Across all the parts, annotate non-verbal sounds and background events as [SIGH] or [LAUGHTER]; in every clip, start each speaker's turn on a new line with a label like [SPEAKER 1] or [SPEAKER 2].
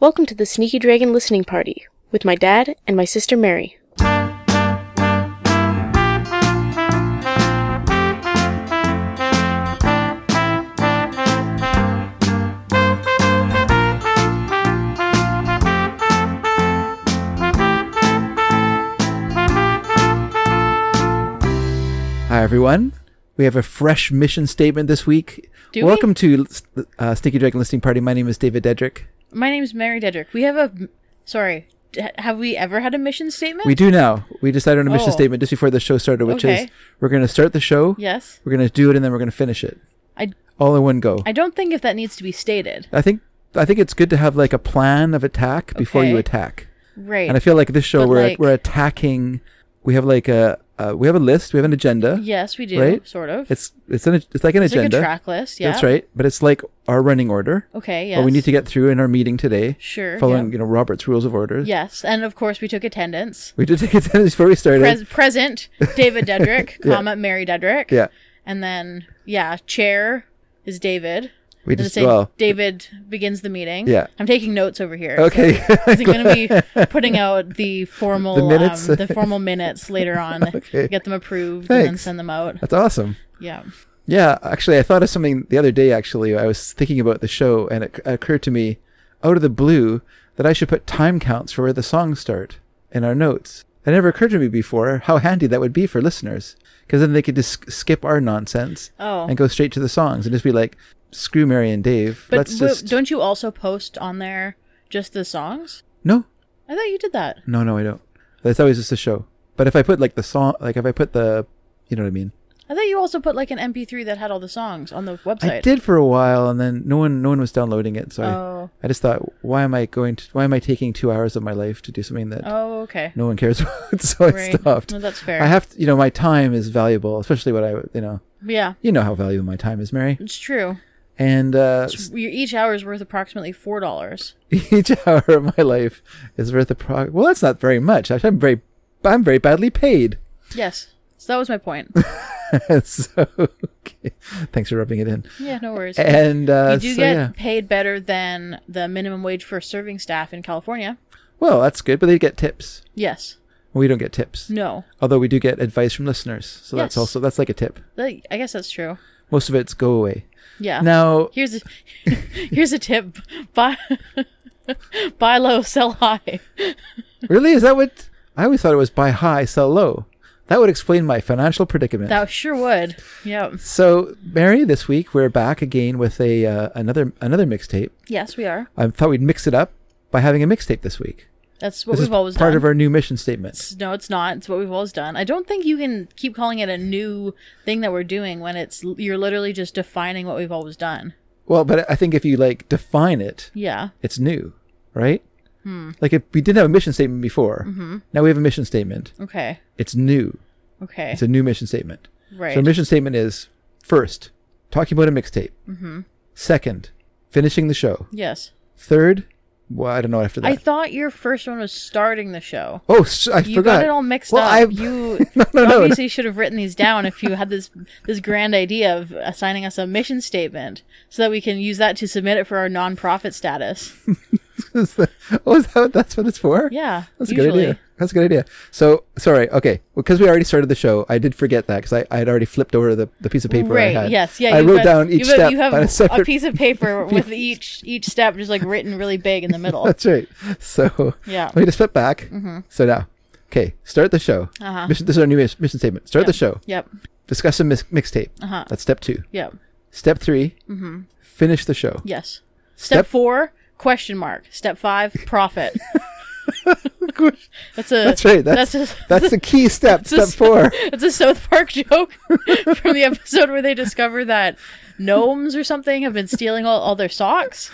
[SPEAKER 1] Welcome to the Sneaky Dragon Listening Party with my dad and my sister Mary.
[SPEAKER 2] Hi, everyone. We have a fresh mission statement this week.
[SPEAKER 3] Do we?
[SPEAKER 2] Welcome to uh, Sneaky Dragon Listening Party. My name is David Dedrick.
[SPEAKER 3] My name's Mary Dedrick. We have a sorry. d- Have we ever had a mission statement?
[SPEAKER 2] We do now. We decided on a mission
[SPEAKER 3] Oh.
[SPEAKER 2] statement just before the show started, which is
[SPEAKER 3] Okay.
[SPEAKER 2] we're going to start the show,
[SPEAKER 3] yes.
[SPEAKER 2] we're going to do it, and then we're going to finish it
[SPEAKER 3] I
[SPEAKER 2] all in one go.
[SPEAKER 3] I don't think if that needs to be stated.
[SPEAKER 2] I think I think it's good to have like a plan of attack before you
[SPEAKER 3] Okay.
[SPEAKER 2] attack.
[SPEAKER 3] Right.
[SPEAKER 2] And I feel like this show
[SPEAKER 3] But,
[SPEAKER 2] we're
[SPEAKER 3] like-
[SPEAKER 2] we're attacking. We have like a uh, we have a list. We have an agenda.
[SPEAKER 3] yes, we do.
[SPEAKER 2] right?
[SPEAKER 3] Sort of.
[SPEAKER 2] It's it's an it's like an
[SPEAKER 3] It's like a
[SPEAKER 2] agenda.
[SPEAKER 3] track list. Yeah.
[SPEAKER 2] That's right. But it's like our running order.
[SPEAKER 3] Okay. Yes.
[SPEAKER 2] What we need to get through in our meeting today.
[SPEAKER 3] Sure.
[SPEAKER 2] following
[SPEAKER 3] yeah.
[SPEAKER 2] you know Robert's rules of order.
[SPEAKER 3] Yes, and of course we took attendance.
[SPEAKER 2] we did [LAUGHS] take attendance before we started.
[SPEAKER 3] Pres- present David Dedrick,
[SPEAKER 2] [LAUGHS] Yeah.
[SPEAKER 3] comma Mary Dedrick.
[SPEAKER 2] yeah,
[SPEAKER 3] And then yeah, chair is David.
[SPEAKER 2] we
[SPEAKER 3] Does it
[SPEAKER 2] just
[SPEAKER 3] say
[SPEAKER 2] well.
[SPEAKER 3] David begins the meeting?
[SPEAKER 2] Yeah. Oh,
[SPEAKER 3] I'm taking notes over here.
[SPEAKER 2] Okay,
[SPEAKER 3] Is it going to be putting out the formal
[SPEAKER 2] The minutes?
[SPEAKER 3] um, the formal minutes
[SPEAKER 2] [LAUGHS]
[SPEAKER 3] later on?
[SPEAKER 2] Okay.
[SPEAKER 3] Get them approved and then
[SPEAKER 2] Thanks.
[SPEAKER 3] send them
[SPEAKER 2] [LAUGHS]
[SPEAKER 3] out.
[SPEAKER 2] that's awesome.
[SPEAKER 3] Yeah.
[SPEAKER 2] Yeah, actually, I thought of something the other day. Actually, I was thinking about the show, and it c- occurred to me, out of the blue, that I should put time counts for where the songs start in our notes. It never occurred to me before how handy that would be for listeners, because then they could just sk- skip our nonsense
[SPEAKER 3] Oh.
[SPEAKER 2] and go straight to the songs, and just be like, "Screw Mary and Dave."
[SPEAKER 3] But
[SPEAKER 2] Let's
[SPEAKER 3] w-
[SPEAKER 2] just
[SPEAKER 3] don't you also post on there just the songs?
[SPEAKER 2] no,
[SPEAKER 3] I thought you did that.
[SPEAKER 2] No, no, I don't. That's always just a show. But if I put like the song, like if I put the, you know what I mean.
[SPEAKER 3] I thought you also put like an MP3 that had all the songs on the website.
[SPEAKER 2] I did for a while, and then no one, no one was downloading it. So I,
[SPEAKER 3] Oh.
[SPEAKER 2] I just thought, why am I going to? Why am I taking two hours of my life to do something that
[SPEAKER 3] Oh, okay.
[SPEAKER 2] no one cares [LAUGHS] about? so I
[SPEAKER 3] Right.
[SPEAKER 2] stopped.
[SPEAKER 3] No, that's fair.
[SPEAKER 2] I have to, you know, my time is valuable, especially what I, you know,
[SPEAKER 3] yeah,
[SPEAKER 2] you know how valuable my time is, Mary.
[SPEAKER 3] it's true.
[SPEAKER 2] And uh,
[SPEAKER 3] It's- your- each hour is worth approximately four dollars.
[SPEAKER 2] [LAUGHS] each hour of my life is worth a pro. Well, that's not very much. Actually, I'm very, I'm very badly paid. [LAUGHS]
[SPEAKER 3] Yes. So that was my point.
[SPEAKER 2] so, okay. thanks for rubbing it in.
[SPEAKER 3] Yeah, no worries.
[SPEAKER 2] And uh,
[SPEAKER 3] you do
[SPEAKER 2] so,
[SPEAKER 3] get
[SPEAKER 2] yeah.
[SPEAKER 3] paid better than the minimum wage for serving staff in California.
[SPEAKER 2] Well, that's good, but they get tips.
[SPEAKER 3] Yes.
[SPEAKER 2] We don't get tips,
[SPEAKER 3] No.
[SPEAKER 2] although we do get advice from listeners. So that's
[SPEAKER 3] Hmm. Yes.
[SPEAKER 2] also that's like a tip.
[SPEAKER 3] I I guess that's true.
[SPEAKER 2] Most of it's go away.
[SPEAKER 3] Yeah.
[SPEAKER 2] Now,
[SPEAKER 3] Here's a [LAUGHS] here's a tip. [LAUGHS] Buy buy low, sell high.
[SPEAKER 2] really, is that what I always thought it was? Buy high, sell low. That would explain my financial predicament.
[SPEAKER 3] That sure would. Yep.
[SPEAKER 2] so, Mary, this week we're back again with a uh, another another mixtape.
[SPEAKER 3] Yes, we are.
[SPEAKER 2] I thought we'd mix it up by having a mixtape this week.
[SPEAKER 3] That's what
[SPEAKER 2] this
[SPEAKER 3] we've
[SPEAKER 2] is
[SPEAKER 3] always
[SPEAKER 2] part
[SPEAKER 3] done.
[SPEAKER 2] of our new mission statement.
[SPEAKER 3] no, it's not. It's what we've always done. I don't think you can keep calling it a new thing that we're doing when it's you're literally just defining what we've always done.
[SPEAKER 2] Well, but I think if you like define it,
[SPEAKER 3] Yeah.
[SPEAKER 2] it's new, right?
[SPEAKER 3] Hmm.
[SPEAKER 2] Like if we didn't have a mission statement before, now we have a mission statement.
[SPEAKER 3] Okay.
[SPEAKER 2] It's new.
[SPEAKER 3] Mm-hmm. Okay.
[SPEAKER 2] It's a new mission statement.
[SPEAKER 3] right.
[SPEAKER 2] So the mission statement is first, talking about a mixtape.
[SPEAKER 3] Mm-hmm.
[SPEAKER 2] Second, finishing the show.
[SPEAKER 3] yes.
[SPEAKER 2] Third, well, I don't know after that.
[SPEAKER 3] I thought your first one was starting the show.
[SPEAKER 2] oh, s I I
[SPEAKER 3] You
[SPEAKER 2] forgot.
[SPEAKER 3] got it all mixed
[SPEAKER 2] Well,
[SPEAKER 3] up.
[SPEAKER 2] I've-
[SPEAKER 3] You
[SPEAKER 2] [LAUGHS] no, no, no, no.
[SPEAKER 3] obviously should have written these down if you had this this grand idea of assigning us a mission statement so that we can use that to submit it for our nonprofit
[SPEAKER 2] [LAUGHS]
[SPEAKER 3] status.
[SPEAKER 2] oh, is that what, that's what it's for?
[SPEAKER 3] Yeah,
[SPEAKER 2] That's a good
[SPEAKER 3] usually.
[SPEAKER 2] idea. That's a good idea. So, sorry. Okay. Because we already started the show, I did forget that because I, I had already flipped over the, the piece of paper
[SPEAKER 3] Right.
[SPEAKER 2] I had.
[SPEAKER 3] Yes. Yeah.
[SPEAKER 2] I
[SPEAKER 3] you've
[SPEAKER 2] wrote
[SPEAKER 3] got-
[SPEAKER 2] down each
[SPEAKER 3] you've got-
[SPEAKER 2] step
[SPEAKER 3] You have
[SPEAKER 2] on a separate [LAUGHS]
[SPEAKER 3] a piece of paper with each each step just like written really big in the middle.
[SPEAKER 2] That's Oh, right. So
[SPEAKER 3] Yeah.
[SPEAKER 2] [LAUGHS] let
[SPEAKER 3] Mm-hmm.
[SPEAKER 2] me just flip back. So now, okay, start the show.
[SPEAKER 3] Uh-huh.
[SPEAKER 2] Mission, this is our new mis- mission statement. Start the show.
[SPEAKER 3] Yep.
[SPEAKER 2] Discuss a mis- mixtape.
[SPEAKER 3] Uh-huh. Mm-hmm.
[SPEAKER 2] That's step two.
[SPEAKER 3] Yep.
[SPEAKER 2] Step 3 finish the show.
[SPEAKER 3] Yes.
[SPEAKER 2] Step-
[SPEAKER 3] Step four question mark. Step five
[SPEAKER 2] [LAUGHS]
[SPEAKER 3] profit. that's a.
[SPEAKER 2] That's right. That's
[SPEAKER 3] that's
[SPEAKER 2] that's,
[SPEAKER 3] a-
[SPEAKER 2] the
[SPEAKER 3] [LAUGHS]
[SPEAKER 2] key step.
[SPEAKER 3] a
[SPEAKER 2] Step four.
[SPEAKER 3] It's a South Park [LAUGHS] joke from the episode where they discover that gnomes or something have been stealing all, all their socks,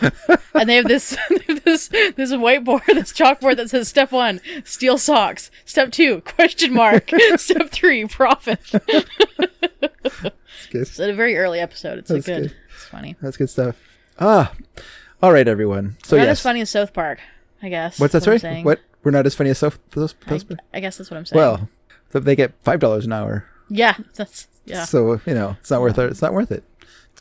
[SPEAKER 3] and they have this [LAUGHS] this this whiteboard, this chalkboard that says step one, steal socks. Step two, question mark. [LAUGHS] step three, profit.
[SPEAKER 2] That's good.
[SPEAKER 3] It's a very early episode. It's a
[SPEAKER 2] That's
[SPEAKER 3] good,
[SPEAKER 2] good. Oh,
[SPEAKER 3] It's funny.
[SPEAKER 2] That's good stuff. Ah, all right, everyone. So
[SPEAKER 3] Not as
[SPEAKER 2] yes,
[SPEAKER 3] funny as South Park, I guess.
[SPEAKER 2] what's that
[SPEAKER 3] what I'm
[SPEAKER 2] story?
[SPEAKER 3] saying.
[SPEAKER 2] What we're not as funny as self. Those,
[SPEAKER 3] I,
[SPEAKER 2] those,
[SPEAKER 3] I guess that's what I'm saying.
[SPEAKER 2] well, so they get five dollars an hour.
[SPEAKER 3] yeah, that's yeah.
[SPEAKER 2] So you know, it's not worth it. It's not worth it.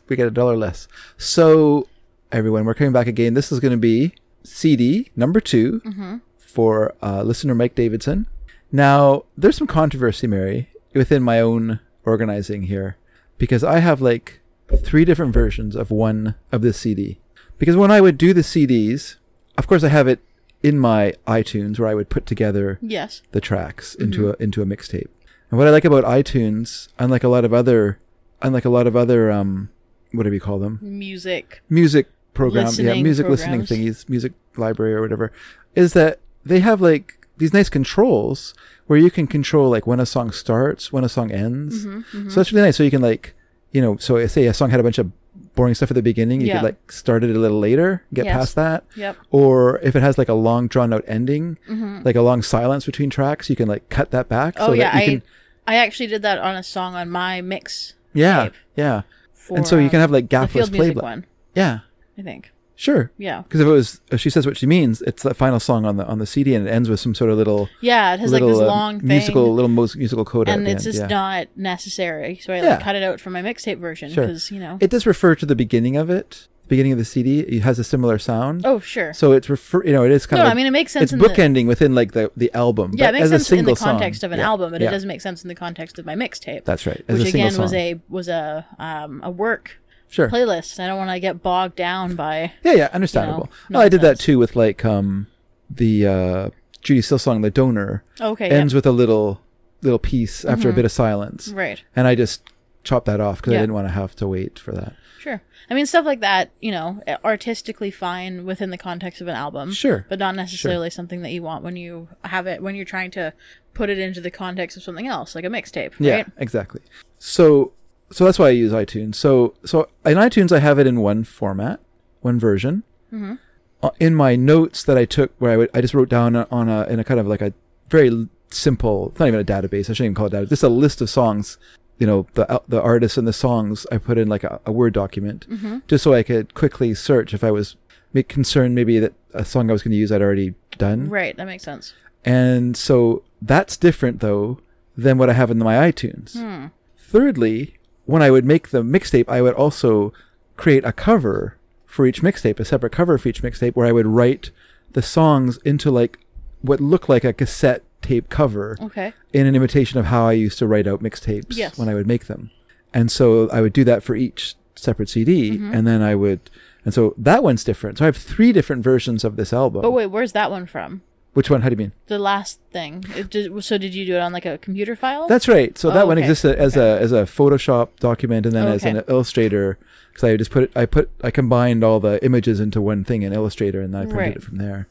[SPEAKER 2] We get a dollar less. So everyone, we're coming back again. This is going to be CD number 2 for uh, listener Mike Davidson. Now, there's some controversy, Mary, within my own organizing here, because I have like three different versions of one of this CD. Because when I would do the CDs, of course, I have it in my iTunes where I would put together
[SPEAKER 3] Yes.
[SPEAKER 2] the tracks into a into a mixtape. And what I like about iTunes, unlike a lot of other, unlike a lot of other, um, what do we call them?
[SPEAKER 3] Music.
[SPEAKER 2] Music programs, yeah,
[SPEAKER 3] Listening
[SPEAKER 2] music
[SPEAKER 3] programs.
[SPEAKER 2] listening thingies, music library or whatever, is that they have like these nice controls where you can control like when a song starts, when a song ends.
[SPEAKER 3] Mm-hmm,
[SPEAKER 2] So that's really nice. So you can like, you know, so say a song had a bunch of boring stuff at the beginning, you
[SPEAKER 3] Yeah.
[SPEAKER 2] could like start it a little later, get
[SPEAKER 3] Yes.
[SPEAKER 2] past that
[SPEAKER 3] Yep. Mm-hmm.
[SPEAKER 2] or if it has like a long drawn out ending, like a long silence between tracks, you can like cut that back.
[SPEAKER 3] Oh yeah,
[SPEAKER 2] that you
[SPEAKER 3] I
[SPEAKER 2] can,
[SPEAKER 3] I actually did that on a song on my mix.
[SPEAKER 2] yeah,
[SPEAKER 3] tape
[SPEAKER 2] yeah.
[SPEAKER 3] For,
[SPEAKER 2] and so you can
[SPEAKER 3] um,
[SPEAKER 2] have like
[SPEAKER 3] the
[SPEAKER 2] gapless
[SPEAKER 3] field music
[SPEAKER 2] playback.
[SPEAKER 3] one,
[SPEAKER 2] Yeah,
[SPEAKER 3] I think.
[SPEAKER 2] sure.
[SPEAKER 3] Yeah.
[SPEAKER 2] Because if it was, if she says what she means, it's the final song on the on the CD, and it ends with some sort of little
[SPEAKER 3] Yeah, it has
[SPEAKER 2] little
[SPEAKER 3] like this
[SPEAKER 2] um,
[SPEAKER 3] long thing.
[SPEAKER 2] musical little mus- musical coda.
[SPEAKER 3] and
[SPEAKER 2] at the
[SPEAKER 3] it's
[SPEAKER 2] end,
[SPEAKER 3] just
[SPEAKER 2] yeah.
[SPEAKER 3] not necessary. So I
[SPEAKER 2] Yeah.
[SPEAKER 3] like, cut it out from my mixtape version
[SPEAKER 2] Sure.
[SPEAKER 3] because you know.
[SPEAKER 2] It does refer to the beginning of it, the beginning of the CD. It has a similar sound.
[SPEAKER 3] oh sure.
[SPEAKER 2] So it's refer, you know, it is kind
[SPEAKER 3] No,
[SPEAKER 2] of.
[SPEAKER 3] I mean, it makes sense
[SPEAKER 2] It's
[SPEAKER 3] in the-
[SPEAKER 2] bookending within like the the album.
[SPEAKER 3] yeah, it
[SPEAKER 2] but
[SPEAKER 3] makes
[SPEAKER 2] as a
[SPEAKER 3] sense in the
[SPEAKER 2] single song,
[SPEAKER 3] context of an
[SPEAKER 2] yeah,
[SPEAKER 3] album, but
[SPEAKER 2] yeah.
[SPEAKER 3] it doesn't make sense in the context of my mixtape.
[SPEAKER 2] That's right. As a
[SPEAKER 3] which
[SPEAKER 2] single
[SPEAKER 3] again was
[SPEAKER 2] song.
[SPEAKER 3] a was a um a work
[SPEAKER 2] sure.
[SPEAKER 3] playlist. I don't want to get bogged down by
[SPEAKER 2] Yeah, yeah, understandable.
[SPEAKER 3] no
[SPEAKER 2] well, I did that
[SPEAKER 3] offense.
[SPEAKER 2] too with like um the uh Judy Still song The Donor
[SPEAKER 3] okay
[SPEAKER 2] ends with a little little piece after a bit of silence.
[SPEAKER 3] yeah, right
[SPEAKER 2] And I just chopped that off cuz I
[SPEAKER 3] Yeah.
[SPEAKER 2] didn't want to have to wait for that.
[SPEAKER 3] sure. I mean, stuff like that, you know, artistically fine within the context of an album,
[SPEAKER 2] Sure.
[SPEAKER 3] but not necessarily something that you want when you have it when you're trying to put it into the context of something else, like a mixtape.
[SPEAKER 2] Yeah,
[SPEAKER 3] right?
[SPEAKER 2] exactly. So so that's why I use iTunes. So so in iTunes I have it in one format, one version.
[SPEAKER 3] Mm-hmm.
[SPEAKER 2] Uh, In my notes that I took, where I would I just wrote down on a in a kind of like a very l- simple, it's not even a database. I shouldn't even call it database. Just a list of songs. You know the al- the artists and the songs. I put in like a, a word document
[SPEAKER 3] Mm-hmm.
[SPEAKER 2] just so I could quickly search if I was ma- concerned maybe that a song I was going to use I'd already done.
[SPEAKER 3] right. That makes sense.
[SPEAKER 2] And so that's different though than what I have in my iTunes.
[SPEAKER 3] Hmm.
[SPEAKER 2] Thirdly, when I would make the mixtape, I would also create a cover for each mixtape, a separate cover for each mixtape where I would write the songs into like what looked like a cassette tape cover
[SPEAKER 3] Okay.
[SPEAKER 2] in an imitation of how I used to write out mixtapes
[SPEAKER 3] Yes.
[SPEAKER 2] when I would make them. And so I would do that for each separate CD
[SPEAKER 3] Mm-hmm.
[SPEAKER 2] and then I would and so that one's different. So I have three different versions of this album.
[SPEAKER 3] But wait, where's that one from?
[SPEAKER 2] Which one? How do you mean?
[SPEAKER 3] The last thing. It did, so did you do it on like a computer file?
[SPEAKER 2] That's right. So that
[SPEAKER 3] Oh,
[SPEAKER 2] one
[SPEAKER 3] okay.
[SPEAKER 2] exists as a as a Photoshop document, and then as an
[SPEAKER 3] Okay.
[SPEAKER 2] Illustrator. Because I just put it, I put I combined all the images into one thing in Illustrator, and then I printed
[SPEAKER 3] Right.
[SPEAKER 2] it from there.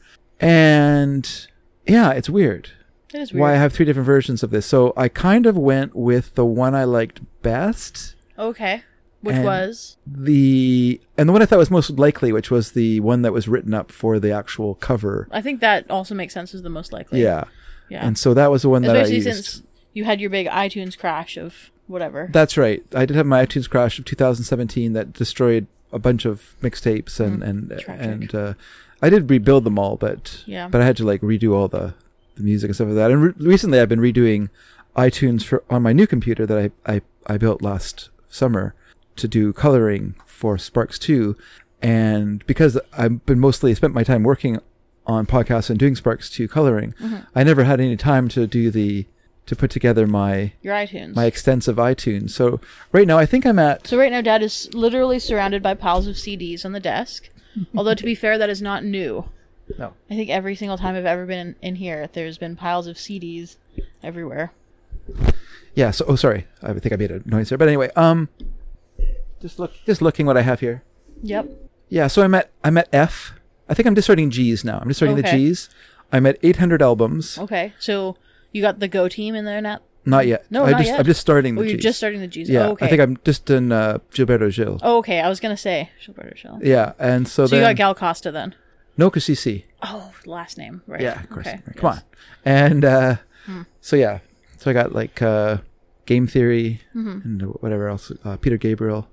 [SPEAKER 2] And yeah, it's weird,
[SPEAKER 3] That is weird.
[SPEAKER 2] why I have three different versions of this. So I kind of went with the one I liked best,
[SPEAKER 3] okay. Which
[SPEAKER 2] And-
[SPEAKER 3] was
[SPEAKER 2] the and the one I thought was most likely, which was the one that was written up for the actual cover.
[SPEAKER 3] I think that also makes sense as the most likely.
[SPEAKER 2] Yeah,
[SPEAKER 3] Yeah.
[SPEAKER 2] and so that was the one that I
[SPEAKER 3] Especially
[SPEAKER 2] used.
[SPEAKER 3] since you had your big iTunes crash of whatever.
[SPEAKER 2] That's right. I did have my iTunes crash of 2017 that destroyed a bunch of mixtapes and and
[SPEAKER 3] Mm-hmm. Tragic.
[SPEAKER 2] and uh, I did rebuild them all, but
[SPEAKER 3] Yeah.
[SPEAKER 2] but I had to like redo all the, the music and stuff like that. And re- recently, I've been redoing iTunes for on my new computer that I I, I built last summer to do coloring for Sparks 2, and because I've been mostly spent my time working on podcasts and doing Sparks 2 coloring,
[SPEAKER 3] Mm-hmm.
[SPEAKER 2] I never had any time to do the to put together my
[SPEAKER 3] your iTunes.
[SPEAKER 2] my extensive iTunes. So right now, I think I'm at.
[SPEAKER 3] so right now dad is literally surrounded by piles of CDs on the desk. Although to be fair, that is not new.
[SPEAKER 2] No.
[SPEAKER 3] I think every single time I've ever been in here, there's been piles of CDs everywhere.
[SPEAKER 2] Yeah. So, oh, sorry. I think I made a noise there. But anyway, um, just look, just looking what I have here.
[SPEAKER 3] Yep.
[SPEAKER 2] Yeah. So I'm at, I'm at F. I think I'm just starting G's now. I'm just starting
[SPEAKER 3] Okay. Oh.
[SPEAKER 2] the G's. I'm at 800 albums.
[SPEAKER 3] Okay. So you got the Go team in there now?
[SPEAKER 2] Not yet.
[SPEAKER 3] No,
[SPEAKER 2] I
[SPEAKER 3] not
[SPEAKER 2] just,
[SPEAKER 3] yet.
[SPEAKER 2] I'm just starting the
[SPEAKER 3] Oh, you're
[SPEAKER 2] G's.
[SPEAKER 3] just starting the G's.
[SPEAKER 2] yeah.
[SPEAKER 3] Oh, okay.
[SPEAKER 2] I think I'm just in uh, Gilberto Gil.
[SPEAKER 3] Oh, okay. I was gonna say Gilberto Gil.
[SPEAKER 2] Yeah. And so,
[SPEAKER 3] So you
[SPEAKER 2] then
[SPEAKER 3] got Gal Costa then?
[SPEAKER 2] no CC.
[SPEAKER 3] Oh, last name, right?
[SPEAKER 2] Yeah. Of course.
[SPEAKER 3] Okay. Hmm.
[SPEAKER 2] Come on. And uh, so yeah. So I got like uh, Game Theory
[SPEAKER 3] Mm-hmm.
[SPEAKER 2] and whatever else. Uh, Peter Gabriel.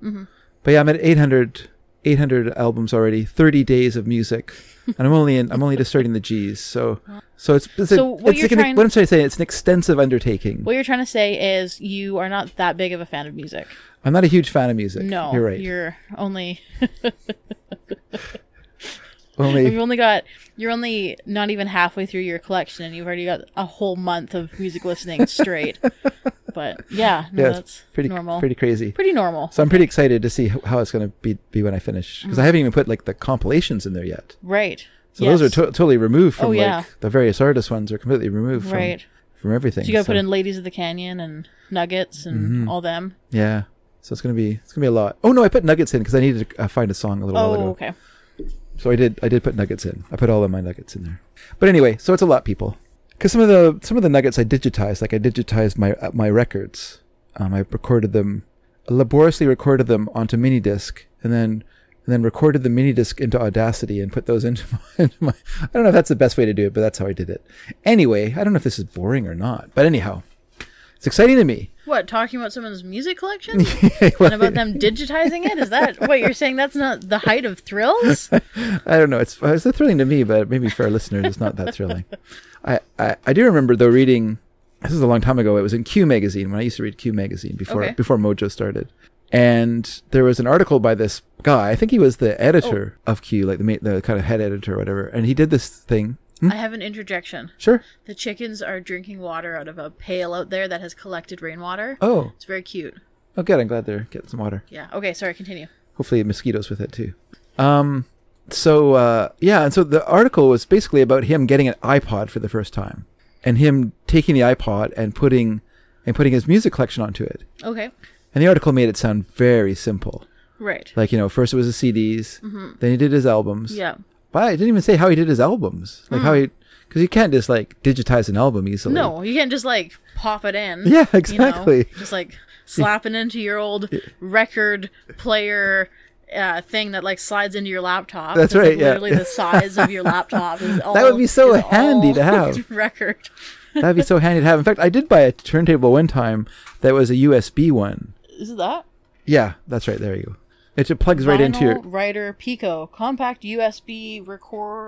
[SPEAKER 2] But yeah, I'm at 800, 800 albums already. Thirty days of
[SPEAKER 3] [LAUGHS]
[SPEAKER 2] music, and I'm only in. I'm only just starting the G's. So, so it's. it's a-
[SPEAKER 3] So what
[SPEAKER 2] it's
[SPEAKER 3] you're
[SPEAKER 2] like an-
[SPEAKER 3] trying-
[SPEAKER 2] what I'm trying to say, it's an extensive undertaking.
[SPEAKER 3] What you're trying to say is you are not that big of a fan of music.
[SPEAKER 2] I'm not a huge fan of music.
[SPEAKER 3] No,
[SPEAKER 2] you're right.
[SPEAKER 3] You're only You've
[SPEAKER 2] Only
[SPEAKER 3] only got you're only not even halfway through your collection, and you've already got a whole month of music
[SPEAKER 2] [LAUGHS]
[SPEAKER 3] listening straight. but yeah, no,
[SPEAKER 2] yeah,
[SPEAKER 3] that's
[SPEAKER 2] it's pretty
[SPEAKER 3] normal.
[SPEAKER 2] pretty crazy.
[SPEAKER 3] Pretty normal,
[SPEAKER 2] so I'm pretty excited to see h- how it's going to be be when I finish because
[SPEAKER 3] Mm-hmm.
[SPEAKER 2] I haven't even put like the compilations in there yet.
[SPEAKER 3] right?
[SPEAKER 2] So those are
[SPEAKER 3] Yes.
[SPEAKER 2] to- totally removed from
[SPEAKER 3] Oh, yeah.
[SPEAKER 2] like the various artist ones are completely removed from
[SPEAKER 3] Right.
[SPEAKER 2] from everything.
[SPEAKER 3] So you got to
[SPEAKER 2] so-
[SPEAKER 3] put in Ladies of the Canyon and Nuggets and
[SPEAKER 2] Mm-hmm.
[SPEAKER 3] all them.
[SPEAKER 2] Yeah. So it's gonna be it's gonna be a lot. Oh no, I put nuggets in because I needed to uh, find a song a little while
[SPEAKER 3] Oh,
[SPEAKER 2] ago.
[SPEAKER 3] okay.
[SPEAKER 2] So I did I did put nuggets in. I put all of my nuggets in there. But anyway, so it's a lot, people. Because some of the some of the nuggets I digitized, like I digitized my uh, my records. Um, I recorded them laboriously recorded them onto mini disc and then and then recorded the mini disc into Audacity and put those [LAUGHS] into my, into my. I don't know if that's the best way to do it, but that's how I did it. Anyway, I don't know if this is boring or not, but anyhow, it's exciting to me. [LAUGHS]
[SPEAKER 3] What talking about someone's music collection and about them digitizing it? Is that what you're saying? That's not the height
[SPEAKER 2] [LAUGHS]
[SPEAKER 3] of thrills.
[SPEAKER 2] Mm-hmm. I don't know. It's it's thrilling to me, but maybe for our listeners, it's not that thrilling. I, I, I do remember though reading. This is a long time ago. It was in Q magazine when I used to read Q magazine before
[SPEAKER 3] Okay.
[SPEAKER 2] before Mojo started, and there was an article by this guy. I think he was the editor of Q, like the ma- the kind of head editor or whatever. And he did this thing. Hmm?
[SPEAKER 3] I have an interjection.
[SPEAKER 2] Sure.
[SPEAKER 3] The chickens are drinking water out of a pail out there that has collected rainwater.
[SPEAKER 2] Oh,
[SPEAKER 3] It's very cute.
[SPEAKER 2] oh, good. I'm glad they're getting some water.
[SPEAKER 3] Yeah. Okay. Sorry. Continue.
[SPEAKER 2] hopefully mosquitoes with it too. Um, so uh, yeah, and so the article was basically about him getting an iPod for the first time, and him taking the iPod and putting and putting his music collection onto it.
[SPEAKER 3] Okay.
[SPEAKER 2] And the article made it sound very simple.
[SPEAKER 3] Right.
[SPEAKER 2] Like you know, first it was the CDs, then he did his albums.
[SPEAKER 3] Mm-hmm. Yeah. Mm.
[SPEAKER 2] but it didn't even say how he did his albums. Like how he, because you can't just like digitize an album easily.
[SPEAKER 3] No, you can't just like pop it in.
[SPEAKER 2] Yeah,
[SPEAKER 3] you know?
[SPEAKER 2] exactly.
[SPEAKER 3] Just like slap it into your old record player uh, thing that like slides into your laptop.
[SPEAKER 2] That's
[SPEAKER 3] It's, like,
[SPEAKER 2] right, yeah.
[SPEAKER 3] Literally the size of your laptop.
[SPEAKER 2] [LAUGHS]
[SPEAKER 3] Is all,
[SPEAKER 2] would be so
[SPEAKER 3] is
[SPEAKER 2] handy
[SPEAKER 3] all
[SPEAKER 2] to have.
[SPEAKER 3] [LAUGHS] record.
[SPEAKER 2] [LAUGHS] that'd be so handy to have. In fact, I did buy a turntable one time that was a USB one.
[SPEAKER 3] Is it that?
[SPEAKER 2] Yeah, that's right. There you go. It just plugs right into your
[SPEAKER 3] Vinyl Writer Pico compact USB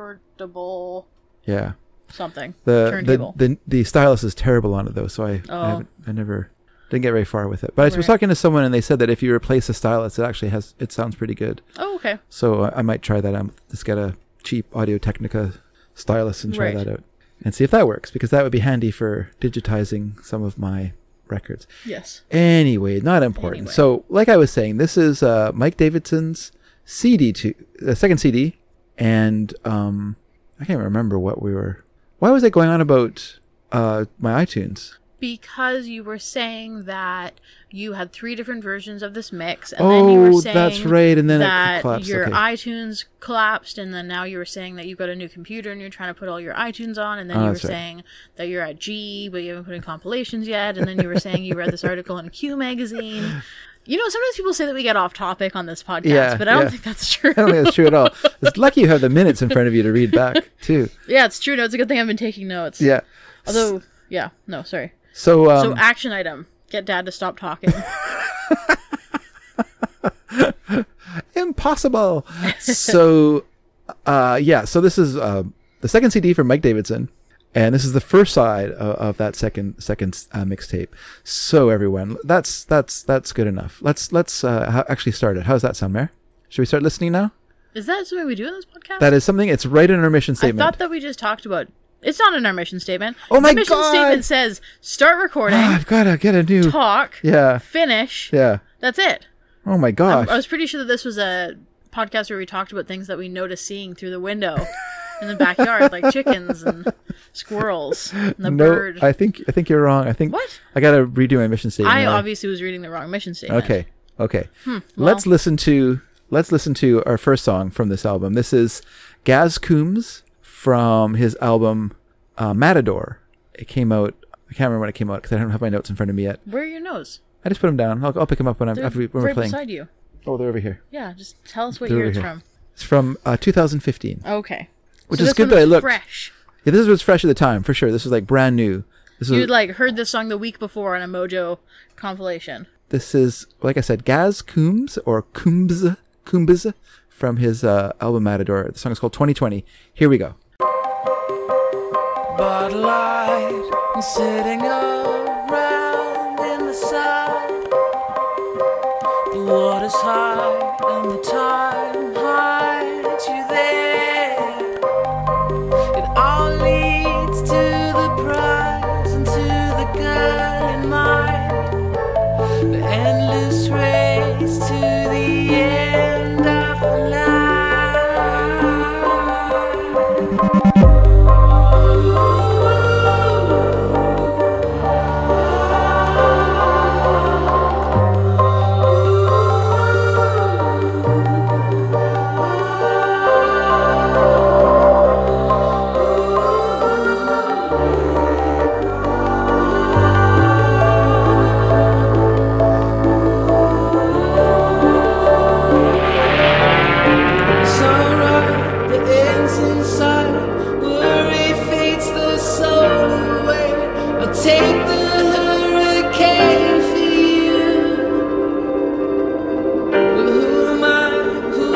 [SPEAKER 3] recordable
[SPEAKER 2] yeah.
[SPEAKER 3] something
[SPEAKER 2] the,
[SPEAKER 3] turntable.
[SPEAKER 2] the the the stylus is terrible on it though, so I
[SPEAKER 3] Oh.
[SPEAKER 2] I, haven't- I never didn't get very far with it. But I was
[SPEAKER 3] Right.
[SPEAKER 2] talking to someone and they said that if you replace the stylus, it actually has it sounds pretty good.
[SPEAKER 3] oh, okay.
[SPEAKER 2] So uh, I, I might try that. I'm just get a cheap Audio Technica stylus and try
[SPEAKER 3] Right.
[SPEAKER 2] that out and see if that works because that would be handy for digitizing some of my records.
[SPEAKER 3] Yes.
[SPEAKER 2] Anyway, not important.
[SPEAKER 3] Anyway.
[SPEAKER 2] So, like I was saying, this is uh, Mike Davidson's CD two, uh, second CD, and um, I can't remember what we were. Why was I going on about uh, my iTunes?
[SPEAKER 3] because you were saying that you had three different versions of this mix, and then you
[SPEAKER 2] Oh,
[SPEAKER 3] were saying
[SPEAKER 2] that's right, and then it
[SPEAKER 3] that
[SPEAKER 2] collapsed,
[SPEAKER 3] your
[SPEAKER 2] okay.
[SPEAKER 3] iTunes collapsed, and then now you were saying that you've got a new computer and you're trying to put all your iTunes on, and then
[SPEAKER 2] Oh,
[SPEAKER 3] you were
[SPEAKER 2] that's right.
[SPEAKER 3] saying that you're at G, but you haven't put in compilations yet, and then you were saying you read this article in Q magazine. You know, sometimes people say that we get off topic on this podcast,
[SPEAKER 2] Yeah,
[SPEAKER 3] but I don't
[SPEAKER 2] yeah.
[SPEAKER 3] think that's
[SPEAKER 2] [LAUGHS]
[SPEAKER 3] true.
[SPEAKER 2] I don't think that's true at all. It's lucky you have the minutes in front of you to read back too.
[SPEAKER 3] [LAUGHS] yeah, it's true. No, it's a good thing I've been taking notes.
[SPEAKER 2] Yeah.
[SPEAKER 3] Although, yeah, no, sorry.
[SPEAKER 2] So, um,
[SPEAKER 3] So, action item: get dad to
[SPEAKER 2] [LAUGHS]
[SPEAKER 3] stop talking.
[SPEAKER 2] impossible. so, uh, yeah. So this is uh, the second CD from Mike Davidson, and this is the first side of, of that second second uh, mixtape. So everyone, that's that's that's good enough. Let's let's uh, ha- actually start it. How's that sound, Mare? Should we start listening now?
[SPEAKER 3] Is that something we do in this podcast?
[SPEAKER 2] That is something. It's right in our mission statement.
[SPEAKER 3] I thought that we just talked about. It's not in our mission statement.
[SPEAKER 2] Oh my
[SPEAKER 3] the mission
[SPEAKER 2] God.
[SPEAKER 3] statement says start
[SPEAKER 2] [GASPS] Ah,
[SPEAKER 3] recording,
[SPEAKER 2] I've got to get a new.
[SPEAKER 3] talk,
[SPEAKER 2] Yeah,
[SPEAKER 3] finish.
[SPEAKER 2] yeah.
[SPEAKER 3] That's it.
[SPEAKER 2] Oh my
[SPEAKER 3] I'm-
[SPEAKER 2] gosh.
[SPEAKER 3] I was pretty sure that this was a podcast where we talked about things that we noticed seeing through the window in the
[SPEAKER 2] [LAUGHS]
[SPEAKER 3] backyard, like chickens and squirrels and the
[SPEAKER 2] no,
[SPEAKER 3] bird.
[SPEAKER 2] I think I think you're wrong. I think
[SPEAKER 3] What?
[SPEAKER 2] I got to redo my mission statement.
[SPEAKER 3] I
[SPEAKER 2] Mare.
[SPEAKER 3] obviously was reading the wrong mission statement.
[SPEAKER 2] Okay. Okay.
[SPEAKER 3] Hmm,
[SPEAKER 2] Let's listen to let's listen to our first song from this album. This is Gaz Coombs from his album uh, Matador. It came out. I can't remember when it came out because I don't have my notes in front of me yet.
[SPEAKER 3] Where are your nose?
[SPEAKER 2] I just put them down. I'll, I'll pick them up when I'm
[SPEAKER 3] They're
[SPEAKER 2] after we, when
[SPEAKER 3] right
[SPEAKER 2] we're playing.
[SPEAKER 3] beside you.
[SPEAKER 2] Oh, they're over here.
[SPEAKER 3] Yeah, just tell us what
[SPEAKER 2] They're
[SPEAKER 3] year
[SPEAKER 2] over
[SPEAKER 3] it's
[SPEAKER 2] here.
[SPEAKER 3] from.
[SPEAKER 2] It's from uh, 2015,
[SPEAKER 3] Okay.
[SPEAKER 2] which
[SPEAKER 3] So
[SPEAKER 2] is
[SPEAKER 3] this
[SPEAKER 2] good
[SPEAKER 3] one's
[SPEAKER 2] that I looked.
[SPEAKER 3] fresh.
[SPEAKER 2] Yeah, this was fresh at the time for sure. This was like brand new. This
[SPEAKER 3] You
[SPEAKER 2] is
[SPEAKER 3] would like heard this song the week before on a Mojo compilation.
[SPEAKER 2] this is like I said, Gaz Coombs or Coombs Coombs from his uh, album Matador. The song is called 2020. Here we go.
[SPEAKER 4] Bud Light and sitting around in the sun. The water's high and the time hides you there. Sunrise, the ends in sight. Worry fades the soul away. I'll take the hurricane for you. But who am I? Who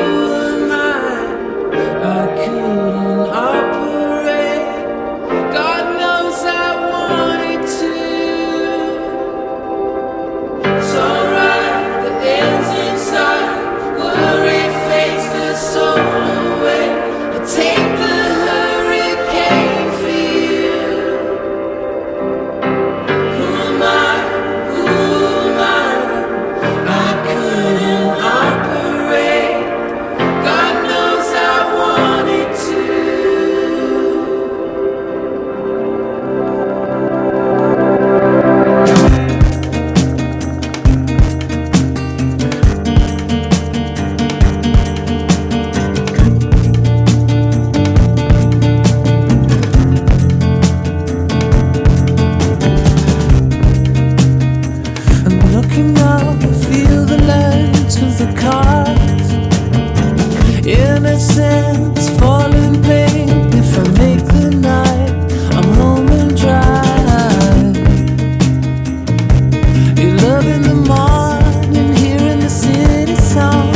[SPEAKER 4] am I? I couldn't operate. God knows I wanted to. Sunrise, the ends inside, worry fades the soul away. I take the hurricane for you. Who am I? Who am I? I couldn't operate. God knows I wanted to. I'm looking out, I feel the lights of the cars. Innocence, falling pain. If I make the night, I'm home and dry. Your love in the morning, hearing the city song.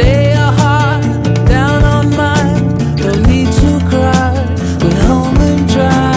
[SPEAKER 4] Lay your heart down on mine. Don't need to cry. We're home and dry.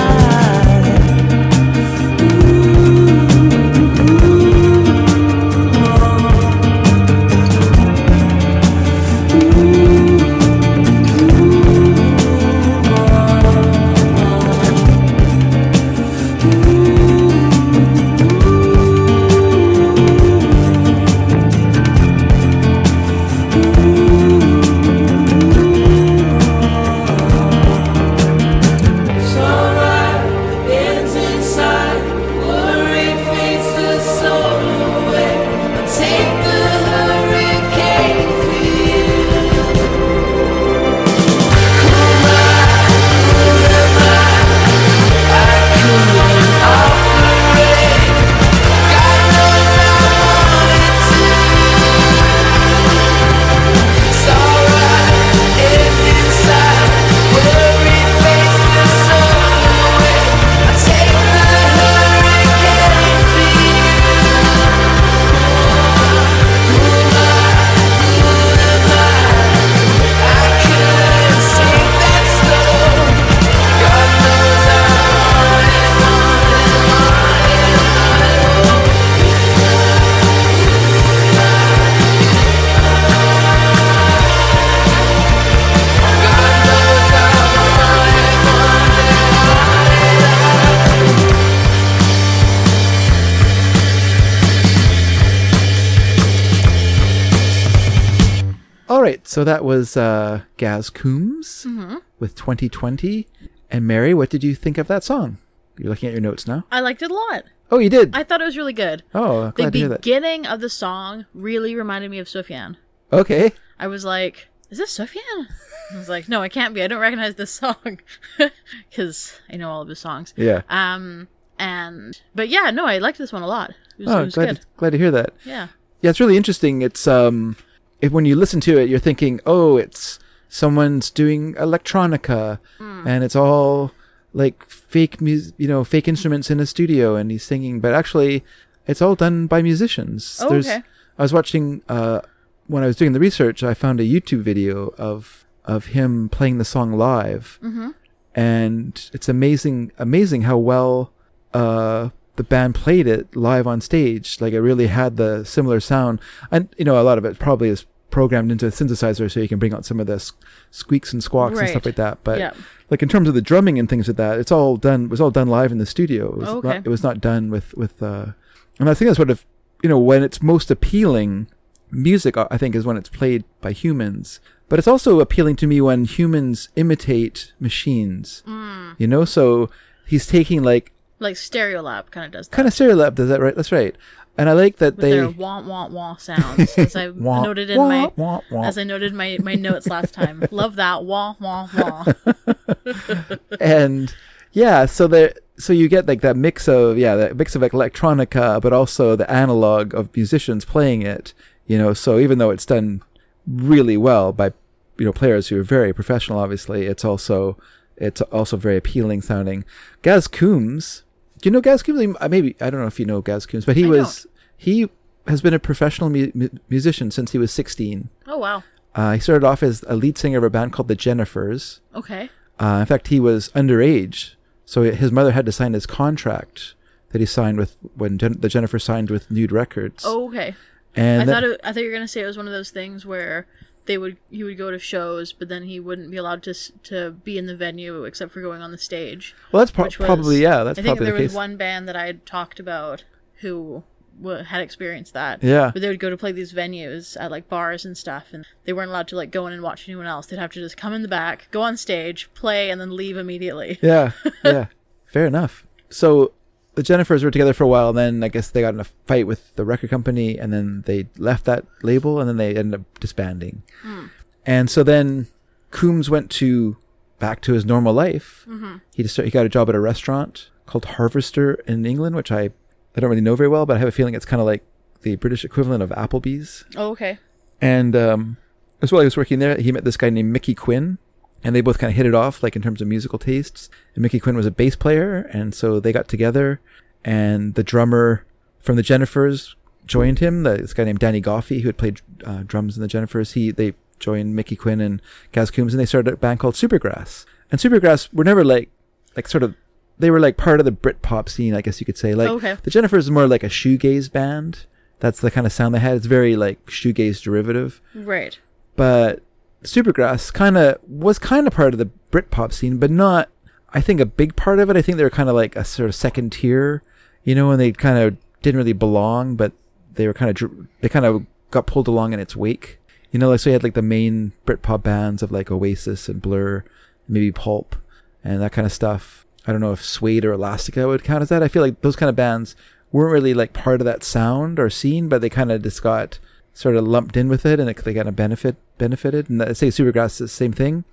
[SPEAKER 4] Sunrise, the ends inside, worry fades the soul away. I take the hurricane for you. Who am I? Who am I? I couldn't operate. God knows I wanted to. Sunrise, the ends inside, worry fades the soul away. I take the hurricane for you. Who am I? Who am I? I could sing that slow. God knows I wanted, wanted, wanted, wanted. God knows I wanted, wanted, wanted.
[SPEAKER 2] All right, so that was uh, Gaz Coombs
[SPEAKER 3] Mm-hmm.
[SPEAKER 2] with 2020. And Mary, what did you think of that song? You're looking at your notes now.
[SPEAKER 3] I liked it a lot.
[SPEAKER 2] Oh, you did.
[SPEAKER 3] I thought it was really good.
[SPEAKER 2] oh,
[SPEAKER 3] The
[SPEAKER 2] glad to hear that.
[SPEAKER 3] beginning of the song really reminded me of Sufjan.
[SPEAKER 2] Okay,
[SPEAKER 3] I was like, "Is this Sufjan?" I was like, "No, it can't be. I don't recognize this song [LAUGHS] because I know all of his songs."
[SPEAKER 2] yeah.
[SPEAKER 3] Um, and but yeah, no, I liked this one a lot. It was, it
[SPEAKER 2] Oh,
[SPEAKER 3] was
[SPEAKER 2] glad
[SPEAKER 3] good.
[SPEAKER 2] to, glad to hear that.
[SPEAKER 3] Yeah,
[SPEAKER 2] Yeah, it's really interesting. It's um, if when you listen to it, you're thinking, oh, it's someone's doing electronica,
[SPEAKER 3] Hmm.
[SPEAKER 2] and it's all like fake music, you know, fake instruments in a studio, and he's singing. But actually, it's all done by musicians.
[SPEAKER 3] Oh, okay.
[SPEAKER 2] I was watching uh, when I was doing the research, I found a YouTube video of of him playing the song live, and it's amazing, amazing how well uh, the band played it live on stage. Like it really had the similar sound, and you know, a lot of it probably is programmed into a synthesizer, so you can bring out some of the s- squeaks and squawks and stuff
[SPEAKER 3] Right.
[SPEAKER 2] like that. But
[SPEAKER 3] Yeah.
[SPEAKER 2] like in terms of the drumming and things like that, it's all done. It was all done live in the studio. It was
[SPEAKER 3] Oh,
[SPEAKER 2] not,
[SPEAKER 3] okay.
[SPEAKER 2] it was not done with with, uh, and I think that's what if you know when it's most appealing music, I think, is when it's played by humans. But it's also appealing to me when humans imitate machines.
[SPEAKER 3] Mm.
[SPEAKER 2] You know, so he's taking like
[SPEAKER 3] Like Stereo Lab kind of does that.
[SPEAKER 2] kind of Stereolab does that right? That's right. And I like that
[SPEAKER 3] with
[SPEAKER 2] they
[SPEAKER 3] their wah wah wah sounds, as
[SPEAKER 2] [LAUGHS]
[SPEAKER 3] I
[SPEAKER 2] Wah,
[SPEAKER 3] noted in
[SPEAKER 2] wah,
[SPEAKER 3] my
[SPEAKER 2] wah, wah.
[SPEAKER 3] as I noted my my notes last time. Love that wah wah
[SPEAKER 2] [LAUGHS]
[SPEAKER 3] wah.
[SPEAKER 2] and yeah, so there, so you get like that mix of yeah, that mix of like electronica, but also the analog of musicians playing it. You know, so even though it's done really well by you know players who are very professional, obviously, it's also it's also very appealing sounding. Gaz Coombs, do you know Gaz Coombs? Uh, Maybe I don't know if you know Gaz Coombs, but he
[SPEAKER 3] I
[SPEAKER 2] was he has been a professional mu- mu- musician since he was sixteen.
[SPEAKER 3] Oh wow.
[SPEAKER 2] Uh, he started off as a lead singer of a band called the Jennifers.
[SPEAKER 3] Okay.
[SPEAKER 2] Uh, in fact, he was underage, so his mother had to sign his contract that he signed with when Jen- the Jennifer signed with Nude Records.
[SPEAKER 3] Oh, okay.
[SPEAKER 2] and
[SPEAKER 3] I
[SPEAKER 2] that-
[SPEAKER 3] thought it, I thought you were gonna say it was one of those things where they would he would go to shows, but then he wouldn't be allowed to s- to be in the venue except for going on the stage.
[SPEAKER 2] well, that's pro-
[SPEAKER 3] which was-
[SPEAKER 2] probably yeah, that's
[SPEAKER 3] I think
[SPEAKER 2] probably
[SPEAKER 3] there
[SPEAKER 2] the case.
[SPEAKER 3] was one band that I had talked about who w- had experienced that.
[SPEAKER 2] Yeah.
[SPEAKER 3] but they would go to play these venues at like bars and stuff, and they weren't allowed to like go in and watch anyone else. They'd have to just come in the back, go on stage, play, and then leave immediately.
[SPEAKER 2] Yeah, yeah, fair enough. So the Jennifers were together for a while, and then I guess they got in a fight with the record company, and then they left that label, and then they ended up disbanding. And so then Coombs went to back to his normal life. He just he got a job at a restaurant called Harvester in England, which I I don't really know very well, but I have a feeling it's kind of like the British equivalent of Applebee's.
[SPEAKER 3] Oh, okay.
[SPEAKER 2] And um, as well, he was working there. He met this guy named Mickey Quinn, and they both kind of hit it off, like in terms of musical tastes. And Mickey Quinn was a bass player, and so they got together. And the drummer from the Jennifers joined him. the- This guy named Danny Goffey, who had played uh, drums in the Jennifers, he they joined Mickey Quinn and Gaz Coombs, and they started a band called Supergrass. And Supergrass were never like, like sort of, they were like part of the Britpop scene, I guess you could say. Like
[SPEAKER 3] Okay.
[SPEAKER 2] the Jennifers is more like a shoegaze band. That's the kind of sound they had. It's very like shoegaze derivative.
[SPEAKER 3] Right.
[SPEAKER 2] But Supergrass kind of was kind of part of the Britpop scene, but not. I think a big part of it. I think they were kind of like a sort of second tier, you know, and they kind of didn't really belong, but they were kind of dr- they kind of got pulled along in its wake, you know. Like so, you had like the main Britpop bands of like Oasis and Blur, maybe Pulp, and that kind of stuff. I don't know if Suede or Elastica would count as that. I feel like those kind of bands weren't really like part of that sound or scene, but they kind of just got sort of lumped in with it, and it, they kind of benefit benefited. And I say Supergrass is the same thing.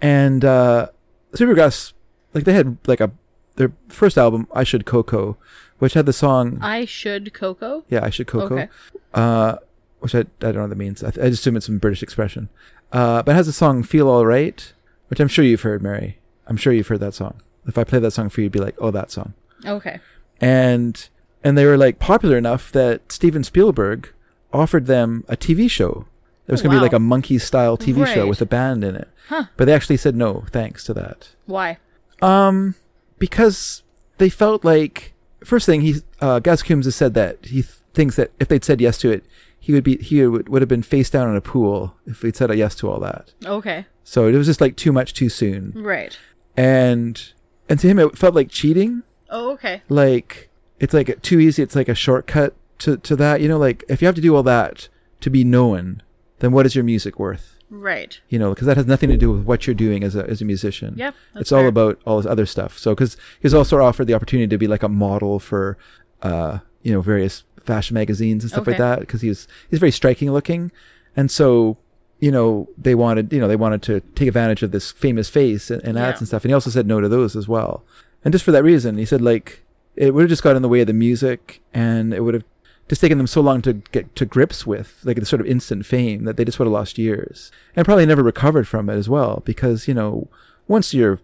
[SPEAKER 2] And uh, Supergrass, like they had like a their first album, I Should Coco, which had the song
[SPEAKER 3] I should Coco.
[SPEAKER 2] yeah, I should Coco.
[SPEAKER 3] Okay.
[SPEAKER 2] Uh, which I, I don't know what that means. I, th- I just assume it's some British expression. Uh, but it has the song Feel All Right, which I'm sure you've heard, Mary. I'm sure you've heard that song. If I play that song for you, you'd be like, oh, that song.
[SPEAKER 3] Okay.
[SPEAKER 2] And and they were like popular enough that Steven Spielberg offered them a TV show. There was
[SPEAKER 3] Oh,
[SPEAKER 2] going to
[SPEAKER 3] wow.
[SPEAKER 2] be like a monkey style TV show
[SPEAKER 3] Right.
[SPEAKER 2] with a band in it.
[SPEAKER 3] Huh.
[SPEAKER 2] But they actually said no, thanks to that.
[SPEAKER 3] Why?
[SPEAKER 2] Um, because they felt like first thing he uh, Gaz Coombs has said that he th- thinks that if they'd said yes to it, he would be he would, would have been face down in a pool if he'd said a yes to all that.
[SPEAKER 3] Okay.
[SPEAKER 2] So it was just like too much too soon,
[SPEAKER 3] Right.
[SPEAKER 2] and and to him it felt like cheating.
[SPEAKER 3] Oh, okay.
[SPEAKER 2] Like it's like too easy. It's like a shortcut to to that. You know, like if you have to do all that to be known, then what is your music worth?
[SPEAKER 3] Right.
[SPEAKER 2] you know, because that has nothing to do with what you're doing as a as a musician.
[SPEAKER 3] Yeah, that's
[SPEAKER 2] it's all
[SPEAKER 3] fair.
[SPEAKER 2] about all this other stuff. So, because he was also offered the opportunity to be like a model for, uh, you know, various fashion magazines and stuff like
[SPEAKER 3] Okay.
[SPEAKER 2] that. Because he was he's very striking looking, and so you know they wanted you know they wanted to take advantage of this famous face and, and ads
[SPEAKER 3] Yeah.
[SPEAKER 2] and stuff. And he also said no to those as well. And just for that reason, he said like it would have just got in the way of the music, and it would have just taken them so long to get to grips with, like the sort of instant fame, that they just would have lost years and probably never recovered from it as well. Because you know, once you're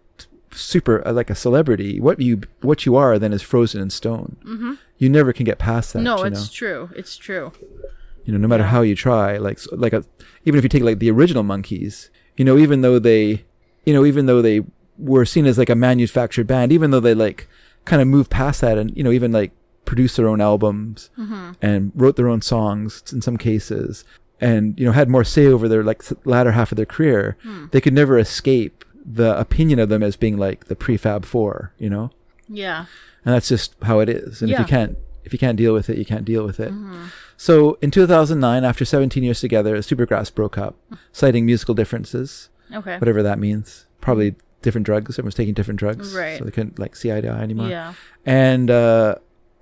[SPEAKER 2] super uh, like a celebrity, what you what you are then is frozen in stone. Mm-hmm. You never can get past that.
[SPEAKER 3] No,
[SPEAKER 2] you
[SPEAKER 3] it's
[SPEAKER 2] know?
[SPEAKER 3] true. It's true.
[SPEAKER 2] you know no matter
[SPEAKER 3] Yeah.
[SPEAKER 2] how you try like s- like a, even if you take like the original monkeys you know even though they you know even though they were seen as like a manufactured band even though they like kind of moved past that and you know even like produced their own albums and wrote their own songs in some cases and you know had more say over their like s- latter half of their career they could never escape the opinion of them as being like the prefab four you know
[SPEAKER 3] Yeah.
[SPEAKER 2] and that's just how it is and if
[SPEAKER 3] Yeah. Mm-hmm.
[SPEAKER 2] you can't if you can't deal with it, you can't deal with it. So in 2009, after 17 years together, Supergrass broke up, citing musical differences,
[SPEAKER 3] Okay.
[SPEAKER 2] whatever that means. Probably different drugs. Everyone's taking different drugs,
[SPEAKER 3] Right.
[SPEAKER 2] So they couldn't like see eye to eye anymore
[SPEAKER 3] Yeah.
[SPEAKER 2] and uh,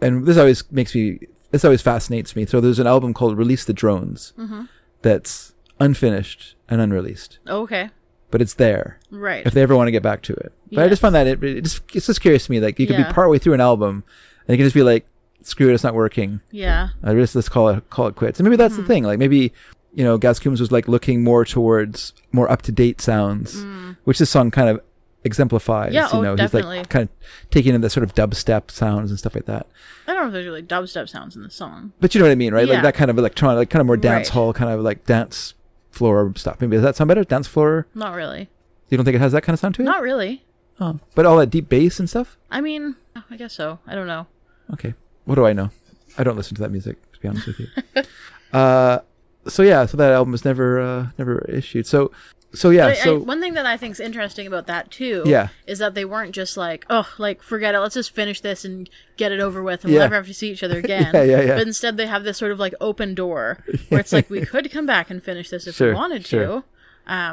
[SPEAKER 2] and this always makes me this always fascinates me. So there's an album called Release the Drones
[SPEAKER 3] Mm-hmm.
[SPEAKER 2] that's unfinished and unreleased,
[SPEAKER 3] Okay.
[SPEAKER 2] but it's there
[SPEAKER 3] Right.
[SPEAKER 2] if they ever want to get back to it. But I just
[SPEAKER 3] Yes.
[SPEAKER 2] find that it, it just, it's just curious to me. Like you could
[SPEAKER 3] Yeah.
[SPEAKER 2] be partway through an album and you can just be like, "Screw it, it's not working."
[SPEAKER 3] yeah.
[SPEAKER 2] I just let's call it call it quits. And maybe that's
[SPEAKER 3] Mm-hmm.
[SPEAKER 2] the thing. Like maybe you know Gaz Coombs was like looking more towards more up to date sounds, which this song kind of exemplifies.
[SPEAKER 3] Mm. Yeah,
[SPEAKER 2] you
[SPEAKER 3] oh,
[SPEAKER 2] know, he's
[SPEAKER 3] definitely.
[SPEAKER 2] like kind of taking in the sort of dubstep sounds and stuff like that.
[SPEAKER 3] I don't know if there's really dubstep sounds in the song.
[SPEAKER 2] But you know what I mean, right?
[SPEAKER 3] Yeah.
[SPEAKER 2] Like that kind of electronic, like kind of more dance
[SPEAKER 3] Right.
[SPEAKER 2] hall, kind of like dance floor stuff. Maybe does that sound better? Dance floor?
[SPEAKER 3] Not really.
[SPEAKER 2] You don't think it has that kind of sound to it?
[SPEAKER 3] Not really.
[SPEAKER 2] Oh. But all that deep bass and stuff?
[SPEAKER 3] I mean, I guess so. I don't know.
[SPEAKER 2] Okay. What do I know? I don't listen to that music, to be honest with you. [LAUGHS] uh, so yeah, so that album was never uh, never issued. So so yeah,
[SPEAKER 3] I, I,
[SPEAKER 2] so
[SPEAKER 3] one thing that I think is interesting about that too,
[SPEAKER 2] Yeah.
[SPEAKER 3] is that they weren't just like, oh, like forget it, let's just finish this and get it over with, and
[SPEAKER 2] Yeah.
[SPEAKER 3] we'll never have to see
[SPEAKER 2] [LAUGHS]
[SPEAKER 3] each other again.
[SPEAKER 2] Yeah, yeah, yeah.
[SPEAKER 3] But instead, they have this sort of like
[SPEAKER 2] [LAUGHS]
[SPEAKER 3] open door where it's like we could come back and finish this if we
[SPEAKER 2] Sure,
[SPEAKER 3] wanted to.
[SPEAKER 2] sure.
[SPEAKER 3] Um,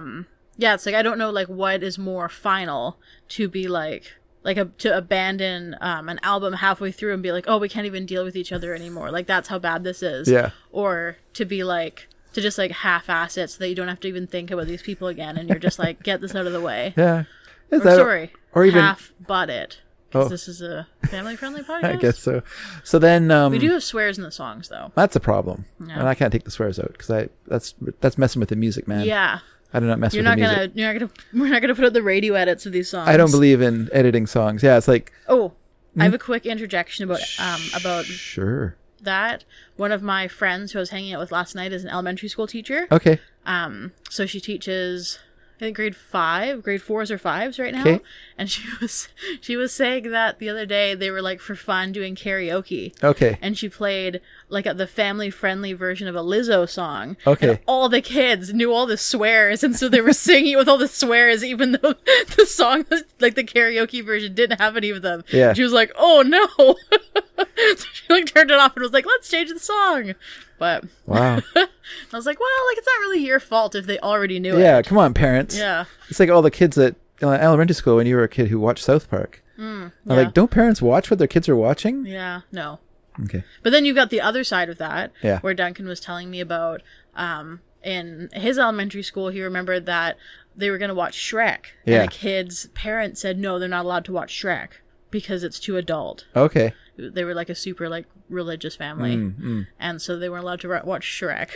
[SPEAKER 3] yeah, it's like I don't know, like what is more final to be like. Like a, to abandon um, an album halfway through and be like, oh, we can't even deal with each other anymore. Like that's how bad this is
[SPEAKER 2] Yeah.
[SPEAKER 3] or to be like to just like half-ass it so that you don't have to even think about these people again and you're just like get this out of the way
[SPEAKER 2] yeah. [LAUGHS] Is
[SPEAKER 3] or,
[SPEAKER 2] that-
[SPEAKER 3] sorry
[SPEAKER 2] or even
[SPEAKER 3] half but it because
[SPEAKER 2] Oh.
[SPEAKER 3] this is a family-friendly
[SPEAKER 2] [LAUGHS]
[SPEAKER 3] podcast
[SPEAKER 2] I guess Oh, so. So then um,
[SPEAKER 3] we do have swears in the songs though
[SPEAKER 2] that's a problem. And I can't take the swears out cuz I that's that's messing with the music, man.
[SPEAKER 3] yeah
[SPEAKER 2] I do not mess
[SPEAKER 3] you're
[SPEAKER 2] with the
[SPEAKER 3] not
[SPEAKER 2] music.
[SPEAKER 3] gonna you're not gonna [LAUGHS] we're not gonna put out the radio edits of these songs
[SPEAKER 2] I don't believe Hmm? in editing songs. Yeah, it's like
[SPEAKER 3] oh i have a quick interjection about um about
[SPEAKER 2] sure.
[SPEAKER 3] that one of my friends who i was hanging out with last night is an elementary school teacher
[SPEAKER 2] Okay.
[SPEAKER 3] Um, so she teaches, I think grade five, grade fours or fives right now.
[SPEAKER 2] Okay.
[SPEAKER 3] And she [LAUGHS] was she was saying that the other day they were like for fun doing karaoke.
[SPEAKER 2] Okay.
[SPEAKER 3] And she played like a, the family friendly version of a Lizzo song.
[SPEAKER 2] Okay.
[SPEAKER 3] And all the kids knew all the swears, and so they were [LAUGHS] singing it with all the swears, even though [LAUGHS] the song, was, like the karaoke version, didn't have any of them.
[SPEAKER 2] Yeah.
[SPEAKER 3] She was like, "Oh no!" [LAUGHS] so she like turned it off and was like, "Let's change the song." But [LAUGHS]
[SPEAKER 2] Wow.
[SPEAKER 3] I was like, well, like it's not really your fault if they already knew
[SPEAKER 2] yeah,
[SPEAKER 3] it.
[SPEAKER 2] come on, parents.
[SPEAKER 3] Yeah.
[SPEAKER 2] It's like all the kids at uh, elementary school when you were a kid who watched South Park. I'm
[SPEAKER 3] Mm, yeah.
[SPEAKER 2] Like, don't parents watch what their kids are watching?
[SPEAKER 3] Yeah. No.
[SPEAKER 2] Okay.
[SPEAKER 3] But then you've got the other side of that,
[SPEAKER 2] Yeah.
[SPEAKER 3] where Duncan was telling me about um, in his elementary school, he remembered that they were going to watch Shrek,
[SPEAKER 2] Yeah.
[SPEAKER 3] and a kid's parents said no, they're not allowed to watch Shrek because it's too adult.
[SPEAKER 2] Okay.
[SPEAKER 3] They were like a super like religious family,
[SPEAKER 2] Mm,
[SPEAKER 3] and so they weren't allowed to ra- watch Shrek.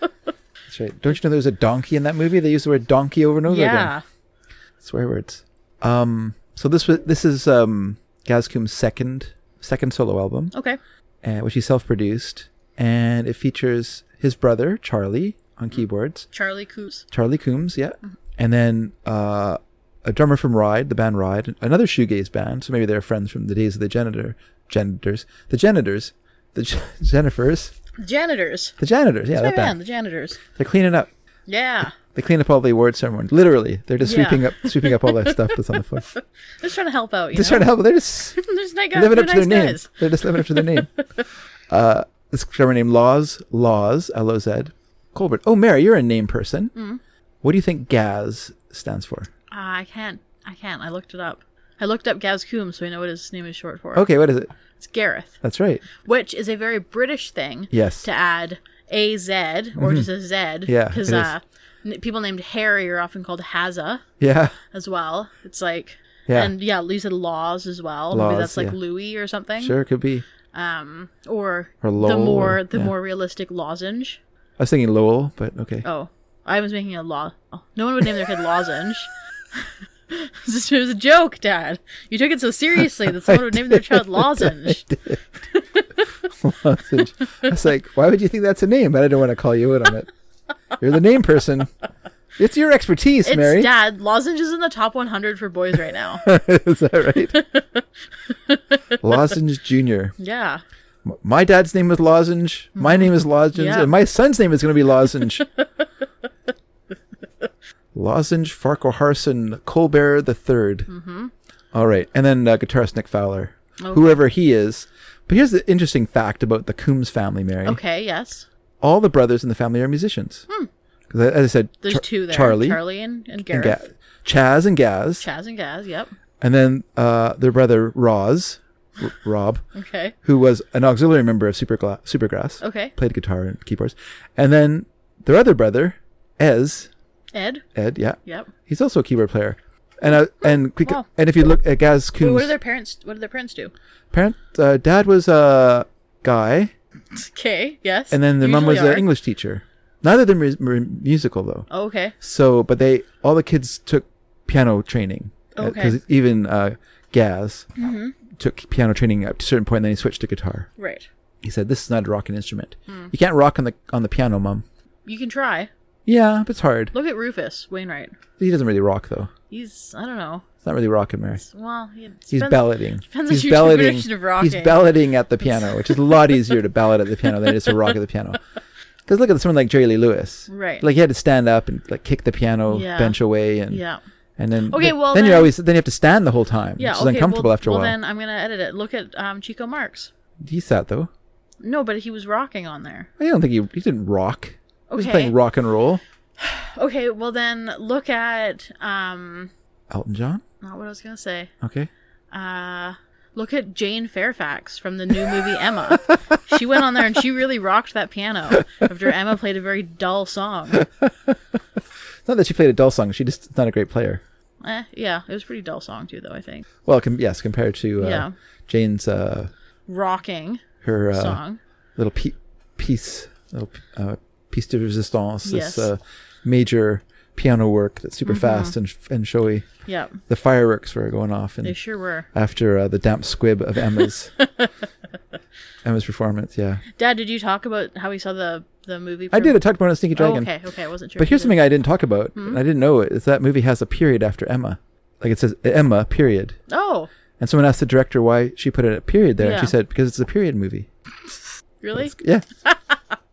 [SPEAKER 2] That's right. Don't you know there's a donkey in that movie? They use the word donkey over and over again.
[SPEAKER 3] yeah.
[SPEAKER 2] Swear words. Um. So this was this is um Gaz Coombs' second second solo album,
[SPEAKER 3] Okay.
[SPEAKER 2] uh, which he self-produced, and it features his brother Charlie on
[SPEAKER 3] Mm.
[SPEAKER 2] keyboards,
[SPEAKER 3] Charlie Coos.
[SPEAKER 2] Charlie Coombs, yeah.
[SPEAKER 3] Mm-hmm.
[SPEAKER 2] And then uh, a drummer from Ride, the band Ride, another shoegaze band. So maybe they're friends from the days of the janitor, janitors, the janitors, the J- [LAUGHS] Jennifers,
[SPEAKER 3] Janitors.
[SPEAKER 2] the janitors. Yeah,
[SPEAKER 3] My
[SPEAKER 2] that
[SPEAKER 3] man,
[SPEAKER 2] band.
[SPEAKER 3] the janitors.
[SPEAKER 2] They're cleaning up.
[SPEAKER 3] Yeah.
[SPEAKER 2] They clean up all the awards ceremony. Literally, they're just
[SPEAKER 3] Yeah.
[SPEAKER 2] sweeping up, sweeping up all that stuff that's on the
[SPEAKER 3] [LAUGHS]
[SPEAKER 2] floor. Just
[SPEAKER 3] Just trying to help out. You know?
[SPEAKER 2] trying to help. They're
[SPEAKER 3] [LAUGHS]
[SPEAKER 2] just
[SPEAKER 3] There's nice guys.
[SPEAKER 2] living up to
[SPEAKER 3] "Oh, nice
[SPEAKER 2] their name.
[SPEAKER 3] guys.
[SPEAKER 2] They're just living up to their
[SPEAKER 3] [LAUGHS]
[SPEAKER 2] name. Uh, this drummer named Laws, Laws, L O Z, Colbert. Oh, Mary, you're a name person.
[SPEAKER 3] Mm-hmm.
[SPEAKER 2] What do you think Gaz stands for?
[SPEAKER 3] Ah, I can't. I can't. I looked it up. I looked up Gaz Coombs, so I know what his name is short for.
[SPEAKER 2] Okay, what is it?
[SPEAKER 3] It's Gareth,
[SPEAKER 2] That's right.
[SPEAKER 3] which is a very British thing.
[SPEAKER 2] Yes. Mm-hmm.
[SPEAKER 3] To add a Z or just a Z.
[SPEAKER 2] Yeah,
[SPEAKER 3] Because
[SPEAKER 2] it is.
[SPEAKER 3] uh, n- people named Harry are often called Hazza
[SPEAKER 2] Yeah.
[SPEAKER 3] as well. It's like.
[SPEAKER 2] Yeah.
[SPEAKER 3] And yeah, Lisa Laws as well.
[SPEAKER 2] Laws,
[SPEAKER 3] Maybe that's like
[SPEAKER 2] yeah.
[SPEAKER 3] Louis or something.
[SPEAKER 2] Sure, it could be.
[SPEAKER 3] Um, or,
[SPEAKER 2] Or
[SPEAKER 3] the
[SPEAKER 2] Lowell,
[SPEAKER 3] more the
[SPEAKER 2] yeah.
[SPEAKER 3] more realistic lozenge.
[SPEAKER 2] I was thinking Lowell, but okay.
[SPEAKER 3] Oh, I was making a law. oh, No one would name their kid lozenge. [LAUGHS] this was a joke, Dad. You took it so seriously that someone would name
[SPEAKER 2] [LAUGHS]
[SPEAKER 3] their child lozenge.
[SPEAKER 2] Lozenge. [LAUGHS] I was like, why would you think that's a name? But I don't want to call you out on it. You're the name person. It's your expertise,
[SPEAKER 3] It's
[SPEAKER 2] Mary.
[SPEAKER 3] Dad. Lozenge is in the top 100 for boys right
[SPEAKER 2] [LAUGHS]
[SPEAKER 3] now.
[SPEAKER 2] Is that
[SPEAKER 3] [LAUGHS]
[SPEAKER 2] right? Lozenge Jr.
[SPEAKER 3] yeah,
[SPEAKER 2] M- My dad's name was Lozenge. My name is Lozenge.
[SPEAKER 3] Yeah.
[SPEAKER 2] And my son's name is going to be
[SPEAKER 3] [LAUGHS]
[SPEAKER 2] Lozenge. Lozenge Farquharson Colbert the 3rd Mm-hmm. All right. And then uh, guitarist Nick Fowler. whoever he is. But here's the interesting fact about the Coombs family, Mary.
[SPEAKER 3] Okay, yes.
[SPEAKER 2] All the brothers in the family are musicians. Because as I said,
[SPEAKER 3] There's
[SPEAKER 2] Char-
[SPEAKER 3] two there.
[SPEAKER 2] Charlie,
[SPEAKER 3] Charlie and, and
[SPEAKER 2] and
[SPEAKER 3] Gareth.
[SPEAKER 2] Ga- Chaz and Gaz,
[SPEAKER 3] Chaz and Gaz, yep.
[SPEAKER 2] and then uh, their brother Roz, R- Rob,
[SPEAKER 3] Okay.
[SPEAKER 2] who was an auxiliary member of Supergla- Supergrass.
[SPEAKER 3] Okay.
[SPEAKER 2] Played guitar and keyboards. And then their other brother, Ez,
[SPEAKER 3] Ed.
[SPEAKER 2] Ed, yeah.
[SPEAKER 3] Yep.
[SPEAKER 2] He's also a keyboard player. And uh, and quick-
[SPEAKER 3] Wow.
[SPEAKER 2] and if you look at Gaz
[SPEAKER 3] Wait,
[SPEAKER 2] Coombs'
[SPEAKER 3] what do their parents what do their parents do? [LAUGHS]
[SPEAKER 2] parent, uh, dad was a guy,
[SPEAKER 3] Okay, yes.
[SPEAKER 2] and then the
[SPEAKER 3] you
[SPEAKER 2] mum was
[SPEAKER 3] usually
[SPEAKER 2] an
[SPEAKER 3] are.
[SPEAKER 2] English teacher. Neither of them were- were musical though.
[SPEAKER 3] Oh, okay.
[SPEAKER 2] So, but they all the kids took piano training.
[SPEAKER 3] Okay. Mm-hmm.
[SPEAKER 2] Because even uh, Gaz took piano training up to a certain point, and then he switched to guitar.
[SPEAKER 3] Right.
[SPEAKER 2] He said, "This is not a rocking instrument.
[SPEAKER 3] Hmm.
[SPEAKER 2] You can't rock on the on the piano, mum."
[SPEAKER 3] You can try.
[SPEAKER 2] Yeah, but it's hard.
[SPEAKER 3] Look at Rufus Wainwright.
[SPEAKER 2] He doesn't really rock though.
[SPEAKER 3] He's I don't know.
[SPEAKER 2] It's not really rocking, Mary.
[SPEAKER 3] Well, he depends,
[SPEAKER 2] He's ballading.
[SPEAKER 3] depends on
[SPEAKER 2] He's
[SPEAKER 3] your
[SPEAKER 2] ballading.
[SPEAKER 3] definition of
[SPEAKER 2] He's
[SPEAKER 3] rocking.
[SPEAKER 2] ballading at the piano, which is a lot easier to ballad at the piano than it is to rock at the
[SPEAKER 3] [LAUGHS]
[SPEAKER 2] piano. Because look at someone like Jerry Lee Lewis.
[SPEAKER 3] Right.
[SPEAKER 2] Like he had to stand up and like kick the piano
[SPEAKER 3] Yeah.
[SPEAKER 2] bench away, and
[SPEAKER 3] Yeah.
[SPEAKER 2] and then
[SPEAKER 3] Okay,
[SPEAKER 2] th-
[SPEAKER 3] well,
[SPEAKER 2] then,
[SPEAKER 3] then-
[SPEAKER 2] you're always then you have to stand the whole time,
[SPEAKER 3] Yeah.
[SPEAKER 2] which is
[SPEAKER 3] okay,
[SPEAKER 2] uncomfortable
[SPEAKER 3] well,
[SPEAKER 2] after a
[SPEAKER 3] well,
[SPEAKER 2] while.
[SPEAKER 3] then I'm gonna edit it. Look at um Chico Marx.
[SPEAKER 2] He sat though.
[SPEAKER 3] No, but he was rocking on there.
[SPEAKER 2] I don't think he he didn't rock. He was
[SPEAKER 3] Okay.
[SPEAKER 2] playing rock and roll.
[SPEAKER 3] Okay, well then look at um
[SPEAKER 2] Elton John.
[SPEAKER 3] not what I was gonna say.
[SPEAKER 2] Okay.
[SPEAKER 3] Uh look at Jane Fairfax from the new movie Emma.
[SPEAKER 2] [LAUGHS]
[SPEAKER 3] she went on there and she really rocked that piano after Emma played a very dull song.
[SPEAKER 2] It's not that she played a dull song. She just is not a great player.
[SPEAKER 3] Eh, yeah, it was a pretty dull song too though, I think.
[SPEAKER 2] Well, com- yes, compared to uh,
[SPEAKER 3] Yeah.
[SPEAKER 2] Jane's uh,
[SPEAKER 3] Rocking
[SPEAKER 2] her uh,
[SPEAKER 3] song.
[SPEAKER 2] little pe- piece, little uh, piece de resistance,
[SPEAKER 3] Yes. Mm-hmm.
[SPEAKER 2] this uh, major piano work that's super fast and and showy.
[SPEAKER 3] Yep.
[SPEAKER 2] The fireworks were going off,
[SPEAKER 3] They
[SPEAKER 2] and
[SPEAKER 3] sure were.
[SPEAKER 2] after uh, the damp squib of
[SPEAKER 3] [LAUGHS]
[SPEAKER 2] Emma's Emma's performance, yeah,
[SPEAKER 3] Dad, did you talk about how we saw the the movie?
[SPEAKER 2] I did.
[SPEAKER 3] prim-
[SPEAKER 2] I talked about it on Sneaky
[SPEAKER 3] Oh,
[SPEAKER 2] Dragon,
[SPEAKER 3] okay, okay, I wasn't sure. Mm-hmm.
[SPEAKER 2] but
[SPEAKER 3] if
[SPEAKER 2] here's
[SPEAKER 3] you did.
[SPEAKER 2] something I didn't talk about, and I didn't know it. Is that movie has a period after Emma, like it says Emma period,
[SPEAKER 3] Oh,
[SPEAKER 2] and someone asked the director why she put a period there, and
[SPEAKER 3] Yeah.
[SPEAKER 2] she said because it's a period movie.
[SPEAKER 3] really?
[SPEAKER 2] Yeah,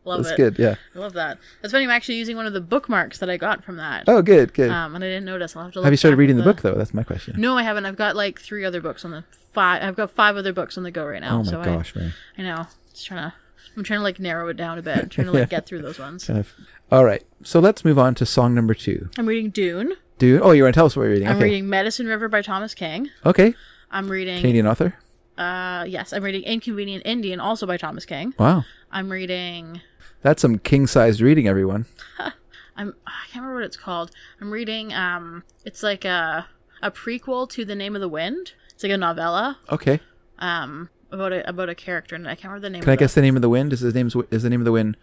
[SPEAKER 3] Love
[SPEAKER 2] that's
[SPEAKER 3] it.
[SPEAKER 2] good. Yeah.
[SPEAKER 3] I love that. That's funny. I'm actually using one of the bookmarks that I got from that.
[SPEAKER 2] Oh, good, good.
[SPEAKER 3] Um, and I didn't notice. I'll have to. Look
[SPEAKER 2] Have you started
[SPEAKER 3] back at
[SPEAKER 2] reading the book though? That's my question.
[SPEAKER 3] No, I haven't. I've got like three other books on the five. I've got five other books on the go right now.
[SPEAKER 2] Oh my
[SPEAKER 3] so
[SPEAKER 2] gosh, man.
[SPEAKER 3] I, I know. Just trying to. I'm trying to like narrow it down a bit.
[SPEAKER 2] [LAUGHS]
[SPEAKER 3] I'm trying to like get through those ones.
[SPEAKER 2] Kind of. All right. So let's move on to song number two.
[SPEAKER 3] I'm reading Dune.
[SPEAKER 2] Dude. Oh, you want to tell us what we're reading?
[SPEAKER 3] I'm
[SPEAKER 2] okay.
[SPEAKER 3] reading Medicine River by Thomas King.
[SPEAKER 2] Okay.
[SPEAKER 3] I'm reading.
[SPEAKER 2] Canadian author.
[SPEAKER 3] Uh, yes, I'm reading Inconvenient Indian, also by Thomas King.
[SPEAKER 2] Wow.
[SPEAKER 3] I'm reading.
[SPEAKER 2] That's some king sized reading, everyone.
[SPEAKER 3] I'm. I can't remember what it's called. I'm reading. Um, it's like a a prequel to The Name of the Wind. It's like a novella.
[SPEAKER 2] Okay.
[SPEAKER 3] Um, about a about a character, and I can't remember the name.
[SPEAKER 2] Can
[SPEAKER 3] of
[SPEAKER 2] I
[SPEAKER 3] the-
[SPEAKER 2] guess the name of the wind? Is his name's is the name of the wind?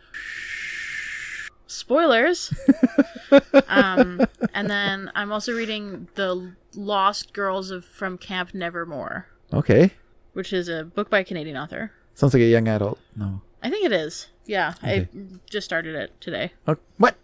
[SPEAKER 2] [LAUGHS]
[SPEAKER 3] spoilers. um, and then I'm also reading The Lost Girls of from Camp Nevermore,
[SPEAKER 2] Okay.
[SPEAKER 3] which is a book by a Canadian author.
[SPEAKER 2] Sounds like a young adult. No.
[SPEAKER 3] I think it is. Yeah,
[SPEAKER 2] Okay.
[SPEAKER 3] I just started it today.
[SPEAKER 2] Oh,
[SPEAKER 3] [LAUGHS]
[SPEAKER 2] what?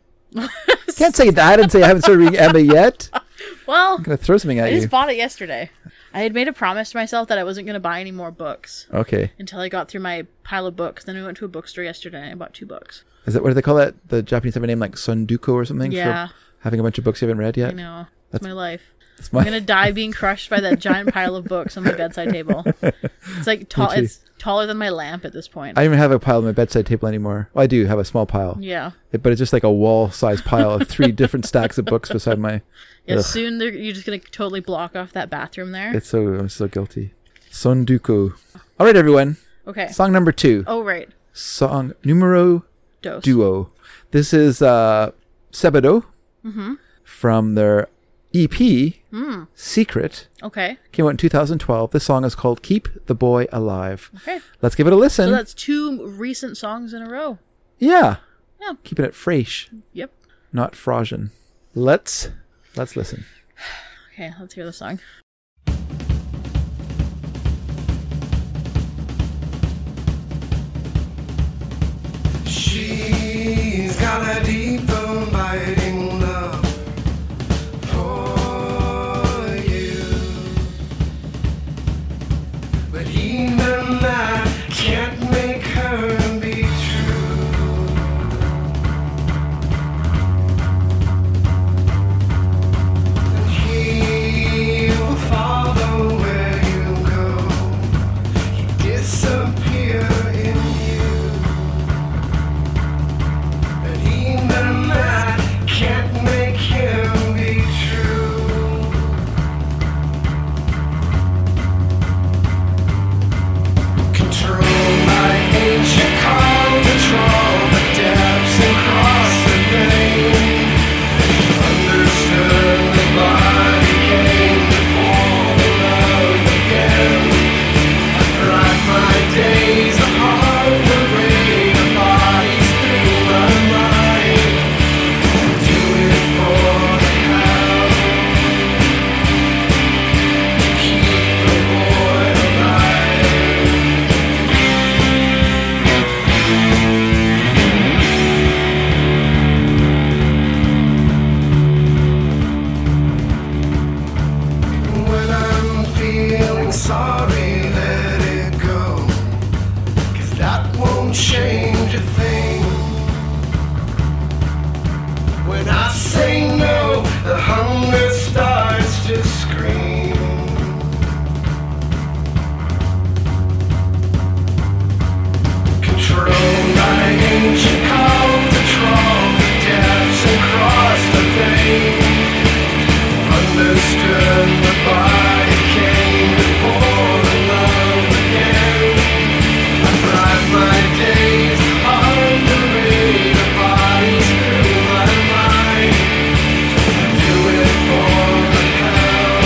[SPEAKER 2] Can't say that and say I haven't started reading Emma yet. I'm
[SPEAKER 3] Well,
[SPEAKER 2] gonna throw something
[SPEAKER 3] I
[SPEAKER 2] at you.
[SPEAKER 3] just bought it yesterday. I had made a promise to myself that I wasn't going to buy any more books
[SPEAKER 2] Okay.
[SPEAKER 3] until I got through my pile of books. Then I went to a bookstore yesterday and I bought two books.
[SPEAKER 2] Is that what do they call that? The Japanese have a name like Sunduko or something
[SPEAKER 3] Yeah.
[SPEAKER 2] for having a bunch of books you haven't read
[SPEAKER 3] I
[SPEAKER 2] yet.
[SPEAKER 3] know. It's my life.
[SPEAKER 2] It's my-
[SPEAKER 3] I'm gonna die being crushed by that giant pile of books on my bedside table. It's like tall.
[SPEAKER 2] too.
[SPEAKER 3] It's taller than my lamp at this point.
[SPEAKER 2] [LAUGHS] I don't even have a pile on my bedside table anymore. Well, I do have a small pile.
[SPEAKER 3] yeah.
[SPEAKER 2] It- but it's just like a wall-sized pile of
[SPEAKER 3] [LAUGHS]
[SPEAKER 2] three different stacks of books beside my.
[SPEAKER 3] Yeah.
[SPEAKER 2] Ugh,
[SPEAKER 3] Soon they're, you're just gonna totally block off that bathroom there.
[SPEAKER 2] it's so I'm so guilty. Sonduku. All right, everyone.
[SPEAKER 3] okay.
[SPEAKER 2] Song number two.
[SPEAKER 3] Oh right.
[SPEAKER 2] Song numero
[SPEAKER 3] Dose.
[SPEAKER 2] duo. This is uh, Sebado
[SPEAKER 3] Mm-hmm.
[SPEAKER 2] from their EP
[SPEAKER 3] Hmm.
[SPEAKER 2] Secret.
[SPEAKER 3] Okay.
[SPEAKER 2] Came out in 2012. This song is called "Keep the Boy Alive."
[SPEAKER 3] Okay.
[SPEAKER 2] Let's give it a listen.
[SPEAKER 3] So that's two recent songs in a row.
[SPEAKER 2] yeah.
[SPEAKER 3] Yeah.
[SPEAKER 2] Keeping it fresh,
[SPEAKER 3] Yep.
[SPEAKER 2] not Frosian. Let's let's listen.
[SPEAKER 3] Okay. Let's hear the song.
[SPEAKER 5] She's got a deep abiding love for you. But even that can't make her be true. And he'll sorry, let it go. Cause that won't change a thing. When I say no, the hunger starts to scream. Controlled by ancient cult patrol, depths across the vein. Understood the body came before the love began. I drive my days on the raid of bodies through my mind. I do it for the hell.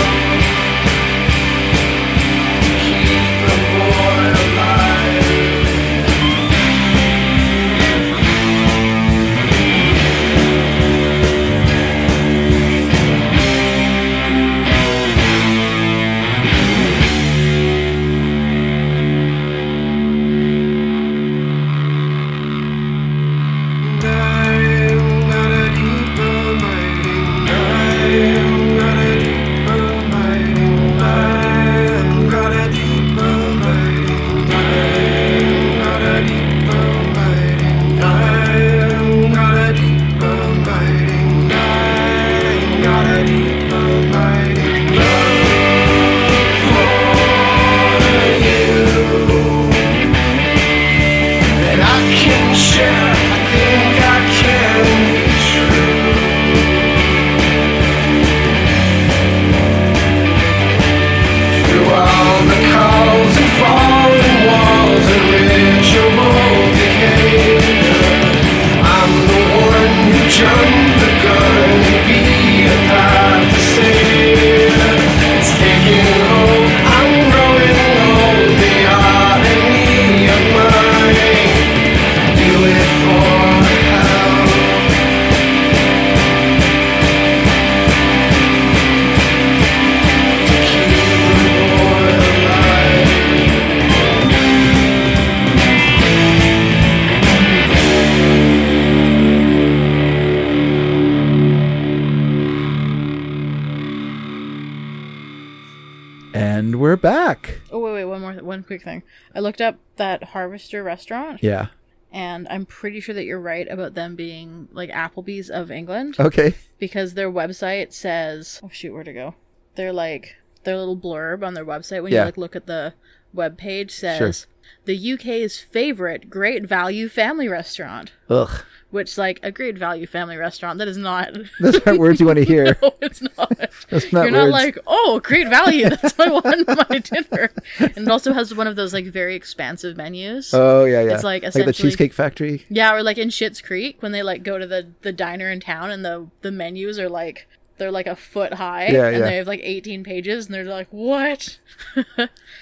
[SPEAKER 5] Keep the boy alive. Thank you that I can share. I think I can be true. Through all the calls and falling walls and ritual behavior, I'm the one who jumped the gun to be a path to savior. It's taking hold. I'm growing old. The irony of mine. Do it for hell. To keep the boy alive.
[SPEAKER 2] And we're back.
[SPEAKER 3] Oh wait, wait, one more, one quick thing. I looked up that Harvester restaurant,
[SPEAKER 2] Yeah.
[SPEAKER 3] and I'm pretty sure that you're right about them being like Applebee's of England
[SPEAKER 2] Okay.
[SPEAKER 3] because their website says, oh shoot, where to go? They're like their little blurb on their website when
[SPEAKER 2] Yeah.
[SPEAKER 3] you like look at the web page says the UK's favorite great value family restaurant,
[SPEAKER 2] Ugh.
[SPEAKER 3] which like a great value family restaurant that is not. [LAUGHS]
[SPEAKER 2] Those aren't words you want to hear.
[SPEAKER 3] No, it's not.
[SPEAKER 2] That's not
[SPEAKER 3] You're
[SPEAKER 2] words.
[SPEAKER 3] not like, oh, great value. That's what I want in my dinner. And it also has one of those like very expansive menus.
[SPEAKER 2] oh yeah, yeah.
[SPEAKER 3] it's like
[SPEAKER 2] the
[SPEAKER 3] essentially-
[SPEAKER 2] Cheesecake Factory.
[SPEAKER 3] yeah, or like in Shit's Creek when they like go to the the diner in town and the the menus are like they're like a foot high
[SPEAKER 2] Yeah,
[SPEAKER 3] and
[SPEAKER 2] yeah.
[SPEAKER 3] they have like 18 pages and they're like, what? [LAUGHS]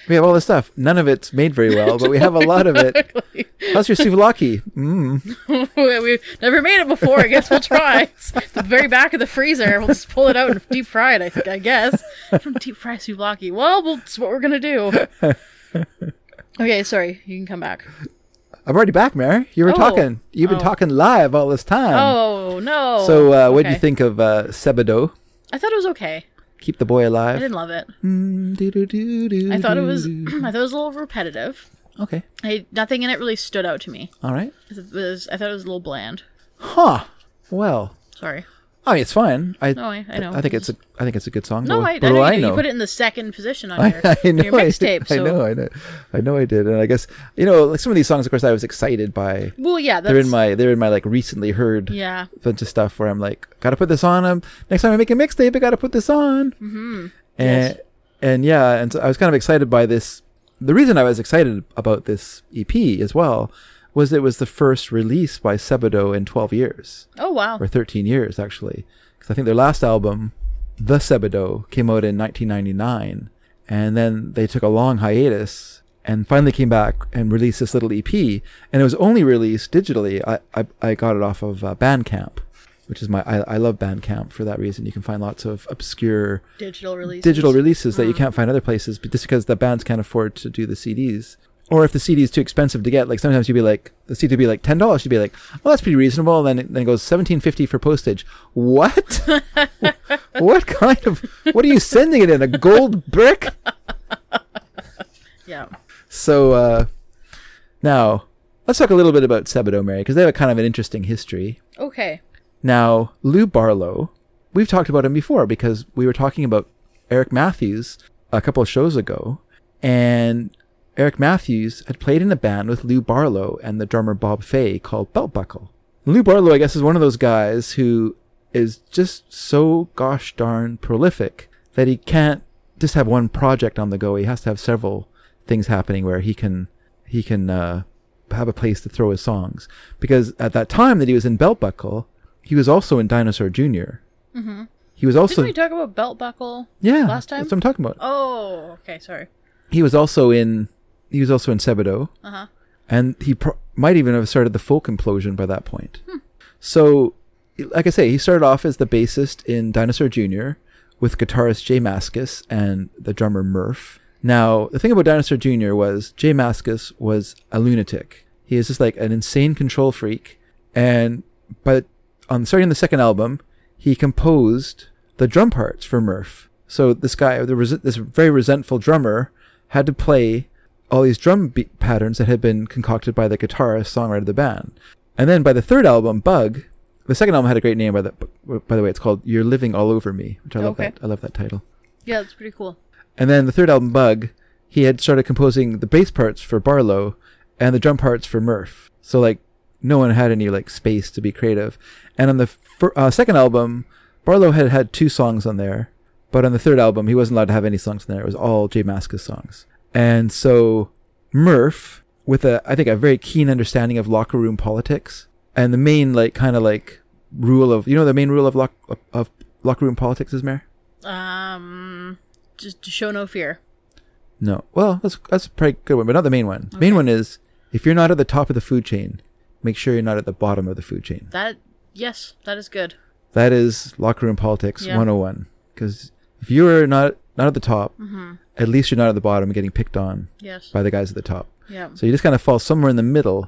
[SPEAKER 2] We have all this stuff. None of it's made very well, but we have a lot of it.
[SPEAKER 3] Like,
[SPEAKER 2] How's your
[SPEAKER 3] [LAUGHS]
[SPEAKER 2] souvlaki? Mm.
[SPEAKER 3] we- We've never made it before. I guess we'll try. [LAUGHS] It's the very back of the freezer. We'll just pull it out and deep fry it. I, think- I guess. [LAUGHS] From deep fry souvlaki. Well, well, that's what we're
[SPEAKER 2] [LAUGHS]
[SPEAKER 3] gonna do. Okay, sorry. You can come back.
[SPEAKER 2] I'm already back, Mary. You were
[SPEAKER 3] Oh.
[SPEAKER 2] talking. You've been
[SPEAKER 3] Oh.
[SPEAKER 2] talking live all this time.
[SPEAKER 3] Oh no!
[SPEAKER 2] so uh, what do you
[SPEAKER 3] Okay.
[SPEAKER 2] think of uh, Sebadoh?
[SPEAKER 3] I thought it was okay.
[SPEAKER 2] Keep the boy
[SPEAKER 3] I
[SPEAKER 2] alive.
[SPEAKER 3] didn't love it.
[SPEAKER 2] Mm, doo-doo-doo-doo-doo.
[SPEAKER 3] I thought it was. [CLEARS THROAT] I thought it was a little repetitive.
[SPEAKER 2] okay.
[SPEAKER 3] I, nothing in it really stood out to me.
[SPEAKER 2] All right.
[SPEAKER 3] It was, I thought it was a little bland.
[SPEAKER 2] Huh. Well,
[SPEAKER 3] Sorry.
[SPEAKER 2] I mean, it's fine. I
[SPEAKER 3] No, Oh, I, I know.
[SPEAKER 2] I think it's a I think it's a good song.
[SPEAKER 3] no.
[SPEAKER 2] but-
[SPEAKER 3] I, I
[SPEAKER 2] but
[SPEAKER 3] know,
[SPEAKER 2] I
[SPEAKER 3] you, do.
[SPEAKER 2] know.
[SPEAKER 3] you put it in the second position on your,
[SPEAKER 2] [LAUGHS] I, I know.
[SPEAKER 3] your
[SPEAKER 2] I did-
[SPEAKER 3] mixtape. So.
[SPEAKER 2] I know. I know. I know. I did, and I guess you know, like some of these songs. Of course, I was excited by.
[SPEAKER 3] Well, yeah, that's
[SPEAKER 2] They're in my they're in my like recently heard
[SPEAKER 3] yeah.
[SPEAKER 2] bunch of stuff where I'm like, gotta put this on. Um, next time I make a mixtape, I gotta put this on. Mm-hmm. And and yeah, and so I was kind of excited by this. The reason I was excited about this EP as well was it was the first release by Sebadoh in 12 years
[SPEAKER 3] Oh wow.
[SPEAKER 2] or 13 years actually, because I think their last album, The Sebadoh, came out in 1999, and then they took a long hiatus and finally came back and released this little EP, and it was only released digitally. I I, I got it off of uh, Bandcamp, which is my I, I love Bandcamp for that reason. You can find lots of obscure
[SPEAKER 3] Digital release.
[SPEAKER 2] digital releases that you can't find other places, but just because the bands can't afford to do the CDs. Or if the CD is too expensive to get, like sometimes you'd be like, the CD would be like ten dollars. You'd be like, well, that's pretty reasonable. And then it, then it goes seventeen fifty for postage. What? [LAUGHS] what kind of? What are you sending it in? A gold brick?
[SPEAKER 3] Yeah.
[SPEAKER 2] So uh, now let's talk a little bit about Sebado Mary because they have a kind of an interesting history.
[SPEAKER 3] Okay.
[SPEAKER 2] Now Lou Barlow, we've talked about him before because we were talking about Eric Matthews a couple of shows ago, and Eric Matthews had played in a band with Lou Barlow and the drummer Bob Fay called Belt Buckle. Lou Barlow, I guess, is one of those guys who is just so gosh darn prolific that he can't just have one project on the go. He has to have several things happening where he can he can uh, have a place to throw his songs. Because at that time that he was in Belt Buckle, he was also in Dinosaur junior He was also
[SPEAKER 3] Mm-hmm. Didn't we talk about belt buckle?
[SPEAKER 2] yeah
[SPEAKER 3] Last time.
[SPEAKER 2] That's what I'm talking about.
[SPEAKER 3] Oh, okay. Sorry.
[SPEAKER 2] He was also in he was also in Sebadoh.
[SPEAKER 3] Uh-huh.
[SPEAKER 2] and he pro- might even have started the folk implosion by that point. So, like I say, he started off as the bassist in Dinosaur Jr. with guitarist Jay Maskus and the drummer Murph. Now, the thing about Dinosaur Jr. was Jay Maskus was a lunatic. He is just like an insane control freak. And but on starting the second album, he composed the drum parts for Murph. So this guy, the rese- this very resentful drummer, had to play all these drum beat patterns that had been concocted by the guitarist songwriter of the band. And then by the third album, Bug, the second album had a great name by the by the way, it's called You're Living All Over Me, which I love
[SPEAKER 3] Okay.
[SPEAKER 2] that I love that title.
[SPEAKER 3] Yeah, that's pretty cool.
[SPEAKER 2] And then the third album, Bug, he had started composing the bass parts for Barlow and the drum parts for Murph. So like no one had any like space to be creative. And on the fir- uh, second album, Barlow had had two songs on there, but on the third album, he wasn't allowed to have any songs on there. It was all Jay Maskus songs. And so Murph, with a I think a very keen understanding of locker room politics and the main like kind of like rule of you know the main rule of lock of, of locker room politics is Mayor.
[SPEAKER 3] Um, just to show no fear.
[SPEAKER 2] No. Well, that's that's a pretty good one, but not the main one. The main one is if you're not at the top of the food chain, make sure you're not at the bottom of the food chain.
[SPEAKER 3] That yes, that is good.
[SPEAKER 2] That is locker room politics
[SPEAKER 3] Yeah.
[SPEAKER 2] 101. Because if you're not not at the top,
[SPEAKER 3] Mm-hmm.
[SPEAKER 2] at least you're not at the bottom and getting picked on
[SPEAKER 3] Yes.
[SPEAKER 2] by the guys at the top.
[SPEAKER 3] Yeah.
[SPEAKER 2] So you just kind of fall somewhere in the middle,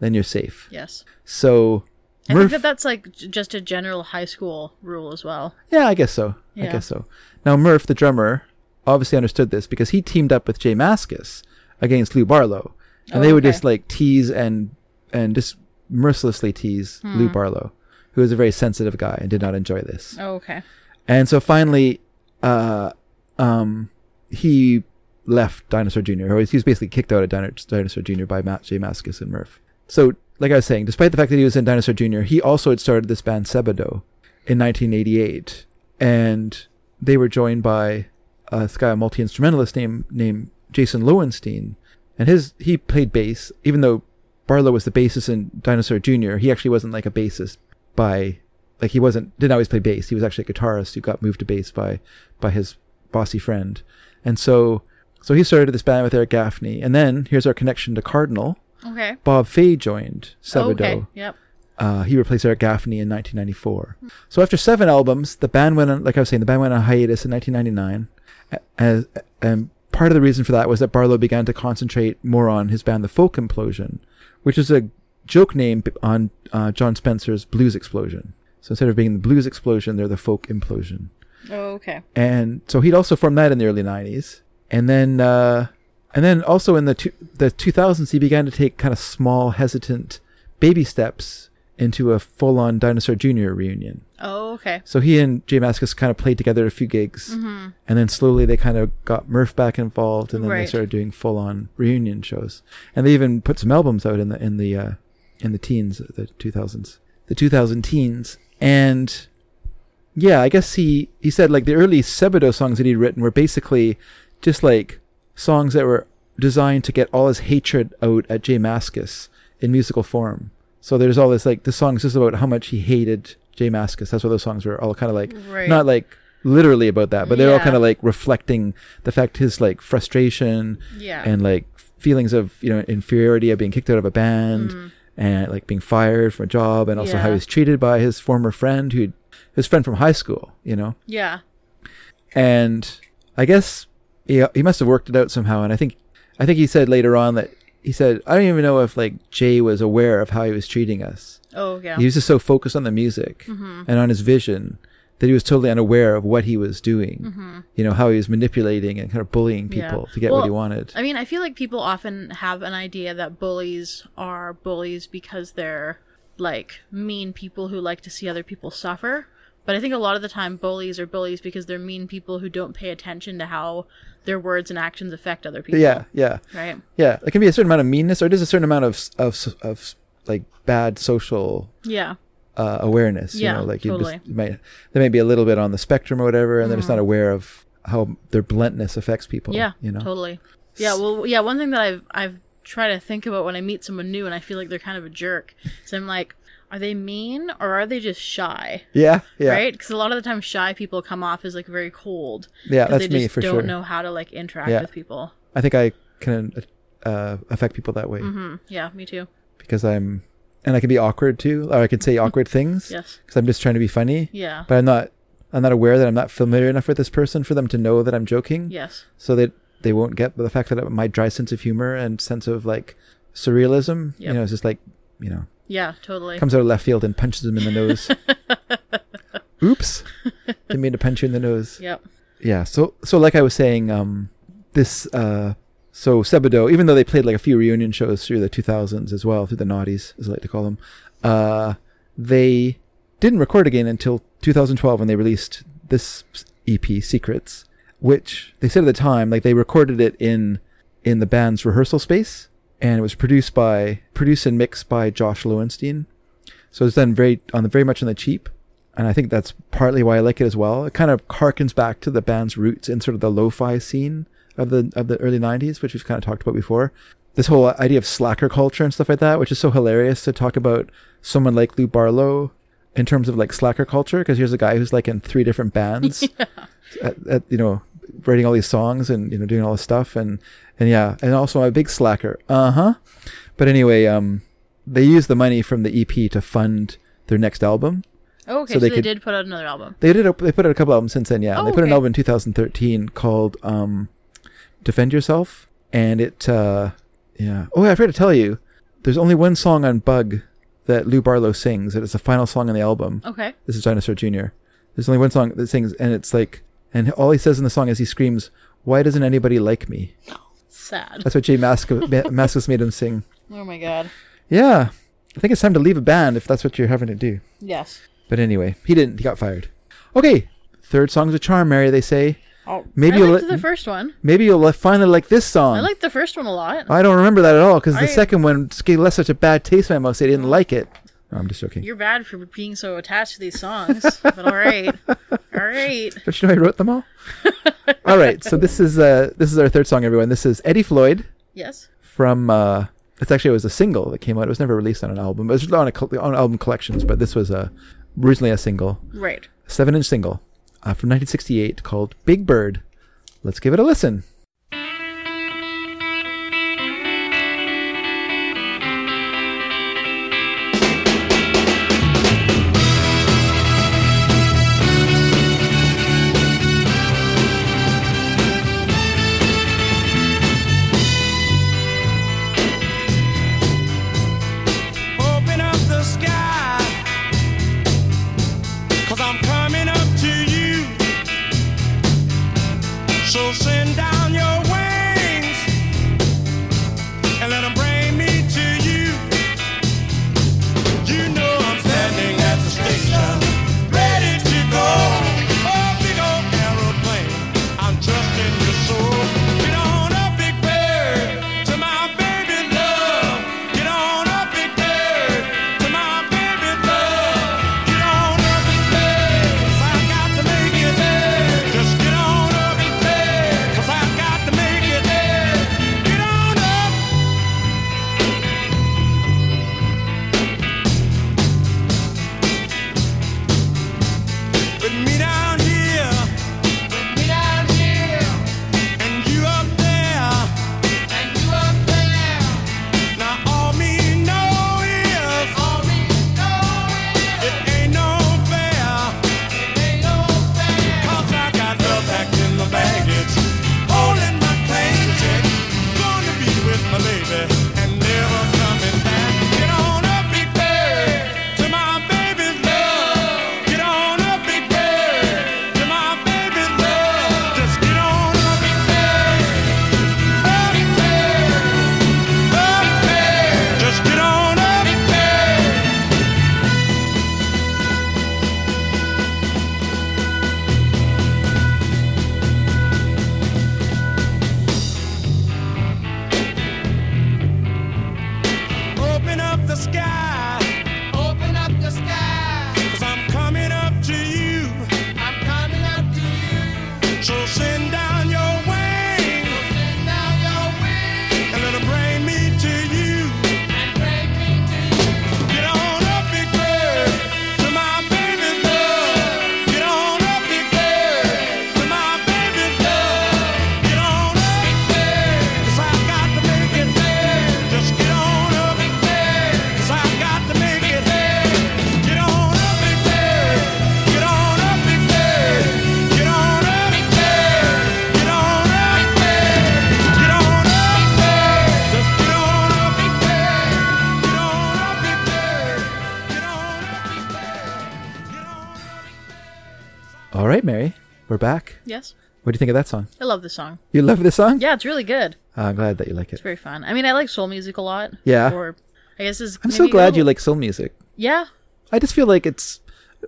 [SPEAKER 2] then you're safe.
[SPEAKER 3] Yes.
[SPEAKER 2] So
[SPEAKER 3] Mm-hmm. I
[SPEAKER 2] Murph,
[SPEAKER 3] think that that's like j- just a general high school rule as well.
[SPEAKER 2] yeah, I guess so. I
[SPEAKER 3] Yeah.
[SPEAKER 2] guess so. Now Murph, the drummer, obviously understood this because he teamed up with Jay Maskus against Lou Barlow, and
[SPEAKER 3] Oh,
[SPEAKER 2] they would
[SPEAKER 3] okay.
[SPEAKER 2] just like tease and and just mercilessly tease
[SPEAKER 3] Hmm.
[SPEAKER 2] Lou Barlow, who was a very sensitive guy and did not enjoy this.
[SPEAKER 3] Oh, okay.
[SPEAKER 2] And so finally, uh, um, he left Dinosaur Jr. Or he was basically kicked out of Dino- Dinosaur Jr. by Matt J. Maskus and Murph. So, like I was saying, despite the fact that he was in Dinosaur Jr., he also had started this band Sebado in 1988, and they were joined by uh, this guy, a multi instrumentalist named named Jason Lowenstein, and his he played bass. Even though Barlow was the bassist in Dinosaur Jr., he actually wasn't like a bassist by like he wasn't didn't always play bass. He was actually a guitarist who got moved to bass by by his bossy friend. And so so he started this band with Eric Gaffney. And then here's our connection to Cardinal.
[SPEAKER 3] Okay.
[SPEAKER 2] Bob Fay joined Sebado.
[SPEAKER 3] Oh, Okay. Yep.
[SPEAKER 2] Uh, he replaced Eric Gaffney in 1994. So after seven albums, the band went on, like I was saying, the band went on hiatus in 1999. A- As, and part of the reason for that was that Barlow began to concentrate more on his band, The Folk Implosion, which is a joke name b- on uh, John Spencer's Blues Explosion. So instead of being the Blues Explosion, they're the Folk Implosion.
[SPEAKER 3] Oh, okay.
[SPEAKER 2] And so he'd also formed that in the early 90s. And then, uh, and then also in the two, the 2000s, he began to take kind of small, hesitant baby steps into a full on Dinosaur Jr. reunion.
[SPEAKER 3] Oh, okay.
[SPEAKER 2] So he and Jay Maskus kind of played together a few gigs. And then slowly they kind of got Murph back involved and then they
[SPEAKER 3] Right.
[SPEAKER 2] started doing full on reunion shows. And they even put some albums out in the, in the, uh, in the teens, the 2000s, the 2000 teens. And yeah, I guess he, he said like the early Sebadoh songs that he'd written were basically just like songs that were designed to get all his hatred out at Jay Maskus in musical form. So there's all this like the song's just about how much he hated Jay Maskus. That's what those songs were all kind of like,
[SPEAKER 3] Right.
[SPEAKER 2] not like literally about that, but they're all
[SPEAKER 3] Yeah.
[SPEAKER 2] kind of like reflecting the fact his like frustration
[SPEAKER 3] Yeah.
[SPEAKER 2] and like feelings of you know inferiority of being kicked out of a band
[SPEAKER 3] Mm.
[SPEAKER 2] and like being fired from a job and also how
[SPEAKER 3] Yeah.
[SPEAKER 2] he's treated by his former friend who his friend from high school, you know
[SPEAKER 3] yeah.
[SPEAKER 2] and I guess he, he must have worked it out somehow. And I think I think he said later on that he said I don't even know if like Jay was aware of how he was treating us.
[SPEAKER 3] Oh, Mm-hmm. yeah.
[SPEAKER 2] He was just so focused on the music and on his vision that he was totally unaware of what he was doing. You know how he was manipulating and kind of bullying
[SPEAKER 3] Mm-hmm. Yeah.
[SPEAKER 2] people to get what he
[SPEAKER 3] Well,
[SPEAKER 2] wanted.
[SPEAKER 3] I mean, I feel like people often have an idea that bullies are bullies because they're like mean people who like to see other people suffer. But I think a lot of the time, bullies are bullies because they're mean people who don't pay attention to how their words and actions affect other people.
[SPEAKER 2] yeah, yeah.
[SPEAKER 3] Right?
[SPEAKER 2] Yeah, there can be a certain amount of meanness, or it is a certain amount of s- of s- of s- like bad social
[SPEAKER 3] Yeah.
[SPEAKER 2] uh, awareness. You
[SPEAKER 3] Yeah,
[SPEAKER 2] know, like you just-
[SPEAKER 3] totally. Mm-hmm.
[SPEAKER 2] you might they may be a little bit on the spectrum or whatever, and they're just not aware of how their bluntness affects people.
[SPEAKER 3] Yeah.
[SPEAKER 2] you know.
[SPEAKER 3] Totally. Yeah. Well, yeah. One thing that I've I've tried to think about when I meet someone new and I feel like they're kind of a jerk, so I'm like, are they mean or are they just shy?
[SPEAKER 2] Yeah, yeah,
[SPEAKER 3] Right? Because a lot of the time, shy people come off as like very cold.
[SPEAKER 2] Yeah,
[SPEAKER 3] 'cause
[SPEAKER 2] that's
[SPEAKER 3] they
[SPEAKER 2] me
[SPEAKER 3] just
[SPEAKER 2] for
[SPEAKER 3] don't
[SPEAKER 2] sure.
[SPEAKER 3] know how to like interact
[SPEAKER 2] Yeah.
[SPEAKER 3] with people.
[SPEAKER 2] I think I can uh, affect people that way
[SPEAKER 3] Hmm, yeah, me too.
[SPEAKER 2] because I'm, and I can be awkward too, or I
[SPEAKER 3] [LAUGHS]
[SPEAKER 2] can say awkward things.
[SPEAKER 3] Yes.
[SPEAKER 2] because I'm just trying to be funny.
[SPEAKER 3] Yeah.
[SPEAKER 2] but I'm not. I'm not aware that I'm not familiar enough with this person for them to know that I'm joking.
[SPEAKER 3] Yes.
[SPEAKER 2] so that they won't get the fact that my dry sense of humor and sense of like surrealism, you
[SPEAKER 3] Yep.
[SPEAKER 2] know, it's just like you know
[SPEAKER 3] Yeah. Totally.
[SPEAKER 2] comes out of left field and punches them in the nose. Oops, didn't mean to punch you in the nose.
[SPEAKER 3] Yep.
[SPEAKER 2] Yeah, so so like I was saying, um, this uh, so Sebado, even though they played like a few reunion shows through the 2000s as well, through the noughties as I like to call them, uh, they didn't record again until 2012 when they released this EP, Secrets, which they said at the time like they recorded it in in the band's rehearsal space, and it was produced by produced and mixed by Josh Lowenstein. So it's done very on the very much on the cheap, and I think that's partly why I like it as well. It kind of harkens back to the band's roots in sort of the lo-fi scene of the of the early '90s, which we've kind of talked about before. This whole idea of slacker culture and stuff like that, which is so hilarious to talk about someone like Lou Barlow in terms of like slacker culture, because here's a guy who's like in three different bands, at, at, you know, writing all these songs and you know doing all this stuff, and and yeah, and also I'm a big slacker. Uh huh. But anyway, um, they used the money from the EP to fund their next album.
[SPEAKER 3] Oh, okay.
[SPEAKER 2] So
[SPEAKER 3] So,
[SPEAKER 2] they
[SPEAKER 3] they,
[SPEAKER 2] could-
[SPEAKER 3] did put out another album.
[SPEAKER 2] They did. A, they put out a couple albums since then. Yeah,
[SPEAKER 3] Oh,
[SPEAKER 2] they put an
[SPEAKER 3] okay.
[SPEAKER 2] album in 2013 called um, "Defend Yourself," and it. Uh, yeah. Oh, yeah, I forgot to tell you. There's only one song on Bug that Lou Barlow sings. It is the final song on the album.
[SPEAKER 3] Okay.
[SPEAKER 2] This is Dinosaur Jr. There's only one song that sings, and it's like, and all he says in the song is he screams, "Why doesn't anybody like me?"
[SPEAKER 3] Sad.
[SPEAKER 2] That's what Jay Masca- [LAUGHS] Ma- Mascis made him sing.
[SPEAKER 3] Oh my god.
[SPEAKER 2] Yeah, I think it's time to leave a band if that's what you're having to do.
[SPEAKER 3] Yes.
[SPEAKER 2] But anyway, he didn't. He got fired. Okay, third song's a charm, Mary. They say.
[SPEAKER 3] Oh,
[SPEAKER 2] Maybe
[SPEAKER 3] I
[SPEAKER 2] you'll
[SPEAKER 3] liked
[SPEAKER 2] let- Mm.
[SPEAKER 3] the first one.
[SPEAKER 2] Maybe you'll li- finally like this song.
[SPEAKER 3] I liked the first one a lot.
[SPEAKER 2] I don't remember that at all because the
[SPEAKER 3] I-
[SPEAKER 2] second one just gave left such a bad taste in my mouth. They didn't like it. No, I'm just joking. [LAUGHS]
[SPEAKER 3] You're bad for being so attached to these songs, but
[SPEAKER 2] [LAUGHS]
[SPEAKER 3] all right, all right.
[SPEAKER 2] Don't you know I wrote
[SPEAKER 3] [LAUGHS]
[SPEAKER 2] them all? all right. So this is uh this is our third song, everyone. This is Eddie Floyd
[SPEAKER 3] Yes.
[SPEAKER 2] from. uh It's actually it was a single that came out. It was never released on an album. It was on a col- on album collections, but this was a originally a single.
[SPEAKER 3] Right.
[SPEAKER 2] seven inch single uh, from 1968 called Big Bird. Let's give it a listen.
[SPEAKER 6] open up the sky. Cause I'm coming up to you. So send down your Oh,
[SPEAKER 2] Mary, we're back.
[SPEAKER 3] Yes.
[SPEAKER 2] What do you think of that song?
[SPEAKER 3] I love this song.
[SPEAKER 2] You love this song?
[SPEAKER 3] Yeah, it's really good.
[SPEAKER 2] Oh, I'm glad that you like it.
[SPEAKER 3] It's very fun. I mean, I like soul music a lot.
[SPEAKER 2] Yeah.
[SPEAKER 3] Or I guess is.
[SPEAKER 2] I'm so glad you like soul music.
[SPEAKER 3] Yeah.
[SPEAKER 2] I just feel like it's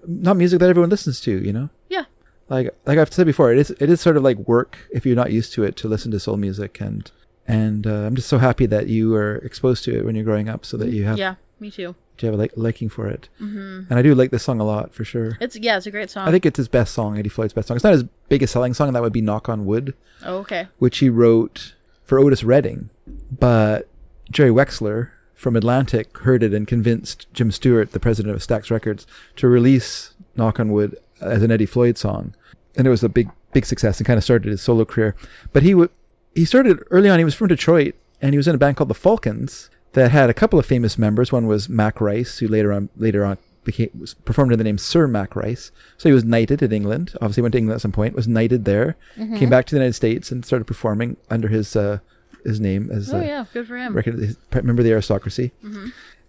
[SPEAKER 2] not music that everyone listens to, you know?
[SPEAKER 3] Yeah.
[SPEAKER 2] Like like I've said before, it is it is sort of like work if you're not used to it to listen to soul music and and uh, I'm just so happy that you were exposed to it when you're growing up so that you have
[SPEAKER 3] Mm, Yeah. Me too.
[SPEAKER 2] you have a like liking for it. Mm-hmm. And I do like this song a lot for sure.
[SPEAKER 3] It's yeah. It's a great song.
[SPEAKER 2] I think it's his best song, Eddie Floyd's best song. It's not his biggest selling song, that would be Knock on Wood,
[SPEAKER 3] Oh, okay.
[SPEAKER 2] which he wrote for Otis Redding. But Jerry Wexler from Atlantic heard it and convinced Jim Stewart, the president of Stax Records, to release Knock on Wood as an Eddie Floyd song. And it was a big, big success and kind of started his solo career. But he would, he started early on, he was from Detroit and he was in a band called the Falcons that had a couple of famous members. One was Mac Rice, who later on, later on, Became, was performed under the name Sir Mac Rice. So he was knighted in England. Obviously, went to England at some point. Was knighted there.
[SPEAKER 3] Mm-hmm.
[SPEAKER 2] Came back to the United States and started performing under his uh, his name as
[SPEAKER 3] Oh
[SPEAKER 2] uh,
[SPEAKER 3] yeah. Good for him.
[SPEAKER 2] record his, remember the aristocracy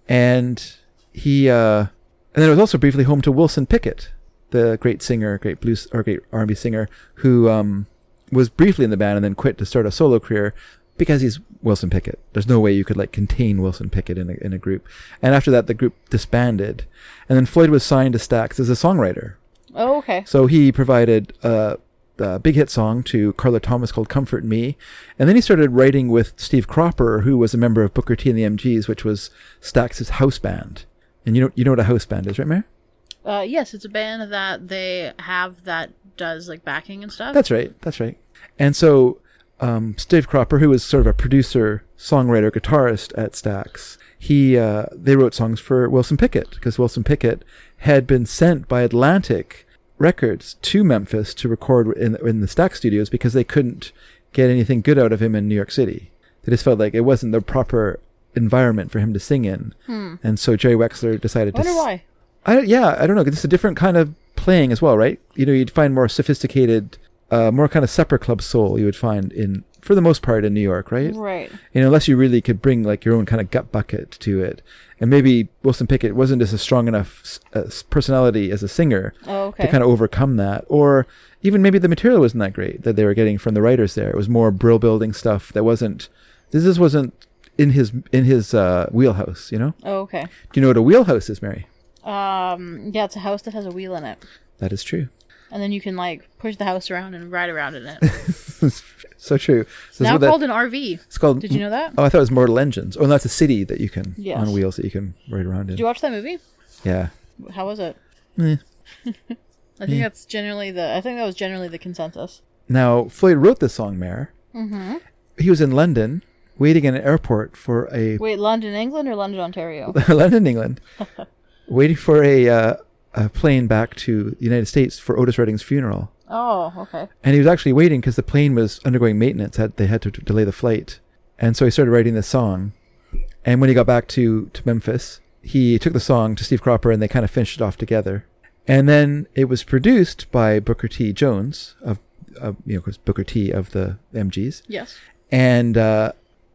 [SPEAKER 2] and he uh and then it was also briefly home to wilson pickett the great singer great blues or great r&b singer who um was briefly in the band and then quit to start a solo career because he's wilson pickett there's no way you could like contain wilson pickett in a, in a group and after that the group disbanded and then floyd was signed to stax as a songwriter
[SPEAKER 3] Oh okay.
[SPEAKER 2] so he provided uh, a big hit song to Carla Thomas called "Comfort Me," and then he started writing with Steve Cropper, who was a member of Booker T and the MGs, which was Stax's house band. And you know, you know what a house band is, right, Mayor?
[SPEAKER 3] Uh, yes, it's a band that they have that does like backing and stuff.
[SPEAKER 2] That's right. That's right. And so um, Steve Cropper, who was sort of a producer, songwriter, guitarist at Stax, he uh, they wrote songs for Wilson Pickett because Wilson Pickett had been sent by Atlantic Records to Memphis to record in in the Stax studios because they couldn't get anything good out of him in New York City. They just felt like it wasn't the proper environment for him to sing in, and so Jerry Wexler decided
[SPEAKER 3] I Hmm. wonder
[SPEAKER 2] to s-
[SPEAKER 3] why.
[SPEAKER 2] I yeah, I don't know. 'cause It's a different kind of playing as well, right? You know, you'd find more sophisticated, uh, more kind of supper club soul you would find in, for the most part, in New York, right?
[SPEAKER 3] Right.
[SPEAKER 2] You know, unless you really could bring like your own kind of gut bucket to it, and maybe Wilson Pickett wasn't just a strong enough s- uh, s- personality as a singer
[SPEAKER 3] Oh okay.
[SPEAKER 2] to kind of overcome that, or even maybe the material wasn't that great that they were getting from the writers there. It was more brill building stuff that wasn't. This just wasn't in his in his uh, wheelhouse. You know?
[SPEAKER 3] oh okay.
[SPEAKER 2] Do you know what a wheelhouse is, Mary?
[SPEAKER 3] Um. Yeah, it's a house that has a wheel in it,
[SPEAKER 2] That is true.
[SPEAKER 3] and then you can like push the house around and ride around in it.
[SPEAKER 2] It's so true. So it's,
[SPEAKER 3] now
[SPEAKER 2] what that-
[SPEAKER 3] called an RV.
[SPEAKER 2] it's called.
[SPEAKER 3] Did you know that?
[SPEAKER 2] Oh, I thought it was Mortal Engines. Oh, no, it's a city that you can
[SPEAKER 3] Yes.
[SPEAKER 2] on wheels that you can ride around in.
[SPEAKER 3] Did you watch that movie?
[SPEAKER 2] yeah,
[SPEAKER 3] How was it?
[SPEAKER 2] Eh.
[SPEAKER 3] [LAUGHS] I think that's generally the. I think that was generally the consensus.
[SPEAKER 2] Now, Floyd wrote this song, Mayor. Mm-hmm. He was in London, waiting in an airport for a
[SPEAKER 3] Wait, London, England, or London, Ontario?
[SPEAKER 2] [LAUGHS] London,
[SPEAKER 3] [LAUGHS]
[SPEAKER 2] England, waiting for a uh, a plane back to the United States for Otis Redding's funeral.
[SPEAKER 3] oh, okay.
[SPEAKER 2] And he was actually waiting because the plane was undergoing maintenance. Had they had to t- delay the flight, and so he started writing this song. And when he got back to to Memphis, he took the song to Steve Cropper, and they kind of finished it off together. And then it was produced by Booker T. Jones of, of you know, of course Booker T. of the MGs,
[SPEAKER 3] Yes.
[SPEAKER 2] and uh,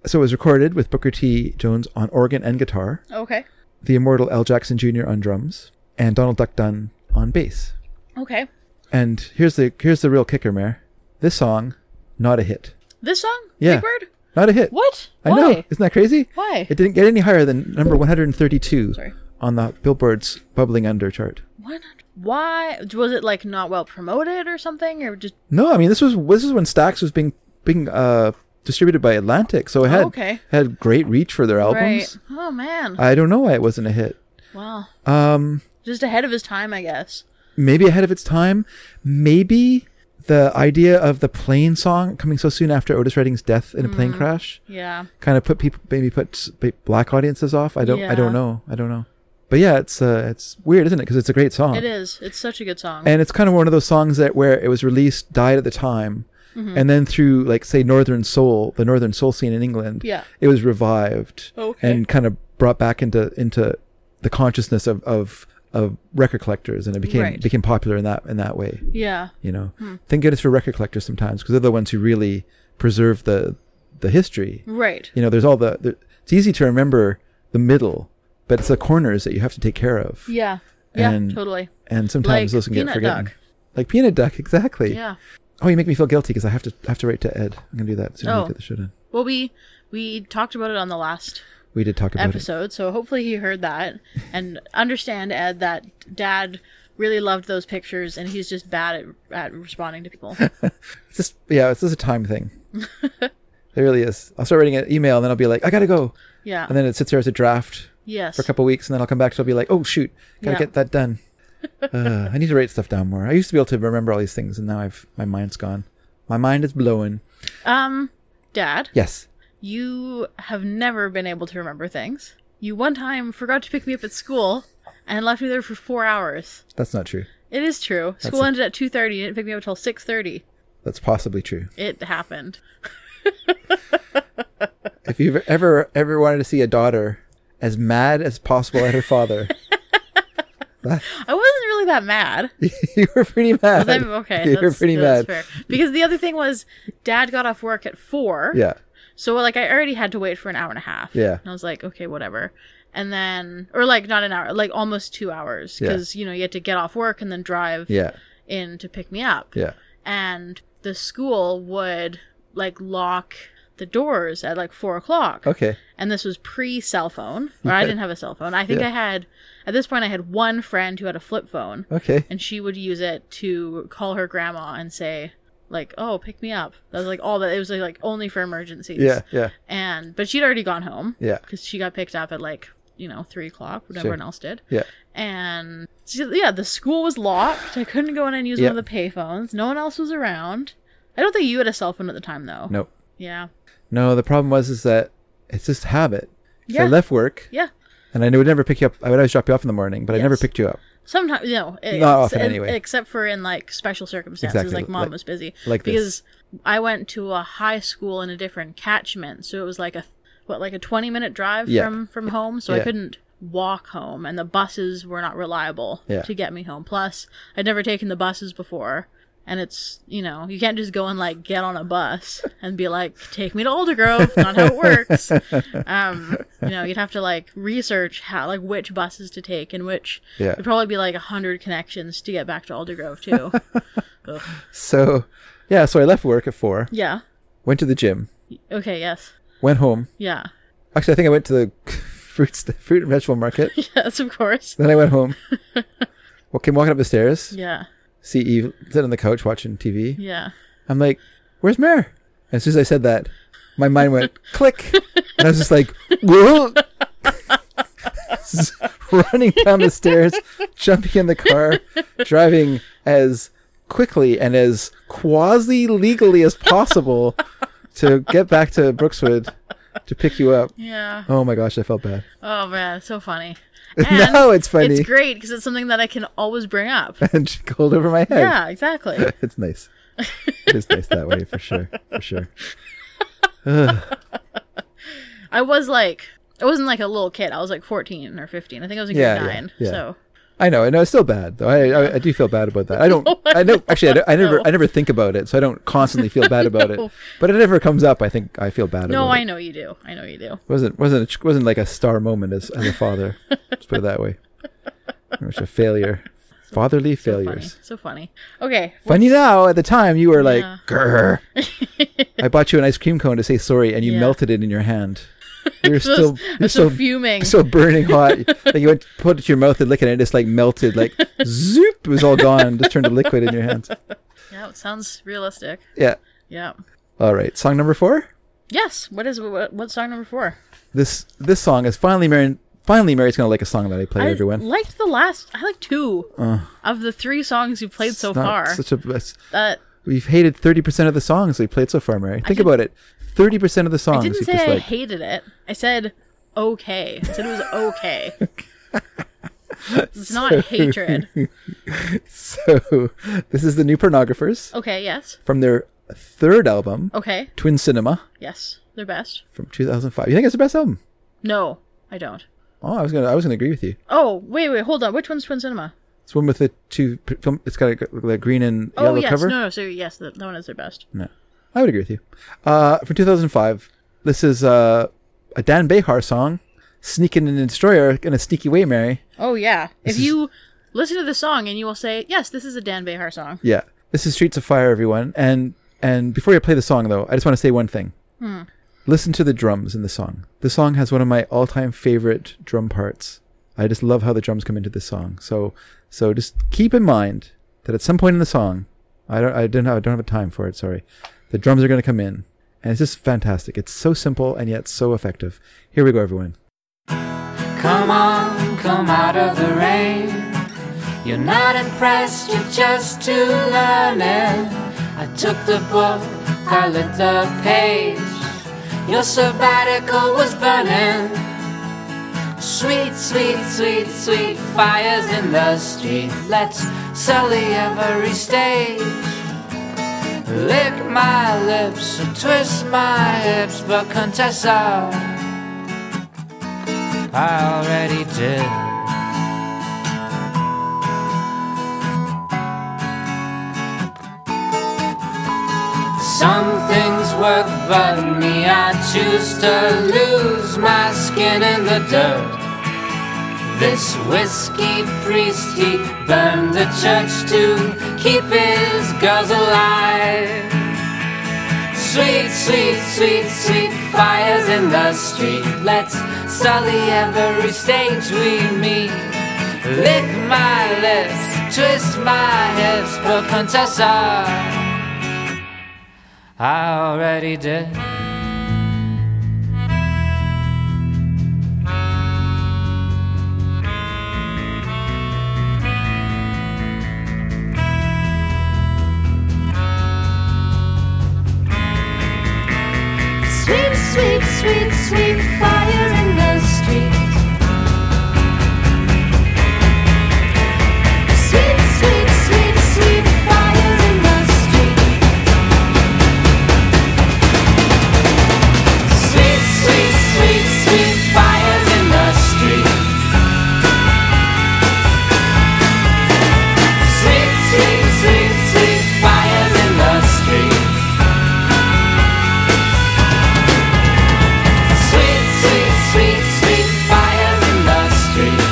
[SPEAKER 2] so it was recorded with Booker T. Jones on organ and guitar,
[SPEAKER 3] Okay.
[SPEAKER 2] the immortal L. Jackson Jr. on drums, and Donald Duck Dunn on bass.
[SPEAKER 3] Okay.
[SPEAKER 2] And here's the here's the real kicker, Mayor. This song, not a hit.
[SPEAKER 3] This song?
[SPEAKER 2] Yeah.
[SPEAKER 3] Big Bird?
[SPEAKER 2] Not a hit.
[SPEAKER 3] What?
[SPEAKER 2] I
[SPEAKER 3] Why?
[SPEAKER 2] know. Isn't that crazy?
[SPEAKER 3] Why?
[SPEAKER 2] It didn't get any higher than number 132
[SPEAKER 3] Sorry.
[SPEAKER 2] on the Billboard's Bubbling Under chart.
[SPEAKER 3] Why? Not? Why was it like not well promoted or something, or just
[SPEAKER 2] No, I mean this was this is when Stax was being being uh distributed by Atlantic, so it had
[SPEAKER 3] okay.
[SPEAKER 2] had great reach for their albums.
[SPEAKER 3] right? Oh man!
[SPEAKER 2] I don't know why it wasn't a hit.
[SPEAKER 3] wow.
[SPEAKER 2] Um
[SPEAKER 3] Just ahead of his time, I guess.
[SPEAKER 2] maybe ahead of its time. Maybe the idea of the plane song coming so soon after Otis Redding's death in a plane
[SPEAKER 3] Mm-hmm.
[SPEAKER 2] crash
[SPEAKER 3] Yeah.
[SPEAKER 2] kind of put people maybe put s- b- black audiences off. I don't I
[SPEAKER 3] Yeah.
[SPEAKER 2] don't know. I don't know. But yeah, it's uh, it's weird, isn't it? Because it's a great song.
[SPEAKER 3] It is. It's such a good song.
[SPEAKER 2] And it's kind of one of those songs that where it was released, died at the time,
[SPEAKER 3] Mm-hmm.
[SPEAKER 2] and then through like say Northern Soul, the Northern Soul scene in England,
[SPEAKER 3] Yeah.
[SPEAKER 2] it was revived
[SPEAKER 3] Okay.
[SPEAKER 2] and kind of brought back into into the consciousness of of of record collectors, and it became
[SPEAKER 3] Right. Hmm.
[SPEAKER 2] became popular in that in that way.
[SPEAKER 3] yeah.
[SPEAKER 2] You know, thank goodness for record collectors sometimes because they're the ones who really preserve the the history
[SPEAKER 3] Right.
[SPEAKER 2] you know there's all the, the it's easy to remember the middle but it's the corners that you have to take care of
[SPEAKER 3] Yeah. Yeah.
[SPEAKER 2] And
[SPEAKER 3] totally.
[SPEAKER 2] and sometimes
[SPEAKER 3] Like
[SPEAKER 2] those can get
[SPEAKER 3] Peanut
[SPEAKER 2] forgotten
[SPEAKER 3] Duck.
[SPEAKER 2] Like peanut duck, exactly.
[SPEAKER 3] Yeah.
[SPEAKER 2] Oh, you make me feel guilty because I have to I have to write to Ed. I'm gonna do that soon. as
[SPEAKER 3] Oh.
[SPEAKER 2] We get the show done.
[SPEAKER 3] Well, we we talked about it on the last
[SPEAKER 2] We did talk about it.
[SPEAKER 3] episode, so hopefully he heard that and understand Ed that Dad really loved those pictures, and he's just bad at at responding to
[SPEAKER 2] [LAUGHS]
[SPEAKER 3] people.
[SPEAKER 2] It's just yeah, it's just a time
[SPEAKER 3] [LAUGHS]
[SPEAKER 2] thing. it really is. I'll start writing an email and then I'll be like, I gotta go,
[SPEAKER 3] Yeah.
[SPEAKER 2] and then it sits there as a draft
[SPEAKER 3] yes.
[SPEAKER 2] for a couple weeks, and then I'll come back to it and be like, oh shoot, gotta
[SPEAKER 3] Yeah.
[SPEAKER 2] get that
[SPEAKER 3] [LAUGHS]
[SPEAKER 2] done. uh, I need to write stuff down more. I used to be able to remember all these things, and now I've my mind's gone. My mind is blowing.
[SPEAKER 3] um, Dad,
[SPEAKER 2] Yes.
[SPEAKER 3] you have never been able to remember things. You one time forgot to pick me up at school and left me there for four hours.
[SPEAKER 2] That's not true.
[SPEAKER 3] It is true. School ended at two thirty. You didn't pick me up until six thirty.
[SPEAKER 2] That's possibly true.
[SPEAKER 3] It happened.
[SPEAKER 2] If you've ever ever wanted to see a daughter as mad as possible at her father, [LAUGHS]
[SPEAKER 3] I wasn't really that mad.
[SPEAKER 2] you were pretty mad.
[SPEAKER 3] Was I-
[SPEAKER 2] [LAUGHS]
[SPEAKER 3] okay,
[SPEAKER 2] you
[SPEAKER 3] that's,
[SPEAKER 2] were pretty
[SPEAKER 3] that's
[SPEAKER 2] mad.
[SPEAKER 3] fair. Because the other thing was, Dad got off work at four.
[SPEAKER 2] Yeah,
[SPEAKER 3] So like I already had to wait for an hour and a half.
[SPEAKER 2] Yeah.
[SPEAKER 3] And I was like, okay, whatever. And then, or like not an hour, like almost two hours,
[SPEAKER 2] Yeah.
[SPEAKER 3] because you know you had to get off work and then drive
[SPEAKER 2] yeah,
[SPEAKER 3] in to pick me up.
[SPEAKER 2] yeah.
[SPEAKER 3] And the school would like lock the doors at like four o'clock.
[SPEAKER 2] Okay.
[SPEAKER 3] And this was pre cell phone. Or I
[SPEAKER 2] Yeah.
[SPEAKER 3] didn't have a cell phone. I think
[SPEAKER 2] Yeah.
[SPEAKER 3] I had at this point I had one friend who had a flip phone
[SPEAKER 2] Okay.
[SPEAKER 3] and she would use it to call her grandma and say like oh pick me up that was like all that it was like only for emergencies
[SPEAKER 2] Yeah, yeah.
[SPEAKER 3] and but she'd already gone home
[SPEAKER 2] Yeah.
[SPEAKER 3] because she got picked up at like you know three o'clock when
[SPEAKER 2] Sure.
[SPEAKER 3] everyone else did
[SPEAKER 2] Yeah.
[SPEAKER 3] and so, yeah the school was locked i couldn't go in and use
[SPEAKER 2] Yeah.
[SPEAKER 3] one of the payphones no one else was around i don't think you had a cell phone at the time though
[SPEAKER 2] No.
[SPEAKER 3] yeah
[SPEAKER 2] No, the problem was is that it's just habit. So
[SPEAKER 3] Yeah.
[SPEAKER 2] I left work
[SPEAKER 3] yeah
[SPEAKER 2] and I would never pick you up. I would always drop you off in the morning, but I never
[SPEAKER 3] Yes.
[SPEAKER 2] picked you up.
[SPEAKER 3] Sometimes, no, it,
[SPEAKER 2] Not often,
[SPEAKER 3] it-
[SPEAKER 2] anyway.
[SPEAKER 3] Except for in like special circumstances,
[SPEAKER 2] Exactly,
[SPEAKER 3] like mom
[SPEAKER 2] like-
[SPEAKER 3] was busy.
[SPEAKER 2] like this.
[SPEAKER 3] because I went to a high school in a different catchment, so it was like a what, like a twenty minute drive
[SPEAKER 2] Yeah.
[SPEAKER 3] from from home. So I
[SPEAKER 2] Yeah.
[SPEAKER 3] couldn't walk home, and the buses were not reliable
[SPEAKER 2] Yeah.
[SPEAKER 3] to get me home. Plus, I'd never taken the buses before. And it's you know you can't just go and like get on a bus and be like take me to Aldergrove not how it
[SPEAKER 2] [LAUGHS]
[SPEAKER 3] works um, you know, you'd have to like research how, like, which buses to take and which.
[SPEAKER 2] Yeah.
[SPEAKER 3] It'd probably be like a hundred connections to get back to Aldergrove too.
[SPEAKER 2] [LAUGHS] So yeah, so I left work at four,
[SPEAKER 3] yeah.
[SPEAKER 2] went to the gym,
[SPEAKER 3] Okay. Yes.
[SPEAKER 2] went home.
[SPEAKER 3] Yeah. [LAUGHS]
[SPEAKER 2] Actually, I think I went to the [LAUGHS] fruit st- fruit and vegetable market.
[SPEAKER 3] Yes, of
[SPEAKER 2] [LAUGHS]
[SPEAKER 3] course.
[SPEAKER 2] then I went
[SPEAKER 3] [LAUGHS]
[SPEAKER 2] home. Well, came walking up the stairs.
[SPEAKER 3] Yeah.
[SPEAKER 2] See Eve sitting on the couch watching TV.
[SPEAKER 3] Yeah.
[SPEAKER 2] I'm like, "Where's Mare?" And as soon as I said that, my mind
[SPEAKER 3] [LAUGHS]
[SPEAKER 2] went click, and I was just like, "Whoa!" [LAUGHS] running down the stairs, jumping in the car, driving as quickly and as quasi legally as
[SPEAKER 3] [LAUGHS]
[SPEAKER 2] possible to get back to Brookswood to pick you up.
[SPEAKER 3] Yeah.
[SPEAKER 2] Oh my gosh, I felt bad. [LAUGHS]
[SPEAKER 3] Oh man, it's so funny.
[SPEAKER 2] now it's funny
[SPEAKER 3] It's great because it's something that I can always bring up.
[SPEAKER 2] and she called over my head.
[SPEAKER 3] Yeah. Exactly.
[SPEAKER 2] [LAUGHS] It's nice. It is nice that way for sure. For sure.
[SPEAKER 3] I was like, I wasn't like a little kid. I was like fourteen or fifteen. I think I was in
[SPEAKER 2] Yeah,
[SPEAKER 3] grade
[SPEAKER 2] yeah,
[SPEAKER 3] nine.
[SPEAKER 2] yeah.
[SPEAKER 3] So
[SPEAKER 2] I know, I know. It's still bad, though. I, I, I do feel bad about that. I
[SPEAKER 3] [LAUGHS] Oh,
[SPEAKER 2] don't. I know. Actually, I, don't- I never. I never think about it, so I don't constantly feel bad about
[SPEAKER 3] [LAUGHS] No.
[SPEAKER 2] it. But it never comes up. I think I feel bad.
[SPEAKER 3] no,
[SPEAKER 2] about
[SPEAKER 3] I
[SPEAKER 2] it.
[SPEAKER 3] know you do. I know you do.
[SPEAKER 2] wasn't wasn't a, wasn't like a star moment as, as a father. Let's put it that way. It was a failure. Fatherly failures.
[SPEAKER 3] Funny. So funny. Okay.
[SPEAKER 2] Funny now, at the time you were like,
[SPEAKER 3] Yeah. [LAUGHS]
[SPEAKER 2] "Grr." I bought you an ice cream cone to say sorry, and you
[SPEAKER 3] Yeah.
[SPEAKER 2] melted it in your
[SPEAKER 3] [LAUGHS]
[SPEAKER 2] hand. You're
[SPEAKER 3] I [LAUGHS]
[SPEAKER 2] still
[SPEAKER 3] was- I
[SPEAKER 2] you're
[SPEAKER 3] was so
[SPEAKER 2] still
[SPEAKER 3] fuming.
[SPEAKER 2] so burning hot. like you went to put it to your mouth and lick it, and it just like melted, like zoop, it was all gone, just turned to liquid in your hands.
[SPEAKER 3] yeah. It sounds realistic.
[SPEAKER 2] Yeah.
[SPEAKER 3] Yeah.
[SPEAKER 2] All right. Song number four.
[SPEAKER 3] Yes. What is what, what's song number four?
[SPEAKER 2] This this song is finally Mary. Finally, Mary's gonna like a song that I played.
[SPEAKER 3] I
[SPEAKER 2] everyone.
[SPEAKER 3] liked the last. I like two of the three songs you played so
[SPEAKER 2] Uh, It's not
[SPEAKER 3] far. Uh,
[SPEAKER 2] Such a it's-
[SPEAKER 3] that
[SPEAKER 2] we've hated thirty percent of the songs we played so far, Mary. Think
[SPEAKER 3] did-
[SPEAKER 2] about it. Thirty percent of the
[SPEAKER 3] I
[SPEAKER 2] songs
[SPEAKER 3] didn't
[SPEAKER 2] you
[SPEAKER 3] say
[SPEAKER 2] just
[SPEAKER 3] I
[SPEAKER 2] like.
[SPEAKER 3] hated it. I said okay. I said it was
[SPEAKER 2] [LAUGHS]
[SPEAKER 3] okay. it's not hatred.
[SPEAKER 2] So [LAUGHS] this is the new Pornographers
[SPEAKER 3] Okay. Yes.
[SPEAKER 2] from their third album,
[SPEAKER 3] Okay.
[SPEAKER 2] Twin Cinema,
[SPEAKER 3] Yes. They're best.
[SPEAKER 2] from two thousand five. You think it's the best album?
[SPEAKER 3] No, I don't.
[SPEAKER 2] Oh, I was gonna I was gonna agree with you.
[SPEAKER 3] Oh wait, wait, hold on. Which one's Twin Cinema?
[SPEAKER 2] It's one with the two p- film. It's got a, g- like green and
[SPEAKER 3] Oh
[SPEAKER 2] yellow
[SPEAKER 3] yes,
[SPEAKER 2] cover. Hmm.
[SPEAKER 3] no, no. So yes, that, that one is their best.
[SPEAKER 2] No. I would agree with you. Uh, from 2005, this is uh, a Dan Behar song, "Sneaking and Destroyer" in a sneaky way, Mary.
[SPEAKER 3] Oh yeah. If you Listen to the song and you will say, yes, this is a Dan Behar song.
[SPEAKER 2] Yeah. This is Streets of Fire, everyone. And and before you play the song, though, I just want to say one thing. Listen to the drums in the song. The song has one of my all-time favorite drum parts. I just love how the drums come into this song. So so just keep in mind that at some point in the song, I don't I didn't have, I don't have a time for it. Sorry, the drums are going to come in, and it's just fantastic. It's so simple and yet so effective. Here we go, everyone.
[SPEAKER 7] Come on, come out of the rain. You're not impressed, you're just too learning. I took the book, I lit the page. Your sabbatical was burning. Sweet, sweet, sweet, sweet fires in the street. Let's sully every stage. Lick my lips and twist my hips, but Contessa. I already did. Some things work, but me, I choose to lose my skin in the dirt. This whiskey priest, he burned the church to keep his girls alive. Sweet, sweet, sweet, sweet fires in the street. Let's sully every stage we meet. Lick my lips, twist my hips, but Contessa, I already did.
[SPEAKER 8] Sweet, sweet, sweet, sweet fire in the street. Sweet, sweet, sweet, sweet fire in the street.
[SPEAKER 7] Sweet, sweet, sweet, sweet fires in the street. Sweet, sweet, sweet, sweet fires in the street. Sweet, sweet, sweet, sweet fires in the street. Sweet, sweet, sweet, sweet fires in the street.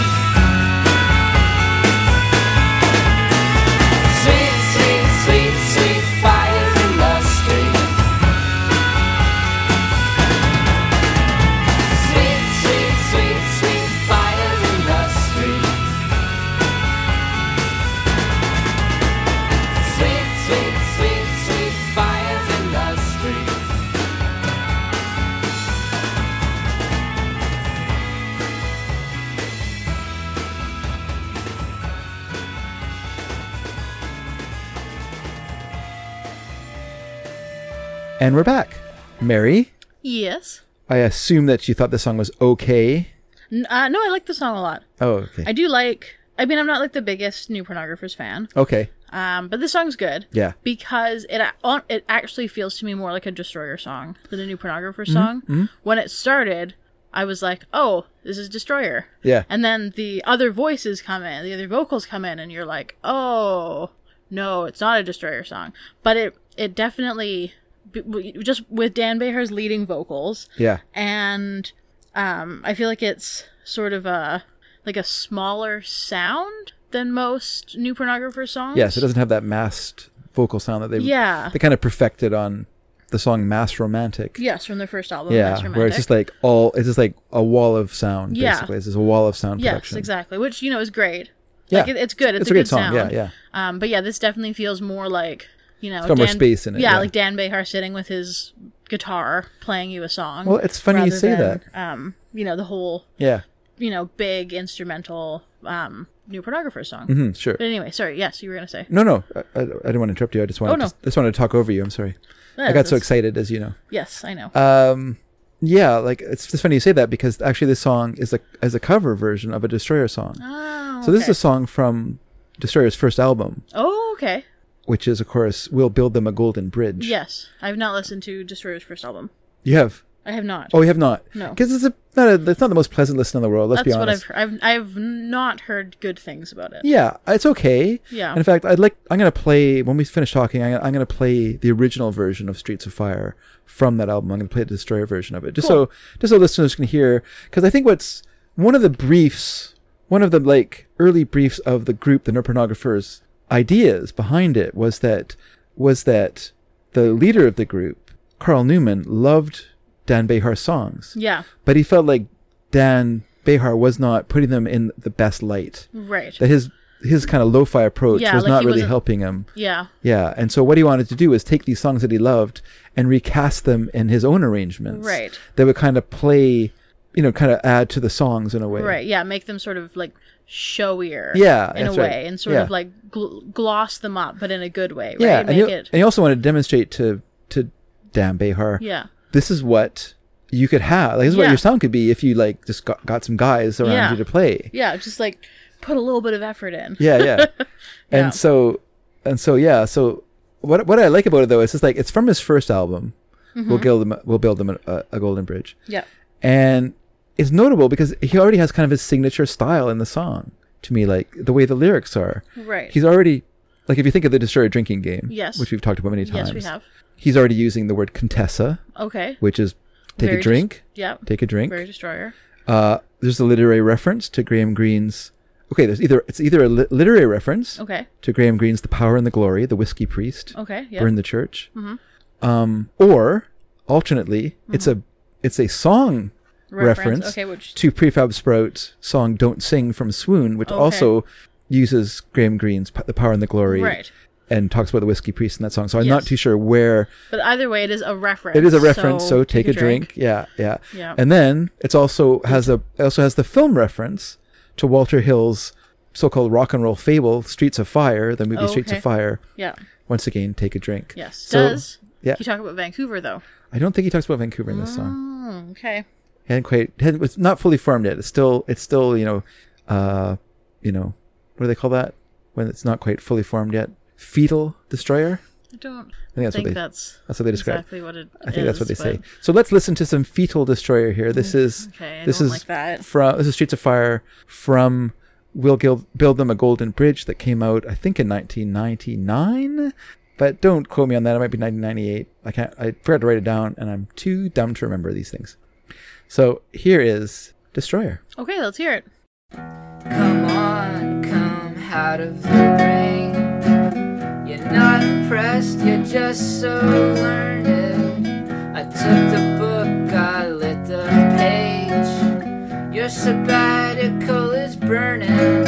[SPEAKER 7] Sweet, sweet, sweet, sweet fires in the street. Sweet, sweet, sweet, sweet fires in the street.
[SPEAKER 2] And we're back. Mary,
[SPEAKER 3] Yes.
[SPEAKER 2] I assume that you thought the song was okay.
[SPEAKER 3] N- uh, no, I like the song a lot.
[SPEAKER 2] Oh, okay.
[SPEAKER 3] I do like, I mean, I'm not like the biggest new pornographers fan,
[SPEAKER 2] okay.
[SPEAKER 3] um, but this song's good.
[SPEAKER 2] Yeah.
[SPEAKER 3] Because it a- on- it actually feels to me more like a Destroyer song than a new
[SPEAKER 2] Mm-hmm.
[SPEAKER 3] pornographers song. When it started, I was like, oh, this is Destroyer.
[SPEAKER 2] Yeah.
[SPEAKER 3] And then the other voices come in, the other vocals come in, and you're like, oh, no, it's not a Destroyer song. But it, it definitely, b- w- just with Dan Behar's leading vocals,
[SPEAKER 2] Yeah.
[SPEAKER 3] and um, I feel like it's sort of a like a smaller sound than most new pornographer songs.
[SPEAKER 2] Yes, it doesn't have that masked vocal sound that they
[SPEAKER 3] Yeah.
[SPEAKER 2] they kind of perfected on the song Mass Romantic.
[SPEAKER 3] Yes, from their first album.
[SPEAKER 2] Yeah,
[SPEAKER 3] Mass
[SPEAKER 2] where it's
[SPEAKER 3] Romantic.
[SPEAKER 2] just like all it's just like a wall of sound
[SPEAKER 3] Yeah.
[SPEAKER 2] basically. It's just a wall of sound
[SPEAKER 3] yes,
[SPEAKER 2] production.
[SPEAKER 3] exactly. Which you know is great.
[SPEAKER 2] Yeah.
[SPEAKER 3] Like it, it's good. It's,
[SPEAKER 2] It's
[SPEAKER 3] a,
[SPEAKER 2] a great
[SPEAKER 3] good
[SPEAKER 2] song, yeah,
[SPEAKER 3] sound.
[SPEAKER 2] yeah.
[SPEAKER 3] Um, but yeah, this definitely feels more like you know
[SPEAKER 2] got more space in it,
[SPEAKER 3] Yeah,
[SPEAKER 2] yeah.
[SPEAKER 3] like Dan Behar sitting with his guitar playing you a song.
[SPEAKER 2] Well, it's funny you
[SPEAKER 3] rather
[SPEAKER 2] say
[SPEAKER 3] than, Um, you know the whole
[SPEAKER 2] Yeah.
[SPEAKER 3] you know big instrumental um new pornographer song.
[SPEAKER 2] Hmm, sure.
[SPEAKER 3] But anyway, sorry. Yes, you were gonna say.
[SPEAKER 2] No, no. I, I, I didn't want to interrupt you. I just wanted
[SPEAKER 3] Oh, no.
[SPEAKER 2] to, just wanted to talk over you. I'm sorry. I got so
[SPEAKER 3] That's-
[SPEAKER 2] excited as you know.
[SPEAKER 3] Yes, I know.
[SPEAKER 2] Um yeah, like it's just funny you say that because actually this song is a is a cover version of a Destroyer song.
[SPEAKER 3] Oh,
[SPEAKER 2] so this is
[SPEAKER 3] okay.
[SPEAKER 2] a song from Destroyer's first album,
[SPEAKER 3] Oh, okay.
[SPEAKER 2] which is of course We'll Build Them a Golden Bridge.
[SPEAKER 3] Yes, I have not listened to Destroyer's first album.
[SPEAKER 2] You have
[SPEAKER 3] I have not.
[SPEAKER 2] Oh, you have not.
[SPEAKER 3] No.
[SPEAKER 2] because it's a not a, it's not the most pleasant listen in the world. Let's
[SPEAKER 3] That's
[SPEAKER 2] be
[SPEAKER 3] what I've
[SPEAKER 2] honest.
[SPEAKER 3] heard. I've I've not heard good things about it.
[SPEAKER 2] Yeah, it's okay.
[SPEAKER 3] Yeah.
[SPEAKER 2] In fact, I'd like I'm gonna play when we finish talking. I'm gonna, I'm gonna play the original version of Streets of Fire from that album. I'm gonna play the Destroyer version of it, just so just so listeners can hear. Because I think what's one of the briefs one of the like early briefs of the group the no pornographers ideas behind it was that was that the leader of the group carl newman loved dan behar's songs
[SPEAKER 3] Yeah.
[SPEAKER 2] but he felt like dan behar was not putting them in the best light
[SPEAKER 3] Right.
[SPEAKER 2] that his his kind of lo-fi approach
[SPEAKER 3] Yeah,
[SPEAKER 2] was
[SPEAKER 3] like
[SPEAKER 2] not
[SPEAKER 3] he
[SPEAKER 2] really
[SPEAKER 3] wasn't-
[SPEAKER 2] helping him
[SPEAKER 3] yeah.
[SPEAKER 2] yeah and so what he wanted to do was take these songs that he loved and recast them in his own arrangements
[SPEAKER 3] Right.
[SPEAKER 2] that would kind of play you know kind of add to the songs in a way
[SPEAKER 3] Right. Yeah. Make them sort of like showier.
[SPEAKER 2] Yeah,
[SPEAKER 3] In a
[SPEAKER 2] that's
[SPEAKER 3] way,
[SPEAKER 2] right.
[SPEAKER 3] and sort
[SPEAKER 2] Yeah.
[SPEAKER 3] of like gl- gloss them up, but in a good way. Right?
[SPEAKER 2] Yeah, and
[SPEAKER 3] Make
[SPEAKER 2] you,
[SPEAKER 3] it.
[SPEAKER 2] and you also want to demonstrate to to Dan Behar,
[SPEAKER 3] yeah.
[SPEAKER 2] this is what you could have. Like, this is what
[SPEAKER 3] Yeah.
[SPEAKER 2] your sound could be if you like just got, got some guys around
[SPEAKER 3] Yeah.
[SPEAKER 2] you to play.
[SPEAKER 3] Yeah. Just like put a little bit of effort in.
[SPEAKER 2] Yeah,
[SPEAKER 3] [LAUGHS]
[SPEAKER 2] yeah.
[SPEAKER 3] Yeah.
[SPEAKER 2] and so and so yeah. So what what I like about it though is just like it's from his first album.
[SPEAKER 3] Mm-hmm.
[SPEAKER 2] We'll build them. We'll build them a, a golden bridge,
[SPEAKER 3] Yeah.
[SPEAKER 2] and it's notable because he already has kind of his signature style in the song. To me, like the way the lyrics are,
[SPEAKER 3] Right.
[SPEAKER 2] he's already like if you think of the destroyer drinking game,
[SPEAKER 3] Yes.
[SPEAKER 2] which we've talked about many times.
[SPEAKER 3] yes, we have.
[SPEAKER 2] He's already using the word contessa,
[SPEAKER 3] Okay.
[SPEAKER 2] which is take
[SPEAKER 3] Very
[SPEAKER 2] a
[SPEAKER 3] dis-
[SPEAKER 2] drink,
[SPEAKER 3] yeah.
[SPEAKER 2] take a drink.
[SPEAKER 3] Very destroyer.
[SPEAKER 2] Uh, there's a literary reference to Graham Greene's. Okay, there's either it's either a li- literary reference
[SPEAKER 3] Okay.
[SPEAKER 2] to Graham Greene's "The Power and the Glory," the whiskey priest,
[SPEAKER 3] Okay. Yeah. Mm-hmm.
[SPEAKER 2] burn the church, um, or alternately, it's a it's a song reference,
[SPEAKER 3] Reference, okay, which-
[SPEAKER 2] to Prefab Sprout's song "Don't Sing" from Swoon, which
[SPEAKER 3] Okay.
[SPEAKER 2] also uses Graham Greene's p- "The Power and the Glory,"
[SPEAKER 3] Right.
[SPEAKER 2] and talks about the whiskey priest in that song. So I'm not
[SPEAKER 3] Yes.
[SPEAKER 2] too sure where
[SPEAKER 3] But either way, it is a reference.
[SPEAKER 2] it is a reference, so, take, a drink. Yeah, yeah.
[SPEAKER 3] Yeah.
[SPEAKER 2] And then it's also has a it also has the film reference to Walter Hill's so-called rock and roll fable, Streets of Fire, the movie
[SPEAKER 3] Oh,
[SPEAKER 2] Streets
[SPEAKER 3] okay.
[SPEAKER 2] of Fire.
[SPEAKER 3] Yeah.
[SPEAKER 2] Once again, take a drink.
[SPEAKER 3] Yes.
[SPEAKER 2] So-
[SPEAKER 3] Does
[SPEAKER 2] Yeah.
[SPEAKER 3] he talk about Vancouver though?
[SPEAKER 2] I don't think he talks about Vancouver in this song.
[SPEAKER 3] Mm, okay.
[SPEAKER 2] He hadn't quite had it's not fully formed yet. It's still it's still, you know, uh you know, what do they call that? When it's not quite fully formed yet? Fetal destroyer?
[SPEAKER 3] I don't
[SPEAKER 2] I think that's
[SPEAKER 3] think
[SPEAKER 2] what they
[SPEAKER 3] that's
[SPEAKER 2] that's what they describe.
[SPEAKER 3] exactly what it
[SPEAKER 2] I think that's what they
[SPEAKER 3] is,
[SPEAKER 2] say.
[SPEAKER 3] but-
[SPEAKER 2] So let's listen to some fetal destroyer here. This is
[SPEAKER 3] Okay, I
[SPEAKER 2] this
[SPEAKER 3] don't
[SPEAKER 2] is
[SPEAKER 3] like that.
[SPEAKER 2] from this is Streets of Fire from We'll Gil- Build Them a Golden Bridge that came out I think in 1999, but don't quote me on that. It might be 1998. I can't. I forgot to write it down, and I'm too dumb to remember these things. So here is Destroyer.
[SPEAKER 3] Okay, let's hear it.
[SPEAKER 7] Come on, come out of the rain. You're not impressed, you're just so learned. I took the book, I lit the page. Your sabbatical is burning.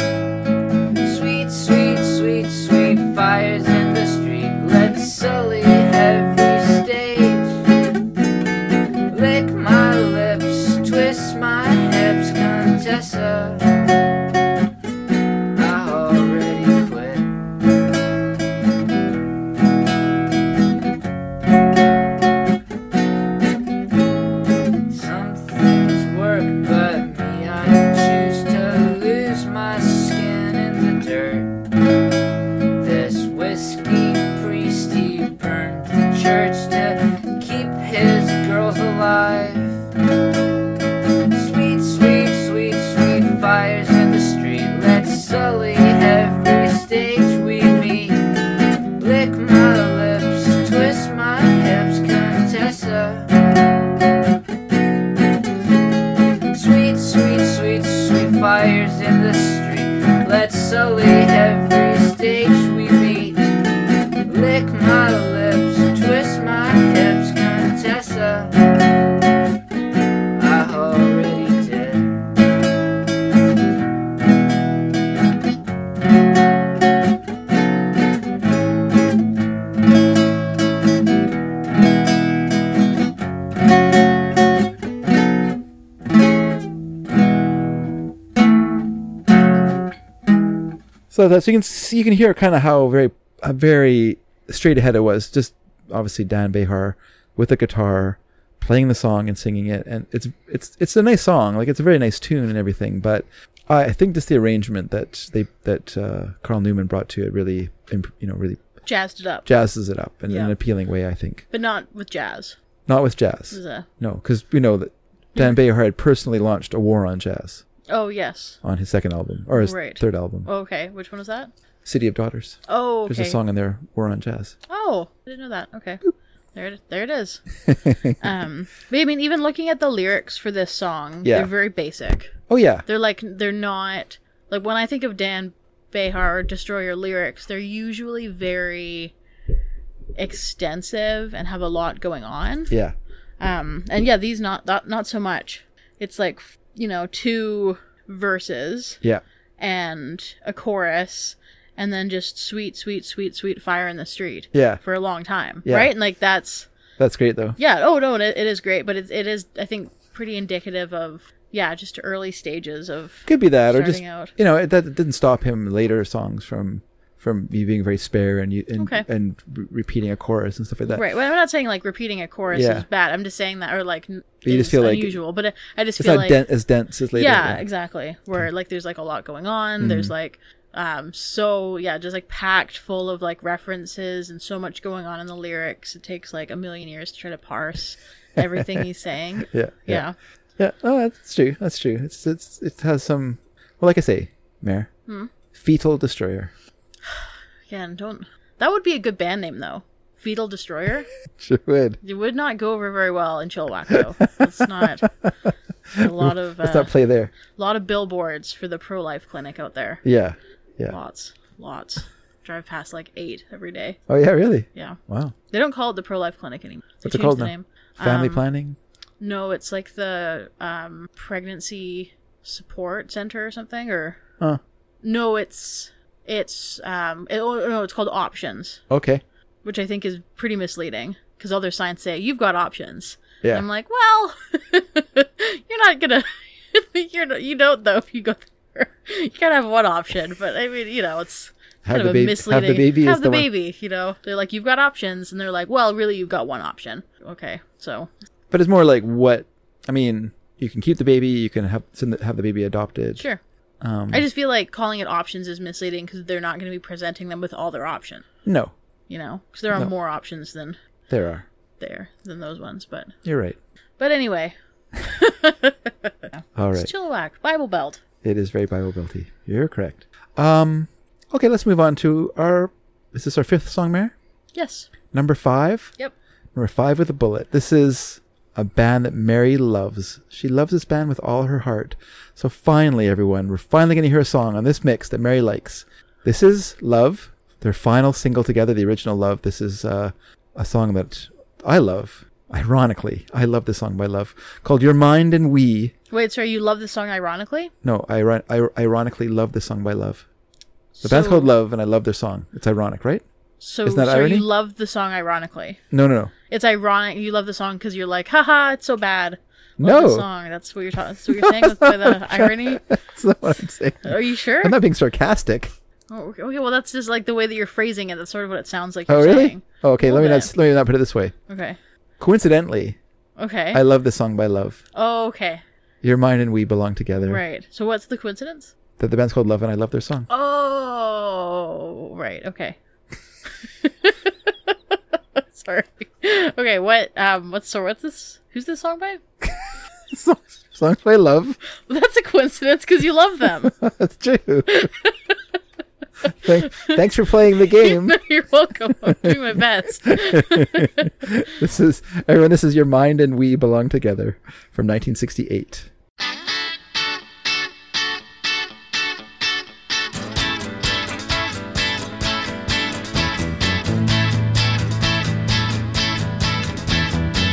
[SPEAKER 7] Sweet, sweet, sweet, sweet fires in the street. Let's sully every stage. Lick my lips, twist my hips, Contessa. I already quit. Some things work, but me, I choose to lose my skin in the dirt. This whiskey priest, he burned the church to keep his girls alive. Sweet, sweet, sweet, sweet fires in the street. Let's sully every stage we meet. Lick my lips, twist my hips, Contessa. Sweet, sweet, sweet, sweet fires in the street. Let's sully every stage we meet. Lick my lips, twist my hips, Contessa. I already did.
[SPEAKER 2] So that's you can see, you can hear kind of how very how very straight ahead it was. Just obviously Dan Behar with a guitar playing the song and singing it, and it's it's it's a nice song. Like it's a very nice tune and everything. But I, I think just the arrangement that they that uh, Carl Newman brought to it really imp- you know really
[SPEAKER 3] Jazzed it up,
[SPEAKER 2] jazzes it up in, in
[SPEAKER 3] Yeah.
[SPEAKER 2] an appealing way. I think
[SPEAKER 3] but not with jazz.
[SPEAKER 2] not with jazz.
[SPEAKER 3] It was a-
[SPEAKER 2] No, because we know that Dan Behar had personally launched a war on jazz
[SPEAKER 3] oh yes.
[SPEAKER 2] on his second album or his
[SPEAKER 3] Right.
[SPEAKER 2] third album,
[SPEAKER 3] Okay, which one was that?
[SPEAKER 2] City of Daughters.
[SPEAKER 3] Oh, okay.
[SPEAKER 2] There's a song in there, War on Jazz.
[SPEAKER 3] Oh, I didn't know that. Okay. There it, there
[SPEAKER 2] [LAUGHS]
[SPEAKER 3] it is. um, but I mean, even looking at the lyrics for this song,
[SPEAKER 2] Yeah.
[SPEAKER 3] they're very basic.
[SPEAKER 2] Oh yeah,
[SPEAKER 3] They're like, they're not Like when I think of Dan Behar or Destroyer lyrics, they're usually very extensive and have a lot going on.
[SPEAKER 2] Yeah.
[SPEAKER 3] Um, and yeah, these not not not so much. It's like f- you know two verses
[SPEAKER 2] Yeah.
[SPEAKER 3] and a chorus, and then just sweet, sweet, sweet, sweet fire in the street
[SPEAKER 2] Yeah.
[SPEAKER 3] for a long time,
[SPEAKER 2] Yeah.
[SPEAKER 3] right? And like that's
[SPEAKER 2] That's great though.
[SPEAKER 3] yeah. Oh no, it, it is great, but it, it is I think pretty indicative of yeah, just early stages of
[SPEAKER 2] Could be that, or just
[SPEAKER 3] Starting out.
[SPEAKER 2] you know, it, that it didn't stop him later songs from from you being very spare and you and,
[SPEAKER 3] Okay.
[SPEAKER 2] and re- repeating a chorus and stuff like that.
[SPEAKER 3] Right. Well, I'm not saying like repeating a chorus
[SPEAKER 2] Yeah.
[SPEAKER 3] is bad. I'm just saying that, or like, n-
[SPEAKER 2] But you just
[SPEAKER 3] is
[SPEAKER 2] feel like-
[SPEAKER 3] unusual. but I- I just
[SPEAKER 2] It's
[SPEAKER 3] feel
[SPEAKER 2] not
[SPEAKER 3] like,
[SPEAKER 2] den- as dense as later. Mm-hmm.
[SPEAKER 3] yeah, exactly. Where like there's like a lot going on. There's like, um, so yeah, just like packed full of like references and so much going on in the lyrics. It takes like a million years to try to parse everything he's saying.
[SPEAKER 2] [LAUGHS] Yeah.
[SPEAKER 3] Yeah.
[SPEAKER 2] Yeah. Yeah. Oh, that's true. That's true. It's it's it has some. Well, like I say, Mare.
[SPEAKER 3] Hmm.
[SPEAKER 2] Fetal destroyer.
[SPEAKER 3] Again, don't. That would be a good band name though.
[SPEAKER 2] [LAUGHS]
[SPEAKER 3] Fetal Destroyer.
[SPEAKER 2] [LAUGHS] Sure would.
[SPEAKER 3] it would not go over very well in Chilliwack though. It's not. A lot of
[SPEAKER 2] Let's
[SPEAKER 3] uh,
[SPEAKER 2] not play there.
[SPEAKER 3] lot of billboards for the pro life clinic out there.
[SPEAKER 2] Yeah. Yeah.
[SPEAKER 3] Lots, lots. Drive past like eight every day.
[SPEAKER 2] Oh yeah, really?
[SPEAKER 3] Yeah,
[SPEAKER 2] Wow.
[SPEAKER 3] they don't call it the pro life clinic anymore. They
[SPEAKER 2] What's it
[SPEAKER 3] changed
[SPEAKER 2] called
[SPEAKER 3] the
[SPEAKER 2] now?
[SPEAKER 3] name.
[SPEAKER 2] Family
[SPEAKER 3] Um,
[SPEAKER 2] planning.
[SPEAKER 3] No, it's like the um, pregnancy support center or something. Or
[SPEAKER 2] Huh.
[SPEAKER 3] no, it's it's um it, oh, no, it's called options,
[SPEAKER 2] Okay.
[SPEAKER 3] which I think is pretty misleading because all their signs say you've got options.
[SPEAKER 2] Yeah.
[SPEAKER 3] And I'm like, well, [LAUGHS] you're not gonna, [LAUGHS] you're not, you don't though if you go there. You gotta have one option, but I mean, you know, it's
[SPEAKER 2] Have
[SPEAKER 3] kind
[SPEAKER 2] the
[SPEAKER 3] of a
[SPEAKER 2] baby- have the
[SPEAKER 3] misleading.
[SPEAKER 2] baby is
[SPEAKER 3] have the
[SPEAKER 2] the one.
[SPEAKER 3] baby, you know. They're like, you've got options, and they're like, well, really, you've got one option. Okay, so
[SPEAKER 2] But it's more like what I mean. You can keep the baby. You can have send the, have the baby adopted.
[SPEAKER 3] sure.
[SPEAKER 2] Um,
[SPEAKER 3] I just feel like calling it options is misleading because they're not going to be presenting them with all their options,
[SPEAKER 2] No,
[SPEAKER 3] you know, because there are
[SPEAKER 2] No.
[SPEAKER 3] more options than
[SPEAKER 2] there are.
[SPEAKER 3] there than those ones. But
[SPEAKER 2] You're right.
[SPEAKER 3] but anyway,
[SPEAKER 2] All right.
[SPEAKER 3] it's Chilliwack Bible Belt.
[SPEAKER 2] It is very Bible belty. You're correct. Um, okay, let's move on to our. Is this our fifth song, Mare?
[SPEAKER 3] Yes.
[SPEAKER 2] Number five.
[SPEAKER 3] Yep.
[SPEAKER 2] Number five with a bullet. This is a band that Mary loves. She loves this band with all her heart. So finally, everyone, we're finally going to hear a song on this mix that Mary likes. This is Love, their final single together, the original Love. This is uh, a song that I love. Ironically, I love this song by Love called Your Mind and We.
[SPEAKER 3] Wait, sorry, you love this song ironically?
[SPEAKER 2] No, I, iron- I ironically love this song by Love. The band's called Love, and I love their song. It's ironic, right?
[SPEAKER 3] So,
[SPEAKER 2] Isn't that
[SPEAKER 3] so
[SPEAKER 2] irony?
[SPEAKER 3] you love the song ironically.
[SPEAKER 2] No, no,
[SPEAKER 3] It's ironic you love the song because you're like, haha, it's so bad.
[SPEAKER 2] no.
[SPEAKER 3] Love the
[SPEAKER 2] No,
[SPEAKER 3] song. That's what you're talking. That's what you're saying with by the irony.
[SPEAKER 2] [LAUGHS] that's not what I'm saying.
[SPEAKER 3] Are you sure?
[SPEAKER 2] I'm not being sarcastic.
[SPEAKER 3] Oh, okay, okay, well, that's just like the way that you're phrasing it. That's sort of what it sounds like. You're
[SPEAKER 2] Oh, really?
[SPEAKER 3] Saying.
[SPEAKER 2] Oh, okay, let me
[SPEAKER 3] Hold
[SPEAKER 2] not let me not put it this way.
[SPEAKER 3] Okay.
[SPEAKER 2] Coincidentally,
[SPEAKER 3] Okay.
[SPEAKER 2] I love this song by Love.
[SPEAKER 3] oh, okay.
[SPEAKER 2] Your mind and we belong together.
[SPEAKER 3] Right. So what's the coincidence?
[SPEAKER 2] That the band's called Love, and I love their song.
[SPEAKER 3] Oh, right. Okay. [LAUGHS] Sorry. Okay. What? Um. What's so? What's this? Who's this song by? [LAUGHS]
[SPEAKER 2] Song- Songs by Love. [LAUGHS]
[SPEAKER 3] Well, that's a coincidence because you love them.
[SPEAKER 2] That's
[SPEAKER 3] [LAUGHS]
[SPEAKER 2] true. Thank- thanks for playing the game. [LAUGHS]
[SPEAKER 3] [LAUGHS] You're welcome. I'm doing my best.
[SPEAKER 2] This is everyone. This is your mind and we belong together from 1968.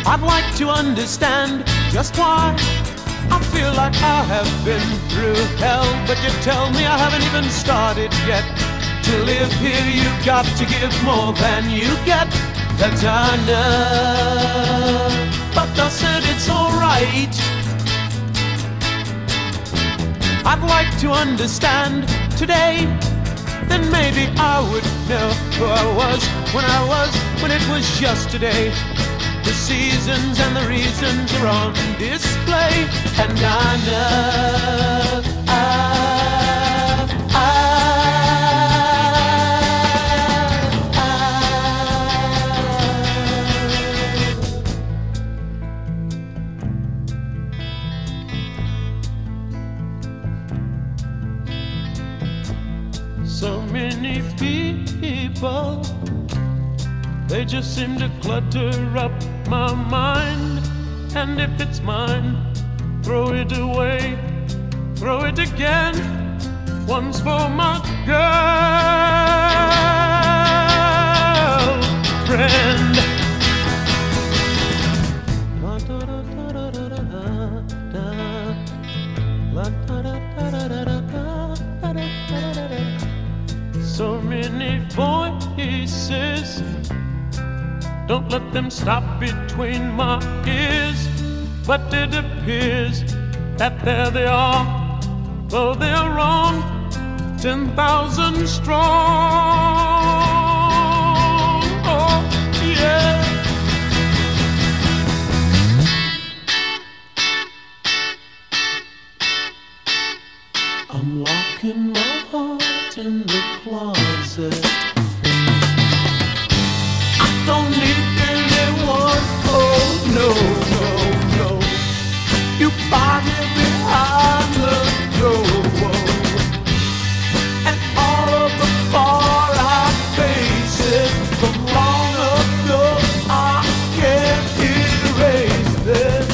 [SPEAKER 5] I'd like to understand just why I feel like I have been through hell, but you tell me I haven't even started yet. To live here, you've got to give more than you get. That's enough. But I said it's alright. I'd like to understand today. Then maybe I would know who I was when I was when it was yesterday. The seasons and the reasons are on display. And I know, I, I, I. So many people. They just seem to clutter up my mind. And if it's mine, throw it away, throw it again.
[SPEAKER 6] one's for my girl friend. So many voices. Don't let them stop between my ears. But it appears that there they are, though they're wrong, 10,000 strong. Oh, yeah. I'm locking my heart in the closet. I don't need anyone. Oh no, no, no. You body behind the door, and all of the far out faces from long ago. I can't erase this.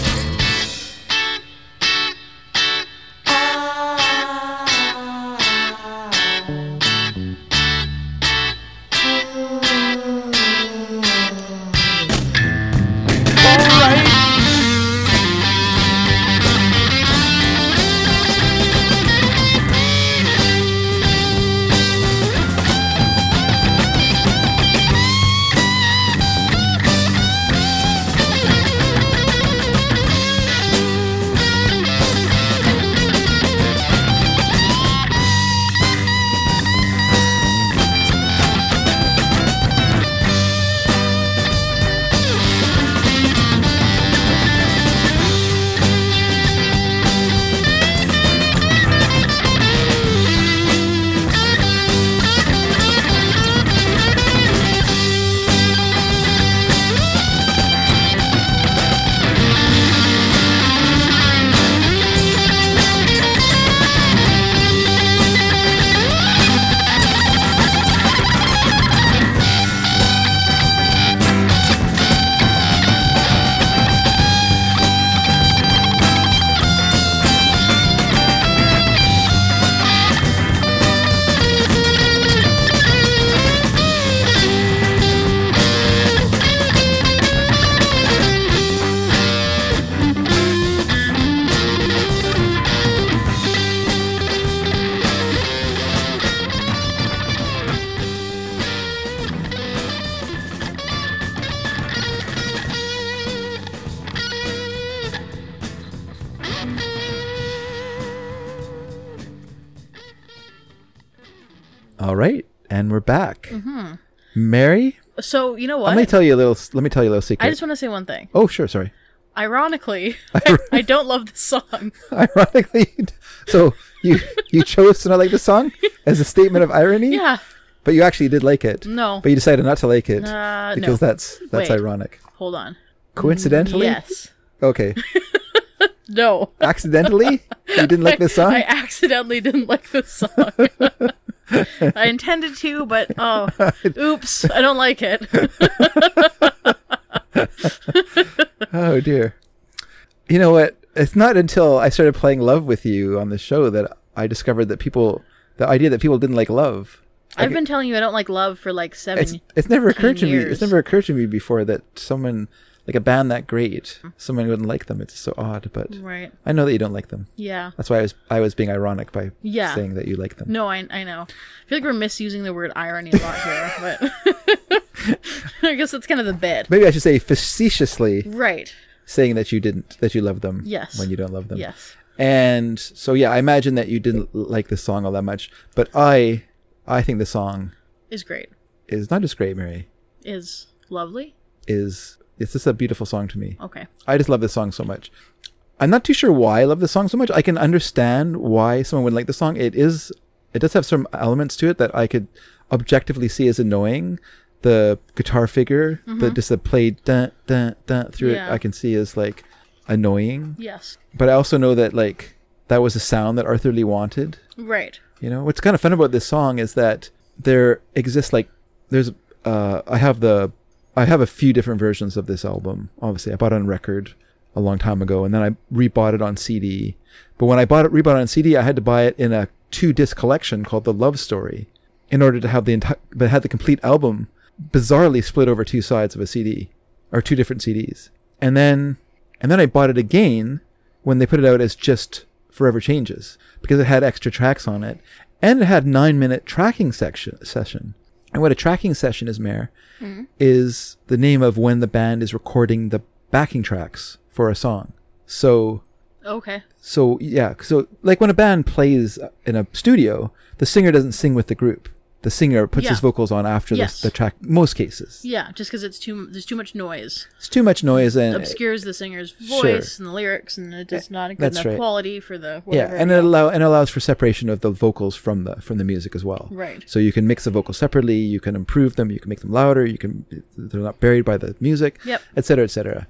[SPEAKER 6] Alright.
[SPEAKER 2] All right, and we're back. Mary,
[SPEAKER 3] So you know
[SPEAKER 2] let me
[SPEAKER 3] Mm-hmm. what?
[SPEAKER 2] tell you a little. Let me tell you a little secret.
[SPEAKER 3] I just want to say one thing.
[SPEAKER 2] oh, sure. Sorry. [LAUGHS]
[SPEAKER 3] Ironically, [LAUGHS] I, I don't love this song.
[SPEAKER 2] Ironically, [LAUGHS] so you you chose to not like the song as a statement of irony.
[SPEAKER 3] Yeah.
[SPEAKER 2] But you actually did like it.
[SPEAKER 3] No.
[SPEAKER 2] But you decided not to like it
[SPEAKER 3] Uh, no.
[SPEAKER 2] because that's that's
[SPEAKER 3] Wait.
[SPEAKER 2] ironic.
[SPEAKER 3] Hold on.
[SPEAKER 2] Coincidentally.
[SPEAKER 3] Yes.
[SPEAKER 2] Okay.
[SPEAKER 3] No.
[SPEAKER 2] Accidentally, you didn't
[SPEAKER 3] [LAUGHS]
[SPEAKER 2] like this song.
[SPEAKER 3] I accidentally didn't
[SPEAKER 2] [LAUGHS]
[SPEAKER 3] like this song. [LAUGHS] I intended to, but
[SPEAKER 2] [LAUGHS]
[SPEAKER 3] oh, oops, I don't like it.
[SPEAKER 2] Oh dear. You know what? It's not until I started playing Love with you on the show that I discovered that people the idea that people didn't like love.
[SPEAKER 3] I've been telling you I don't like love for like seven.
[SPEAKER 2] It's it's never occurred to me.
[SPEAKER 3] years.
[SPEAKER 2] It's never occurred to me before that someone like a band that great, someone wouldn't like them. It's so odd, but
[SPEAKER 3] Mm-hmm. Right.
[SPEAKER 2] I know that you don't like them.
[SPEAKER 3] Yeah.
[SPEAKER 2] That's why I was I was being ironic by
[SPEAKER 3] Yeah.
[SPEAKER 2] saying that you like them.
[SPEAKER 3] No, I I know. I feel like we're misusing the word irony a lot here, but [LAUGHS] I guess that's kind of the
[SPEAKER 2] [LAUGHS]
[SPEAKER 3] bit.
[SPEAKER 2] Maybe I should say facetiously
[SPEAKER 3] Right.
[SPEAKER 2] saying that you didn't that you love them
[SPEAKER 3] Yes.
[SPEAKER 2] when you don't love them.
[SPEAKER 3] Yes.
[SPEAKER 2] And so yeah, I imagine that you didn't like this song all that much, but I I think the song
[SPEAKER 3] Is great.
[SPEAKER 2] is not just great, Mary.
[SPEAKER 3] Is lovely.
[SPEAKER 2] Is it's just a beautiful song to me.
[SPEAKER 3] Okay.
[SPEAKER 2] I just love this song so much. I'm not too sure why I love this song so much. I can understand why someone would like the song. It is it does have some elements to it that I could objectively see as annoying. The guitar figure, the just the play dun dun dun through
[SPEAKER 3] Yeah.
[SPEAKER 2] it, I can see as like annoying.
[SPEAKER 3] Yes.
[SPEAKER 2] But I also know that like that was a sound that Arthur Lee wanted.
[SPEAKER 3] Right.
[SPEAKER 2] You know, what's kind of fun about this song is that there exists like there's uh I have the I have a few different versions of this album. Obviously, I bought it on record a long time ago and then I rebought it on CD. But when I bought it rebought it on CD, I had to buy it in a two disc collection called The Love Story in order to have the entire, but had the complete album bizarrely split over two sides of a CD or two different CDs. And then, and then I bought it again when they put it out as just Forever Changes because it had extra tracks on it and it had nine minute tracking section session. And what a tracking session is, Mayor,
[SPEAKER 3] Mm-hmm.
[SPEAKER 2] is the name of when the band is recording the backing tracks for a song. So
[SPEAKER 3] Okay.
[SPEAKER 2] so yeah, so like when a band plays in a studio, the singer doesn't sing with the group. The singer puts
[SPEAKER 3] Yeah.
[SPEAKER 2] his vocals on after
[SPEAKER 3] Yes.
[SPEAKER 2] the, the track. Most cases,
[SPEAKER 3] Yeah, just because it's too there's too much noise,
[SPEAKER 2] it's too much noise and
[SPEAKER 3] obscures the singer's
[SPEAKER 2] Sure.
[SPEAKER 3] voice and the lyrics, and it does not a good
[SPEAKER 2] that's
[SPEAKER 3] enough
[SPEAKER 2] right.
[SPEAKER 3] quality for the
[SPEAKER 2] yeah,
[SPEAKER 3] whatever.
[SPEAKER 2] and it allow and allows for separation of the vocals from the from the music as well.
[SPEAKER 3] Right.
[SPEAKER 2] So you can mix the vocals separately. You can improve them. You can make them louder. You can they're not buried by the music.
[SPEAKER 3] Yep.
[SPEAKER 2] Et cetera, et cetera.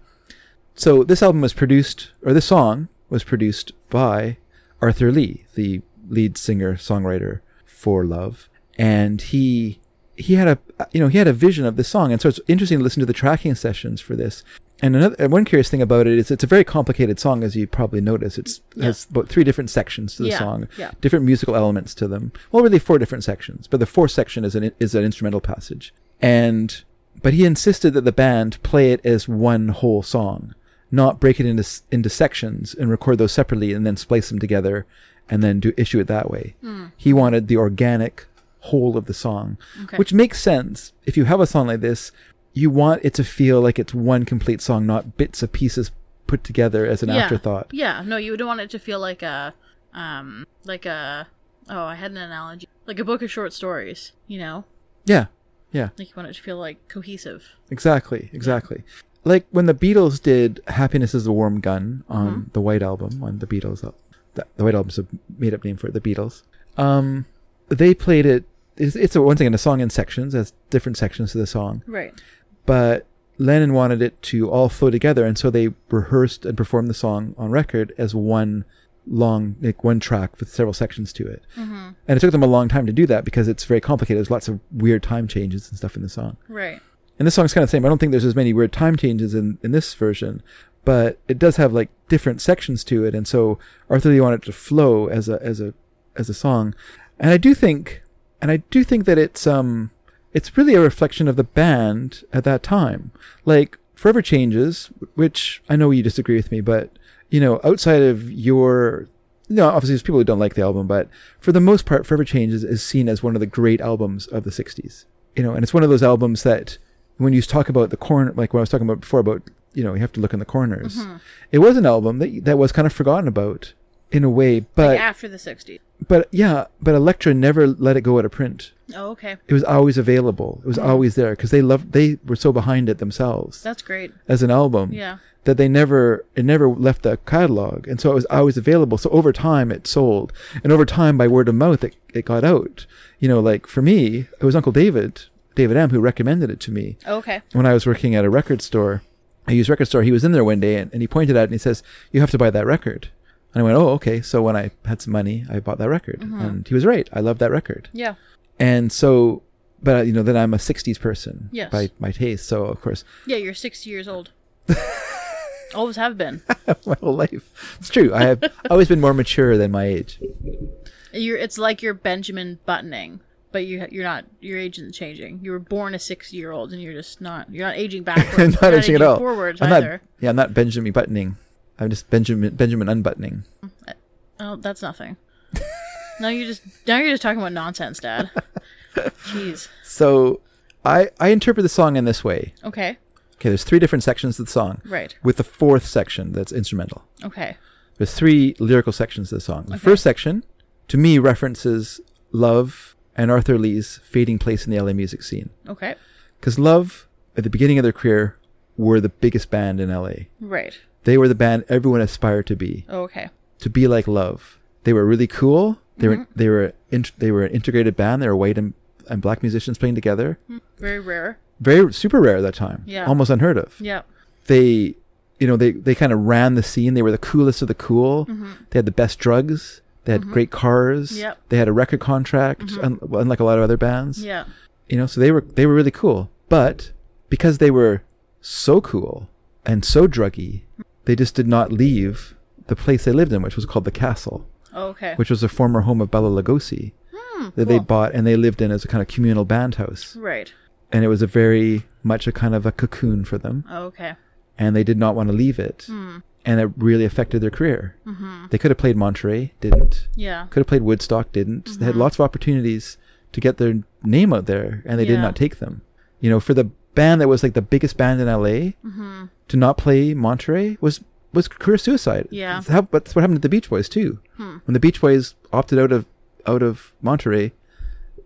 [SPEAKER 2] So this album was produced, or this song was produced by Arthur Lee, the lead singer songwriter for Love, and he he had a you know he had a vision of this song, and so it's interesting to listen to the tracking sessions for this. And another and one curious thing about it is it's a very complicated song, as you probably notice. It's has about three different sections to the
[SPEAKER 3] Yeah,
[SPEAKER 2] song,
[SPEAKER 3] yeah.
[SPEAKER 2] different musical elements to them. Well, really four different sections, but the fourth section is an is an instrumental passage. And but he insisted that the band play it as one whole song, not break it into s- into sections and record those separately and then splice them together, and then do issue it that way.
[SPEAKER 3] Hmm.
[SPEAKER 2] He wanted the organic whole of the song,
[SPEAKER 3] Okay.
[SPEAKER 2] which makes sense. If you have a song like this, you want it to feel like it's one complete song, not bits of pieces put together as an
[SPEAKER 3] yeah.
[SPEAKER 2] afterthought.
[SPEAKER 3] Yeah, no, you don't want it to feel like a, um, like a, oh, I had an analogy, like a book of short stories. You know,
[SPEAKER 2] Yeah, yeah.
[SPEAKER 3] like you want it to feel like cohesive.
[SPEAKER 2] Exactly, exactly. Like when the Beatles did "Happiness Is a Warm Gun" on the White Album, on the Beatles, al- the, the White Album's a made-up name for it, the Beatles. Um, they played it. It's, it's a, once again a song in sections, as different sections to the song.
[SPEAKER 3] Right.
[SPEAKER 2] But Lennon wanted it to all flow together, and so they rehearsed and performed the song on record as one long, like one track with several sections to it. And it took them a long time to do that because it's very complicated. There's lots of weird time changes and stuff in the song.
[SPEAKER 3] Right.
[SPEAKER 2] And this song's kind of the same. I don't think there's as many weird time changes in, in this version, but it does have like different sections to it. And so Arthur Lee wanted it to flow as a as a as a song. And I do think, and I do think that it's um, it's really a reflection of the band at that time. Like Forever Changes, which I know you disagree with me, but you know, outside of your no, obviously there's people who don't like the album, but for the most part, Forever Changes is seen as one of the great albums of the '60s. You know, and it's one of those albums that when you talk about the corner, like when I was talking about before about you know you have to look in the corners. It was an album that that was kind of forgotten about in a way, but
[SPEAKER 3] After the '60s.
[SPEAKER 2] but yeah, but Elektra never let it go out of print.
[SPEAKER 3] Oh, okay,
[SPEAKER 2] It was always available. It was always there because they loved. They were so behind it themselves
[SPEAKER 3] that's great.
[SPEAKER 2] as an album
[SPEAKER 3] Yeah.
[SPEAKER 2] that they never it never left the catalog, and so it was always available. So over time, it sold, and over time, by word of mouth, it it got out. You know, like for me, it was Uncle David, David M, who recommended it to me
[SPEAKER 3] Okay.
[SPEAKER 2] when I was working at a record store, a used record store, he was in there one day and, and he pointed out and he says, You have to buy that record. And I went, Oh, okay. So when I had some money, I bought that record. And he was right. I love that record.
[SPEAKER 3] Yeah.
[SPEAKER 2] And so, but uh, you know, then I'm a 60s person
[SPEAKER 3] Yes.
[SPEAKER 2] by my taste. So, of course, [LAUGHS]
[SPEAKER 3] Yeah, you're 60 years old. Always have been.
[SPEAKER 2] my whole life. It's true. I
[SPEAKER 3] [LAUGHS]
[SPEAKER 2] have always been more mature than my age.
[SPEAKER 3] You're. It's like you're Benjamin Buttoning, but you you're not. Your age isn't changing. You were born a 60 year old, and you're just not. You're
[SPEAKER 2] [LAUGHS]
[SPEAKER 3] not aging backwards.
[SPEAKER 2] I'm
[SPEAKER 3] You're
[SPEAKER 2] not aging at all.
[SPEAKER 3] Forwards
[SPEAKER 2] I'm
[SPEAKER 3] either.
[SPEAKER 2] not, yeah, I'm not Benjamin buttoning. I'm just Benjamin Benjamin unbuttoning.
[SPEAKER 3] Oh,
[SPEAKER 2] [LAUGHS]
[SPEAKER 3] that's nothing. now you're just now you're just talking about nonsense, Dad. Jeez.
[SPEAKER 2] So, I I interpret the song in this way.
[SPEAKER 3] Okay.
[SPEAKER 2] Okay, there's three different sections to the song.
[SPEAKER 3] Right.
[SPEAKER 2] With the fourth section that's instrumental.
[SPEAKER 3] Okay.
[SPEAKER 2] There's three lyrical sections to the song. The first section, to me, references love and Arthur Lee's fading place in the LA music scene.
[SPEAKER 3] Okay.
[SPEAKER 2] Because Love, at the beginning of their career, were the biggest band in LA.
[SPEAKER 3] Right.
[SPEAKER 2] They were the band everyone aspired to be,
[SPEAKER 3] Okay.
[SPEAKER 2] to be like Love. They were really cool. They were
[SPEAKER 3] Mm-hmm.
[SPEAKER 2] they were in, they were an integrated band. They were white and, and black musicians playing together.
[SPEAKER 3] Very rare.
[SPEAKER 2] Very super rare at that time.
[SPEAKER 3] Yeah.
[SPEAKER 2] Almost unheard of
[SPEAKER 3] Yeah.
[SPEAKER 2] they you know they they kind of ran the scene they were the coolest of the cool they had the best drugs they had great cars
[SPEAKER 3] Mm-hmm. Yep. Mm-hmm.
[SPEAKER 2] they had a record contract un- unlike a lot of other bands
[SPEAKER 3] Yeah.
[SPEAKER 2] you know so they were they were really cool but because they were so cool and so druggy they just did not leave the place they lived in which was called the castle
[SPEAKER 3] Okay.
[SPEAKER 2] which was the former home of Bella Lugosi that they bought and they lived in as a kind of communal band house.
[SPEAKER 3] right.
[SPEAKER 2] And it was a very much a kind of a cocoon for them.
[SPEAKER 3] Okay.
[SPEAKER 2] And they did not want to leave it. And it really affected their career. They could have played Monterey, didn't.
[SPEAKER 3] Yeah.
[SPEAKER 2] Could have played Woodstock, didn't. They
[SPEAKER 3] Mm-hmm.
[SPEAKER 2] had lots of opportunities to get their name out there and they did
[SPEAKER 3] Yeah.
[SPEAKER 2] not take them. You know, for the band that was like the biggest band in LA
[SPEAKER 3] Mm-hmm.
[SPEAKER 2] to not play Monterey was was career suicide.
[SPEAKER 3] Yeah. Hmm.
[SPEAKER 2] That's how- but that's what happened to the Beach Boys too. When the Beach Boys opted out of out of Monterey,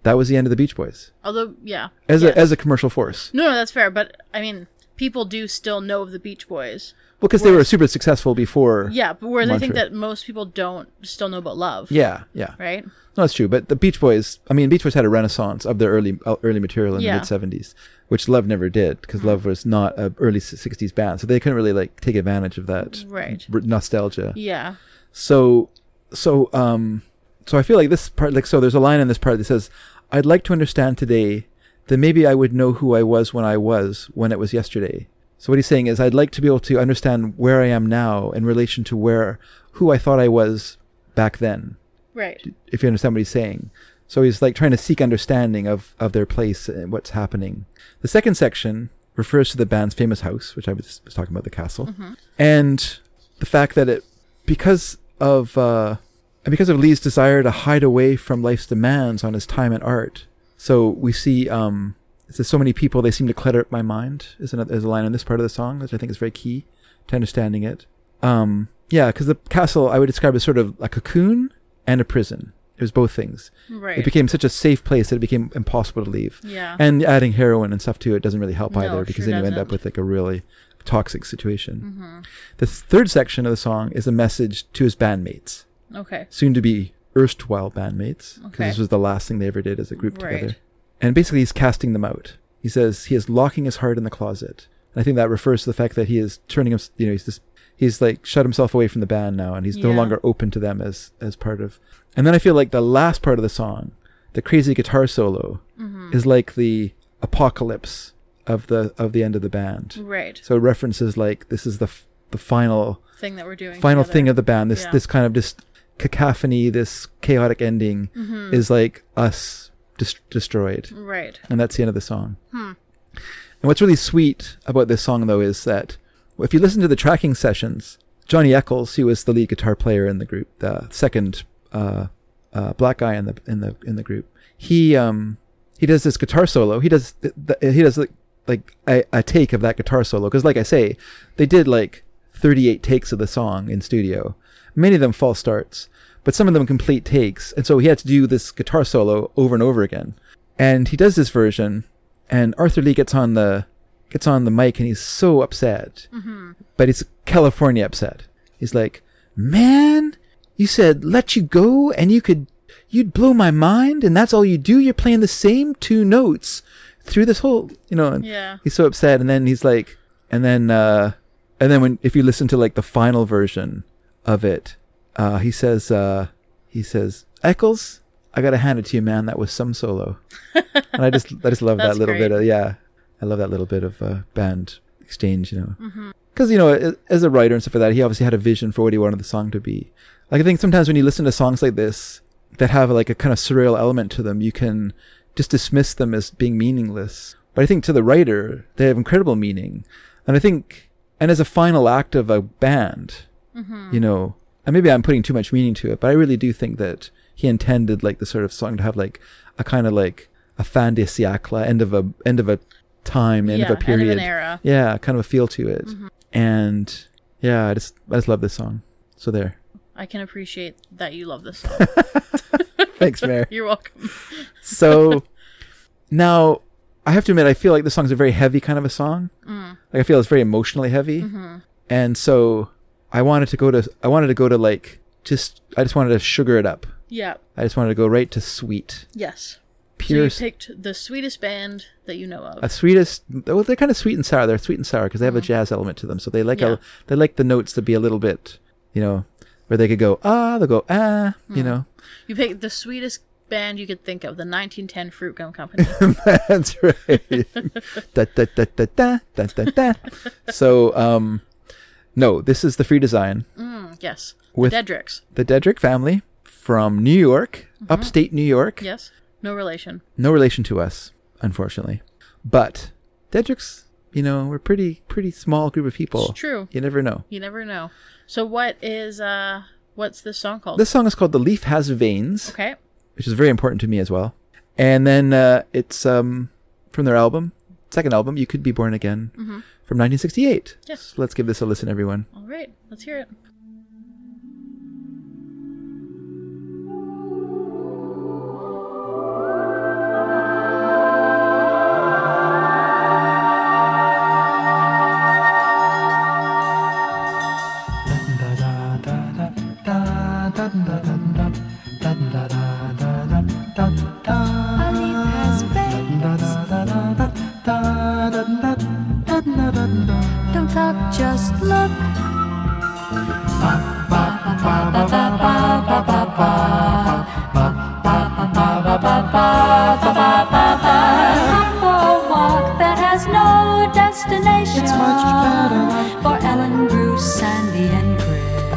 [SPEAKER 2] that was the end of the Beach Boys
[SPEAKER 3] Although, yeah.
[SPEAKER 2] as
[SPEAKER 3] yeah.
[SPEAKER 2] a as a commercial force.
[SPEAKER 3] no, no, that's fair. But I mean, people do still know of the Beach Boys.
[SPEAKER 2] Well, because they were super successful before.
[SPEAKER 3] Yeah, but whereas I think
[SPEAKER 2] Monterey.
[SPEAKER 3] that most people don't still know about love.
[SPEAKER 2] Yeah, yeah.
[SPEAKER 3] Right.
[SPEAKER 2] No, that's true. But the Beach Boys, I mean, Beach Boys had a renaissance of their early uh, early material in
[SPEAKER 3] Yeah. Mm-hmm.
[SPEAKER 2] the mid '70s, which Love never did because Love was not a early s- '60s band, so they couldn't really like take advantage of that
[SPEAKER 3] Right.
[SPEAKER 2] r- nostalgia.
[SPEAKER 3] Yeah.
[SPEAKER 2] So, so, um, so I feel like this part, like, so there's a line in this part that says, "I'd like to understand today that maybe I would know who I was when I was when it was yesterday." So what he's saying is, I'd like to be able to understand where I am now in relation to where who I thought I was back then
[SPEAKER 3] Right.
[SPEAKER 2] if you understand what he's saying. So he's like trying to seek understanding of, of their place and what's happening. The second section refers to the band's famous house, which I was, was talking about the castle, and the fact that it, because of uh, and because of Lee's desire to hide away from life's demands on his time and art. So we see um, it says so many people they seem to clutter up my mind. Is another is a line in this part of the song, which I think is very key to understanding it. Um, yeah, because the castle I would describe as sort of a cocoon and a prison. It was both things.
[SPEAKER 3] Right.
[SPEAKER 2] It became such a safe place that it became impossible to leave.
[SPEAKER 3] Yeah.
[SPEAKER 2] And adding heroin and stuff to it doesn't really help
[SPEAKER 3] No,
[SPEAKER 2] either
[SPEAKER 3] it
[SPEAKER 2] because
[SPEAKER 3] sure
[SPEAKER 2] then you end
[SPEAKER 3] doesn't. Mm-hmm.
[SPEAKER 2] up with like a really toxic situation. The third section of the song is a message to his bandmates,
[SPEAKER 3] okay.
[SPEAKER 2] soon to be erstwhile bandmates, because
[SPEAKER 3] Okay.
[SPEAKER 2] this was the last thing they ever did as a group
[SPEAKER 3] Right.
[SPEAKER 2] together. And basically, he's casting them out. He says he is locking his heart in the closet. And I think that refers to the fact that he is turning him, you know, he's just, he's like shut himself away from the band now and he's no
[SPEAKER 3] Yeah.
[SPEAKER 2] longer open to them as, as part of. And then I feel like the last part of the song, the crazy guitar solo,
[SPEAKER 3] Mm-hmm.
[SPEAKER 2] is like the apocalypse of the, of the end of the band.
[SPEAKER 3] Right.
[SPEAKER 2] So it references like this is the, f- the final
[SPEAKER 3] Thing that we're doing.
[SPEAKER 2] final
[SPEAKER 3] together.
[SPEAKER 2] thing of the band this
[SPEAKER 3] Yeah.
[SPEAKER 2] this kind of just cacophony this chaotic ending
[SPEAKER 3] Mm-hmm.
[SPEAKER 2] is like us dis- destroyed
[SPEAKER 3] Right.
[SPEAKER 2] and that's the end of the song and what's really sweet about this song though is that if you listen to the tracking sessions johnny eccles who was the lead guitar player in the group the second uh, uh, black guy in the in the in the group he um he does this guitar solo he does th- th- he does like like a, a take of that guitar solo because like i say they did like 38 takes of the song in studio many of them false starts but some of them complete takes and so he had to do this guitar solo over and over again and he does this version and arthur lee gets on the gets on the mic and he's so upset but he's california upset he's like man you said let you go and you could you'd blow my mind and that's all you do you're playing the same two notes through this whole you know and
[SPEAKER 3] Yeah.
[SPEAKER 2] he's so upset and then he's like and then uh and then when if you listen to like the final version of it uh he says uh he says eccles i gotta hand it to you man that was some solo and i just i just
[SPEAKER 3] [LAUGHS]
[SPEAKER 2] love that
[SPEAKER 3] That's
[SPEAKER 2] little bit
[SPEAKER 3] great.
[SPEAKER 2] of yeah i love that little bit of uh band exchange you know
[SPEAKER 3] Mm-hmm.
[SPEAKER 2] because you know a- as a writer and stuff like that he obviously had a vision for what he wanted the song to be like i think sometimes when you listen to songs like this that have like a kind of surreal element to them you can just dismiss them as being meaningless but i think to the writer they have incredible meaning and i think and as a final act of a band
[SPEAKER 3] Mm-hmm.
[SPEAKER 2] you know and maybe i'm putting too much meaning to it but i really do think that he intended like the sort of song to have like a kind of like a fin de siècle end of a end of a time end
[SPEAKER 3] yeah.
[SPEAKER 2] of a period
[SPEAKER 3] End of an era. Mm-hmm.
[SPEAKER 2] yeah, kind of a feel to it. And yeah, I just I just love this song. So there.
[SPEAKER 3] I can appreciate that you love this song. [LAUGHS]
[SPEAKER 2] Thanks, Mayor.
[SPEAKER 3] You're welcome.
[SPEAKER 2] so now I have to admit I feel like this song's a very heavy kind of a song.
[SPEAKER 3] Mm.
[SPEAKER 2] Like I feel it's very emotionally heavy.
[SPEAKER 3] Mm-hmm.
[SPEAKER 2] And so I wanted to go to I wanted to go to like just I just wanted to sugar it up.
[SPEAKER 3] Yeah.
[SPEAKER 2] I just wanted to go right to sweet.
[SPEAKER 3] Yes.
[SPEAKER 2] Pure
[SPEAKER 3] So you picked the sweetest band that you know of.
[SPEAKER 2] a sweetest well they're kind of sweet and sour they're sweet and sour because they have a jazz element to them so they like
[SPEAKER 3] Mm-hmm. Yeah.
[SPEAKER 2] a, they like the notes to be a little bit you know where they could go ah they'll go ah you
[SPEAKER 3] Mm.
[SPEAKER 2] know
[SPEAKER 3] You picked the sweetest band you could think of, the 1910 Fruit
[SPEAKER 2] [LAUGHS]
[SPEAKER 3] Gum Company.
[SPEAKER 2] that's right [LAUGHS] da, da, da, da, da, da, da, da. so um no this is the free design
[SPEAKER 3] Mm, yes.
[SPEAKER 2] With-
[SPEAKER 3] Dedricks.
[SPEAKER 2] the Dedrick family from New York,
[SPEAKER 3] Mm-hmm.
[SPEAKER 2] upstate New York.
[SPEAKER 3] Yes. No relation.
[SPEAKER 2] No relation to us, unfortunately. But Dedrick's, you know, we're pretty pretty small group of people.
[SPEAKER 3] It's true.
[SPEAKER 2] You never know.
[SPEAKER 3] You never know. So what is uh what's this song called?
[SPEAKER 2] This song is called "The Leaf Has Veins,"
[SPEAKER 3] okay.
[SPEAKER 2] which is very important to me as well. And then uh, it's um, from their album, second album, "You Could Be Born Again,"
[SPEAKER 3] Mm-hmm.
[SPEAKER 2] from 1968.
[SPEAKER 3] Yes.
[SPEAKER 2] So let's give this a listen, everyone.
[SPEAKER 3] All right. Let's hear it.
[SPEAKER 9] A leaf has veins. Don't talk, just look. For a walk that has no destination. It's much better for Ellen, Bruce, Sandy, and Chris.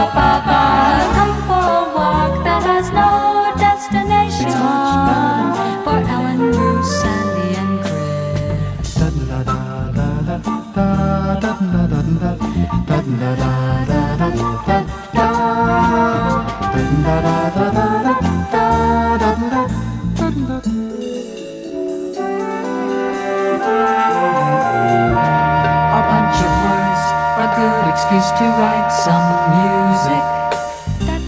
[SPEAKER 9] Come for a walk that has no destination. For Ellen, Bruce, Sandy, and Chris.
[SPEAKER 7] A bunch of words, a good excuse to write some music.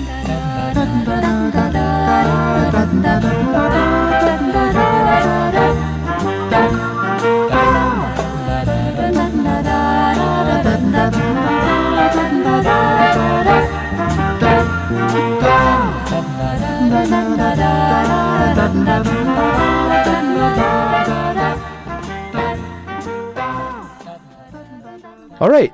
[SPEAKER 2] All right.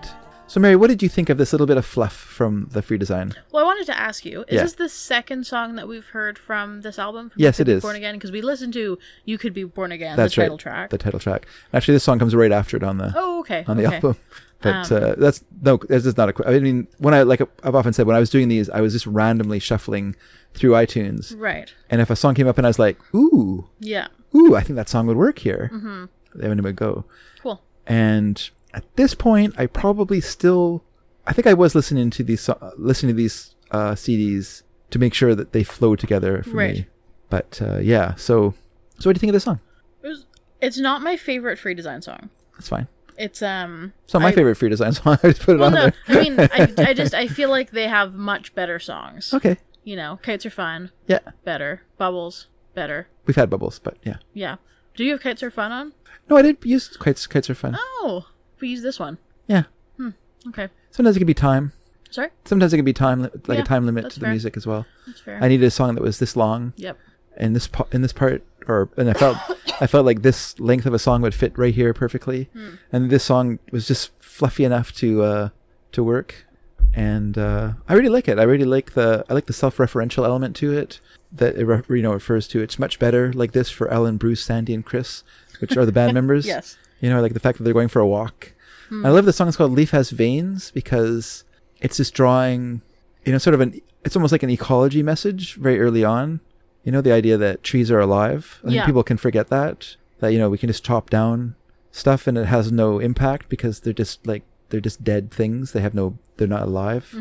[SPEAKER 2] So, Mary, what did you think of this little bit of fluff from the free design?
[SPEAKER 3] Well, I wanted to ask you: Is
[SPEAKER 2] Yeah.
[SPEAKER 3] this the second song that we've heard from this album? From
[SPEAKER 2] Yes,
[SPEAKER 3] You Could
[SPEAKER 2] it
[SPEAKER 3] Be
[SPEAKER 2] is.
[SPEAKER 3] Born Again, because we listened to "You Could Be Born Again,"
[SPEAKER 2] That's
[SPEAKER 3] the
[SPEAKER 2] right.
[SPEAKER 3] title track.
[SPEAKER 2] The title track. Actually, this song comes right after it on the
[SPEAKER 3] oh, okay.
[SPEAKER 2] on the
[SPEAKER 3] okay. Um,
[SPEAKER 2] album. But uh, that's no, that's just not a. qu- I mean, when I like I've often said when I was doing these, I was just randomly shuffling through iTunes,
[SPEAKER 3] Right.
[SPEAKER 2] and if a song came up and I was like, "Ooh,
[SPEAKER 3] Yeah.
[SPEAKER 2] ooh, I think that song would work here,"
[SPEAKER 3] Mm-hmm.
[SPEAKER 2] then it would go.
[SPEAKER 3] Cool.
[SPEAKER 2] and at this point i probably still i think i was listening to these so- listening to these uh, cds to make sure that they flow together for
[SPEAKER 3] Right.
[SPEAKER 2] me but uh, yeah so so what do you think of this song
[SPEAKER 3] It was, it's not my favorite free design song.
[SPEAKER 2] that's fine
[SPEAKER 3] It's um.
[SPEAKER 2] it's not my
[SPEAKER 3] I-
[SPEAKER 2] favorite free design [LAUGHS] song i just put it
[SPEAKER 3] Well,
[SPEAKER 2] on
[SPEAKER 3] no.
[SPEAKER 2] there
[SPEAKER 3] I mean, I, I just I feel like they have much better
[SPEAKER 2] [LAUGHS]
[SPEAKER 3] songs.
[SPEAKER 2] okay
[SPEAKER 3] You know, kites are fun.
[SPEAKER 2] yeah
[SPEAKER 3] Better bubbles. Better.
[SPEAKER 2] we've had bubbles but yeah
[SPEAKER 3] Yeah. Do you have kites are fun on?
[SPEAKER 2] no i did use kites kites are fun
[SPEAKER 3] Oh, we use this one.
[SPEAKER 2] yeah
[SPEAKER 3] Okay.
[SPEAKER 2] sometimes it can be time
[SPEAKER 3] Sorry.
[SPEAKER 2] sometimes it can be time li- like
[SPEAKER 3] Yeah,
[SPEAKER 2] a time limit
[SPEAKER 3] that's
[SPEAKER 2] to the
[SPEAKER 3] fair.
[SPEAKER 2] music as well
[SPEAKER 3] That's fair.
[SPEAKER 2] i needed a song that was this long
[SPEAKER 3] yep.
[SPEAKER 2] and this part in this part or and I felt I felt like this length of a song would fit right here perfectly and this song was just fluffy enough to uh to work and uh I really like it I really like the I like the self-referential element to it that it re- you know refers to it's much better like this for Ellen Bruce Sandy and Chris which are the band members
[SPEAKER 3] Yes.
[SPEAKER 2] you know I like the fact that they're going for a walk I love the song it's called Leaf Has Veins because it's just drawing you know sort of an it's almost like an ecology message very early on you know the idea that trees are alive i think
[SPEAKER 3] Yeah.
[SPEAKER 2] people can forget that that you know we can just chop down stuff and it has no impact because they're just like they're just dead things they have no they're not alive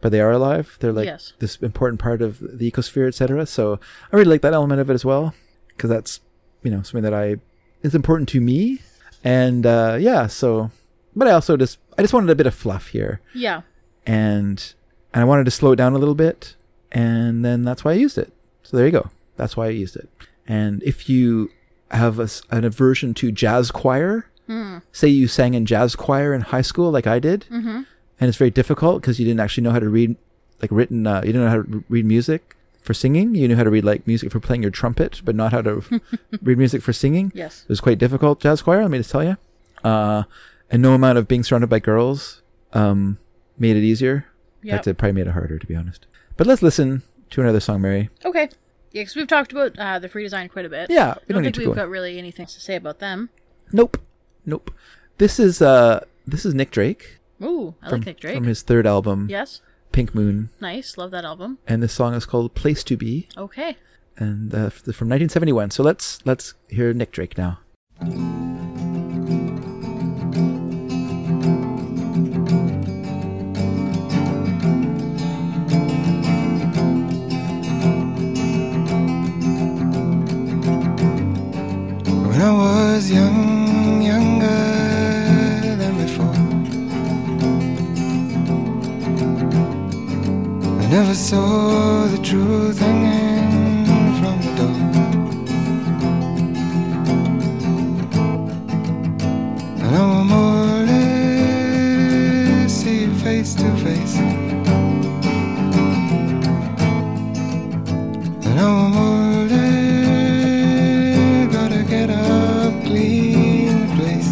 [SPEAKER 2] but they are alive they're like
[SPEAKER 3] Yes.
[SPEAKER 2] this important part of the ecosphere etc so i really like that element of it as well because that's you know something that i is important to me and uh yeah so but i also just i just wanted a bit of fluff here
[SPEAKER 3] Yeah.
[SPEAKER 2] and and I wanted to slow it down a little bit, and then that's why I used it. So there you go. That's why I used it. And if you have a s an aversion to jazz choir, say you sang in jazz choir in high school, like I did, and it's very difficult because you didn't actually know how to read, like written, uh, you didn't know how to r- read music for singing. You knew how to read like music for playing your trumpet, but not how to read music for singing.
[SPEAKER 3] Yes.
[SPEAKER 2] It was quite difficult, jazz choir, let me just tell you. Uh, and no amount of being surrounded by girls um, made it easier.
[SPEAKER 3] Yep.
[SPEAKER 2] That's it, probably made it harder, to be honest. But let's listen to another song, Mary.
[SPEAKER 3] Okay. Yeah, because we've talked about uh, the free design quite a bit.
[SPEAKER 2] Yeah,
[SPEAKER 3] I
[SPEAKER 2] we
[SPEAKER 3] don't
[SPEAKER 2] don't need to
[SPEAKER 3] think we've
[SPEAKER 2] go in.
[SPEAKER 3] got really anything to say about them.
[SPEAKER 2] Nope. Nope. This is uh this is Nick Drake
[SPEAKER 3] Ooh, I
[SPEAKER 2] from,
[SPEAKER 3] like Nick Drake.
[SPEAKER 2] from his third album,
[SPEAKER 3] yes,
[SPEAKER 2] Pink Moon,
[SPEAKER 3] nice. Love that album.
[SPEAKER 2] and this song is called Place to Be
[SPEAKER 3] Okay.
[SPEAKER 2] and uh, f- from 1971. So let's let's hear Nick Drake now.
[SPEAKER 6] When I was young, younger than before, I never saw the truth hanging from the door. And I will more or less see you face to face. And I'm only gotta get up, clean the place.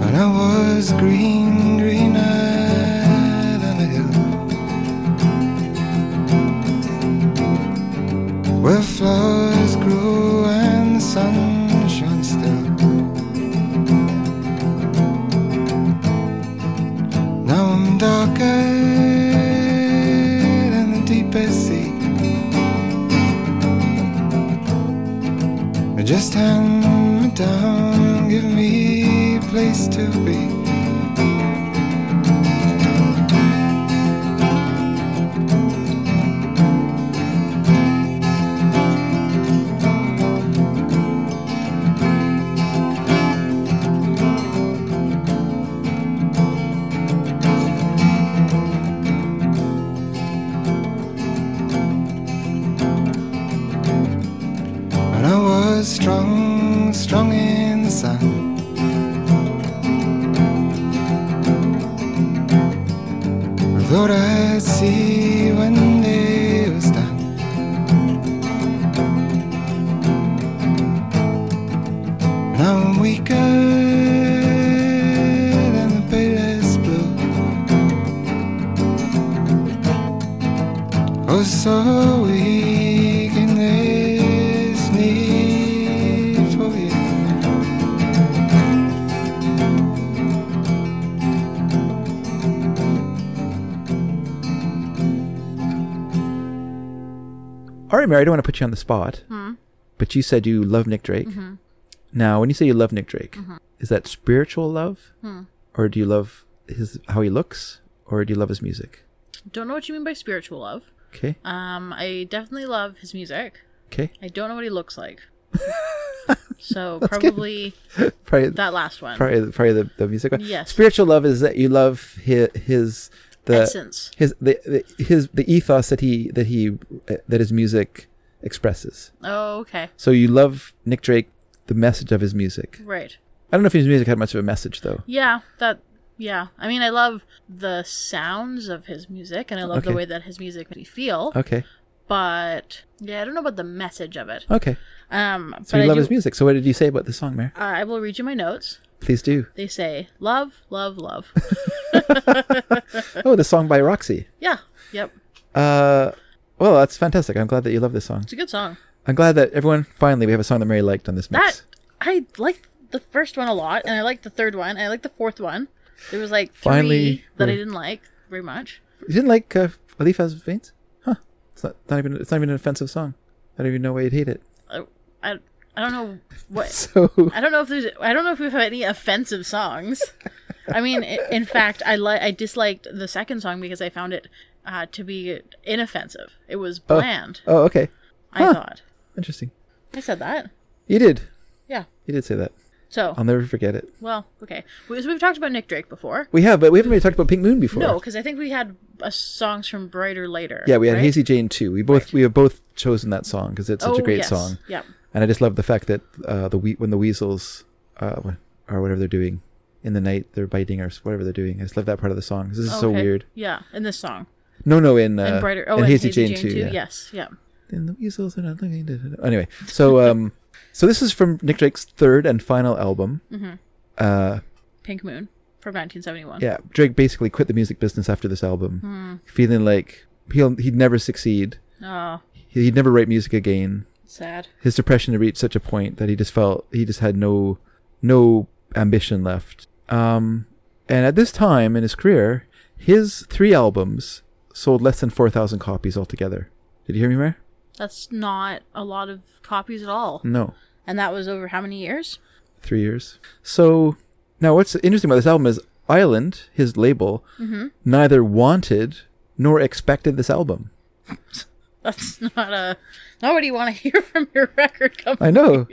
[SPEAKER 6] When I was green, greener than the hill, where flowers grew and the sun shone still. Now I'm darker than the deepest sea. Just hand me down, give me a place to be. And I was strong, strong in the sun. I thought I'd see when day was done. Now I'm weaker than the palest blue. Oh, so weak in this need for you.
[SPEAKER 2] All right, Mary, I don't want to put you on the spot,
[SPEAKER 3] Hmm.
[SPEAKER 2] but you said you love Nick Drake.
[SPEAKER 3] Mm-hmm.
[SPEAKER 2] Now, when you say you love Nick Drake, is that spiritual love,
[SPEAKER 3] Hmm.
[SPEAKER 2] or do you love his how he looks, or do you love his music?
[SPEAKER 3] Don't know what you mean by spiritual love.
[SPEAKER 2] Okay,
[SPEAKER 3] Um, I definitely love his music.
[SPEAKER 2] okay,
[SPEAKER 3] I don't know what he
[SPEAKER 2] [LAUGHS]
[SPEAKER 3] looks like. so probably
[SPEAKER 2] probably
[SPEAKER 3] that last one.
[SPEAKER 2] probably, probably the, the music. one.
[SPEAKER 3] Yes.
[SPEAKER 2] Spiritual love is that you love his his the
[SPEAKER 3] Essence.
[SPEAKER 2] his the, the his the ethos that he that he uh, that his music expresses.
[SPEAKER 3] Oh, okay.
[SPEAKER 2] So you love Nick Drake, the message of his music.
[SPEAKER 3] Right.
[SPEAKER 2] I don't know if his music had much of a message though.
[SPEAKER 3] Yeah, that yeah. I mean, I love the sounds of his music and I love the
[SPEAKER 2] Okay.
[SPEAKER 3] way that his music makes me feel,
[SPEAKER 2] Okay,
[SPEAKER 3] but yeah, I don't know about the message of it.
[SPEAKER 2] okay.
[SPEAKER 3] Um,
[SPEAKER 2] So
[SPEAKER 3] but
[SPEAKER 2] you
[SPEAKER 3] I
[SPEAKER 2] love
[SPEAKER 3] do,
[SPEAKER 2] his music. So what did you say about the song, Mayor?
[SPEAKER 3] I will read you my notes.
[SPEAKER 2] Please do.
[SPEAKER 3] They say love, love, love. [LAUGHS]
[SPEAKER 2] Oh, the song by Roxy.
[SPEAKER 3] yeah. Yep.
[SPEAKER 2] Uh, well, that's fantastic. I'm glad that you love this song.
[SPEAKER 3] It's a good song.
[SPEAKER 2] I'm glad that everyone finally we have a song that Mary liked on this mix.
[SPEAKER 3] That I liked the first one a lot and I liked the third one. And I liked the fourth one. There was like three
[SPEAKER 2] Finally,
[SPEAKER 3] that I
[SPEAKER 2] we're-
[SPEAKER 3] didn't like very much.
[SPEAKER 2] You didn't like uh, Alifa's Veins? Huh? It's not, not even it's not even an offensive song. I don't even know why you'd hate it. [LAUGHS]
[SPEAKER 3] I Uh, I, I don't know what
[SPEAKER 2] So
[SPEAKER 3] I don't know if there's. I don't know if we have any offensive
[SPEAKER 2] [LAUGHS]
[SPEAKER 3] songs. I mean, i- in fact, I li- I disliked the second song because I found it uh, to be inoffensive. It was bland.
[SPEAKER 2] oh, okay,
[SPEAKER 3] I
[SPEAKER 2] huh.
[SPEAKER 3] thought.
[SPEAKER 2] interesting.
[SPEAKER 3] I said that.
[SPEAKER 2] You did.
[SPEAKER 3] Yeah.
[SPEAKER 2] You did say that.
[SPEAKER 3] So,
[SPEAKER 2] I'll never forget it.
[SPEAKER 3] well, okay. We, so we've talked about Nick Drake before.
[SPEAKER 2] We have, but we haven't really talked about Pink Moon before.
[SPEAKER 3] No, because I think we had uh, songs from Brighter later.
[SPEAKER 2] Yeah, we had
[SPEAKER 3] right?
[SPEAKER 2] Hazy Jane too. We both we have both chosen that song because it's such
[SPEAKER 3] Oh,
[SPEAKER 2] a great
[SPEAKER 3] yes.
[SPEAKER 2] song.
[SPEAKER 3] Yep.
[SPEAKER 2] And I just love the fact that uh, the we- when the weasels uh, or whatever they're doing in the night, they're biting or s- whatever they're doing. I just love that part of the song. 'cause This is so
[SPEAKER 3] Oh, Okay.
[SPEAKER 2] weird.
[SPEAKER 3] Yeah, in this song.
[SPEAKER 2] No, no, in uh,
[SPEAKER 3] and Brighter. Oh,
[SPEAKER 2] in
[SPEAKER 3] and
[SPEAKER 2] Hazy, Jane, too. yeah.
[SPEAKER 3] Yes. Yeah.
[SPEAKER 2] And the weasels are not looking. da- da- da. Anyway, so
[SPEAKER 3] [LAUGHS]
[SPEAKER 2] um, so this is from Nick Drake's third and final album.
[SPEAKER 3] Mm.
[SPEAKER 2] Uh,
[SPEAKER 3] Pink Moon from 1971.
[SPEAKER 2] yeah, Drake basically quit the music business after this
[SPEAKER 3] Hmm.
[SPEAKER 2] album, feeling like he'll he'd never succeed.
[SPEAKER 3] Oh,
[SPEAKER 2] He'd never write music again.
[SPEAKER 3] sad.
[SPEAKER 2] his depression had reached such a point that he just felt he just had no no ambition left. Um, and at this time in his career, his three albums sold less than four thousand copies altogether. Did you hear me, Mare?
[SPEAKER 3] That's not a lot of copies at all.
[SPEAKER 2] No,
[SPEAKER 3] And that was over how many years? [LAUGHS]
[SPEAKER 2] three years. So now, what's interesting about this album is Island, his label, neither wanted nor expected this album.
[SPEAKER 3] That's not a not what you want to [LAUGHS] hear from your record company.
[SPEAKER 2] I know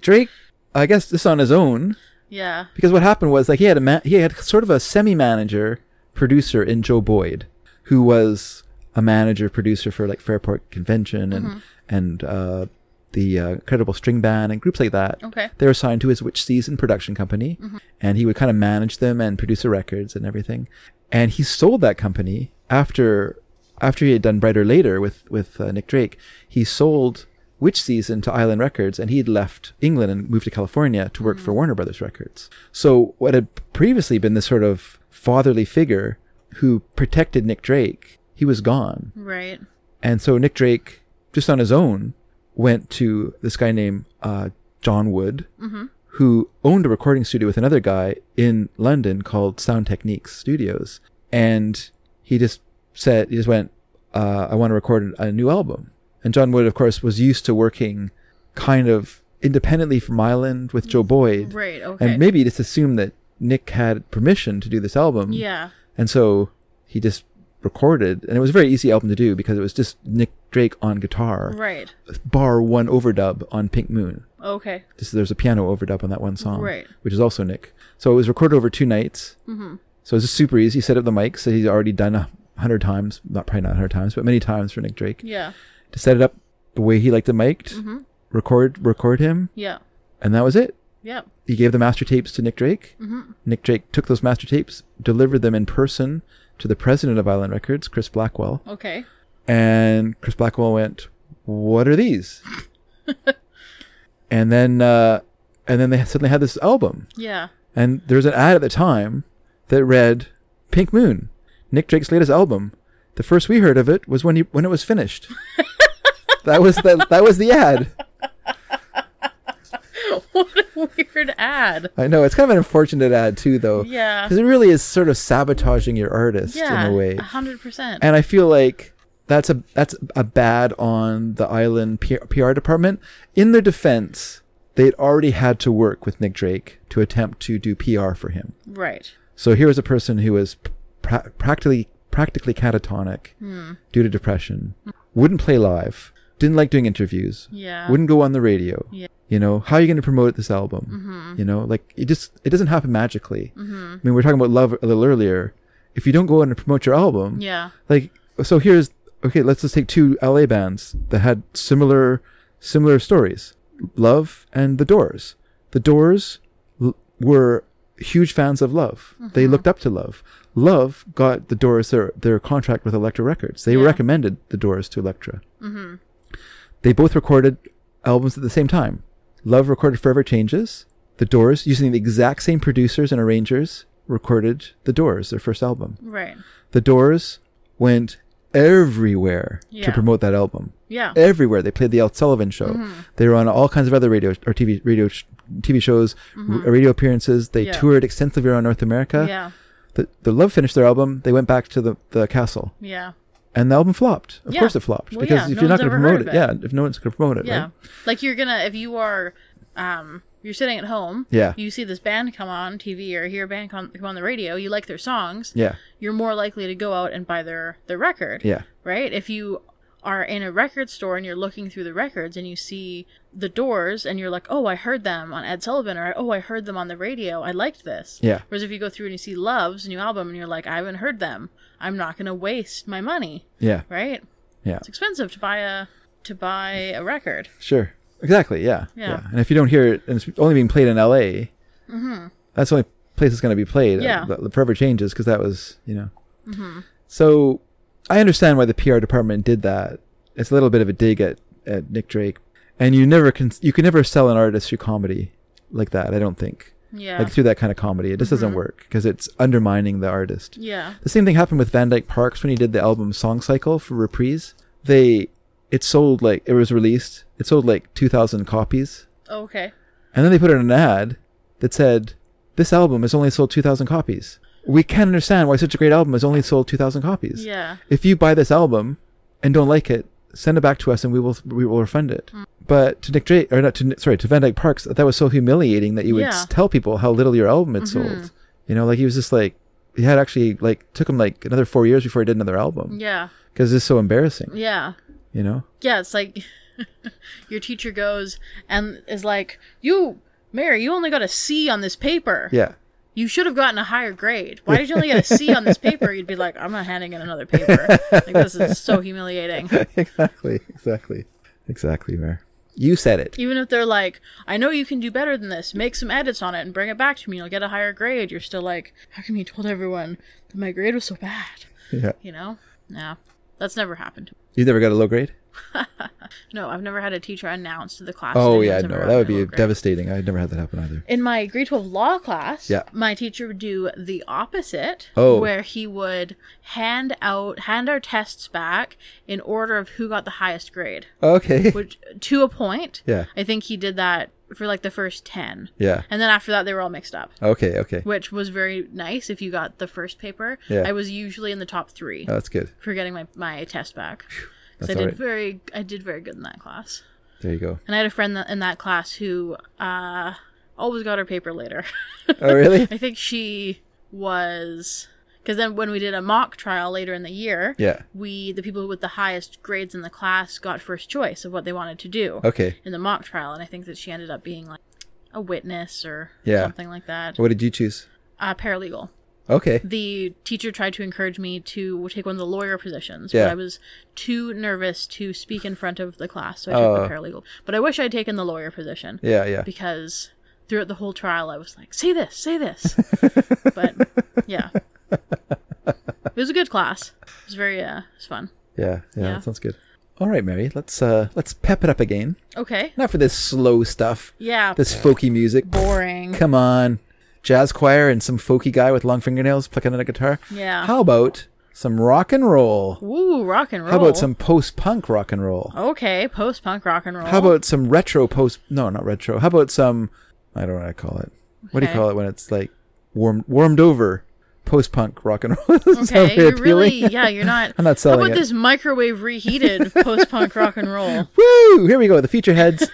[SPEAKER 2] Drake. I guess this on his own
[SPEAKER 3] Yeah.
[SPEAKER 2] because what happened was like he had a ma- he had sort of a semi manager producer in Joe Boyd, who was a manager producer for like Fairport Convention and
[SPEAKER 3] Mm-hmm.
[SPEAKER 2] and uh, the uh, Credible String Band and groups like that.
[SPEAKER 3] Okay. Mm-hmm.
[SPEAKER 2] they were signed to his Witch Season production company, and he would kind of manage them and produce the records and everything. And he sold that company after after he had done Brighter Later with with uh, Nick Drake. He sold. Witch Season to Island Records, and he'd left England and moved to California to work for Warner Brothers Records. So, what had previously been this sort of fatherly figure who protected Nick Drake, he was gone.
[SPEAKER 3] Right.
[SPEAKER 2] And so, Nick Drake, just on his own, went to this guy named uh, John Wood,
[SPEAKER 3] Mm-hmm.
[SPEAKER 2] who owned a recording studio with another guy in London called Sound Techniques Studios. And he just said, he just went, uh, I want to record a new album. And John Wood, of course, was used to working kind of independently from Island with Joe Boyd.
[SPEAKER 3] Mm-hmm. Right, okay.
[SPEAKER 2] And maybe just assumed that Nick had permission to do this album.
[SPEAKER 3] Yeah.
[SPEAKER 2] And so he just recorded, and it was a very easy album to do because it was just Nick Drake on guitar,
[SPEAKER 3] Right.
[SPEAKER 2] bar one overdub on Pink Moon.
[SPEAKER 3] Okay.
[SPEAKER 2] Just, there's a piano overdub on that one song,
[SPEAKER 3] Right.
[SPEAKER 2] which is also Nick. So it was recorded over two nights. Mm-hmm. So it was just super easy. He set up the mics that he's already done a hundred times, not probably not a hundred times, but many times for Nick Drake
[SPEAKER 3] Yeah. Mm-hmm.
[SPEAKER 2] to set it up the way he liked it mic'd, record record him,
[SPEAKER 3] Yeah.
[SPEAKER 2] and that was it.
[SPEAKER 3] Yeah.
[SPEAKER 2] He gave the master tapes to Nick Drake. Nick Drake took those master tapes, delivered them in person to the president of Island Records, Chris Blackwell,
[SPEAKER 3] Okay.
[SPEAKER 2] and Chris Blackwell went, "What are these?" and then, uh, and then they suddenly had this album,
[SPEAKER 3] Yeah. [LAUGHS]
[SPEAKER 2] and there was an ad at the time that read, "Pink Moon, Nick Drake's latest album." The first we heard of it was when he when it was finished. that was the, that was the ad.
[SPEAKER 3] What a weird ad.
[SPEAKER 2] I know it's kind of an unfortunate ad too, though.
[SPEAKER 3] Yeah.
[SPEAKER 2] because it really is sort of sabotaging your artist
[SPEAKER 3] Yeah.
[SPEAKER 2] in a way.
[SPEAKER 3] hundred percent.
[SPEAKER 2] And I feel like that's a that's a bad on the island P- PR department. In their defense, they'd already had to work with Nick Drake to attempt to do PR for him.
[SPEAKER 3] Right.
[SPEAKER 2] So here was a person who was pra- practically practically catatonic due to depression, wouldn't play live, didn't like doing interviews,
[SPEAKER 3] Yeah.
[SPEAKER 2] wouldn't go on the radio. You know, how are you going to promote this album? You know, like it just it doesn't happen magically. I mean, we were talking about love a little earlier. If you don't go on and promote your album,
[SPEAKER 3] Yeah.
[SPEAKER 2] like so here's okay, let's just take two LA bands that had similar similar stories. Love and The Doors. The Doors l- were huge fans of Love. They looked up to Love. Love got The Doors their their contract with Elektra Records. They recommended The Doors to Elektra. They both recorded albums at the same time. Love recorded Forever Changes. The Doors, using the exact same producers and arrangers, recorded The Doors, their first album.
[SPEAKER 3] Right.
[SPEAKER 2] The Doors went everywhere
[SPEAKER 3] Yeah.
[SPEAKER 2] to promote that album.
[SPEAKER 3] Yeah.
[SPEAKER 2] Everywhere they played the Ed Sullivan Show.
[SPEAKER 3] Mm-hmm.
[SPEAKER 2] They were on all kinds of other radio or TV radio sh- TV shows, r- radio appearances. They
[SPEAKER 3] Mm-hmm. Yeah.
[SPEAKER 2] toured extensively around North America.
[SPEAKER 3] yeah.
[SPEAKER 2] The, the Love finished their album. They went back to the, the castle,
[SPEAKER 3] Yeah.
[SPEAKER 2] and the album flopped. Of
[SPEAKER 3] Yeah.
[SPEAKER 2] course, it flopped
[SPEAKER 3] Well,
[SPEAKER 2] because
[SPEAKER 3] yeah,
[SPEAKER 2] if
[SPEAKER 3] no
[SPEAKER 2] you're not
[SPEAKER 3] one's
[SPEAKER 2] going to
[SPEAKER 3] ever
[SPEAKER 2] promote
[SPEAKER 3] heard
[SPEAKER 2] it,
[SPEAKER 3] of it.
[SPEAKER 2] yeah, if no one's going to promote it,
[SPEAKER 3] Yeah.
[SPEAKER 2] right?
[SPEAKER 3] Like you're gonna if you are um you're sitting at home,
[SPEAKER 2] Yeah.
[SPEAKER 3] you see this band come on TV or hear a band come, come on the radio, you like their songs,
[SPEAKER 2] Yeah,
[SPEAKER 3] you're more likely to go out and buy their their record.
[SPEAKER 2] yeah,
[SPEAKER 3] Right? If you are in a record store and you're looking through the records and you see the doors and you're like, oh, I heard them on Ed Sullivan or oh, I heard them on the radio. I liked this.
[SPEAKER 2] Yeah.
[SPEAKER 3] Whereas if you go through and you see Love's new album and you're like, I haven't heard them. I'm not going to waste my money,
[SPEAKER 2] Yeah.
[SPEAKER 3] right?
[SPEAKER 2] Yeah.
[SPEAKER 3] It's expensive to buy a to buy a record.
[SPEAKER 2] Sure. Exactly. Yeah.
[SPEAKER 3] Yeah.
[SPEAKER 2] And if you don't hear it, and it's only being played in L.A., that's the only place it's going to be played.
[SPEAKER 3] Mm-hmm. Yeah. Mm-hmm.
[SPEAKER 2] The, the forever changes because that was, you know. So I understand why the PR department did that. It's a little bit of a dig at, at Nick Drake, and you never can you can never sell an artist through comedy like that. I don't think
[SPEAKER 3] Yeah. Mm-hmm.
[SPEAKER 2] like through that kind of comedy. It just doesn't work because it's undermining the artist.
[SPEAKER 3] yeah.
[SPEAKER 2] The same thing happened with Van Dyke Parks when he did the album Song Cycle for Reprise. They it sold like it was released. It sold like 2000 copies.
[SPEAKER 3] Oh, Okay.
[SPEAKER 2] And then they put in an ad that said this album has only sold 2000 copies. We can't understand why such a great album has only sold 2000 copies.
[SPEAKER 3] Yeah.
[SPEAKER 2] If you buy this album and don't like it, send it back to us and we will we will refund it.
[SPEAKER 3] Hmm.
[SPEAKER 2] But to Nick Drake or not to sorry, to Van Dyke Parks, that was so humiliating that you would
[SPEAKER 3] Yeah. Mm-hmm.
[SPEAKER 2] s- tell people how little your album had sold. You know, like he was just like he had actually like took him like another 4 years before he did another album
[SPEAKER 3] Yeah.
[SPEAKER 2] because it's so embarrassing,
[SPEAKER 3] Yeah.
[SPEAKER 2] you know?
[SPEAKER 3] yeah, it's like [LAUGHS] your teacher goes and is like, "You, Mary, you only got a C on this paper.
[SPEAKER 2] Yeah.
[SPEAKER 3] You should have gotten a higher grade. Why did you only get a C on
[SPEAKER 2] [LAUGHS]
[SPEAKER 3] this paper?" You'd be like, "I'm not handing in another paper. like this is so humiliating."
[SPEAKER 2] [LAUGHS] exactly. Exactly. Exactly, Mayor. You said it.
[SPEAKER 3] Even if they're like, "I know you can do better than this. Make some edits on it and bring it back to me. You'll get a higher grade." You're still like, "How come you told everyone that my grade was so bad?"
[SPEAKER 2] Yeah.
[SPEAKER 3] You know? Nah, that's never happened.
[SPEAKER 2] You never got a low grade?
[SPEAKER 3] No, I've never had a teacher announce to the class.
[SPEAKER 2] Oh
[SPEAKER 3] that
[SPEAKER 2] yeah,
[SPEAKER 3] anyone's
[SPEAKER 2] no,
[SPEAKER 3] ever
[SPEAKER 2] that would
[SPEAKER 3] gotten a
[SPEAKER 2] be
[SPEAKER 3] low grade.
[SPEAKER 2] devastating. I never had that happen either.
[SPEAKER 3] in my grade 12 law class
[SPEAKER 2] Yeah.
[SPEAKER 3] my teacher would do the opposite
[SPEAKER 2] Oh.
[SPEAKER 3] where he would hand out hand our tests back in order of who got the highest grade
[SPEAKER 2] Okay.
[SPEAKER 3] which to a point
[SPEAKER 2] Yeah.
[SPEAKER 3] i think he did that for like the first 10
[SPEAKER 2] Yeah.
[SPEAKER 3] and then after that they were all mixed up
[SPEAKER 2] Okay. Okay.
[SPEAKER 3] which was very nice if you got the first paper
[SPEAKER 2] Yeah.
[SPEAKER 3] i was usually in the top three
[SPEAKER 2] Oh, that's good.
[SPEAKER 3] for getting my, my test back 'Cause
[SPEAKER 2] That's
[SPEAKER 3] i
[SPEAKER 2] all
[SPEAKER 3] did
[SPEAKER 2] right.
[SPEAKER 3] very i did very good in that class
[SPEAKER 2] There you
[SPEAKER 3] [LAUGHS]
[SPEAKER 2] go.
[SPEAKER 3] and i had a friend that, in that class who uh always got her paper later [LAUGHS]
[SPEAKER 2] Oh really?
[SPEAKER 3] I think she was because then when we did a mock trial later in the year,
[SPEAKER 2] Yeah.
[SPEAKER 3] we the people with the highest grades in the class got first choice of what they wanted to do
[SPEAKER 2] Okay.
[SPEAKER 3] in the mock trial, and I think that she ended up being like a witness or
[SPEAKER 2] Yeah.
[SPEAKER 3] something like that,
[SPEAKER 2] What did you choose?
[SPEAKER 3] uh, paralegal.
[SPEAKER 2] Okay.
[SPEAKER 3] The teacher tried to encourage me to take one of the lawyer positions,
[SPEAKER 2] Yeah.
[SPEAKER 3] but I was too nervous to speak in front of the class, so I took
[SPEAKER 2] Oh.
[SPEAKER 3] the paralegal. But I wish I'd taken the lawyer position
[SPEAKER 2] Yeah. Yeah.
[SPEAKER 3] because throughout the whole trial I was like, say this,
[SPEAKER 2] [LAUGHS]
[SPEAKER 3] say this. but yeah. It was a good class. It was very uh it was fun.
[SPEAKER 2] Yeah. Yeah.
[SPEAKER 3] Yeah.
[SPEAKER 2] That sounds good. All right, Mary. Let's uh let's pep it up again.
[SPEAKER 3] Okay.
[SPEAKER 2] Not for this slow stuff.
[SPEAKER 3] Yeah.
[SPEAKER 2] This folky music.
[SPEAKER 3] boring.
[SPEAKER 2] Come on. Jazz choir and some folky guy with long fingernails plucking on a guitar.
[SPEAKER 3] Yeah.
[SPEAKER 2] How about some rock and roll?
[SPEAKER 3] Ooh, rock and roll. Oh.
[SPEAKER 2] How about some post punk rock and roll?
[SPEAKER 3] Okay, post punk rock and roll.
[SPEAKER 2] How about some retro post? No, not retro. How about some? I don't know what I call it. What do you
[SPEAKER 3] Okay.
[SPEAKER 2] call it when it's like warmed warmed over post punk rock and roll? [LAUGHS] Doesn't sound
[SPEAKER 3] Okay,
[SPEAKER 2] very
[SPEAKER 3] you're
[SPEAKER 2] appealing.
[SPEAKER 3] really yeah, you're not
[SPEAKER 2] [LAUGHS] I'm not selling
[SPEAKER 3] How about
[SPEAKER 2] it.
[SPEAKER 3] this microwave
[SPEAKER 2] [LAUGHS]
[SPEAKER 3] reheated post punk rock and roll?
[SPEAKER 2] Woo! Here we go. The feature
[SPEAKER 3] [LAUGHS]
[SPEAKER 2] heads.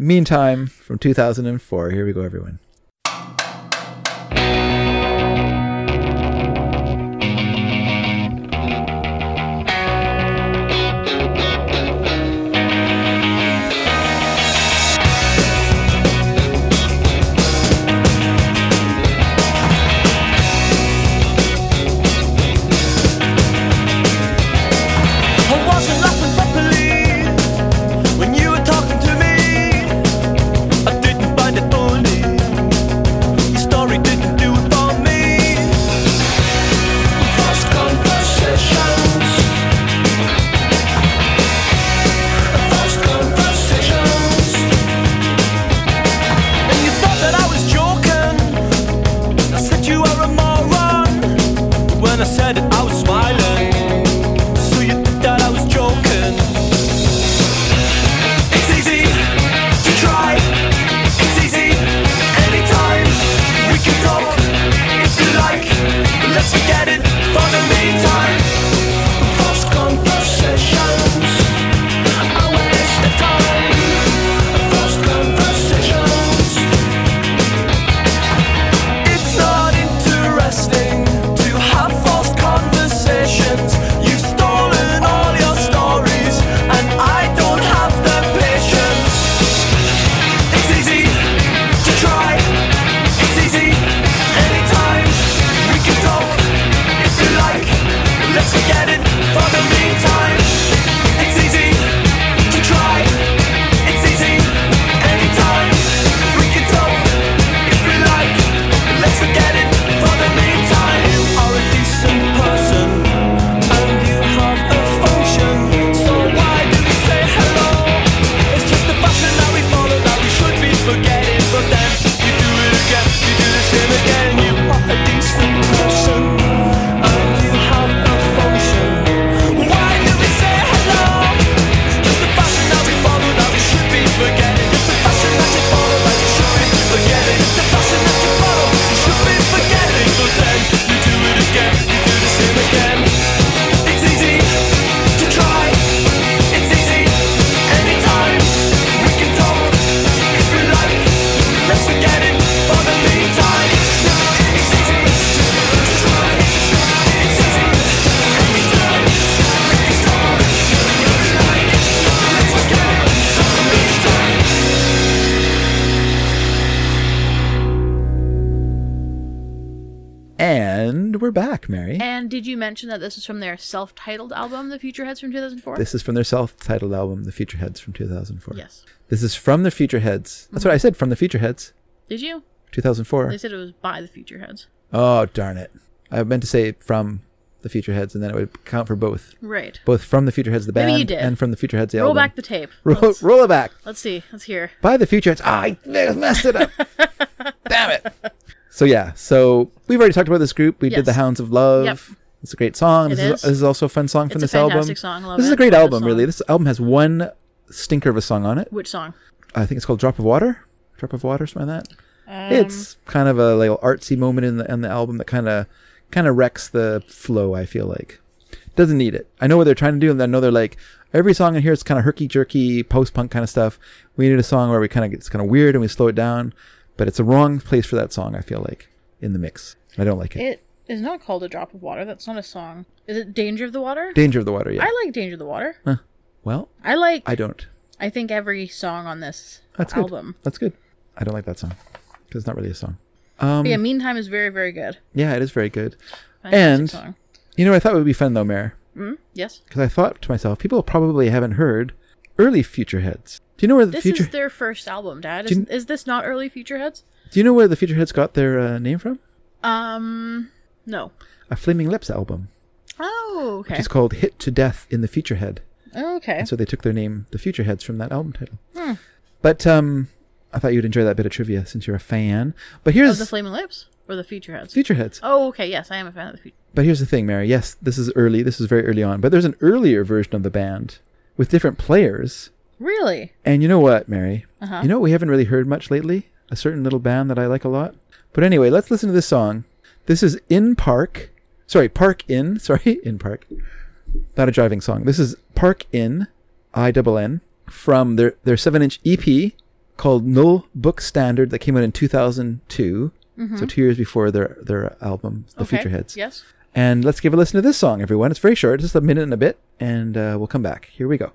[SPEAKER 2] Meantime, from 2004. Here we go, everyone.
[SPEAKER 6] I wasn't laughing properly when you were talking to me. I didn't find it funny.
[SPEAKER 2] And we're back, Mary.
[SPEAKER 3] And did you mention that this is from their self-titled album, The Future Heads from 2004?
[SPEAKER 2] This is from their self-titled album, The Futureheads, from 2004.
[SPEAKER 3] yes.
[SPEAKER 2] This is from the Futureheads. That's what I said. From the Futureheads,
[SPEAKER 3] Did you?
[SPEAKER 2] 2004.
[SPEAKER 3] They said it was by The Future Heads.
[SPEAKER 2] Oh darn it! I meant to say from the Futureheads, and then it would count for both,
[SPEAKER 3] Right.
[SPEAKER 2] both from the Futureheads the
[SPEAKER 3] Maybe you
[SPEAKER 2] band
[SPEAKER 3] did.
[SPEAKER 2] and from the Futureheads the
[SPEAKER 3] Roll
[SPEAKER 2] album.
[SPEAKER 3] back the tape. [LAUGHS]
[SPEAKER 2] roll,
[SPEAKER 3] Let's,
[SPEAKER 2] roll it back.
[SPEAKER 3] let's see. Let's hear.
[SPEAKER 2] By the Futureheads. Ah, I messed it [LAUGHS] up. Damn it. So yeah, so we've already talked about this group. We did
[SPEAKER 3] Yes.
[SPEAKER 2] the Hounds of Love.
[SPEAKER 3] Yep.
[SPEAKER 2] It's a great song.
[SPEAKER 3] It
[SPEAKER 2] this is.
[SPEAKER 3] is.
[SPEAKER 2] this is also a fun song from
[SPEAKER 3] It's a
[SPEAKER 2] this album.
[SPEAKER 3] fantastic song. I love
[SPEAKER 2] this is
[SPEAKER 3] it.
[SPEAKER 2] a great
[SPEAKER 3] Love
[SPEAKER 2] album,
[SPEAKER 3] this
[SPEAKER 2] really.
[SPEAKER 3] song.
[SPEAKER 2] This album has one stinker of a song on it.
[SPEAKER 3] Which song?
[SPEAKER 2] I think it's called Drop of Water. Drop of Water, something like that.
[SPEAKER 3] Um,
[SPEAKER 2] it's kind of a little artsy moment in the in the album that kind of kind of wrecks the flow. I feel like doesn't need it. I know what they're trying to do, and I know they're like every song in here is kind of herky jerky, post punk kind of stuff. We need a song where we kind of gets kind of weird and we slow it down, but it's a wrong place for that song. I feel like in the mix, I don't like it.
[SPEAKER 3] It is not called A Drop of Water. That's not a song. Is it Danger of the Water?
[SPEAKER 2] Danger of the Water, yeah.
[SPEAKER 3] I like Danger of the Water.
[SPEAKER 2] well,
[SPEAKER 3] I like.
[SPEAKER 2] I don't.
[SPEAKER 3] I think every song on this
[SPEAKER 2] That's good.
[SPEAKER 3] album.
[SPEAKER 2] That's good. I don't like that song because it's not really a song. Um,
[SPEAKER 3] But yeah, Meantime is very, very good.
[SPEAKER 2] Yeah, it is very good.
[SPEAKER 3] Fantastic
[SPEAKER 2] Mm. And-
[SPEAKER 3] song. Hmm?
[SPEAKER 2] You know, what I thought it would be fun though, Mayor.
[SPEAKER 3] yes,
[SPEAKER 2] because I thought to myself, people probably haven't heard early Futureheads. Do you know where the
[SPEAKER 3] this
[SPEAKER 2] future?
[SPEAKER 3] is their first album, Dad.
[SPEAKER 2] Do
[SPEAKER 3] Is,
[SPEAKER 2] you-
[SPEAKER 3] is this not early Futureheads?
[SPEAKER 2] Do you know where the Futureheads got their uh, name from?
[SPEAKER 3] Um, no.
[SPEAKER 2] A Flaming Lips album,
[SPEAKER 3] Oh, okay.
[SPEAKER 2] which is called "Hit to Death in the Futurehead,"
[SPEAKER 3] Okay.
[SPEAKER 2] and so they took their name, the Futureheads, from that album title.
[SPEAKER 3] Hmm.
[SPEAKER 2] But um, I thought you'd enjoy that bit of trivia since you're a fan. But
[SPEAKER 3] Of
[SPEAKER 2] here's
[SPEAKER 3] the Flaming Lips or the Futureheads?
[SPEAKER 2] Futureheads.
[SPEAKER 3] Oh, okay. Yes, I am a fan of the Future.
[SPEAKER 2] But here's the thing, Mary. Yes, this is early. This is very early on. But there's an earlier version of the band with different players.
[SPEAKER 3] Really?
[SPEAKER 2] And you know what, Mary? You know what we haven't really heard much lately? A certain little band that I like a lot. But anyway, let's listen to this song. This is In Park. Sorry, Park In. [LAUGHS] Sorry, In Park. Not a driving song. This is Park In, I double N, from their, their 7 inch EP called Null Book Standard that came out in 2002. So two years before their, their album, The
[SPEAKER 3] okay.
[SPEAKER 2] Futureheads.
[SPEAKER 3] Yes.
[SPEAKER 2] And let's give a listen to this song, everyone. It's very short, just a minute and a bit, and uh, we'll come back. Here we go.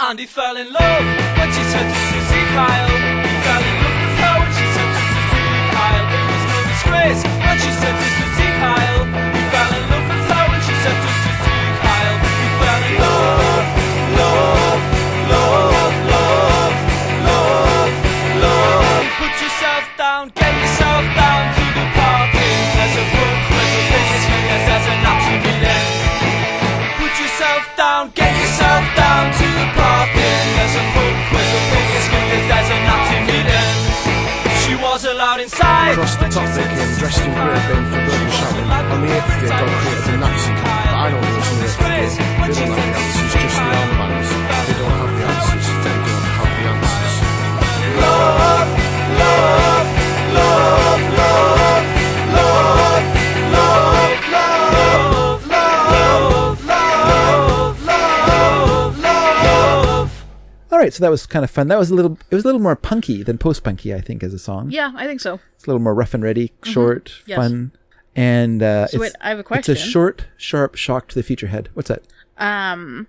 [SPEAKER 10] And he fell in love when she said to Susie Kyle. He fell in love with her when she said to Susie Kyle. It was no disgrace when she said to Susie Kyle. He fell in love with her when she said to Susie Kyle. He fell in love, love, love, love, love, love. Put yourself down, get yourself down to the parking. There's a book, there's a business, yes, there's an app to be left. Put yourself down, get yourself down to the parking. There's a book with a figure screen if there's a Nazi meeting. She was allowed inside.
[SPEAKER 11] Across the top they came dressed in grey bin for blood and shower. On the apron they got created the Nazi. But I don't know what's in it. They don't have the answers, just the armbands. They don't have the answers, they don't have the answers.
[SPEAKER 2] All right, so that was kind of fun. That was a little. It was a little more punky than post punky, I think, as a song.
[SPEAKER 3] Yeah, I think so.
[SPEAKER 2] It's a little more rough and ready, short,
[SPEAKER 3] Yes.
[SPEAKER 2] fun, and uh,
[SPEAKER 3] So
[SPEAKER 2] it's,
[SPEAKER 3] wait, I have a
[SPEAKER 2] It's a
[SPEAKER 3] question.
[SPEAKER 2] short, sharp shock to the future head. What's that?
[SPEAKER 3] Um,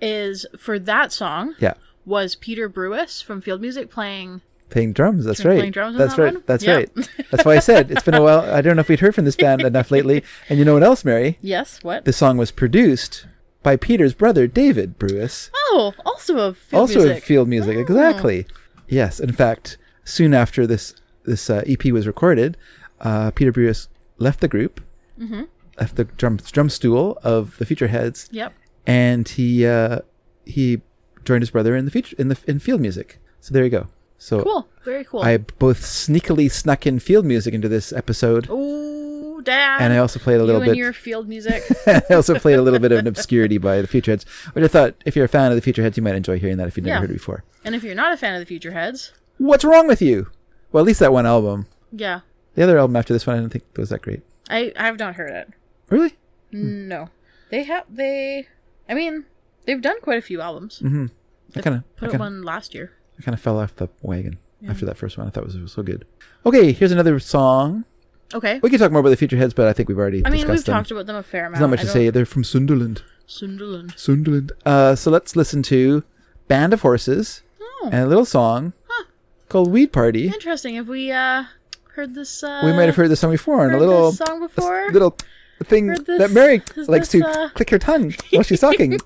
[SPEAKER 3] is for that song
[SPEAKER 2] Yeah,
[SPEAKER 3] was Peter Brewis from Field Music playing?
[SPEAKER 2] playing drums. That's
[SPEAKER 3] Playing
[SPEAKER 2] right.
[SPEAKER 3] drums on
[SPEAKER 2] that's
[SPEAKER 3] that
[SPEAKER 2] right.
[SPEAKER 3] one?
[SPEAKER 2] That's
[SPEAKER 3] Yeah.
[SPEAKER 2] right. That's why I said it's been a while. I don't know if we'd heard from this
[SPEAKER 3] [LAUGHS]
[SPEAKER 2] band enough lately. And you know what else, Mary?
[SPEAKER 3] Yes. What?
[SPEAKER 2] The song was produced by Peter's brother, David Brewis.
[SPEAKER 3] oh, also of Field
[SPEAKER 2] also
[SPEAKER 3] Music. Oh. Mm.
[SPEAKER 2] in field music exactly yes in fact soon after this this uh, ep was recorded uh, peter Brewis left the group
[SPEAKER 3] Mm-hmm.
[SPEAKER 2] left the drum, drum stool of the future heads
[SPEAKER 3] Yep.
[SPEAKER 2] and he uh, he joined his brother in the future in the in field music so there you go so
[SPEAKER 3] Cool. Very cool.
[SPEAKER 2] i both sneakily snuck in field music into this episode
[SPEAKER 3] Ooh, Dad.
[SPEAKER 2] and i also played a little
[SPEAKER 3] you and
[SPEAKER 2] bit
[SPEAKER 3] your field music.
[SPEAKER 2] [LAUGHS] I also played a little bit of an obscurity by the Futureheads, which I thought if you're a fan of the Futureheads, you might enjoy hearing that if you've never
[SPEAKER 3] Yeah.
[SPEAKER 2] heard it before.
[SPEAKER 3] and if you're not a fan of the Futureheads,
[SPEAKER 2] What's wrong with you? Well, at least that one album.
[SPEAKER 3] yeah,
[SPEAKER 2] The other album after this one, I didn't think was that great.
[SPEAKER 3] I I have not heard it.
[SPEAKER 2] Really? Hmm.
[SPEAKER 3] No, they have they. I mean, they've done quite a few albums.
[SPEAKER 2] Mm-hmm. I kind of, I
[SPEAKER 3] Put out
[SPEAKER 2] kind
[SPEAKER 3] one last year.
[SPEAKER 2] of, fell off the wagon after that first one. I thought it was, it was so good. Okay, here's another song.
[SPEAKER 3] Okay.
[SPEAKER 2] We can talk more about the Futureheads, but I think we've already.
[SPEAKER 3] I mean,
[SPEAKER 2] discussed
[SPEAKER 3] we've
[SPEAKER 2] them.
[SPEAKER 3] talked about them a fair amount.
[SPEAKER 2] There's not much
[SPEAKER 3] I
[SPEAKER 2] to
[SPEAKER 3] don't-
[SPEAKER 2] say. They're from Sunderland.
[SPEAKER 3] Sunderland.
[SPEAKER 2] Sunderland. Uh, so let's listen to Band of Horses
[SPEAKER 3] Oh.
[SPEAKER 2] and a little song called Weed Party.
[SPEAKER 3] Interesting. Have we uh heard this? Uh,
[SPEAKER 2] we might have heard this song before and a
[SPEAKER 3] heard
[SPEAKER 2] little
[SPEAKER 3] this song
[SPEAKER 2] a s-
[SPEAKER 3] before?
[SPEAKER 2] little thing
[SPEAKER 3] Heard
[SPEAKER 2] that
[SPEAKER 3] this-
[SPEAKER 2] Mary
[SPEAKER 3] is
[SPEAKER 2] likes
[SPEAKER 3] this,
[SPEAKER 2] to
[SPEAKER 3] uh,
[SPEAKER 2] click her tongue while she's
[SPEAKER 3] [LAUGHS]
[SPEAKER 2] talking.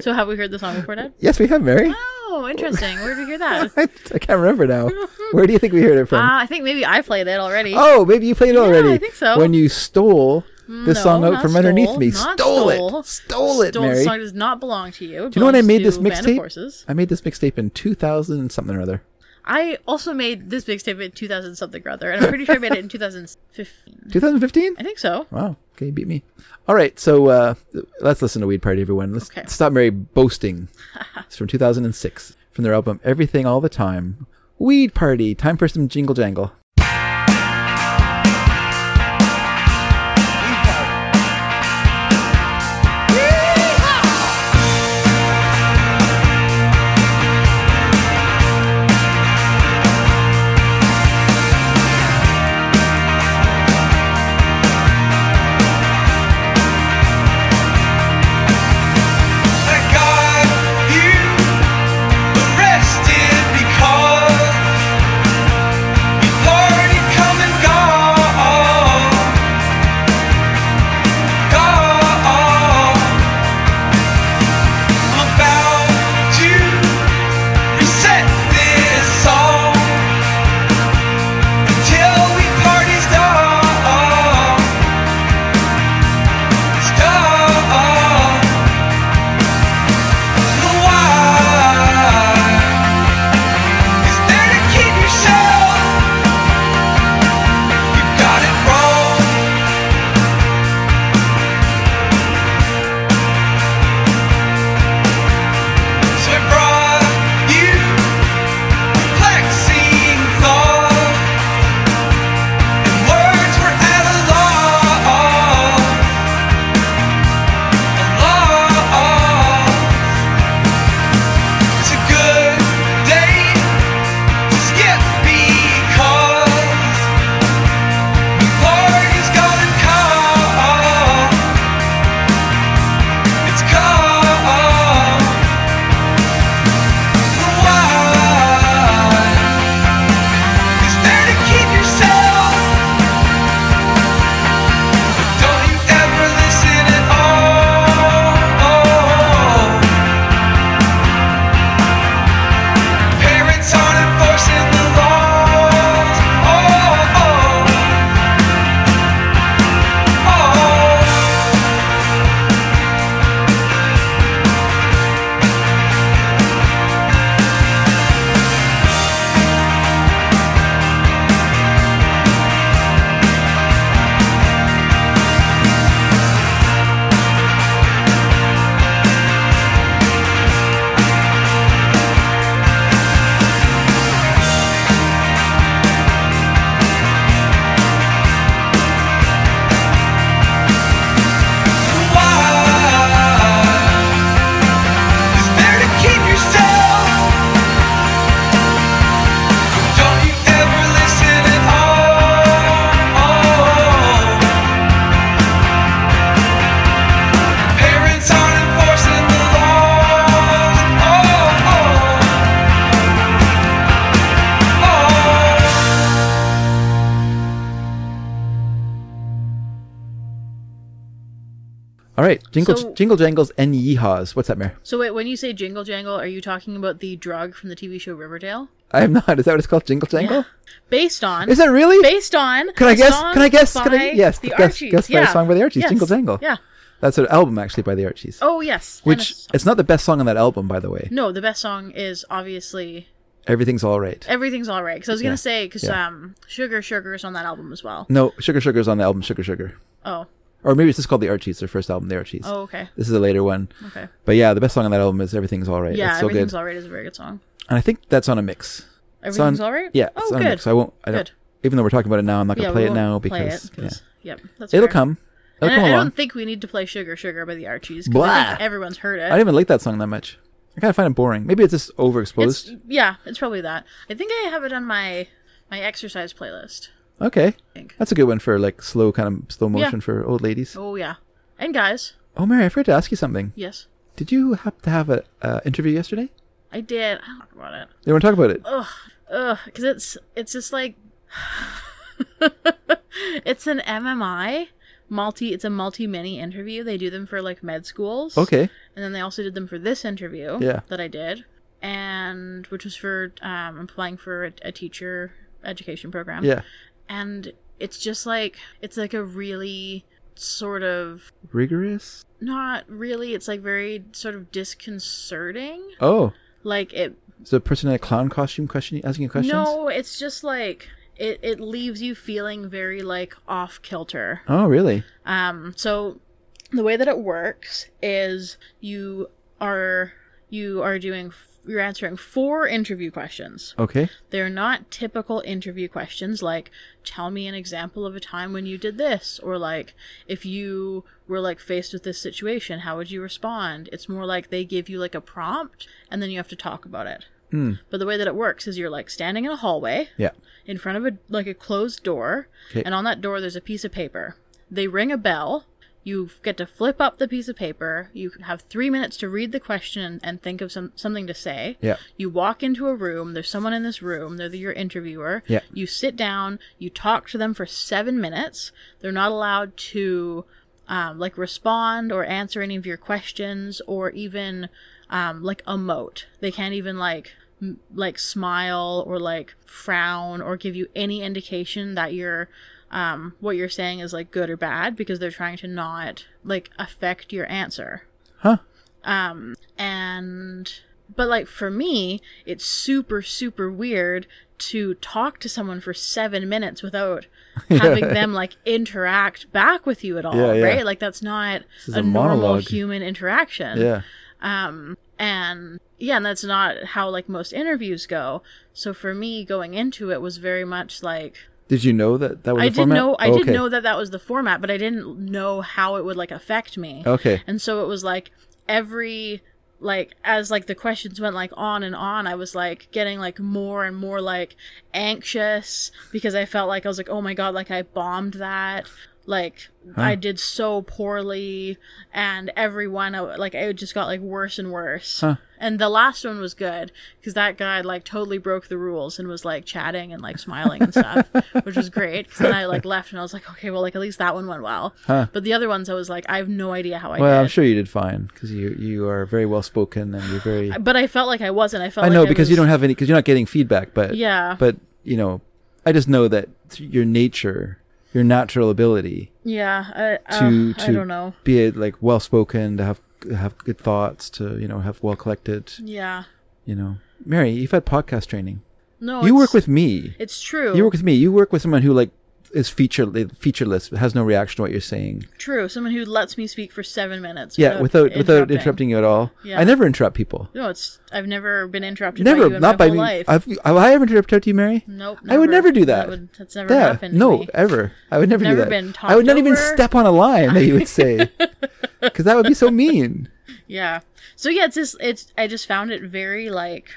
[SPEAKER 3] So have we heard the song before,
[SPEAKER 2] [LAUGHS]
[SPEAKER 3] Dad?
[SPEAKER 2] yes, we have Mary.
[SPEAKER 3] Oh, interesting. Where did we hear that?
[SPEAKER 2] [LAUGHS] I, I can't remember now. Where do you think we heard it from?
[SPEAKER 3] Ah, I think maybe I played it already.
[SPEAKER 2] oh, maybe you played it already.
[SPEAKER 3] I think so.
[SPEAKER 2] When you stole this
[SPEAKER 3] no,
[SPEAKER 2] song out
[SPEAKER 3] not
[SPEAKER 2] from underneath
[SPEAKER 3] stole,
[SPEAKER 2] me,
[SPEAKER 3] not
[SPEAKER 2] stole
[SPEAKER 3] stole.
[SPEAKER 2] it, stole it,
[SPEAKER 3] Stole-
[SPEAKER 2] Mary.
[SPEAKER 3] The song does not belong to you.
[SPEAKER 2] Do you know when I made this
[SPEAKER 3] mixtape?
[SPEAKER 2] mixtape? I made this mixtape in 2000 and something or other.
[SPEAKER 3] I also made this mixtape in 2000 something rather, and I'm pretty sure
[SPEAKER 2] [LAUGHS]
[SPEAKER 3] I made it in 2015.
[SPEAKER 2] 2015?
[SPEAKER 3] I think so.
[SPEAKER 2] Wow. Okay, you beat me. All right, so uh, let's listen to Weed Party, everyone. Let's
[SPEAKER 3] Okay.
[SPEAKER 2] stop Mary
[SPEAKER 3] [LAUGHS]
[SPEAKER 2] boasting. it's from 2006 from their album Everything All the Time. Weed Party. Time for some jingle jangle.
[SPEAKER 5] Stop. The why is there to keep you sure you got it wrong. So I brought you perplexing thought, and words were at a loss, a loss. It's a good day to skip because the party's gonna come. It's come. The wine is there to keep yourself. Don't you ever listen at all. Parents aren't enforcing the laws. Oh, oh, oh. Why is there to keep yourself? Don't you ever listen at all? Parents aren't enforcing the law. oh, oh.
[SPEAKER 2] All right, jingle
[SPEAKER 3] So-
[SPEAKER 2] jingle jangles and yeehaws. What's that, Mary?
[SPEAKER 3] So wait, when you say jingle jangle, are you talking about the drug from the TV show Riverdale?
[SPEAKER 2] I am not. Is that what it's called? Jingle jangle?
[SPEAKER 3] Based on
[SPEAKER 2] Is that really?
[SPEAKER 3] based on
[SPEAKER 2] Can I
[SPEAKER 3] a
[SPEAKER 2] guess?
[SPEAKER 3] song
[SPEAKER 2] Can I guess? Can I-
[SPEAKER 3] by
[SPEAKER 2] yes,
[SPEAKER 3] the
[SPEAKER 2] guess-
[SPEAKER 3] Archies.
[SPEAKER 2] guess by a
[SPEAKER 3] yeah.
[SPEAKER 2] song by the Archies,
[SPEAKER 3] Yes.
[SPEAKER 2] Jingle Jangle.
[SPEAKER 3] Yeah.
[SPEAKER 2] That's an album actually by the Archies.
[SPEAKER 3] Oh yes. And a
[SPEAKER 2] Which
[SPEAKER 3] song.
[SPEAKER 2] it's not the best song on that album, by the way.
[SPEAKER 3] no, the best song is obviously
[SPEAKER 2] Everything's all right.
[SPEAKER 3] everything's all right. Because I was gonna
[SPEAKER 2] Yeah.
[SPEAKER 3] say because
[SPEAKER 2] Yeah.
[SPEAKER 3] um sugar sugar is on that album as well.
[SPEAKER 2] no, Sugar Sugar's on the album Sugar Sugar,
[SPEAKER 3] Oh.
[SPEAKER 2] or maybe it's just called the Archies, their first album, the Archies.
[SPEAKER 3] Oh okay.
[SPEAKER 2] This is a later one.
[SPEAKER 3] Okay.
[SPEAKER 2] But yeah, the best song on that album is Everything's All Right.
[SPEAKER 3] Yeah,
[SPEAKER 2] it's so
[SPEAKER 3] everything's
[SPEAKER 2] good.
[SPEAKER 3] all right is a very good song.
[SPEAKER 2] and I think that's on a mix. It's on-
[SPEAKER 3] Everything's all right.
[SPEAKER 2] Yeah,
[SPEAKER 3] Oh
[SPEAKER 2] it's on a
[SPEAKER 3] good.
[SPEAKER 2] mix. I won't. I don't,
[SPEAKER 3] Good.
[SPEAKER 2] Even though we're talking about it now, I'm not gonna
[SPEAKER 3] yeah,
[SPEAKER 2] play
[SPEAKER 3] we
[SPEAKER 2] it
[SPEAKER 3] won't
[SPEAKER 2] now
[SPEAKER 3] play
[SPEAKER 2] because
[SPEAKER 3] it 'cause- yep, that's
[SPEAKER 2] it'll
[SPEAKER 3] fair.
[SPEAKER 2] come. It'll
[SPEAKER 3] And I-
[SPEAKER 2] come
[SPEAKER 3] I
[SPEAKER 2] along.
[SPEAKER 3] don't think we need to play Sugar Sugar by the Archies. 'cause I
[SPEAKER 2] Blah.
[SPEAKER 3] think everyone's heard it.
[SPEAKER 2] I don't even like that song that much. I kind of find it boring. Maybe it's just overexposed.
[SPEAKER 3] It's, yeah, it's probably that. I think I have it on my my exercise playlist.
[SPEAKER 2] Okay, that's a good one for like slow kind of slow
[SPEAKER 3] Yeah.
[SPEAKER 2] motion for old ladies.
[SPEAKER 3] Oh yeah, and guys,
[SPEAKER 2] Oh, Mary, I forgot to ask you something.
[SPEAKER 3] yes,
[SPEAKER 2] Did you happen to have an uh, interview yesterday?
[SPEAKER 3] I did. I don't talk about it.
[SPEAKER 2] You want to talk about it?
[SPEAKER 3] Ugh, because it's it's just like [LAUGHS] it's an MMI multi. It's a multi mini interview. They do them for like med schools.
[SPEAKER 2] Okay.
[SPEAKER 3] And then they also did them for this interview
[SPEAKER 2] Yeah.
[SPEAKER 3] that I did, and which was for um, I'm applying for a, a teacher education program.
[SPEAKER 2] Yeah.
[SPEAKER 3] And it's just like it's like a really sort of
[SPEAKER 2] Rigorous.
[SPEAKER 3] not really. It's like very sort of disconcerting.
[SPEAKER 2] Oh,
[SPEAKER 3] Like it
[SPEAKER 2] is the person in a clown costume question asking you questions?
[SPEAKER 3] No, it's just like it, it leaves you feeling very like off kilter.
[SPEAKER 2] Oh, really?
[SPEAKER 3] Um so the way that it works is you are you are doing f- you're answering four interview questions.
[SPEAKER 2] Okay.
[SPEAKER 3] They're not typical interview questions like tell me an example of a time when you did this or like if you were like faced with this situation how would you respond? It's more like they give you like a prompt and then you have to talk about it. But the way that it works is you're like standing in a hallway
[SPEAKER 2] Yeah.
[SPEAKER 3] in front of a like a closed door,
[SPEAKER 2] Okay.
[SPEAKER 3] and on that door there's a piece of paper. They ring a bell. You get to flip up the piece of paper. You have three minutes to read the question and think of some something to say.
[SPEAKER 2] Yeah.
[SPEAKER 3] You walk into a room. There's someone in this room. They're the, your interviewer.
[SPEAKER 2] Yeah.
[SPEAKER 3] You sit down. You talk to them for seven minutes. They're not allowed to um, like respond or answer any of your questions or even um, like emote. They can't even like m- like smile or like frown or give you any indication that you're um, what you're saying is like good or bad because they're trying to not like affect your answer
[SPEAKER 2] Huh.
[SPEAKER 3] and but like for me it's super super weird to talk to someone for seven
[SPEAKER 2] [LAUGHS]
[SPEAKER 3] minutes without having them like interact back with you at all,
[SPEAKER 2] Yeah,
[SPEAKER 3] right?
[SPEAKER 2] yeah.
[SPEAKER 3] like that's not
[SPEAKER 2] is
[SPEAKER 3] a,
[SPEAKER 2] a
[SPEAKER 3] normal
[SPEAKER 2] monologue.
[SPEAKER 3] human interaction Um,
[SPEAKER 2] Yeah.
[SPEAKER 3] and yeah and that's not how like most interviews go so for me going into it was very much like
[SPEAKER 2] Did you know that that was
[SPEAKER 3] I
[SPEAKER 2] the
[SPEAKER 3] did
[SPEAKER 2] format?
[SPEAKER 3] know I
[SPEAKER 2] Oh,
[SPEAKER 3] did
[SPEAKER 2] okay.
[SPEAKER 3] know that that was the format, but I didn't know how it would like affect me.
[SPEAKER 2] Okay.
[SPEAKER 3] [LAUGHS] And so it was like every like as like the questions went like on and on, I was like getting like more and more like anxious because I felt like I was like oh my god, like I bombed that. Like I did so poorly, and everyone I- like it just got like worse and worse. And the last one was good because that guy like totally broke the rules and was like chatting and like smiling and
[SPEAKER 2] [LAUGHS]
[SPEAKER 3] stuff, which was great. Because then I like left and I was like, okay, well, like at least that one went well. But the other ones, I was like, I have no idea how I
[SPEAKER 2] Well, I'm
[SPEAKER 3] did.
[SPEAKER 2] sure you did fine because you you are very well spoken and you're very. I,
[SPEAKER 3] But I felt like I wasn't. I felt.
[SPEAKER 2] know
[SPEAKER 3] like
[SPEAKER 2] because
[SPEAKER 3] I was,
[SPEAKER 2] you don't have any because you're not getting feedback, but
[SPEAKER 3] Yeah.
[SPEAKER 2] But you know, I just know that your nature, your natural ability
[SPEAKER 3] yeah. I, uh,
[SPEAKER 2] to to
[SPEAKER 3] I don't know.
[SPEAKER 2] be like well spoken, to have have good thoughts, to you know have well collected.
[SPEAKER 3] Yeah.
[SPEAKER 2] You know, Mary, you've had podcast training. you
[SPEAKER 3] No. Oh, it's-
[SPEAKER 2] work with me.
[SPEAKER 3] It's true.
[SPEAKER 2] You work with me. You work with someone who like is feature featureless, has no reaction to what you're saying.
[SPEAKER 3] true. Someone who lets me speak for seven minutes.
[SPEAKER 2] Yeah, without without interrupting
[SPEAKER 3] interrupting.
[SPEAKER 2] you at all.
[SPEAKER 3] Yeah.
[SPEAKER 2] I never interrupt people.
[SPEAKER 3] No, it's. I've never been interrupted. by
[SPEAKER 2] Never,
[SPEAKER 3] you in
[SPEAKER 2] not
[SPEAKER 3] my
[SPEAKER 2] by me.
[SPEAKER 3] whole Life.
[SPEAKER 2] I've, have I ever interrupted you, Mary?
[SPEAKER 3] Nope.
[SPEAKER 2] I would never do that.
[SPEAKER 3] would, that's never
[SPEAKER 2] Yeah,
[SPEAKER 3] happened. to
[SPEAKER 2] no,
[SPEAKER 3] me.
[SPEAKER 2] ever. I would never, do that.
[SPEAKER 3] Never been
[SPEAKER 2] I would not even
[SPEAKER 3] talked over.
[SPEAKER 2] step on a line that you would say,
[SPEAKER 3] [LAUGHS]
[SPEAKER 2] because that would be so mean.
[SPEAKER 3] Yeah. So yeah, it's just it's I just found it very like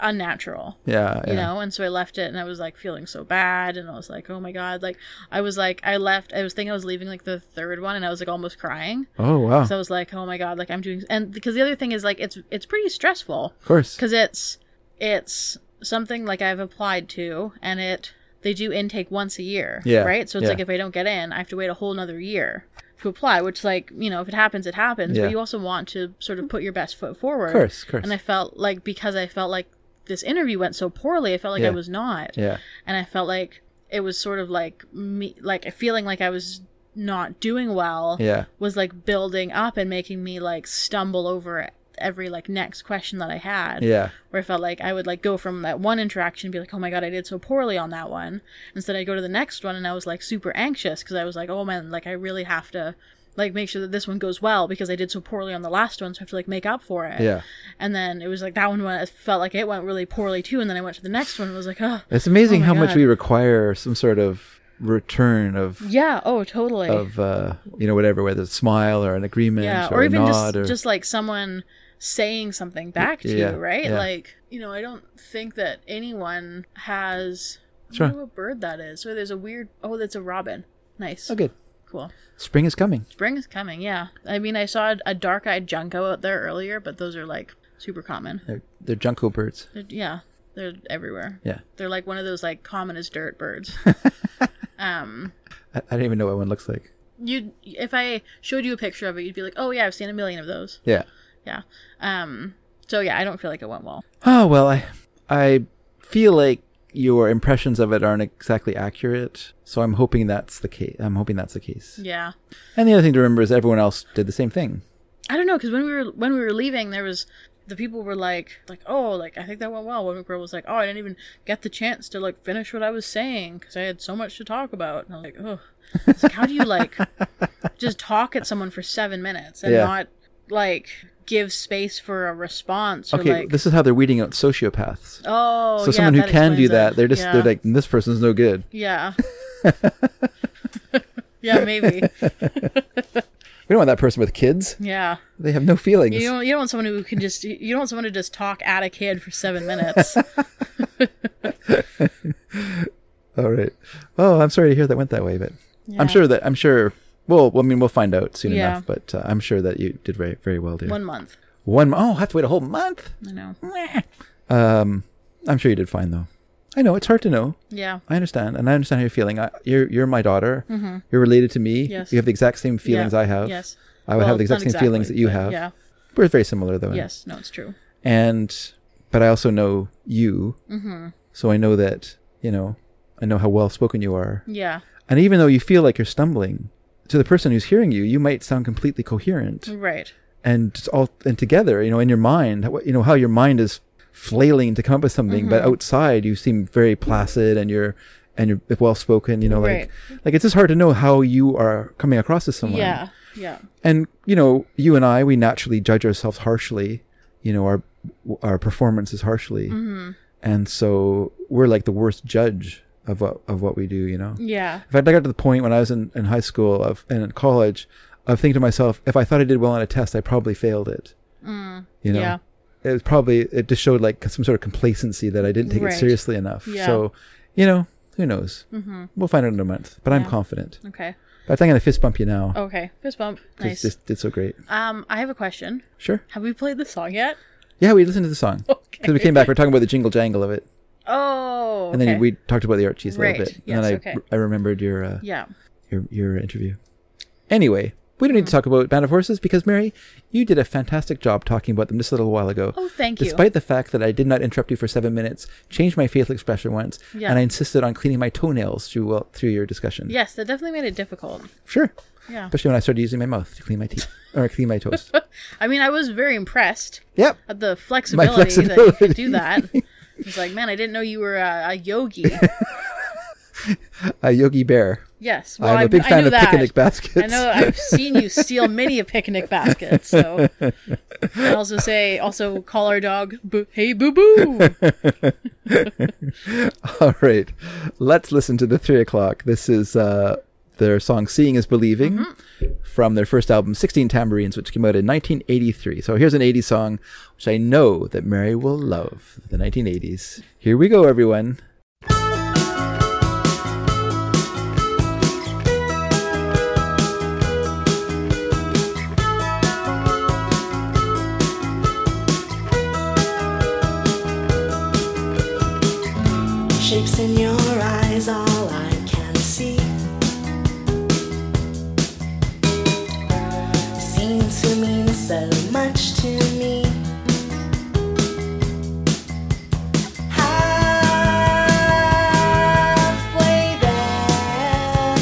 [SPEAKER 3] unnatural.
[SPEAKER 2] Yeah, yeah.
[SPEAKER 3] You know, and so I left it and I was like feeling so bad and I was like, Oh my god, like I was like I left I was thinking I was leaving like the third one and I was like almost crying.
[SPEAKER 2] Oh wow,
[SPEAKER 3] So I was like, Oh my god, like I'm doing and because the other thing is like it's it's pretty stressful
[SPEAKER 2] of course.
[SPEAKER 3] because it's it's something like I've applied to, and it they do intake once a year,
[SPEAKER 2] Yeah,
[SPEAKER 3] right? So it's
[SPEAKER 2] yeah.
[SPEAKER 3] like if I don't get in, I have to wait a whole another year to apply. Which like you know, if it happens, it happens.
[SPEAKER 2] Yeah.
[SPEAKER 3] But you also want to sort of put your best foot forward.
[SPEAKER 2] course, course.
[SPEAKER 3] And I felt like because I felt like this interview went so poorly, I felt like
[SPEAKER 2] Yeah.
[SPEAKER 3] I was not,
[SPEAKER 2] Yeah,
[SPEAKER 3] and I felt like it was sort of like me, like feeling like I was not doing well
[SPEAKER 2] yeah,
[SPEAKER 3] was like building up and making me like stumble over every like next question that I had
[SPEAKER 2] yeah.
[SPEAKER 3] where I felt like I would like go from that one interaction and be like, oh my god, I did so poorly on that one. Instead, I go to the next one and I was like super anxious because I was like, oh man, like I really have to like make sure that this one goes well because I did so poorly on the last one, so I have to like make up for it.
[SPEAKER 2] Yeah.
[SPEAKER 3] And then it was like that one went, it felt like it went really poorly too, and then I went to the next one and was like, oh
[SPEAKER 2] It's amazing
[SPEAKER 3] my
[SPEAKER 2] how much
[SPEAKER 3] God.
[SPEAKER 2] we require some sort of return of
[SPEAKER 3] yeah, oh totally.
[SPEAKER 2] of uh, you know whatever, whether it's a smile or an agreement
[SPEAKER 3] yeah,
[SPEAKER 2] or,
[SPEAKER 3] or, even
[SPEAKER 2] a nod
[SPEAKER 3] just
[SPEAKER 2] or
[SPEAKER 3] just like someone saying something back to
[SPEAKER 2] Yeah,
[SPEAKER 3] you, right?
[SPEAKER 2] yeah.
[SPEAKER 3] Like you know, I don't think that anyone has
[SPEAKER 2] Sure.
[SPEAKER 3] wonder what bird that is. Oh, there's a weird. Oh, that's a robin. Nice.
[SPEAKER 2] Oh, good.
[SPEAKER 3] Cool.
[SPEAKER 2] Spring is coming.
[SPEAKER 3] Spring is coming. Yeah. I mean, I saw a- a dark-eyed junco out there earlier, but those are like super common.
[SPEAKER 2] They're, they're junco birds.
[SPEAKER 3] They're- yeah, they're everywhere.
[SPEAKER 2] Yeah.
[SPEAKER 3] They're like one of those like common as
[SPEAKER 2] [LAUGHS]
[SPEAKER 3] dirt birds. um,
[SPEAKER 2] I, I don't even know what one looks like.
[SPEAKER 3] you if I showed you a picture of it, you'd be like, oh yeah, I've seen a million of those.
[SPEAKER 2] Yeah.
[SPEAKER 3] Yeah. Um. So yeah, I don't feel like it went well.
[SPEAKER 2] Oh well, I I feel like your impressions of it aren't exactly accurate. So I'm hoping that's the case. I'm hoping that's the case.
[SPEAKER 3] Yeah.
[SPEAKER 2] And the other thing to remember is everyone else did the same thing.
[SPEAKER 3] I don't know because when we were when we were leaving, there was the people were like like oh like I think that went well. One girl was like oh I didn't even get the chance to like finish what I was saying because I had so much to talk about. And I was like oh, it's like how do
[SPEAKER 2] [LAUGHS]
[SPEAKER 3] you like just talk at someone for seven minutes and
[SPEAKER 2] Yeah.
[SPEAKER 3] not like give space for a response or
[SPEAKER 2] Okay,
[SPEAKER 3] like
[SPEAKER 2] this is how they're weeding out sociopaths.
[SPEAKER 3] oh
[SPEAKER 2] so
[SPEAKER 3] yeah,
[SPEAKER 2] someone who
[SPEAKER 3] that
[SPEAKER 2] can do
[SPEAKER 3] explains
[SPEAKER 2] that,
[SPEAKER 3] it.
[SPEAKER 2] they're just
[SPEAKER 3] Yeah.
[SPEAKER 2] they're like this person's no good.
[SPEAKER 3] yeah.
[SPEAKER 2] [LAUGHS]
[SPEAKER 3] [LAUGHS] Yeah, maybe.
[SPEAKER 2] We don't want that person with kids.
[SPEAKER 3] Yeah,
[SPEAKER 2] They have no feelings.
[SPEAKER 3] you don't. You don't want someone who can just. You don't want someone to just talk at a kid for seven minutes.
[SPEAKER 2] All right. Well, I'm sorry to hear that went that way, but I'm sure that I'm sure. Well, well, I mean, we'll find out soon
[SPEAKER 3] Yeah.
[SPEAKER 2] enough. But uh, I'm sure that you did very, very well, dear. One,
[SPEAKER 3] One month.
[SPEAKER 2] mo- oh, I have to wait a whole month.
[SPEAKER 3] I know.
[SPEAKER 2] Um, I'm sure you did fine though. I know it's hard to know.
[SPEAKER 3] Yeah.
[SPEAKER 2] I understand, and I understand how you're feeling. I, you're you're my daughter. You're related to me.
[SPEAKER 3] Mm-hmm. Yes.
[SPEAKER 2] You have the exact same feelings
[SPEAKER 3] Yeah.
[SPEAKER 2] I have.
[SPEAKER 3] Yes.
[SPEAKER 2] I would
[SPEAKER 3] Well,
[SPEAKER 2] have the
[SPEAKER 3] it's not
[SPEAKER 2] exact same feelings that
[SPEAKER 3] exactly,
[SPEAKER 2] you
[SPEAKER 3] but
[SPEAKER 2] have.
[SPEAKER 3] Yeah.
[SPEAKER 2] We're very similar though. in-
[SPEAKER 3] Yes. No, it's true.
[SPEAKER 2] and but I also know you, so I know that you know I know how well spoken you are,
[SPEAKER 3] Yeah.
[SPEAKER 2] and even though you feel like you're stumbling, to the person who's hearing you, you might sound completely coherent
[SPEAKER 3] Right.
[SPEAKER 2] and just all and together, you know, in your mind, what- you know how your mind is flailing to come up with something, but outside you seem very placid and you're and you're well spoken, you know, like like it's just hard to know how you are coming across to someone
[SPEAKER 3] Yeah. Yeah.
[SPEAKER 2] and you know you and i we naturally judge ourselves harshly you know our our performances harshly
[SPEAKER 3] Mm-hmm.
[SPEAKER 2] and so we're like the worst judge of what of what we do you know
[SPEAKER 3] Yeah.
[SPEAKER 2] in fact i got to the point when i was in, in high school of and in college of thinking to myself if i thought i did well on a test i probably failed it you know
[SPEAKER 3] Mm, Yeah.
[SPEAKER 2] it was probably it just showed like some sort of complacency that i didn't take
[SPEAKER 3] Right.
[SPEAKER 2] it seriously enough
[SPEAKER 3] Yeah.
[SPEAKER 2] so you know who knows mm-hmm. we'll find out in a month but i'm confident
[SPEAKER 3] Okay.
[SPEAKER 2] but i'm gonna fist bump you now
[SPEAKER 3] Okay. Fist bump.
[SPEAKER 2] 'cause
[SPEAKER 3] Oh, Nice.
[SPEAKER 2] this did so great
[SPEAKER 3] Um, I have a question.
[SPEAKER 2] sure
[SPEAKER 3] Have we played the song yet?
[SPEAKER 2] Yeah, we listened to the
[SPEAKER 3] [LAUGHS]
[SPEAKER 2] song because we came back. We're talking about the jingle jangle of it,
[SPEAKER 3] Oh.
[SPEAKER 2] and then
[SPEAKER 3] okay.
[SPEAKER 2] we talked about the Archies a
[SPEAKER 3] Right,
[SPEAKER 2] little bit.
[SPEAKER 3] yes,
[SPEAKER 2] and then I,
[SPEAKER 3] okay.
[SPEAKER 2] I remembered your, uh,
[SPEAKER 3] Yeah.
[SPEAKER 2] your your interview. Anyway, we don't need to
[SPEAKER 3] Hmm.
[SPEAKER 2] talk about Band of Horses because Mary, you did a fantastic job talking about them just a little while ago.
[SPEAKER 3] Oh, thank you.
[SPEAKER 2] Despite the fact that I did not interrupt you for seven minutes, changed my facial expression once,
[SPEAKER 3] Yeah.
[SPEAKER 2] and I insisted on cleaning my toenails through well, through your discussion.
[SPEAKER 3] Yes, that definitely made it difficult.
[SPEAKER 2] sure.
[SPEAKER 3] Yeah.
[SPEAKER 2] Especially when I started using my mouth to clean my
[SPEAKER 3] [LAUGHS]
[SPEAKER 2] teeth or clean my toes.
[SPEAKER 3] I mean, I was very impressed
[SPEAKER 2] yep.
[SPEAKER 3] at the flexibility, that you
[SPEAKER 2] flexibility.
[SPEAKER 3] could do that. It's like, man, I didn't know you were a, a
[SPEAKER 2] [LAUGHS]
[SPEAKER 3] yogi.
[SPEAKER 2] A Yogi Bear.
[SPEAKER 3] Yes. Well,
[SPEAKER 2] I'm
[SPEAKER 3] I-
[SPEAKER 2] a big
[SPEAKER 3] I
[SPEAKER 2] fan
[SPEAKER 3] knew
[SPEAKER 2] of
[SPEAKER 3] that.
[SPEAKER 2] picnic baskets.
[SPEAKER 3] I know I've seen you steal many a picnic basket. So I also say, also call our dog, boo, hey boo boo.
[SPEAKER 2] [LAUGHS] All right, let's listen to the three o'clock. This is uh, their song "Seeing Is Believing"
[SPEAKER 3] Mm-hmm.
[SPEAKER 2] from their first album, "16 Tambourines," which came out in 1983. So here's an 80s song, which I know that Mary will love. The 1980s. Here we go, everyone.
[SPEAKER 12] Shapes in your eyes, all I can see. Seem to mean so much to me. Halfway there,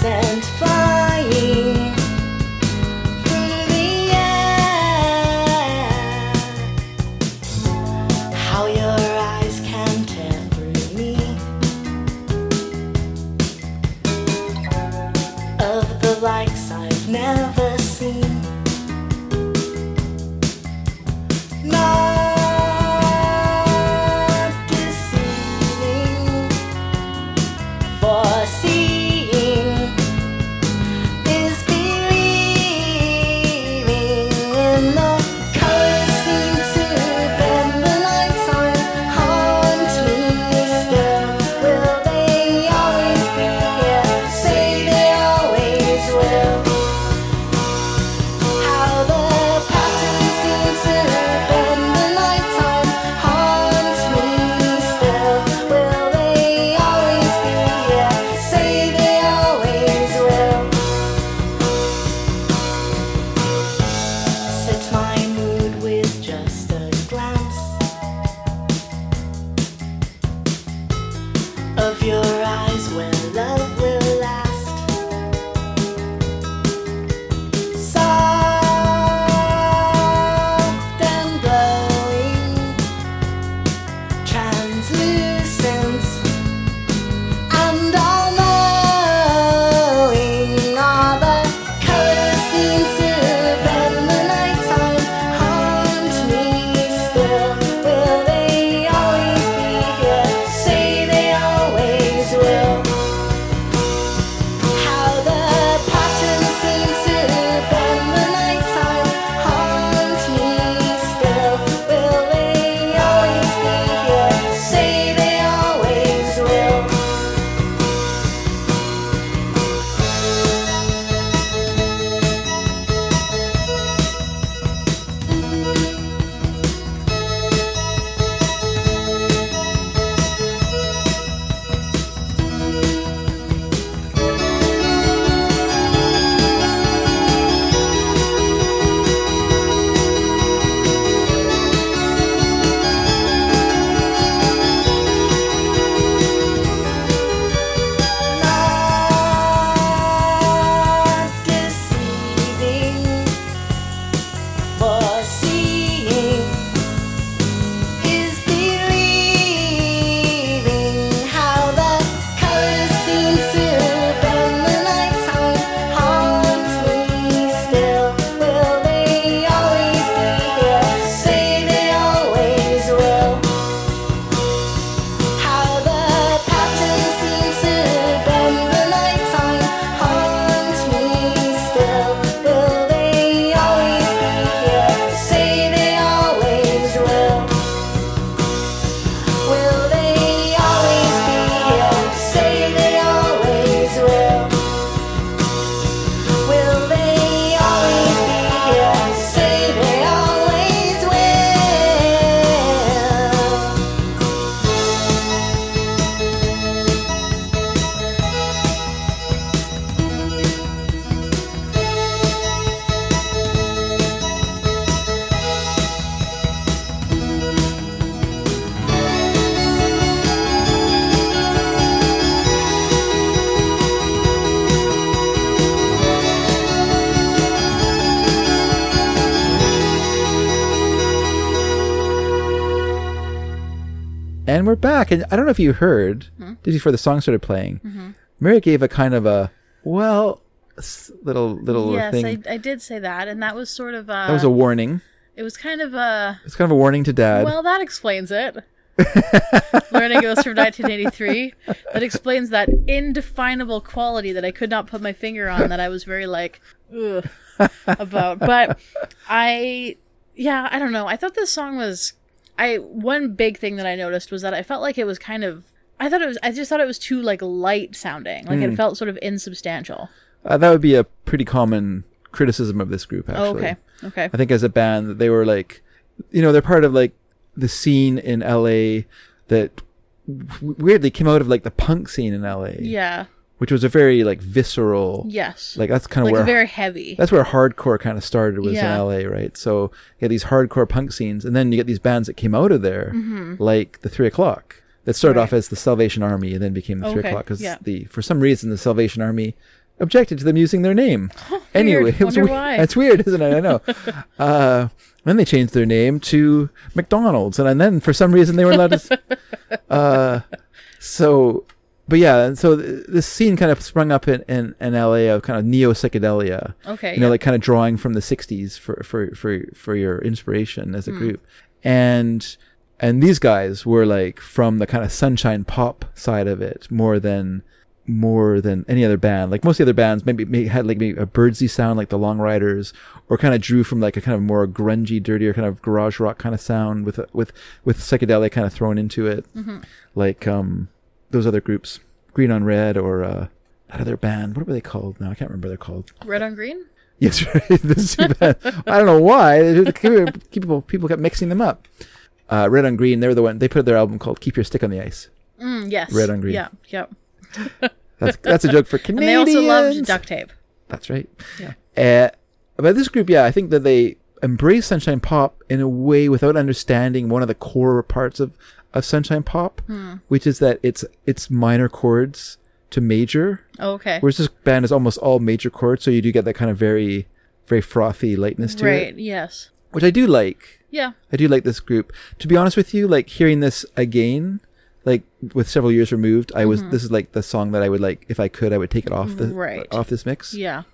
[SPEAKER 12] sent flying through the air. How your eyes can tear through me of the likes I've never seen. Not deceiving, foreseeing is believing when the colors seem to bend the night time haunt me still.
[SPEAKER 2] and we're back. And I don't know if you heard
[SPEAKER 3] Hmm?
[SPEAKER 2] just before the song started playing,
[SPEAKER 3] Mm-hmm.
[SPEAKER 2] Mary gave a kind of a well s- little little
[SPEAKER 3] yes,
[SPEAKER 2] thing.
[SPEAKER 3] I, I did say that, and that was sort of uh,
[SPEAKER 2] that was a warning.
[SPEAKER 3] It was kind of a
[SPEAKER 2] It's kind of a warning to Dad.
[SPEAKER 3] well, that explains it. [LAUGHS] Learning goes from 1983. That explains that indefinable quality that I could not put my finger on. That I was very like ugh, about, but I yeah, I don't know. I thought this song was I one big thing that I noticed was that I felt like it was kind of I thought it was I just thought it was too like light sounding. Like it
[SPEAKER 2] Mm.
[SPEAKER 3] felt sort of insubstantial.
[SPEAKER 2] Uh, that would be a pretty common criticism of this group, actually.
[SPEAKER 3] Oh, okay. Okay.
[SPEAKER 2] I think as a band, that they were like, you know, they're part of like the scene in LA that w- weirdly came out of like the punk scene in LA,
[SPEAKER 3] Yeah.
[SPEAKER 2] which was a very like visceral.
[SPEAKER 3] Yes.
[SPEAKER 2] Like that's kind of
[SPEAKER 3] Like,
[SPEAKER 2] where
[SPEAKER 3] very heavy.
[SPEAKER 2] That's where hardcore kind of started was
[SPEAKER 3] Yeah.
[SPEAKER 2] in LA, right? So you get these hardcore punk scenes, and then you get these bands that came out of there,
[SPEAKER 3] Mhm.
[SPEAKER 2] like the Three O'clock, that started off as the Salvation Army and then became the Three
[SPEAKER 3] Okay,
[SPEAKER 2] O'clock because
[SPEAKER 3] yeah.
[SPEAKER 2] the for some reason the Salvation Army objected to them using their name.
[SPEAKER 3] [LAUGHS] weird.
[SPEAKER 2] it was
[SPEAKER 3] Wonder
[SPEAKER 2] weird.
[SPEAKER 3] why.
[SPEAKER 2] That's weird, isn't it? I
[SPEAKER 3] [LAUGHS]
[SPEAKER 2] know. uh, then they changed their name to McDonald's, and then for some reason they were allowed to. s- uh, so, but yeah, and so th- this scene kind of sprung up in, in, in LA of kind of neo psychedelia.
[SPEAKER 3] Okay,
[SPEAKER 2] You know,
[SPEAKER 3] yeah.
[SPEAKER 2] like kind of drawing from the 60s for, for, for, for your inspiration as a
[SPEAKER 3] Hmm.
[SPEAKER 2] group. And, and these guys were like from the kind of sunshine pop side of it more than more than any other band like most of the other bands maybe, maybe had like maybe a birdsy sound like the long riders or kind of drew from like a kind of more grungy dirtier kind of garage rock kind of sound with with with psychedelia kind of thrown into it
[SPEAKER 3] Mhm.
[SPEAKER 2] like um those other groups green on red or uh that other band what were they called now i can't remember what they're called [LAUGHS]
[SPEAKER 3] Red on green?
[SPEAKER 2] Yes, right. [LAUGHS] This is bad. I don't know why. They just keep- People people kept mixing them up. Uh, Red on Green. They were the one. They put out their album called "Keep Your Stick on the Ice."
[SPEAKER 3] Mm, yes.
[SPEAKER 2] Red on green.
[SPEAKER 3] Yeah, yep.
[SPEAKER 2] That's that's a joke for
[SPEAKER 3] [LAUGHS] And
[SPEAKER 2] Canadians.
[SPEAKER 3] they also loved duct tape.
[SPEAKER 2] That's right.
[SPEAKER 3] Yeah.
[SPEAKER 2] Uh, but this group, yeah, I think that they embrace sunshine pop in a way without understanding one of the core parts of, of sunshine pop,
[SPEAKER 3] Hmm.
[SPEAKER 2] which is that it's it's minor chords to major.
[SPEAKER 3] Oh, okay.
[SPEAKER 2] Whereas this band is almost all major chords, so you do get that kind of very very frothy lightness to
[SPEAKER 3] Right,
[SPEAKER 2] it,
[SPEAKER 3] yes.
[SPEAKER 2] which I do like.
[SPEAKER 3] Yeah.
[SPEAKER 2] I do like this group. To be honest with you, like hearing this again, like with several years removed, I was
[SPEAKER 3] Mhm.
[SPEAKER 2] this is like the song that I would like if I could I would take it off the
[SPEAKER 3] Right.
[SPEAKER 2] off this mix.
[SPEAKER 3] Yeah.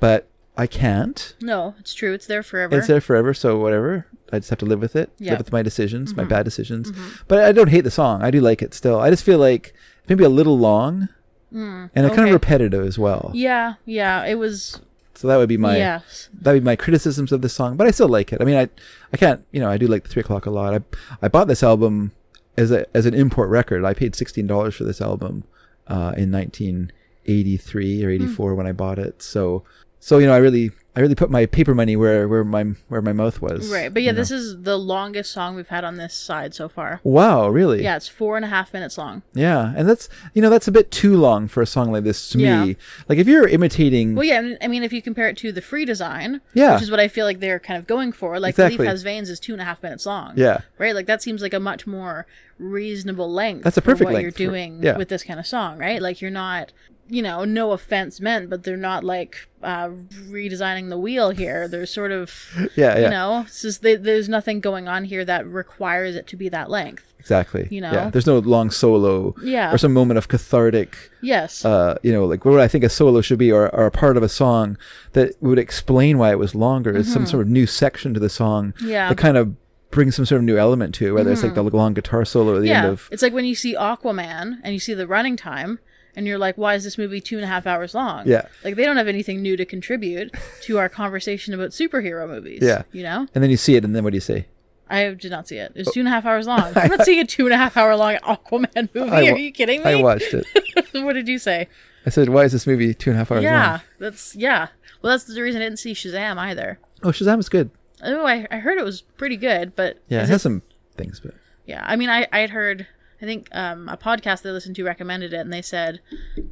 [SPEAKER 2] But I can't.
[SPEAKER 3] No, it's true. It's there forever.
[SPEAKER 2] It's there forever, so whatever. I just have to live with it.
[SPEAKER 3] Yeah.
[SPEAKER 2] Live with my decisions, my
[SPEAKER 3] Mhm.
[SPEAKER 2] bad decisions.
[SPEAKER 3] Mhm.
[SPEAKER 2] But I don't hate the song. I do like it still. I just feel like maybe a little long
[SPEAKER 3] Mm,
[SPEAKER 2] and kind
[SPEAKER 3] okay.
[SPEAKER 2] of repetitive as well.
[SPEAKER 3] Yeah, yeah. It was.
[SPEAKER 2] So that would be my
[SPEAKER 3] Yes.
[SPEAKER 2] that would be my criticisms of the song. But I still like it. I mean, I I can't you know I do like the three o'clock a lot. I I bought this album as a as an import record. I paid sixteen dollars for this album uh, in nineteen eighty three
[SPEAKER 3] Hmm.
[SPEAKER 2] or eighty four when I bought it. So so you know I really I really put my paper money where where my where my mouth was.
[SPEAKER 3] Right. But yeah,
[SPEAKER 2] you
[SPEAKER 3] this
[SPEAKER 2] know.
[SPEAKER 3] is the longest song we've had on this side so far.
[SPEAKER 2] wow really
[SPEAKER 3] Yeah, it's four and a half minutes long.
[SPEAKER 2] yeah and that's you know that's a bit too long for a song like this to
[SPEAKER 3] Yeah.
[SPEAKER 2] me. Like if you're imitating
[SPEAKER 3] Well, yeah, and- I mean, if you compare it to the free design,
[SPEAKER 2] Yeah.
[SPEAKER 3] which is what I feel like they're kind of going for, like
[SPEAKER 2] Exactly.
[SPEAKER 3] Leaf Has Veins is two and a half minutes long.
[SPEAKER 2] Yeah.
[SPEAKER 3] Right? Like, that seems like a much more reasonable length.
[SPEAKER 2] That's a
[SPEAKER 3] for
[SPEAKER 2] perfect
[SPEAKER 3] what
[SPEAKER 2] length for-
[SPEAKER 3] you're doing
[SPEAKER 2] yeah.
[SPEAKER 3] with this kind of song, right? Like, you're not, you know, no offense meant, but they're not like uh, redesigning the wheel here. They're sort of,
[SPEAKER 2] Yeah,
[SPEAKER 3] you
[SPEAKER 2] yeah.
[SPEAKER 3] know, it's just, they, there's nothing going on here that requires it to be that length.
[SPEAKER 2] exactly
[SPEAKER 3] you know.
[SPEAKER 2] yeah there's no long solo
[SPEAKER 3] Yeah.
[SPEAKER 2] or some moment of cathartic
[SPEAKER 3] Yes.
[SPEAKER 2] uh, you know, like what I think a solo should be, or, or a part of a song that would explain why it was longer, is some
[SPEAKER 3] Mhm.
[SPEAKER 2] sort of new section to the song
[SPEAKER 3] Yeah. Mm-hmm.
[SPEAKER 2] that kind of brings some sort of new element to it, whether it's like the long guitar solo at the
[SPEAKER 3] yeah.
[SPEAKER 2] end of.
[SPEAKER 3] It's like when you see Aquaman and you see the running time and you're like, why is this movie two and a half hours long?
[SPEAKER 2] Yeah.
[SPEAKER 3] Like they don't have anything new to contribute to our conversation about superhero movies.
[SPEAKER 2] Yeah.
[SPEAKER 3] You know?
[SPEAKER 2] And then you see it, and then what do you say?
[SPEAKER 3] I did not see it. It's two and a half
[SPEAKER 2] [LAUGHS]
[SPEAKER 3] hours long. I'm not seeing a two and a half hour long Aquaman movie.
[SPEAKER 2] I wa-
[SPEAKER 3] Are you kidding me?
[SPEAKER 2] I watched it.
[SPEAKER 3] [LAUGHS] what did you say?
[SPEAKER 2] I said, why is this movie two and a half hours
[SPEAKER 3] yeah.
[SPEAKER 2] long?
[SPEAKER 3] That's yeah. Well that's the reason I didn't see Shazam either.
[SPEAKER 2] Oh, Shazam is good.
[SPEAKER 3] Oh, I, I heard it was pretty good, but
[SPEAKER 2] Yeah,
[SPEAKER 3] is
[SPEAKER 2] it
[SPEAKER 3] it
[SPEAKER 2] has some things, but
[SPEAKER 3] Yeah, I mean, I I had heard I think um, a podcast they listened to recommended it, and they said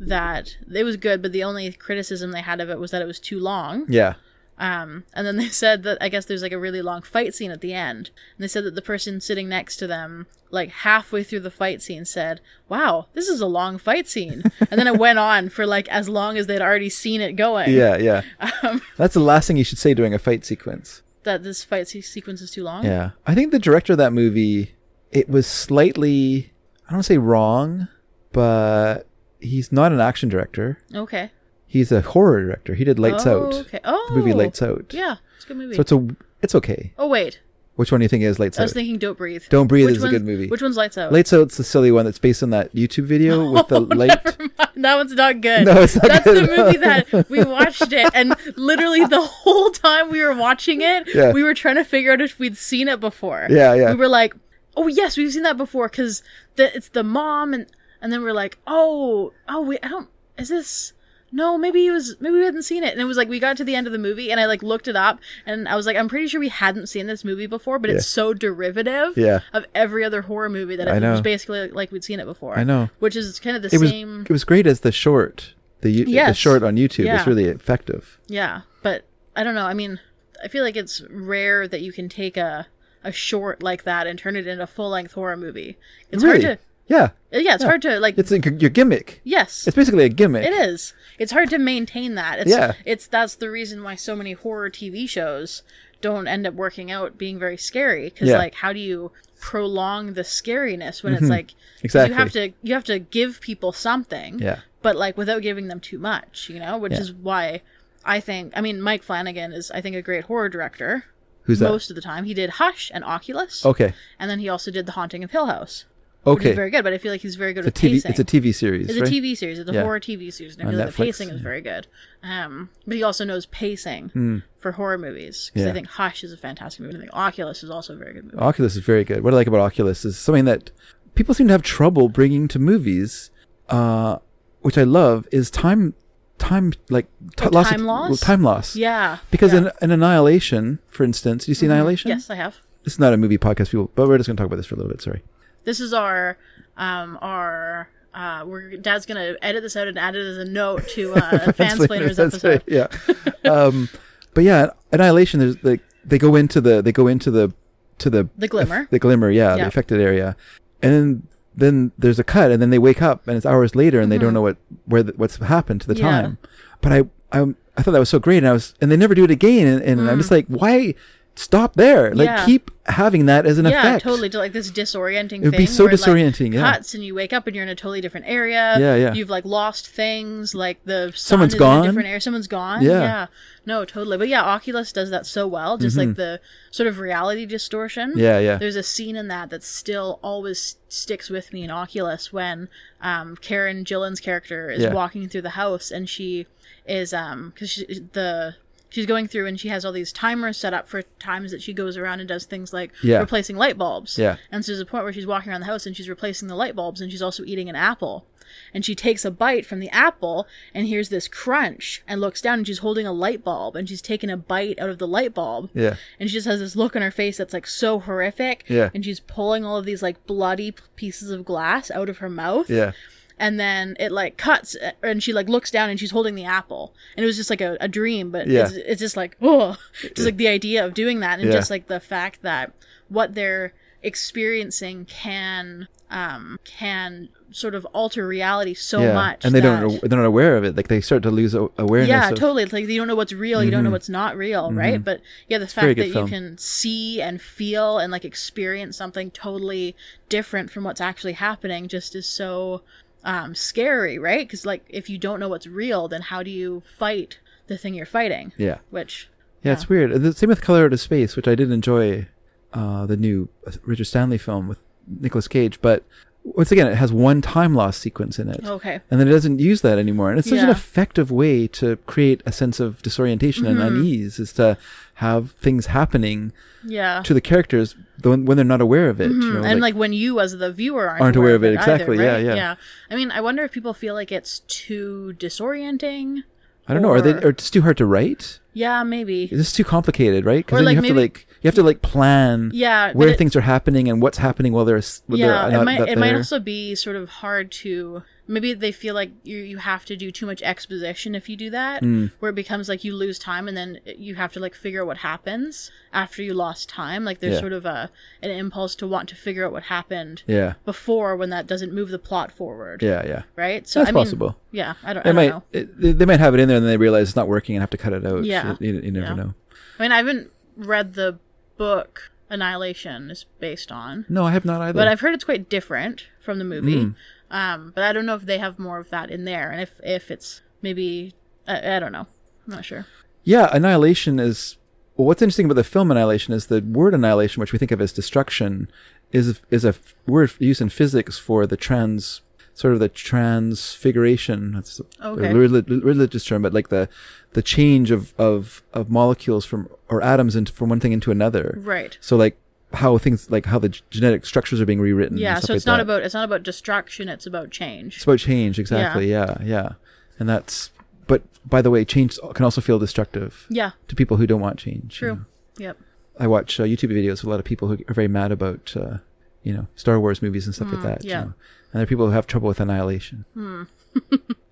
[SPEAKER 3] that it was good, but the only criticism they had of it was that it was too long.
[SPEAKER 2] yeah.
[SPEAKER 3] Um, and then they [LAUGHS] said that I guess there's like a really long fight scene at the end, and they said that the person sitting next to them, like halfway through the fight scene, said, "Wow, this is a long
[SPEAKER 2] [LAUGHS]
[SPEAKER 3] fight scene," and then it went on for like as long as they'd already seen it going.
[SPEAKER 2] Yeah, yeah.
[SPEAKER 3] [LAUGHS] Um,
[SPEAKER 2] That's the last thing you should say during a fight sequence.
[SPEAKER 3] that this fight se- sequence is too long.
[SPEAKER 2] Yeah. I think the director of that movie, it was slightly I don't wanna say wrong, but he's not an action director.
[SPEAKER 3] Okay.
[SPEAKER 2] He's a horror director. He did Lights
[SPEAKER 3] oh,
[SPEAKER 2] Out.
[SPEAKER 3] Okay. Oh,
[SPEAKER 2] The movie Lights Out.
[SPEAKER 3] Yeah, it's a good movie.
[SPEAKER 2] So it's a it's okay.
[SPEAKER 3] oh wait,
[SPEAKER 2] Which one do you think is Lights
[SPEAKER 3] I
[SPEAKER 2] Out?
[SPEAKER 3] was thinking Don't Breathe.
[SPEAKER 2] Don't Breathe
[SPEAKER 3] Which
[SPEAKER 2] is a good
[SPEAKER 3] one's-
[SPEAKER 2] movie.
[SPEAKER 3] Which one's Lights Out?
[SPEAKER 2] Lights Out's the silly one that's based on that YouTube
[SPEAKER 3] [LAUGHS]
[SPEAKER 2] video [LAUGHS] with the light.
[SPEAKER 3] Oh, that one's not good.
[SPEAKER 2] No, it's not
[SPEAKER 3] That's
[SPEAKER 2] good.
[SPEAKER 3] the
[SPEAKER 2] [LAUGHS]
[SPEAKER 3] movie that we watched it, and literally the whole time we were watching it,
[SPEAKER 2] Yeah.
[SPEAKER 3] we were trying to figure out if we'd seen it before.
[SPEAKER 2] Yeah, yeah.
[SPEAKER 3] We were like, "Oh yes, we've seen that before," because the, it's the mom, and and then we're like, "Oh, oh, wait, I don't. Is this?" No, maybe it was maybe we hadn't seen it, and it was like we got to the end of the movie, and I like looked it up, and I was like, I'm pretty sure we hadn't seen this movie before, but
[SPEAKER 2] Yeah.
[SPEAKER 3] it's so derivative
[SPEAKER 2] Yeah.
[SPEAKER 3] of every other horror movie that
[SPEAKER 2] I
[SPEAKER 3] it was
[SPEAKER 2] know.
[SPEAKER 3] basically like, we'd seen it before.
[SPEAKER 2] I know.
[SPEAKER 3] which is kind of the
[SPEAKER 2] It was
[SPEAKER 3] same.
[SPEAKER 2] it was great as the short. The, you- the
[SPEAKER 3] Yes.
[SPEAKER 2] short on YouTube
[SPEAKER 3] Yeah.
[SPEAKER 2] is really effective.
[SPEAKER 3] Yeah, but I don't know. I mean, I feel like it's rare that you can take a a short like that and turn it into a full length horror movie. It's
[SPEAKER 2] really?
[SPEAKER 3] hard
[SPEAKER 2] yeah.
[SPEAKER 3] to yeah, it's hard to like
[SPEAKER 2] It's like your gimmick.
[SPEAKER 3] yes.
[SPEAKER 2] It's basically a gimmick.
[SPEAKER 3] It is. It's hard to maintain that. It's
[SPEAKER 2] Yeah.
[SPEAKER 3] it's that's the reason why so many horror TV shows don't end up working out being very scary cuz
[SPEAKER 2] Yeah.
[SPEAKER 3] like how do you prolong the scariness when it's
[SPEAKER 2] Mhm.
[SPEAKER 3] like 'cause
[SPEAKER 2] Exactly.
[SPEAKER 3] you have to you have to give people something
[SPEAKER 2] Yeah.
[SPEAKER 3] but like without giving them too much, you know, which
[SPEAKER 2] Yeah.
[SPEAKER 3] is why I think I mean Mike Flanagan is I think a great horror director
[SPEAKER 2] Who's that?
[SPEAKER 3] most of the time. He did Hush and Oculus.
[SPEAKER 2] Okay.
[SPEAKER 3] And then he also did The Haunting of Hill House. Which
[SPEAKER 2] Okay.
[SPEAKER 3] is very good, but I feel like he's very good
[SPEAKER 2] It's a
[SPEAKER 3] with
[SPEAKER 2] TV.
[SPEAKER 3] pacing.
[SPEAKER 2] It's a TV series.
[SPEAKER 3] It's
[SPEAKER 2] right?
[SPEAKER 3] a TV series. It's a
[SPEAKER 2] Yeah.
[SPEAKER 3] horror TV series, and I
[SPEAKER 2] On
[SPEAKER 3] feel like the
[SPEAKER 2] Netflix,
[SPEAKER 3] pacing is
[SPEAKER 2] yeah.
[SPEAKER 3] very good. Um, but he also knows pacing for horror movies because
[SPEAKER 2] Hmm. Yeah.
[SPEAKER 3] I think Hush is a fantastic movie. and I think Oculus is also a very good movie.
[SPEAKER 2] Oculus is very good. What I like about Oculus is something that people seem to have trouble bringing to movies, uh, which I love is time, time like t-
[SPEAKER 3] Oh,
[SPEAKER 2] loss
[SPEAKER 3] time
[SPEAKER 2] of-
[SPEAKER 3] loss?
[SPEAKER 2] well, time loss.
[SPEAKER 3] Yeah,
[SPEAKER 2] Because
[SPEAKER 3] yeah. Mm-hmm.
[SPEAKER 2] in, in Annihilation, for instance, you see Annihilation.
[SPEAKER 3] yes, I have.
[SPEAKER 2] This is not a movie podcast, people, but we're just going to talk about this for a little bit. Sorry.
[SPEAKER 3] This is our um our. Uh, we're, Dad's gonna edit this out and add it as a note to
[SPEAKER 2] [LAUGHS]
[SPEAKER 3] uh, Fansplainers
[SPEAKER 2] That's right,
[SPEAKER 3] episode. [LAUGHS]
[SPEAKER 2] Yeah. um, but yeah, Annihilation. There's like they go into the they go into the to the
[SPEAKER 3] The glimmer.
[SPEAKER 2] the glimmer. Yeah,
[SPEAKER 3] Yeah.
[SPEAKER 2] the affected area, and then then there's a cut, and then they wake up, and it's hours later, and they don't know what where the, what's happened to the
[SPEAKER 3] Mm-hmm. Yeah.
[SPEAKER 2] time. But I I I thought that was so great, and I was and they never do it again, and, and I'm just like, why stop there? Like
[SPEAKER 3] Mm. Yeah.
[SPEAKER 2] keep having that as an
[SPEAKER 3] yeah,
[SPEAKER 2] effect.
[SPEAKER 3] totally. To like this disorienting.
[SPEAKER 2] It would be
[SPEAKER 3] thing
[SPEAKER 2] so
[SPEAKER 3] where it,
[SPEAKER 2] disorienting,
[SPEAKER 3] Like,
[SPEAKER 2] yeah.
[SPEAKER 3] Cuts and you wake up and you're in a totally different area.
[SPEAKER 2] Yeah, yeah.
[SPEAKER 3] You've like lost things. Like the sun
[SPEAKER 2] Someone's
[SPEAKER 3] is
[SPEAKER 2] gone.
[SPEAKER 3] In a different area. Someone's gone.
[SPEAKER 2] Yeah.
[SPEAKER 3] No, totally. But yeah, Oculus does that so well. Just like the sort of reality distortion.
[SPEAKER 2] Mm-hmm. Yeah, yeah.
[SPEAKER 3] There's a scene in that that still always sticks with me in Oculus when um, Karen Gillan's character is
[SPEAKER 2] Yeah.
[SPEAKER 3] walking through the house and she is um because she the she's going through and she has all these timers set up for times that she goes around and does things like
[SPEAKER 2] Yeah.
[SPEAKER 3] replacing light bulbs.
[SPEAKER 2] Yeah.
[SPEAKER 3] And so there's a point where she's walking around the house and she's replacing the light bulbs and she's also eating an apple. And she takes a bite from the apple and hears this crunch and looks down and she's holding a light bulb and she's taking a bite out of the light bulb.
[SPEAKER 2] Yeah.
[SPEAKER 3] And she just has this look on her face that's like so horrific.
[SPEAKER 2] Yeah.
[SPEAKER 3] And she's pulling all of these like bloody p- pieces of glass out of her mouth
[SPEAKER 2] Yeah.
[SPEAKER 3] and then it like cuts uh, and she like looks down and she's holding the apple and it was just like a, a dream but
[SPEAKER 2] Yeah.
[SPEAKER 3] it's, it's just like oh just like the idea of doing that and
[SPEAKER 2] Yeah.
[SPEAKER 3] just like the fact that what they're experiencing can um can sort of alter reality so
[SPEAKER 2] yeah.
[SPEAKER 3] much
[SPEAKER 2] and they
[SPEAKER 3] that-
[SPEAKER 2] don't they're not aware of it. Like they start to lose a- awareness.
[SPEAKER 3] yeah
[SPEAKER 2] of, Mm-hmm.
[SPEAKER 3] totally It's like you don't know what's real you don't know what's not real right but yeah the
[SPEAKER 2] very
[SPEAKER 3] fact
[SPEAKER 2] good
[SPEAKER 3] that
[SPEAKER 2] film.
[SPEAKER 3] you can see and feel and like experience something totally different from what's actually happening just is so um scary right because like if you don't know what's real then how do you fight the thing you're fighting
[SPEAKER 2] Yeah.
[SPEAKER 3] which
[SPEAKER 2] Yeah, it's weird. The same with Color Out of Space, which I did enjoy, uh, the new Richard Stanley film with Nicolas Cage. But once again, it has one time loss sequence in it,
[SPEAKER 3] okay
[SPEAKER 2] and then it doesn't use that anymore. And it's such an
[SPEAKER 3] Oh. Yeah.
[SPEAKER 2] effective way to create a sense of disorientation
[SPEAKER 3] Mm-hmm.
[SPEAKER 2] and unease, is to have things happening
[SPEAKER 3] yeah
[SPEAKER 2] to the characters th- when, when they're not aware of it. you know,
[SPEAKER 3] Ah. Mm-hmm. and like, when you as the viewer aren't,
[SPEAKER 2] Aren't aware of it,
[SPEAKER 3] either,
[SPEAKER 2] exactly, yeah,
[SPEAKER 3] right?
[SPEAKER 2] yeah.
[SPEAKER 3] i mean i wonder if people feel like it's too disorienting
[SPEAKER 2] I don't know, are they
[SPEAKER 3] or-
[SPEAKER 2] are it's too hard to write?
[SPEAKER 3] yeah maybe
[SPEAKER 2] It's too complicated, right?
[SPEAKER 3] Or,
[SPEAKER 2] Because then
[SPEAKER 3] like,
[SPEAKER 2] you have to
[SPEAKER 3] maybe-
[SPEAKER 2] like you have to like plan
[SPEAKER 3] Yeah, but
[SPEAKER 2] where
[SPEAKER 3] it-
[SPEAKER 2] things are happening and what's happening while they're as- while
[SPEAKER 3] yeah,
[SPEAKER 2] they're not,
[SPEAKER 3] it might
[SPEAKER 2] not
[SPEAKER 3] it might
[SPEAKER 2] there.
[SPEAKER 3] also be sort of hard to maybe they feel like you you have to do too much exposition if you do that,
[SPEAKER 2] Hmm.
[SPEAKER 3] where it becomes like you lose time and then you have to like figure out what happens after you lost time. Like there's
[SPEAKER 2] Yeah.
[SPEAKER 3] sort of a an impulse to want to figure out what happened
[SPEAKER 2] yeah,
[SPEAKER 3] before when that doesn't move the plot forward.
[SPEAKER 2] yeah, yeah.
[SPEAKER 3] Right. So
[SPEAKER 2] That's
[SPEAKER 3] I mean,
[SPEAKER 2] possible.
[SPEAKER 3] Yeah, I don't.
[SPEAKER 2] They
[SPEAKER 3] I don't
[SPEAKER 2] might
[SPEAKER 3] know.
[SPEAKER 2] it, they- they might have it in there and then they realize it's not working and have to cut it out.
[SPEAKER 3] Yeah.
[SPEAKER 2] You, you never
[SPEAKER 3] Yeah.
[SPEAKER 2] know.
[SPEAKER 3] I mean, I haven't read the book Annihilation is based on.
[SPEAKER 2] No, I have not either.
[SPEAKER 3] But I've heard it's quite different from the movie.
[SPEAKER 2] Mm.
[SPEAKER 3] Um, but I don't know if they have more of that in there, and if if it's maybe I, I don't know. I'm not sure.
[SPEAKER 2] Yeah, annihilation is. Well, what's interesting about the film annihilation is the word annihilation, which we think of as destruction, is is a f- word used in physics for the trans sort of the transfiguration. That's a
[SPEAKER 3] Okay.
[SPEAKER 2] reli- religious term, but like the the change of of of molecules from or atoms into from one thing into another.
[SPEAKER 3] Right.
[SPEAKER 2] So like how things like how the g- genetic structures are being rewritten.
[SPEAKER 3] Yeah.
[SPEAKER 2] and Mm, stuff
[SPEAKER 3] So it's
[SPEAKER 2] like
[SPEAKER 3] not
[SPEAKER 2] that.
[SPEAKER 3] about it's not about destruction. It's about change.
[SPEAKER 2] It's about change, exactly. Yeah. yeah, and that's. But by the way, change can also feel destructive.
[SPEAKER 3] Yeah.
[SPEAKER 2] To people who don't want change. you know.
[SPEAKER 3] True. Yep.
[SPEAKER 2] I watch uh, YouTube videos with a lot of people who are very mad about, uh, you know, Star Wars movies and stuff like
[SPEAKER 3] Mm,
[SPEAKER 2] that. you
[SPEAKER 3] yeah.
[SPEAKER 2] know. And there are people who have trouble with annihilation.
[SPEAKER 3] Hmm.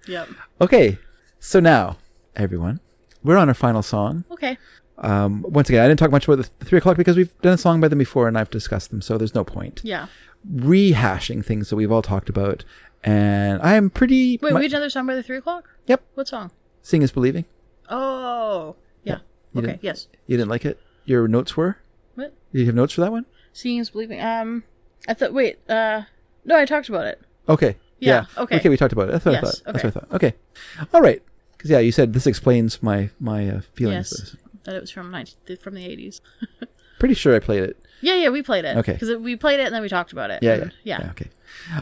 [SPEAKER 3] yep.
[SPEAKER 2] Okay, so now everyone, we're on our final song.
[SPEAKER 3] Okay.
[SPEAKER 2] Um, once again, I didn't talk much about the th- three o'clock because we've done a song by them before and I've discussed them, so there's no point
[SPEAKER 3] Yeah.
[SPEAKER 2] rehashing things that we've all talked about. And I am pretty
[SPEAKER 3] Wait,
[SPEAKER 2] mu-
[SPEAKER 3] we did another song by the three o'clock.
[SPEAKER 2] Yep.
[SPEAKER 3] What song?
[SPEAKER 2] seeing is believing.
[SPEAKER 3] Oh. Yeah.
[SPEAKER 2] You
[SPEAKER 3] Okay.
[SPEAKER 2] didn't-
[SPEAKER 3] Yes.
[SPEAKER 2] You didn't like it. Your notes were.
[SPEAKER 3] What?
[SPEAKER 2] You have notes for that one?
[SPEAKER 3] Seeing is believing. Um. I thought. Wait. Uh. No, I talked about it.
[SPEAKER 2] Okay.
[SPEAKER 3] Yeah, okay.
[SPEAKER 2] we talked about it. That's what I
[SPEAKER 3] Yes,
[SPEAKER 2] thought. That's what I thought. Okay. All right. Because yeah, you said this explains my my uh, feelings. for
[SPEAKER 3] yes.
[SPEAKER 2] this.
[SPEAKER 3] That it was from 19, from the eighties.
[SPEAKER 2] Pretty sure I played it.
[SPEAKER 3] yeah. Yeah. We played it.
[SPEAKER 2] Okay.
[SPEAKER 3] Because we played it and then we talked about it.
[SPEAKER 2] Yeah, yeah.
[SPEAKER 3] And- Yeah.
[SPEAKER 2] Okay.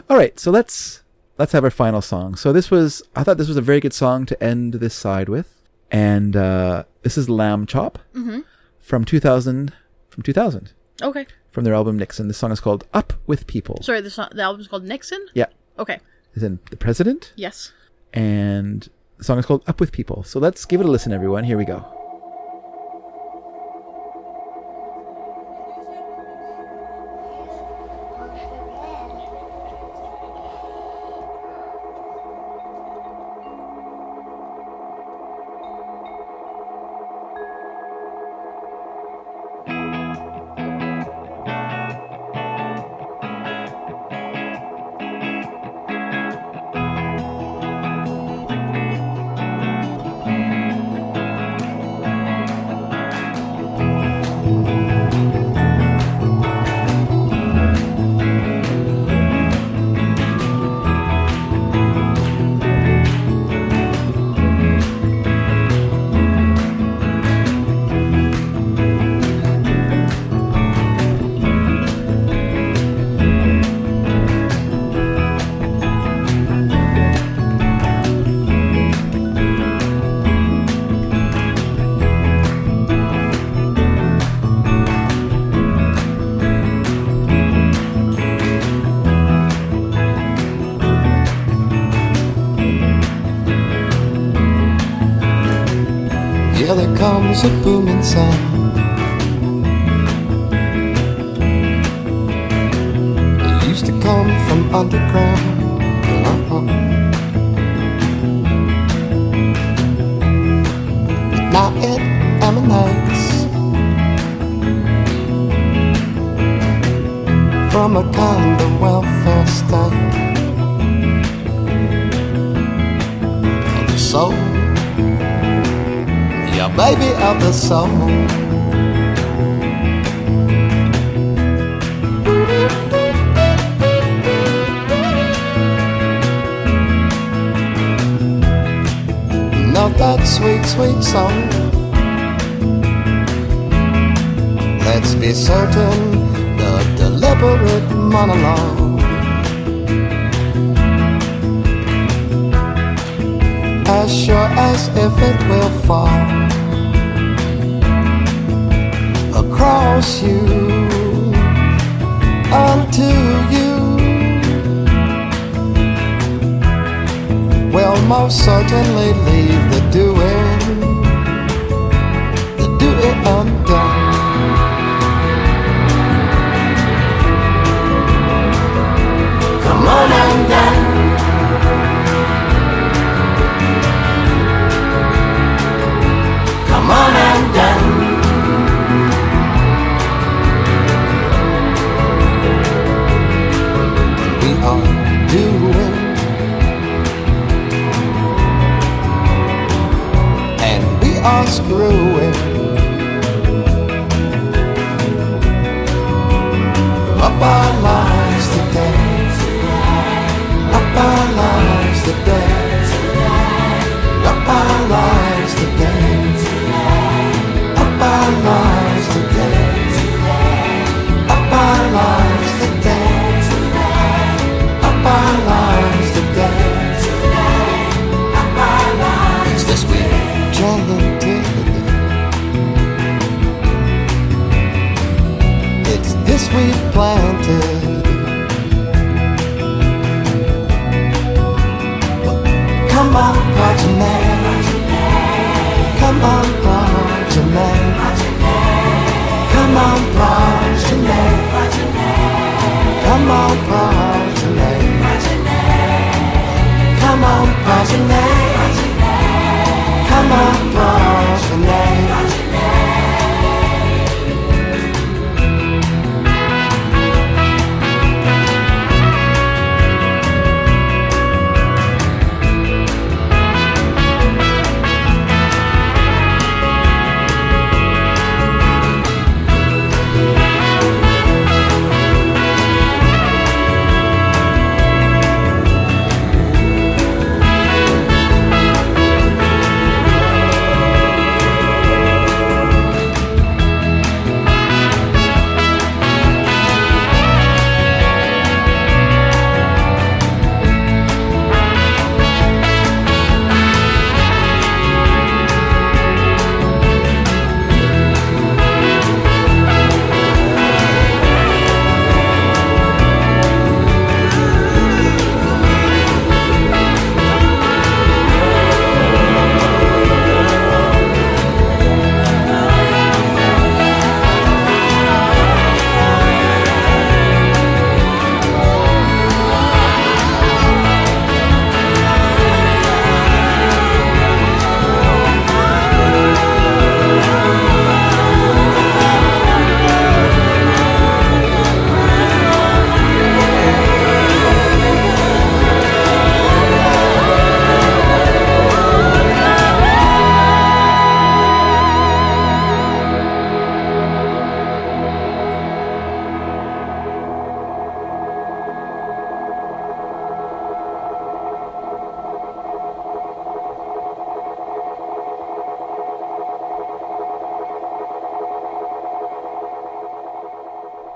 [SPEAKER 2] All right. So let's let's have our final song. So this was I thought this was a very good song to end this side with, and uh, this is Lamb Chop
[SPEAKER 3] Mhm.
[SPEAKER 2] from 2000 from 2000
[SPEAKER 3] Okay.
[SPEAKER 2] from their album Nixon. This song is called Up with People.
[SPEAKER 3] Sorry. The song, the album's called Nixon.
[SPEAKER 2] Yeah.
[SPEAKER 3] Okay.
[SPEAKER 2] Is in the president.
[SPEAKER 3] Yes.
[SPEAKER 2] and the song is called Up With People. So let's give it a listen, everyone. Here we go.
[SPEAKER 4] Yeah, there comes a booming sound. It used to come from underground. Uh-huh. Now it emanates from a kind of welfare state. And the soul your baby of the soul. Love that sweet, sweet soul. Let's be certain the deliberate monologue as sure as if it will fall across you unto you will most certainly leave the doing the doing undone come on undone Come on and dance. We are doing and we are screwing
[SPEAKER 13] planted. Come on, Roger Man. Come on, Roger Man. Come on, Roger Man. Come on, Roger Man. Come on, Roger Man. Come on, Roger Man.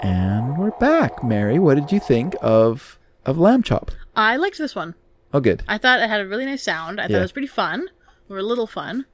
[SPEAKER 2] And we're back. Mary, what did you think of of lamb chop?
[SPEAKER 3] I liked this one.
[SPEAKER 2] Oh, good.
[SPEAKER 3] I thought it had a really nice sound. I thought
[SPEAKER 2] Yeah.
[SPEAKER 3] it was pretty fun, or a little fun.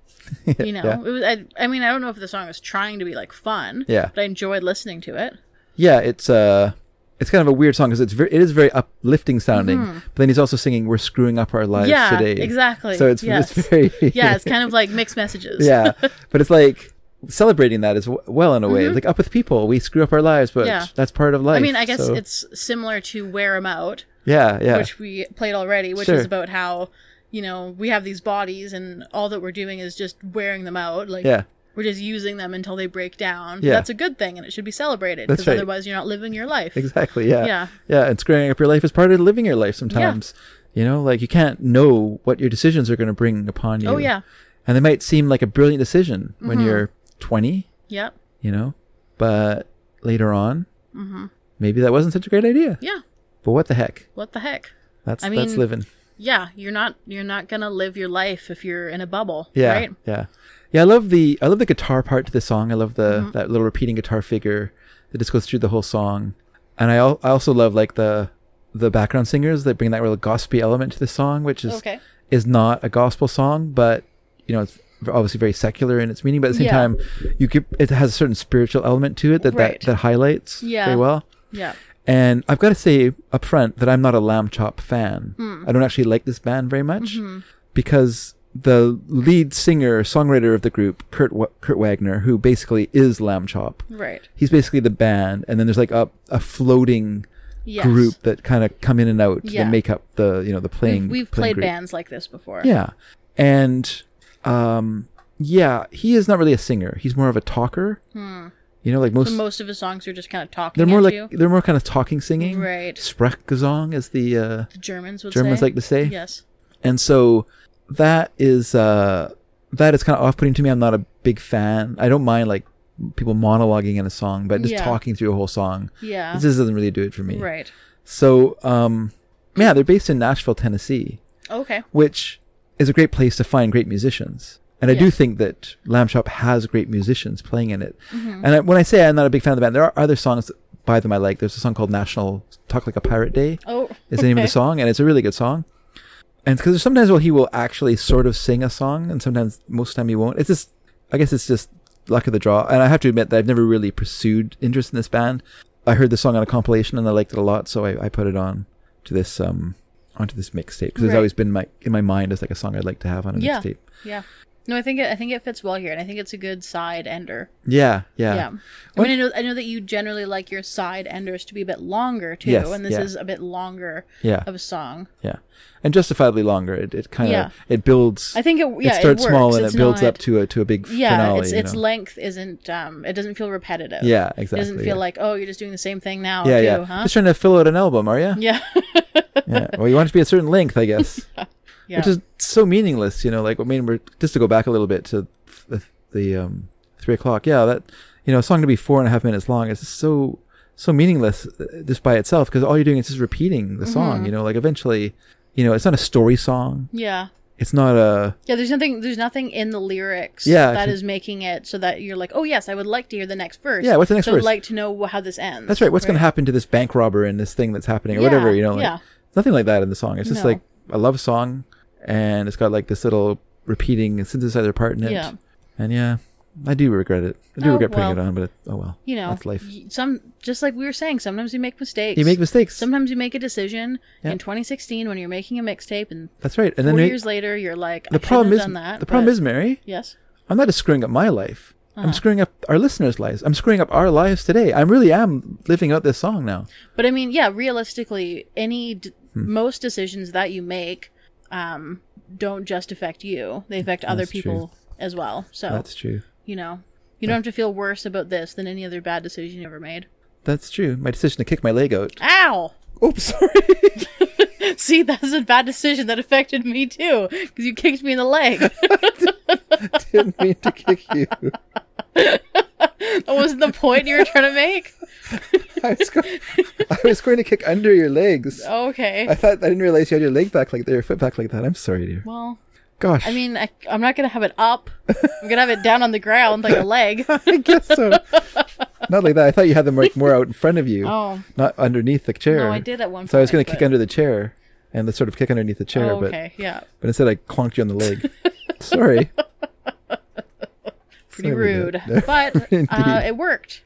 [SPEAKER 3] you know,
[SPEAKER 2] [LAUGHS] yeah.
[SPEAKER 3] it was. I, I mean, I don't know if the song was trying to be like fun.
[SPEAKER 2] Yeah.
[SPEAKER 3] But I enjoyed listening to
[SPEAKER 2] [LAUGHS]
[SPEAKER 3] it.
[SPEAKER 2] Yeah, it's uh it's kind of a weird song because it's very, it is very uplifting sounding,
[SPEAKER 3] Mhm.
[SPEAKER 2] but then he's also singing "We're screwing up our lives
[SPEAKER 3] yeah,
[SPEAKER 2] today."
[SPEAKER 3] exactly.
[SPEAKER 2] So it's
[SPEAKER 3] yes.
[SPEAKER 2] it's very [LAUGHS]
[SPEAKER 3] yeah, it's kind of like mixed messages.
[SPEAKER 2] yeah, but it's like celebrating that as w- well in a way,
[SPEAKER 3] Mhm.
[SPEAKER 2] like up with people. We screw up our lives, but
[SPEAKER 3] Yeah.
[SPEAKER 2] that's part of life.
[SPEAKER 3] I mean, I guess
[SPEAKER 2] so-
[SPEAKER 3] it's similar to Wear 'Em Out.
[SPEAKER 2] Yeah, yeah.
[SPEAKER 3] Which we played already, which
[SPEAKER 2] Sure.
[SPEAKER 3] is about how, you know, we have these bodies and all that we're doing is just wearing them out. Like,
[SPEAKER 2] Yeah.
[SPEAKER 3] we're just using them until they break down.
[SPEAKER 2] Yeah.
[SPEAKER 3] That's a good thing and it should be celebrated
[SPEAKER 2] That's
[SPEAKER 3] because
[SPEAKER 2] right.
[SPEAKER 3] otherwise you're not living your life.
[SPEAKER 2] exactly yeah
[SPEAKER 3] Yeah.
[SPEAKER 2] yeah and screwing up your life is part of living your life sometimes you know like you can't know what your decisions are going to bring upon you
[SPEAKER 3] Oh, yeah.
[SPEAKER 2] and they might seem like a brilliant decision when
[SPEAKER 3] Mhm.
[SPEAKER 2] you're 20
[SPEAKER 3] Yep.
[SPEAKER 2] you know but later on
[SPEAKER 3] Mhm.
[SPEAKER 2] maybe that wasn't such a great idea
[SPEAKER 3] Yeah.
[SPEAKER 2] but what the heck
[SPEAKER 3] What the heck?
[SPEAKER 2] That's- that's living.
[SPEAKER 3] Yeah, you're not you're not gonna live your life if you're in a bubble.
[SPEAKER 2] yeah
[SPEAKER 3] Right?
[SPEAKER 2] yeah yeah i love the i love the guitar part to the song i love
[SPEAKER 3] Mm-hmm.
[SPEAKER 2] the that little repeating guitar figure that just goes through the whole song and i, al- I also love like the the background singers that bring that real gospel element to the song which is
[SPEAKER 3] Okay.
[SPEAKER 2] is not a gospel song but you know it's v- obviously very secular in its meaning but at the same
[SPEAKER 3] Yeah.
[SPEAKER 2] time you could it has a certain spiritual element to it that
[SPEAKER 3] Right.
[SPEAKER 2] that, that highlights
[SPEAKER 3] Yeah.
[SPEAKER 2] very well
[SPEAKER 3] Yeah.
[SPEAKER 2] and I've got to say up front that I'm not a Lamb Chop fan.
[SPEAKER 3] Hmm.
[SPEAKER 2] I don't actually like this band very much
[SPEAKER 3] Mhm.
[SPEAKER 2] because the lead singer, songwriter of the group, Kurt Wa- Kurt Wagner, who basically is Lamb Chop.
[SPEAKER 3] Right.
[SPEAKER 2] He's basically the band, and then there's like a a floating
[SPEAKER 3] Yes.
[SPEAKER 2] group that kind of come in and out
[SPEAKER 3] Yeah.
[SPEAKER 2] that make up the you know the playing.
[SPEAKER 3] We've, we've
[SPEAKER 2] playing
[SPEAKER 3] played
[SPEAKER 2] group.
[SPEAKER 3] bands like this before.
[SPEAKER 2] Yeah. And um yeah, he is not really a singer. He's more of a talker.
[SPEAKER 3] Hmm.
[SPEAKER 2] You know, like
[SPEAKER 3] So
[SPEAKER 2] most
[SPEAKER 3] most, of his songs are just kind of talking.
[SPEAKER 2] they're more
[SPEAKER 3] at
[SPEAKER 2] like
[SPEAKER 3] you.
[SPEAKER 2] they're more kind of talking singing.
[SPEAKER 3] Right.
[SPEAKER 2] Sprechgesang is the uh
[SPEAKER 3] The Germans would
[SPEAKER 2] Germans
[SPEAKER 3] say.
[SPEAKER 2] like to say.
[SPEAKER 3] Yes.
[SPEAKER 2] And so that is uh that is kind of off-putting to me. I'm not a big fan. I don't mind like people monologuing in a song, but just
[SPEAKER 3] Yeah.
[SPEAKER 2] talking through a whole song.
[SPEAKER 3] Yeah.
[SPEAKER 2] This just doesn't really do it for me.
[SPEAKER 3] Right.
[SPEAKER 2] So um yeah, they're based in Nashville, Tennessee
[SPEAKER 3] Okay.
[SPEAKER 2] which is a great place to find great musicians. And I do
[SPEAKER 3] Yes.
[SPEAKER 2] think that Lamb Chop has great musicians playing in it.
[SPEAKER 3] Mhm.
[SPEAKER 2] And I, when I say I'm not a big fan of the band, there are other songs by them I like. There's a song called National Talk Like a Pirate Day.
[SPEAKER 3] Oh,
[SPEAKER 2] is the name of
[SPEAKER 3] okay.
[SPEAKER 2] the song, and it's a really good song. And because sometimes well he will actually sort of sing a song, and sometimes most of the time he won't. It's just I guess it's just luck of the draw. And I have to admit that I've never really pursued interest in this band. I heard the song on a compilation and I liked it a lot, so I, I put it on to this um onto this mixtape because it's
[SPEAKER 3] Right.
[SPEAKER 2] always been my in my mind as like a song I'd like to have on a
[SPEAKER 3] yeah,
[SPEAKER 2] mixtape.
[SPEAKER 3] yeah. No, I think it, I think it fits well here, and I think it's a good side ender.
[SPEAKER 2] Yeah, yeah.
[SPEAKER 3] I mean, I know, I know that you generally like your side enders to be a bit longer too,
[SPEAKER 2] Yes,
[SPEAKER 3] and this
[SPEAKER 2] yeah.
[SPEAKER 3] is a bit longer
[SPEAKER 2] Yeah.
[SPEAKER 3] of a song.
[SPEAKER 2] Yeah, and justifiably longer. It, it kind of
[SPEAKER 3] Yeah.
[SPEAKER 2] it builds.
[SPEAKER 3] I think it- yeah, it
[SPEAKER 2] starts small
[SPEAKER 3] works.
[SPEAKER 2] and
[SPEAKER 3] It's
[SPEAKER 2] it builds
[SPEAKER 3] not-
[SPEAKER 2] up to a to a big
[SPEAKER 3] Yeah,
[SPEAKER 2] finale.
[SPEAKER 3] its
[SPEAKER 2] you
[SPEAKER 3] its
[SPEAKER 2] know?
[SPEAKER 3] length isn't. Um, it doesn't feel repetitive.
[SPEAKER 2] Yeah,
[SPEAKER 3] It
[SPEAKER 2] exactly,
[SPEAKER 3] doesn't
[SPEAKER 2] yeah.
[SPEAKER 3] feel like oh, you're just doing the same thing now.
[SPEAKER 2] yeah,
[SPEAKER 3] too,
[SPEAKER 2] yeah.
[SPEAKER 3] Huh?
[SPEAKER 2] Just trying to fill out an album, are you?
[SPEAKER 3] [LAUGHS] yeah.
[SPEAKER 2] yeah. Well, you want it to be a certain length, I
[SPEAKER 3] [LAUGHS]
[SPEAKER 2] guess.
[SPEAKER 3] Yeah.
[SPEAKER 2] Which is so meaningless, you know. Like, I mean, we're just to go back a little bit to the, the um, three o'clock. Yeah, that you know, a song to be four and a half minutes long is just so so meaningless uh, just by itself because all you're doing is just repeating the song.
[SPEAKER 3] Mhm.
[SPEAKER 2] You know, like eventually, you know, it's not a story song.
[SPEAKER 3] Yeah.
[SPEAKER 2] It's not a
[SPEAKER 3] Yeah, there's nothing. There's nothing in the lyrics
[SPEAKER 2] Yeah,
[SPEAKER 3] that
[SPEAKER 2] it's-
[SPEAKER 3] is making it so that you're like, oh yes, I would like to hear the next verse.
[SPEAKER 2] Yeah, what's the next
[SPEAKER 3] so
[SPEAKER 2] verse?
[SPEAKER 3] I'd like to know wh- how this ends.
[SPEAKER 2] That's right. What's going to happen to this bank robber and this thing that's happening or
[SPEAKER 3] Yeah,
[SPEAKER 2] whatever? You know, like,
[SPEAKER 3] yeah.
[SPEAKER 2] nothing like that in the song. It's just
[SPEAKER 3] No.
[SPEAKER 2] like a love song, and it's got like this little repeating synthesizer part in it.
[SPEAKER 3] Yeah.
[SPEAKER 2] And yeah, I do regret it. I do
[SPEAKER 3] Oh,
[SPEAKER 2] regret putting
[SPEAKER 3] well.
[SPEAKER 2] it on, but oh well.
[SPEAKER 3] You know,
[SPEAKER 2] that's life.
[SPEAKER 3] y- Some just like we were saying, sometimes you make mistakes.
[SPEAKER 2] You make mistakes.
[SPEAKER 3] Sometimes you make a decision
[SPEAKER 2] Yeah.
[SPEAKER 3] in 2016 when you're making a mixtape, and
[SPEAKER 2] That's right. And
[SPEAKER 3] four
[SPEAKER 2] then they-
[SPEAKER 3] years later you're like, I
[SPEAKER 2] the
[SPEAKER 3] shouldn't
[SPEAKER 2] problem
[SPEAKER 3] have
[SPEAKER 2] is
[SPEAKER 3] done that,
[SPEAKER 2] the problem
[SPEAKER 3] but-
[SPEAKER 2] is Mary.
[SPEAKER 3] Yes.
[SPEAKER 2] I'm not just screwing up my life.
[SPEAKER 3] Uh-huh.
[SPEAKER 2] I'm screwing up our listeners' lives. I'm screwing up our lives today. I really am living out this song now.
[SPEAKER 3] But I mean, yeah, realistically, any d-
[SPEAKER 2] Hmm.
[SPEAKER 3] most decisions that you make um, don't just affect you; they affect other
[SPEAKER 2] That's true.
[SPEAKER 3] people as well. So
[SPEAKER 2] That's true.
[SPEAKER 3] You know, you don't have to feel worse about this than any other bad decision you ever made.
[SPEAKER 2] That's true. My decision to kick my leg out.
[SPEAKER 3] Ow! [LAUGHS]
[SPEAKER 2] [LAUGHS] Oops, sorry.
[SPEAKER 3] See, that's a bad decision that affected me too, because you kicked me in the leg. [LAUGHS]
[SPEAKER 2] Didn't mean to kick you.
[SPEAKER 3] that wasn't the point you were trying
[SPEAKER 2] [LAUGHS]
[SPEAKER 3] to make.
[SPEAKER 2] I was, going, I was going to kick under your legs.
[SPEAKER 3] Oh. Okay.
[SPEAKER 2] I thought I didn't realize you had your leg back like that, your foot back like that. I'm sorry, dear.
[SPEAKER 3] Well,
[SPEAKER 2] Gosh.
[SPEAKER 3] I mean, I, I'm not gonna have it up. I'm gonna have it down on the ground like
[SPEAKER 2] [LAUGHS]
[SPEAKER 3] a leg.
[SPEAKER 2] [LAUGHS] I guess
[SPEAKER 3] [LAUGHS]
[SPEAKER 2] so. Not like that. I thought you had them like more out in front of you,
[SPEAKER 3] Oh.
[SPEAKER 2] not underneath the chair.
[SPEAKER 3] No, I did at one
[SPEAKER 2] So I was
[SPEAKER 3] point,
[SPEAKER 2] going to kick
[SPEAKER 3] but-
[SPEAKER 2] under the chair and the sort of kick underneath the chair,
[SPEAKER 3] Oh, okay,
[SPEAKER 2] but
[SPEAKER 3] yeah.
[SPEAKER 2] But instead, I clonked you on the
[SPEAKER 3] [LAUGHS]
[SPEAKER 2] leg. sorry.
[SPEAKER 3] Pretty
[SPEAKER 2] Sorry
[SPEAKER 3] rude,
[SPEAKER 2] about that. [LAUGHS]
[SPEAKER 3] but uh,
[SPEAKER 2] Indeed.
[SPEAKER 3] it worked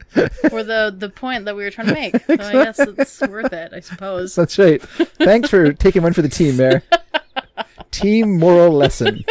[SPEAKER 3] for the the point that we were trying to make. So I guess it's worth it, I suppose.
[SPEAKER 2] That's right. Thanks for taking one for the team, Mayor. team moral lesson.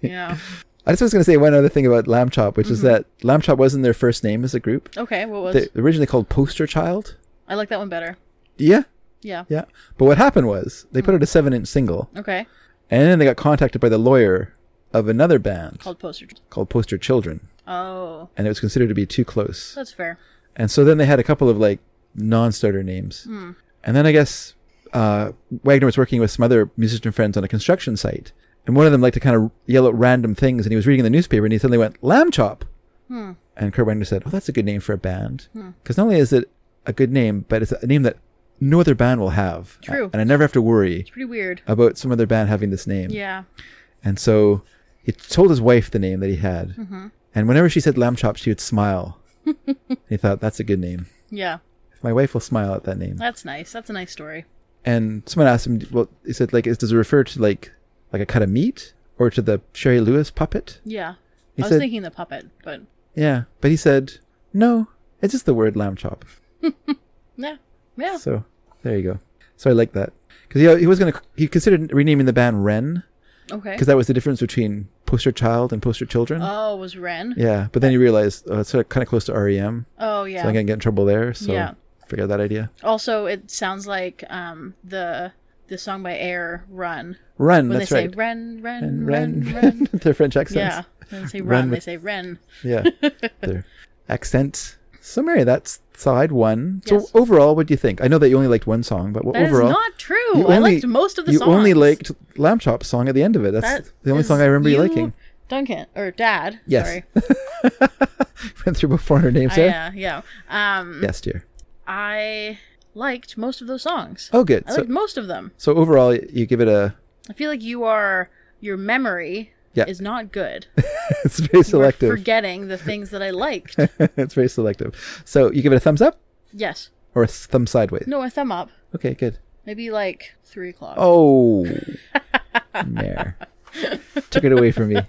[SPEAKER 3] Yeah.
[SPEAKER 2] I just was going to say one other thing about Lamb Chop, which is
[SPEAKER 3] Mhm.
[SPEAKER 2] that Lamb Chop wasn't their first name as a group.
[SPEAKER 3] Okay, what was?
[SPEAKER 2] They originally called Poster Child.
[SPEAKER 3] I like that one better.
[SPEAKER 2] Yeah.
[SPEAKER 3] Yeah. Hmm.
[SPEAKER 2] Yeah. But what happened was they put out a seven inch single
[SPEAKER 3] Okay.
[SPEAKER 2] and then they got contacted by the lawyer of another band
[SPEAKER 3] Called poster. Child.
[SPEAKER 2] called Poster Children.
[SPEAKER 3] Oh,
[SPEAKER 2] And it was considered to be too close.
[SPEAKER 3] that's fair.
[SPEAKER 2] And so then they had a couple of like non starter names.
[SPEAKER 3] Hmm.
[SPEAKER 2] And then I guess uh, Wagner was working with some other musician friends on a construction site. And one of them liked to kind of yell out random things. And he was reading the newspaper and he suddenly went, Lamb Chop.
[SPEAKER 3] Hmm.
[SPEAKER 2] And Kurt Wagner said, Oh, that's a good name for a band.
[SPEAKER 3] Hmm.
[SPEAKER 2] Because not only is it a good name, but it's a name that no other band will have.
[SPEAKER 3] True.
[SPEAKER 2] And I never have to worry
[SPEAKER 3] Pretty weird.
[SPEAKER 2] about some other band having this name.
[SPEAKER 3] Yeah.
[SPEAKER 2] And so he told his wife the name that he had.
[SPEAKER 3] Mhm.
[SPEAKER 2] And whenever she said lamb chop, she would smile. [LAUGHS] he thought, That's a good name.
[SPEAKER 3] Yeah.
[SPEAKER 2] If my wife will smile at that name.
[SPEAKER 3] That's nice. That's a nice story.
[SPEAKER 2] And someone asked him, Well, he said, like, is, does it refer to like like a cut of meat or to the Sherry Lewis puppet?
[SPEAKER 3] Yeah.
[SPEAKER 2] He
[SPEAKER 3] I was
[SPEAKER 2] said-
[SPEAKER 3] thinking the puppet, but
[SPEAKER 2] Yeah. But he said, No, it's just the word lamb chop.
[SPEAKER 3] yeah, yeah.
[SPEAKER 2] So there you go. So I like that because he, he was gonna he considered renaming the band Ren
[SPEAKER 3] okay.
[SPEAKER 2] because that was the difference between poster child and poster children.
[SPEAKER 3] Oh, it was Ren?
[SPEAKER 2] Yeah, but then he realized oh, it's sort of kind of close to REM.
[SPEAKER 3] Oh,
[SPEAKER 2] So
[SPEAKER 3] yeah.
[SPEAKER 2] I'm gonna get in trouble there. So
[SPEAKER 3] Yeah.
[SPEAKER 2] forget that idea.
[SPEAKER 3] Also, it sounds like um the the song by Air Run.
[SPEAKER 2] Run.
[SPEAKER 3] When
[SPEAKER 2] that's
[SPEAKER 3] they
[SPEAKER 2] right.
[SPEAKER 3] say Ren, Ren,
[SPEAKER 2] And
[SPEAKER 3] Ren,
[SPEAKER 2] [LAUGHS] Ren.
[SPEAKER 3] Ren.
[SPEAKER 2] Their French accents.
[SPEAKER 3] yeah. When they say
[SPEAKER 2] Ren
[SPEAKER 3] Run, they
[SPEAKER 2] with-
[SPEAKER 3] say Ren.
[SPEAKER 2] Yeah.
[SPEAKER 3] [LAUGHS]
[SPEAKER 2] Their accents. So Mary, that's side one. So
[SPEAKER 3] Yes.
[SPEAKER 2] overall, what do you think? I know that you only liked one song, but what
[SPEAKER 3] That is
[SPEAKER 2] overall?
[SPEAKER 3] not true.
[SPEAKER 2] You
[SPEAKER 3] I liked most of the
[SPEAKER 2] You only
[SPEAKER 3] songs.
[SPEAKER 2] liked Lamb Chop's song at the end of it. That's
[SPEAKER 3] That
[SPEAKER 2] the only
[SPEAKER 3] is
[SPEAKER 2] song I remember you liking. [LAUGHS]
[SPEAKER 3] Duncan or Dad.
[SPEAKER 2] Yes.
[SPEAKER 3] Sorry.
[SPEAKER 2] Went through before her name, Sarah.
[SPEAKER 3] I, uh, yeah. Um,
[SPEAKER 2] Yes, dear.
[SPEAKER 3] I liked most of those songs.
[SPEAKER 2] Oh, good.
[SPEAKER 3] I
[SPEAKER 2] So-
[SPEAKER 3] liked most of them.
[SPEAKER 2] So overall, you give it a. [LAUGHS]
[SPEAKER 3] I feel like you are your memory
[SPEAKER 2] Yeah.
[SPEAKER 3] is
[SPEAKER 2] [LAUGHS]
[SPEAKER 3] not good.
[SPEAKER 2] It's very
[SPEAKER 3] You are
[SPEAKER 2] selective.
[SPEAKER 3] forgetting the things that I liked.
[SPEAKER 2] [LAUGHS] it's very selective. So you give it a thumbs up
[SPEAKER 3] Yes.
[SPEAKER 2] or a s- thumb sideways?
[SPEAKER 3] No, a thumb up.
[SPEAKER 2] Okay, good.
[SPEAKER 3] Maybe like three o'clock.
[SPEAKER 2] Oh, [LAUGHS] mare took it away from me.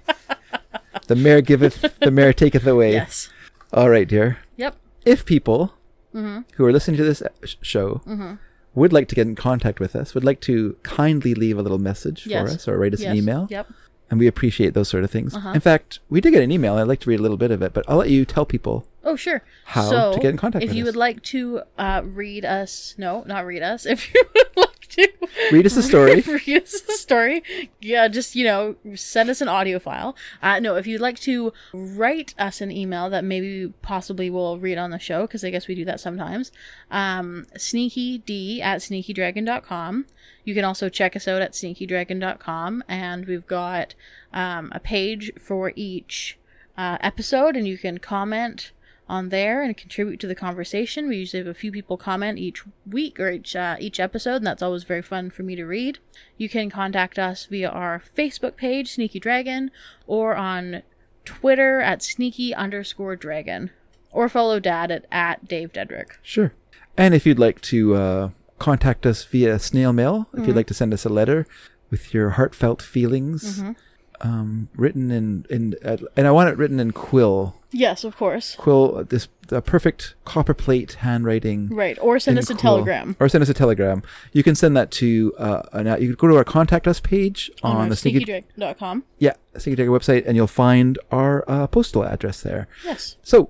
[SPEAKER 2] The mare giveth, the mare taketh away.
[SPEAKER 3] Yes.
[SPEAKER 2] All right, dear.
[SPEAKER 3] Yep.
[SPEAKER 2] if people
[SPEAKER 3] Mhm.
[SPEAKER 2] who are listening to this uh, sh- show
[SPEAKER 3] Mhm.
[SPEAKER 2] would like to get in contact with us, would like to kindly leave a little message
[SPEAKER 3] Yes.
[SPEAKER 2] for us or write us an
[SPEAKER 3] Yes.
[SPEAKER 2] email.
[SPEAKER 3] Yep.
[SPEAKER 2] And we appreciate those sort of things.
[SPEAKER 3] Uh-huh.
[SPEAKER 2] In fact, we did get an email. I'd like to read a little bit of it, but I'll let you tell people.
[SPEAKER 3] Oh, sure.
[SPEAKER 2] How
[SPEAKER 3] so,
[SPEAKER 2] to get in contact
[SPEAKER 3] If
[SPEAKER 2] with
[SPEAKER 3] you
[SPEAKER 2] us.
[SPEAKER 3] would like to uh, read us, no, not read us. [LAUGHS] If you would like to
[SPEAKER 2] Read us a story.
[SPEAKER 3] [LAUGHS] read us a story. Yeah, just you know, send us an audio file. Uh, no, if you'd like to write us an email that maybe possibly we'll read on the show because I guess we do that sometimes. Um, sneakyd at sneakydragon.com. You can also check us out at sneakydragon.com, and we've got um, a page for each uh, episode, and you can comment on there and contribute to the conversation. We usually have a few people comment each week or each uh, each episode, and that's always very fun for me to read. You can contact us via our Facebook page, Sneaky Dragon, or on Twitter at sneaky underscore dragon, or follow Dad at, at Dave Dedrick.
[SPEAKER 2] Sure. And if you'd like to uh, contact us via snail mail, if
[SPEAKER 3] Mhm.
[SPEAKER 2] you'd like to send us a letter with your heartfelt feelings,
[SPEAKER 3] Mhm.
[SPEAKER 2] um, written in in uh, and I want it written in quill.
[SPEAKER 3] Yes, of course.
[SPEAKER 2] Quill, uh, this the perfect copperplate handwriting.
[SPEAKER 3] Right, or send
[SPEAKER 2] in
[SPEAKER 3] us a
[SPEAKER 2] quill.
[SPEAKER 3] telegram.
[SPEAKER 2] Or send us a telegram. You can send that to uh, an, you can go to our contact us page on,
[SPEAKER 3] our
[SPEAKER 2] the sneaky
[SPEAKER 3] sneakydragon.com.
[SPEAKER 2] yeah sneaky Tiger website, and you'll find our uh, postal address there.
[SPEAKER 3] Yes.
[SPEAKER 2] So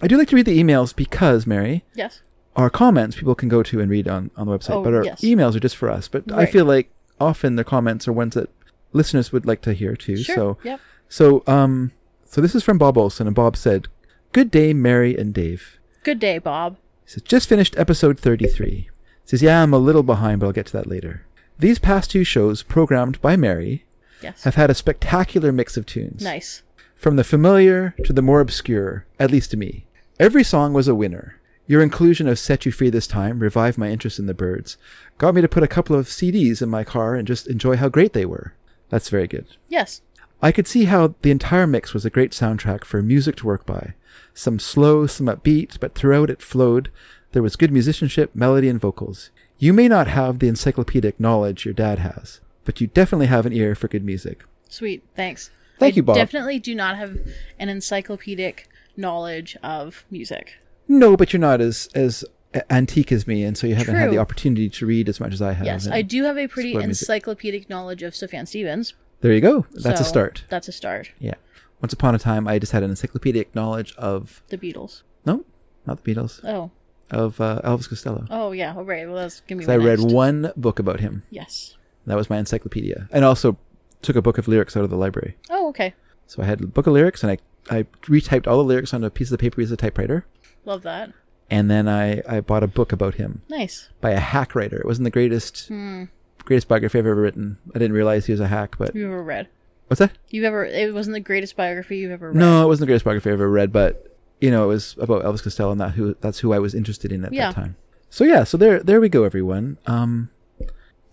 [SPEAKER 2] I do like to read the emails because Mary,
[SPEAKER 3] Yes.
[SPEAKER 2] our comments people can go to and read on, on the website,
[SPEAKER 3] Oh,
[SPEAKER 2] but our
[SPEAKER 3] yes.
[SPEAKER 2] emails are just for us. But I
[SPEAKER 3] Right.
[SPEAKER 2] feel like often the comments are ones that listeners would like to hear too.
[SPEAKER 3] Sure,
[SPEAKER 2] So,
[SPEAKER 3] yep.
[SPEAKER 2] so, um, so this is from Bob Olson, and Bob said, "Good day, Mary and Dave."
[SPEAKER 3] Good day, Bob.
[SPEAKER 2] He says, "Just finished episode thirty-three." says, "Yeah, I'm a little behind, but I'll get to that later." These past two shows, programmed by Mary,
[SPEAKER 3] Yes.
[SPEAKER 2] have had a spectacular mix of tunes
[SPEAKER 3] Nice.
[SPEAKER 2] from the familiar to the more obscure, at least to me. Every song was a winner. Your inclusion of Set You Free this time revived my interest in the birds, got me to put a couple of CDs in my car and just enjoy how great they were. That's very good.
[SPEAKER 3] Yes.
[SPEAKER 2] I could see how the entire mix was a great soundtrack for music to work by. Some slow, some upbeat, but throughout it flowed. There was good musicianship, melody, and vocals. You may not have the encyclopedic knowledge your dad has, but you definitely have an ear for good music.
[SPEAKER 3] Sweet. Thanks.
[SPEAKER 2] Thank
[SPEAKER 3] I
[SPEAKER 2] you, Bob.
[SPEAKER 3] Definitely do not have an encyclopedic knowledge of music.
[SPEAKER 2] No, but you're not as as a- antique as me, and so you haven't had
[SPEAKER 3] True.
[SPEAKER 2] the opportunity to read as much as I have.
[SPEAKER 3] Yes,
[SPEAKER 2] and
[SPEAKER 3] I do have a pretty
[SPEAKER 2] explore music.
[SPEAKER 3] encyclopedic knowledge of Sufjan Stevens.
[SPEAKER 2] There you go. That's a
[SPEAKER 3] so
[SPEAKER 2] start.
[SPEAKER 3] That's a start.
[SPEAKER 2] Yeah. Once upon a time, I just had an encyclopedic knowledge of
[SPEAKER 3] The Beatles.
[SPEAKER 2] no, not the Beatles,
[SPEAKER 3] Oh,
[SPEAKER 2] of uh, Elvis Costello.
[SPEAKER 3] oh yeah. All right. Well, that's gonna be.
[SPEAKER 2] 'Cause I
[SPEAKER 3] my
[SPEAKER 2] read
[SPEAKER 3] next.
[SPEAKER 2] one book about him.
[SPEAKER 3] Yes.
[SPEAKER 2] That was my encyclopedia, and also took a book of lyrics out of the library.
[SPEAKER 3] Oh, okay.
[SPEAKER 2] So I had a book of lyrics, and I I retyped all the lyrics on a piece of paper with a typewriter,
[SPEAKER 3] Love that.
[SPEAKER 2] and then I I bought a book about him
[SPEAKER 3] Nice.
[SPEAKER 2] by a hack writer. It wasn't the greatest
[SPEAKER 3] Hmm.
[SPEAKER 2] greatest biography I've ever written. I didn't realize he was a hack, but
[SPEAKER 3] You've ever read?
[SPEAKER 2] what's that?
[SPEAKER 3] You've ever? It wasn't the greatest biography you've ever read.
[SPEAKER 2] No, it wasn't the greatest biography I've ever read, but you know, it was about Elvis Costello, and that who that's who I was interested in at
[SPEAKER 3] Yeah.
[SPEAKER 2] that time. So yeah, so there there we go, everyone. Um,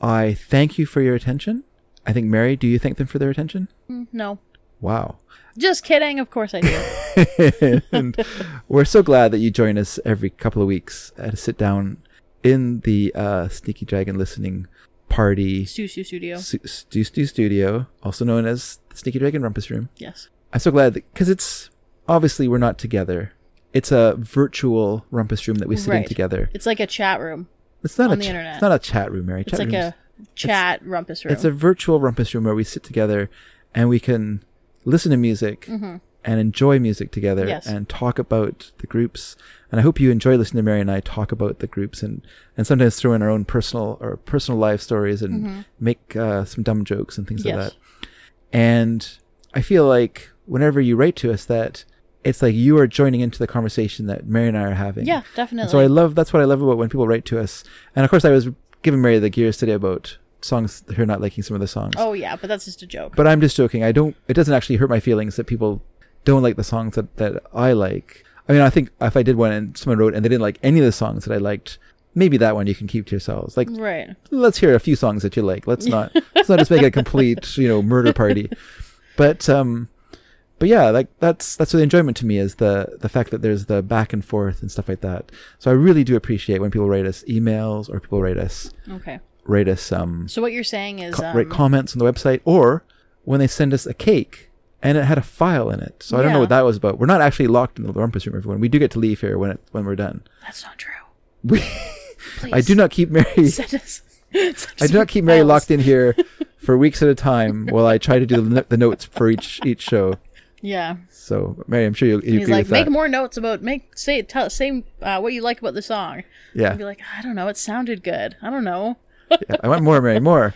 [SPEAKER 2] I thank you for your attention. I think Mary, do you thank them for their attention?
[SPEAKER 3] Mm, No.
[SPEAKER 2] Wow, [LAUGHS]
[SPEAKER 3] Just kidding. Of course I do. [LAUGHS]
[SPEAKER 2] and we're so glad that you join us every couple of weeks uh, to sit down in the uh, Sneaky Dragon listening party
[SPEAKER 3] Susu Studio.
[SPEAKER 2] Su- Stu Stu Studio, also known as the Sneaky Dragon Rumpus Room.
[SPEAKER 3] Yes.
[SPEAKER 2] I'm so glad because it's obviously we're not together. It's a virtual rumpus room that we sit in
[SPEAKER 3] Right.
[SPEAKER 2] together.
[SPEAKER 3] It's like a chat room.
[SPEAKER 2] It's not
[SPEAKER 3] on
[SPEAKER 2] a
[SPEAKER 3] the
[SPEAKER 2] cha-
[SPEAKER 3] internet.
[SPEAKER 2] it's not a chat room, Mary.
[SPEAKER 3] It's
[SPEAKER 2] Chat
[SPEAKER 3] like
[SPEAKER 2] rooms-
[SPEAKER 3] a chat rumpus room.
[SPEAKER 2] It's a virtual rumpus room where we sit together and we can listen to music
[SPEAKER 3] Mhm.
[SPEAKER 2] and enjoy music together
[SPEAKER 3] Yes.
[SPEAKER 2] and talk about the groups. And I hope you enjoy listening to Mary and I talk about the groups and, and sometimes throw in our own personal or personal life stories and
[SPEAKER 3] Mhm.
[SPEAKER 2] make uh, some dumb jokes and things
[SPEAKER 3] Yes.
[SPEAKER 2] like that. And I feel like whenever you write to us that it's like you are joining into the conversation that Mary and I are having.
[SPEAKER 3] Yeah,
[SPEAKER 2] And so
[SPEAKER 3] definitely.
[SPEAKER 2] I love that's what I love about when people write to us. And of course I was giving Mary the gears today about songs her not liking some of the songs.
[SPEAKER 3] Oh yeah, but that's just a joke.
[SPEAKER 2] But I'm just joking. I don't. It doesn't actually hurt my feelings that people don't like the songs that, that I like. I mean, I think if I did one and someone wrote and they didn't like any of the songs that I liked, maybe that one you can keep to yourselves. Like,
[SPEAKER 3] Right.
[SPEAKER 2] let's hear a few songs that you like. Let's not let's not just make it a complete you know murder party. But um, but yeah, like that's that's the enjoyment to me is the the fact that there's the back and forth and stuff like that. So I really do appreciate when people write us emails or people write us
[SPEAKER 3] Okay.
[SPEAKER 2] write us um
[SPEAKER 3] So what you're saying is
[SPEAKER 2] co-
[SPEAKER 3] um,
[SPEAKER 2] write comments on the website or when they send us a cake and it had a file in it. So I don't know
[SPEAKER 3] Yeah.
[SPEAKER 2] what that was about. We're not actually locked in the rumpus room, everyone. We do get to leave here when it, when we're done.
[SPEAKER 3] That's not true. [LAUGHS]
[SPEAKER 2] We, [LAUGHS] I do not keep Mary.
[SPEAKER 3] Send us.
[SPEAKER 2] I do not keep Mary locked in
[SPEAKER 3] [LAUGHS]
[SPEAKER 2] here for weeks at a time while I try to do the, no- the notes for each each show.
[SPEAKER 3] Yeah.
[SPEAKER 2] So Mary, I'm sure you, you
[SPEAKER 3] He's
[SPEAKER 2] agree
[SPEAKER 3] like,
[SPEAKER 2] with that.
[SPEAKER 3] make more notes about make say tell say uh, what you like about the song.
[SPEAKER 2] Yeah.
[SPEAKER 3] I'd be like, I don't know, it sounded good. I don't know.
[SPEAKER 2] Yeah, I want more, Mary, more.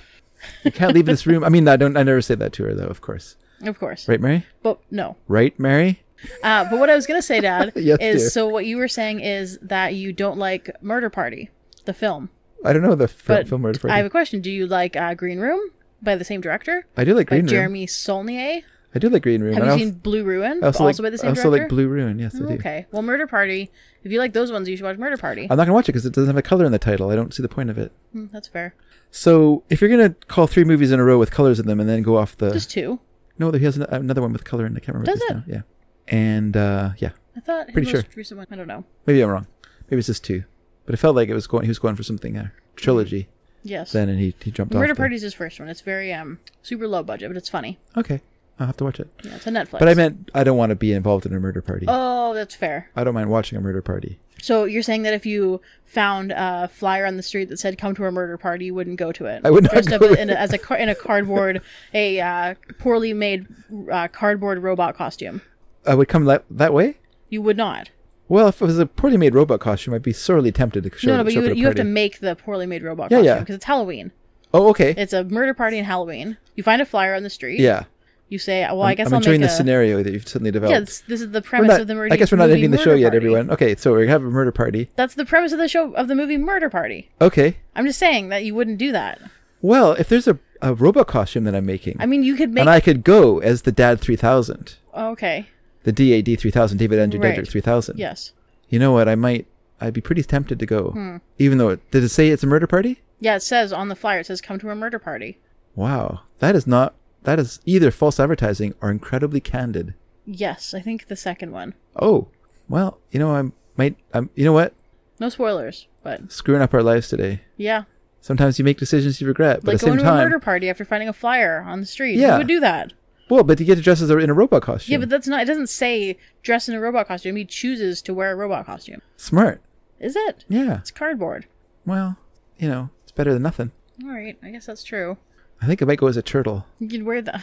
[SPEAKER 2] You can't leave this room. I mean, I don't. I never say that to her though, of course.
[SPEAKER 3] Of course.
[SPEAKER 2] Right, Mary?
[SPEAKER 3] But no.
[SPEAKER 2] Right, Mary?
[SPEAKER 3] Uh, but what I was gonna say, Dad,
[SPEAKER 2] [LAUGHS] Yes,
[SPEAKER 3] is
[SPEAKER 2] dear.
[SPEAKER 3] so what you were saying is that you don't like Murder Party, the film.
[SPEAKER 2] I don't know the f-
[SPEAKER 3] But
[SPEAKER 2] film word for
[SPEAKER 3] I have
[SPEAKER 2] it.
[SPEAKER 3] a question. Do you like uh, Green Room by the same director?
[SPEAKER 2] I do like
[SPEAKER 3] By
[SPEAKER 2] Green Room.
[SPEAKER 3] Jeremy Saulnier.
[SPEAKER 2] I do like Green Room. and I
[SPEAKER 3] Have
[SPEAKER 2] al-
[SPEAKER 3] you seen Blue Ruin?
[SPEAKER 2] I also
[SPEAKER 3] also
[SPEAKER 2] like-
[SPEAKER 3] by the
[SPEAKER 2] I
[SPEAKER 3] same
[SPEAKER 2] also like
[SPEAKER 3] director.
[SPEAKER 2] Blue Ruin, Uh, yes, I
[SPEAKER 3] Oh,
[SPEAKER 2] do.
[SPEAKER 3] Okay. Well, Murder Party. If you like those ones, you should watch Murder Party.
[SPEAKER 2] I'm not going to watch it because it doesn't have a color in the title. I don't see the point of it.
[SPEAKER 3] Hmm, that's fair.
[SPEAKER 2] So if you're going to call three movies in a row with colors in them and then go off the.
[SPEAKER 3] Just two.
[SPEAKER 2] No, he has an- another one with color in it. I can't remember
[SPEAKER 3] Does
[SPEAKER 2] this
[SPEAKER 3] it?
[SPEAKER 2] now. Yeah. And, uh, yeah.
[SPEAKER 3] I thought his
[SPEAKER 2] Pretty sure.
[SPEAKER 3] most recent one. I don't know.
[SPEAKER 2] Maybe I'm wrong. Maybe it's just two. But it felt like it was going. He was going for something uh, trilogy.
[SPEAKER 3] Yes.
[SPEAKER 2] Then and he he jumped
[SPEAKER 3] Murder
[SPEAKER 2] off. the-
[SPEAKER 3] Party's his first one. It's very um super low budget, but it's funny.
[SPEAKER 2] Okay, I'll have to watch it.
[SPEAKER 3] Yeah, it's on Netflix.
[SPEAKER 2] But I meant I don't want to be involved in a murder party.
[SPEAKER 3] Oh, that's fair.
[SPEAKER 2] I don't mind watching a murder party.
[SPEAKER 3] So you're saying that if you found a flyer on the street that said "Come to a murder party," you wouldn't go to it?
[SPEAKER 2] I would not
[SPEAKER 3] Dressed
[SPEAKER 2] go
[SPEAKER 3] up
[SPEAKER 2] to
[SPEAKER 3] in a, as a car- in a cardboard, a uh, poorly made uh, cardboard robot costume.
[SPEAKER 2] I Uh, would come that that way.
[SPEAKER 3] You would not.
[SPEAKER 2] Well, if it was a poorly made robot costume, I'd be sorely tempted to show,
[SPEAKER 3] no, no,
[SPEAKER 2] show
[SPEAKER 3] but
[SPEAKER 2] up
[SPEAKER 3] you
[SPEAKER 2] at
[SPEAKER 3] would,
[SPEAKER 2] a
[SPEAKER 3] you have to
[SPEAKER 2] party.
[SPEAKER 3] make the poorly made robot
[SPEAKER 2] Yeah,
[SPEAKER 3] costume
[SPEAKER 2] yeah.
[SPEAKER 3] because it's Halloween.
[SPEAKER 2] Oh, okay.
[SPEAKER 3] It's a murder party in Halloween. You find a flyer on the street.
[SPEAKER 2] yeah.
[SPEAKER 3] You say, "Well,
[SPEAKER 2] I'm,
[SPEAKER 3] I guess
[SPEAKER 2] I'm
[SPEAKER 3] will
[SPEAKER 2] enjoying
[SPEAKER 3] make
[SPEAKER 2] the
[SPEAKER 3] a
[SPEAKER 2] scenario that you've suddenly
[SPEAKER 3] Yeah,
[SPEAKER 2] developed.
[SPEAKER 3] this, this is the
[SPEAKER 2] We're
[SPEAKER 3] premise
[SPEAKER 2] not-
[SPEAKER 3] of the murder.
[SPEAKER 2] I guess we're not
[SPEAKER 3] movie
[SPEAKER 2] ending the show
[SPEAKER 3] Murder
[SPEAKER 2] yet,
[SPEAKER 3] Party.
[SPEAKER 2] everyone. Okay, so we have a murder party.
[SPEAKER 3] That's the premise of the show of the movie Murder Party.
[SPEAKER 2] Okay.
[SPEAKER 3] I'm just saying that you wouldn't do that.
[SPEAKER 2] Well, if there's a, a robot costume that I'm making,
[SPEAKER 3] I mean, you could make oh,
[SPEAKER 2] and I could go as the Dad 3000,
[SPEAKER 3] okay,
[SPEAKER 2] the DAD 3000, David Andrew
[SPEAKER 3] Right.
[SPEAKER 2] Dedrick 3000.
[SPEAKER 3] yes,
[SPEAKER 2] You know what? I might. I'd be pretty tempted to go,
[SPEAKER 3] Hmm.
[SPEAKER 2] even though it, did it say it's a murder party?
[SPEAKER 3] yeah. It says on the flyer, it says "Come to a murder party."
[SPEAKER 2] Wow, that is not. That is either false advertising or incredibly candid.
[SPEAKER 3] Yes, I think the second one.
[SPEAKER 2] Oh, well, you know, I might. I'm. You know what?
[SPEAKER 3] No spoilers, but
[SPEAKER 2] Screwing up our lives today.
[SPEAKER 3] yeah,
[SPEAKER 2] Sometimes you make decisions you regret, but
[SPEAKER 3] like
[SPEAKER 2] at the
[SPEAKER 3] going
[SPEAKER 2] same
[SPEAKER 3] to a
[SPEAKER 2] time,
[SPEAKER 3] murder party after finding a flyer on the street.
[SPEAKER 2] Yeah.
[SPEAKER 3] you would do that.
[SPEAKER 2] well, but you get to dress as a, in a robot costume.
[SPEAKER 3] Yeah, but that's not. It doesn't say dress in a robot costume. He chooses to wear a robot costume.
[SPEAKER 2] smart.
[SPEAKER 3] Is it?
[SPEAKER 2] Yeah.
[SPEAKER 3] It's cardboard.
[SPEAKER 2] Well, you know, it's better than nothing.
[SPEAKER 3] All right, I guess that's true.
[SPEAKER 2] I think I might go as a turtle.
[SPEAKER 3] You could wear [LAUGHS] the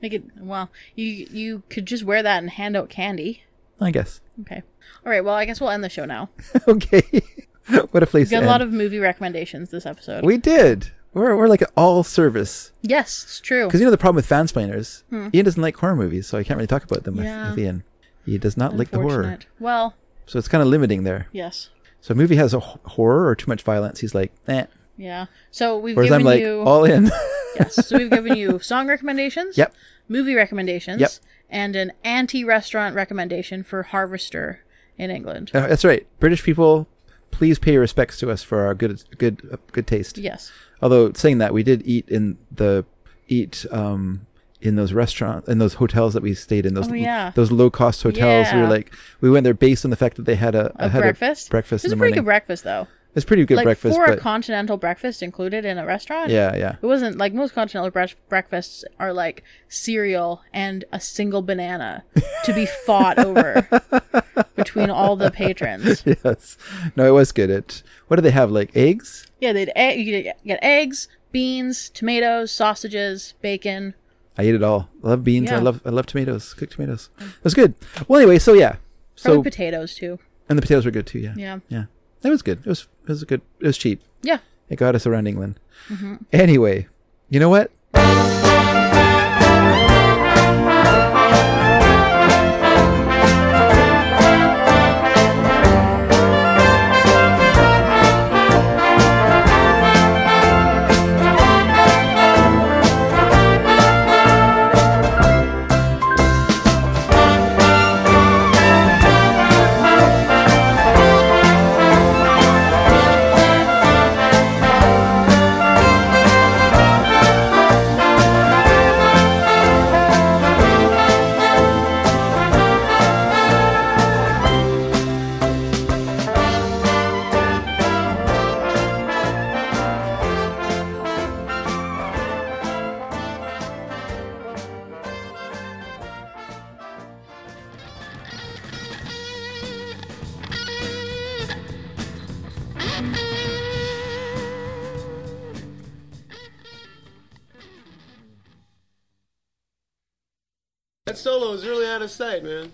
[SPEAKER 3] make it well. You you could just wear that and hand out candy.
[SPEAKER 2] I guess. [LAUGHS]
[SPEAKER 3] Okay. All right. Well, I guess we'll end the show now.
[SPEAKER 2] okay. [LAUGHS] what a
[SPEAKER 3] We
[SPEAKER 2] place.
[SPEAKER 3] got
[SPEAKER 2] to
[SPEAKER 3] a lot
[SPEAKER 2] end.
[SPEAKER 3] of movie recommendations this episode.
[SPEAKER 2] We did. We're we're like an all service.
[SPEAKER 3] yes, it's true.
[SPEAKER 2] Because you know the problem with fansplainers,
[SPEAKER 3] Hmm.
[SPEAKER 2] Ian doesn't like horror movies, so I can't really talk about them with-
[SPEAKER 3] Yeah.
[SPEAKER 2] with, Ian. He does not like the horror,
[SPEAKER 3] Unfortunate. Well,
[SPEAKER 2] so it's kind of limiting there.
[SPEAKER 3] yes,
[SPEAKER 2] So a movie has a h- horror or too much violence, he's like, eh.
[SPEAKER 3] yeah. So we've
[SPEAKER 2] Whereas
[SPEAKER 3] given
[SPEAKER 2] I'm like
[SPEAKER 3] you
[SPEAKER 2] all in. [LAUGHS]
[SPEAKER 3] yes. So we've given you song recommendations.
[SPEAKER 2] Yep.
[SPEAKER 3] Movie recommendations.
[SPEAKER 2] Yep.
[SPEAKER 3] And an anti-restaurant recommendation for Harvester in England.
[SPEAKER 2] Uh, That's right, British people, please pay your respects to us for our good good uh, good taste.
[SPEAKER 3] Yes.
[SPEAKER 2] Although saying that, we did eat in the eat um in those restaurants in those hotels that we stayed in those
[SPEAKER 3] Oh, yeah.
[SPEAKER 2] those low cost hotels. We were
[SPEAKER 3] Yeah.
[SPEAKER 2] like we went there based on the fact that they had a,
[SPEAKER 3] A
[SPEAKER 2] had
[SPEAKER 3] breakfast.
[SPEAKER 2] a breakfast
[SPEAKER 3] It
[SPEAKER 2] in
[SPEAKER 3] was a
[SPEAKER 2] the
[SPEAKER 3] pretty
[SPEAKER 2] morning.
[SPEAKER 3] good breakfast though.
[SPEAKER 2] It's pretty good
[SPEAKER 3] like
[SPEAKER 2] breakfast,
[SPEAKER 3] for a
[SPEAKER 2] but
[SPEAKER 3] continental breakfast included in a restaurant.
[SPEAKER 2] Yeah, yeah. [LAUGHS]
[SPEAKER 3] It wasn't like most continental breakf- breakfasts are like cereal and a single banana to be fought over between all the patrons.
[SPEAKER 2] yes. No, it was good. It. What do they have? Like eggs?
[SPEAKER 3] Yeah, they'd egg- you could get eggs, beans, tomatoes, sausages, bacon.
[SPEAKER 2] I ate it all. I love beans. I
[SPEAKER 3] Yeah.
[SPEAKER 2] love I love tomatoes. Cooked tomatoes. It was good. Well, anyway, so yeah.
[SPEAKER 3] Probably
[SPEAKER 2] So
[SPEAKER 3] potatoes too.
[SPEAKER 2] and the potatoes were good too. Yeah.
[SPEAKER 3] Yeah.
[SPEAKER 2] Yeah. It was good. It was it was good. It was cheap.
[SPEAKER 3] Yeah.
[SPEAKER 2] It got us around England.
[SPEAKER 3] Mhm.
[SPEAKER 2] Anyway, you know what?
[SPEAKER 5] Thank
[SPEAKER 14] That solo is really out of sight, man.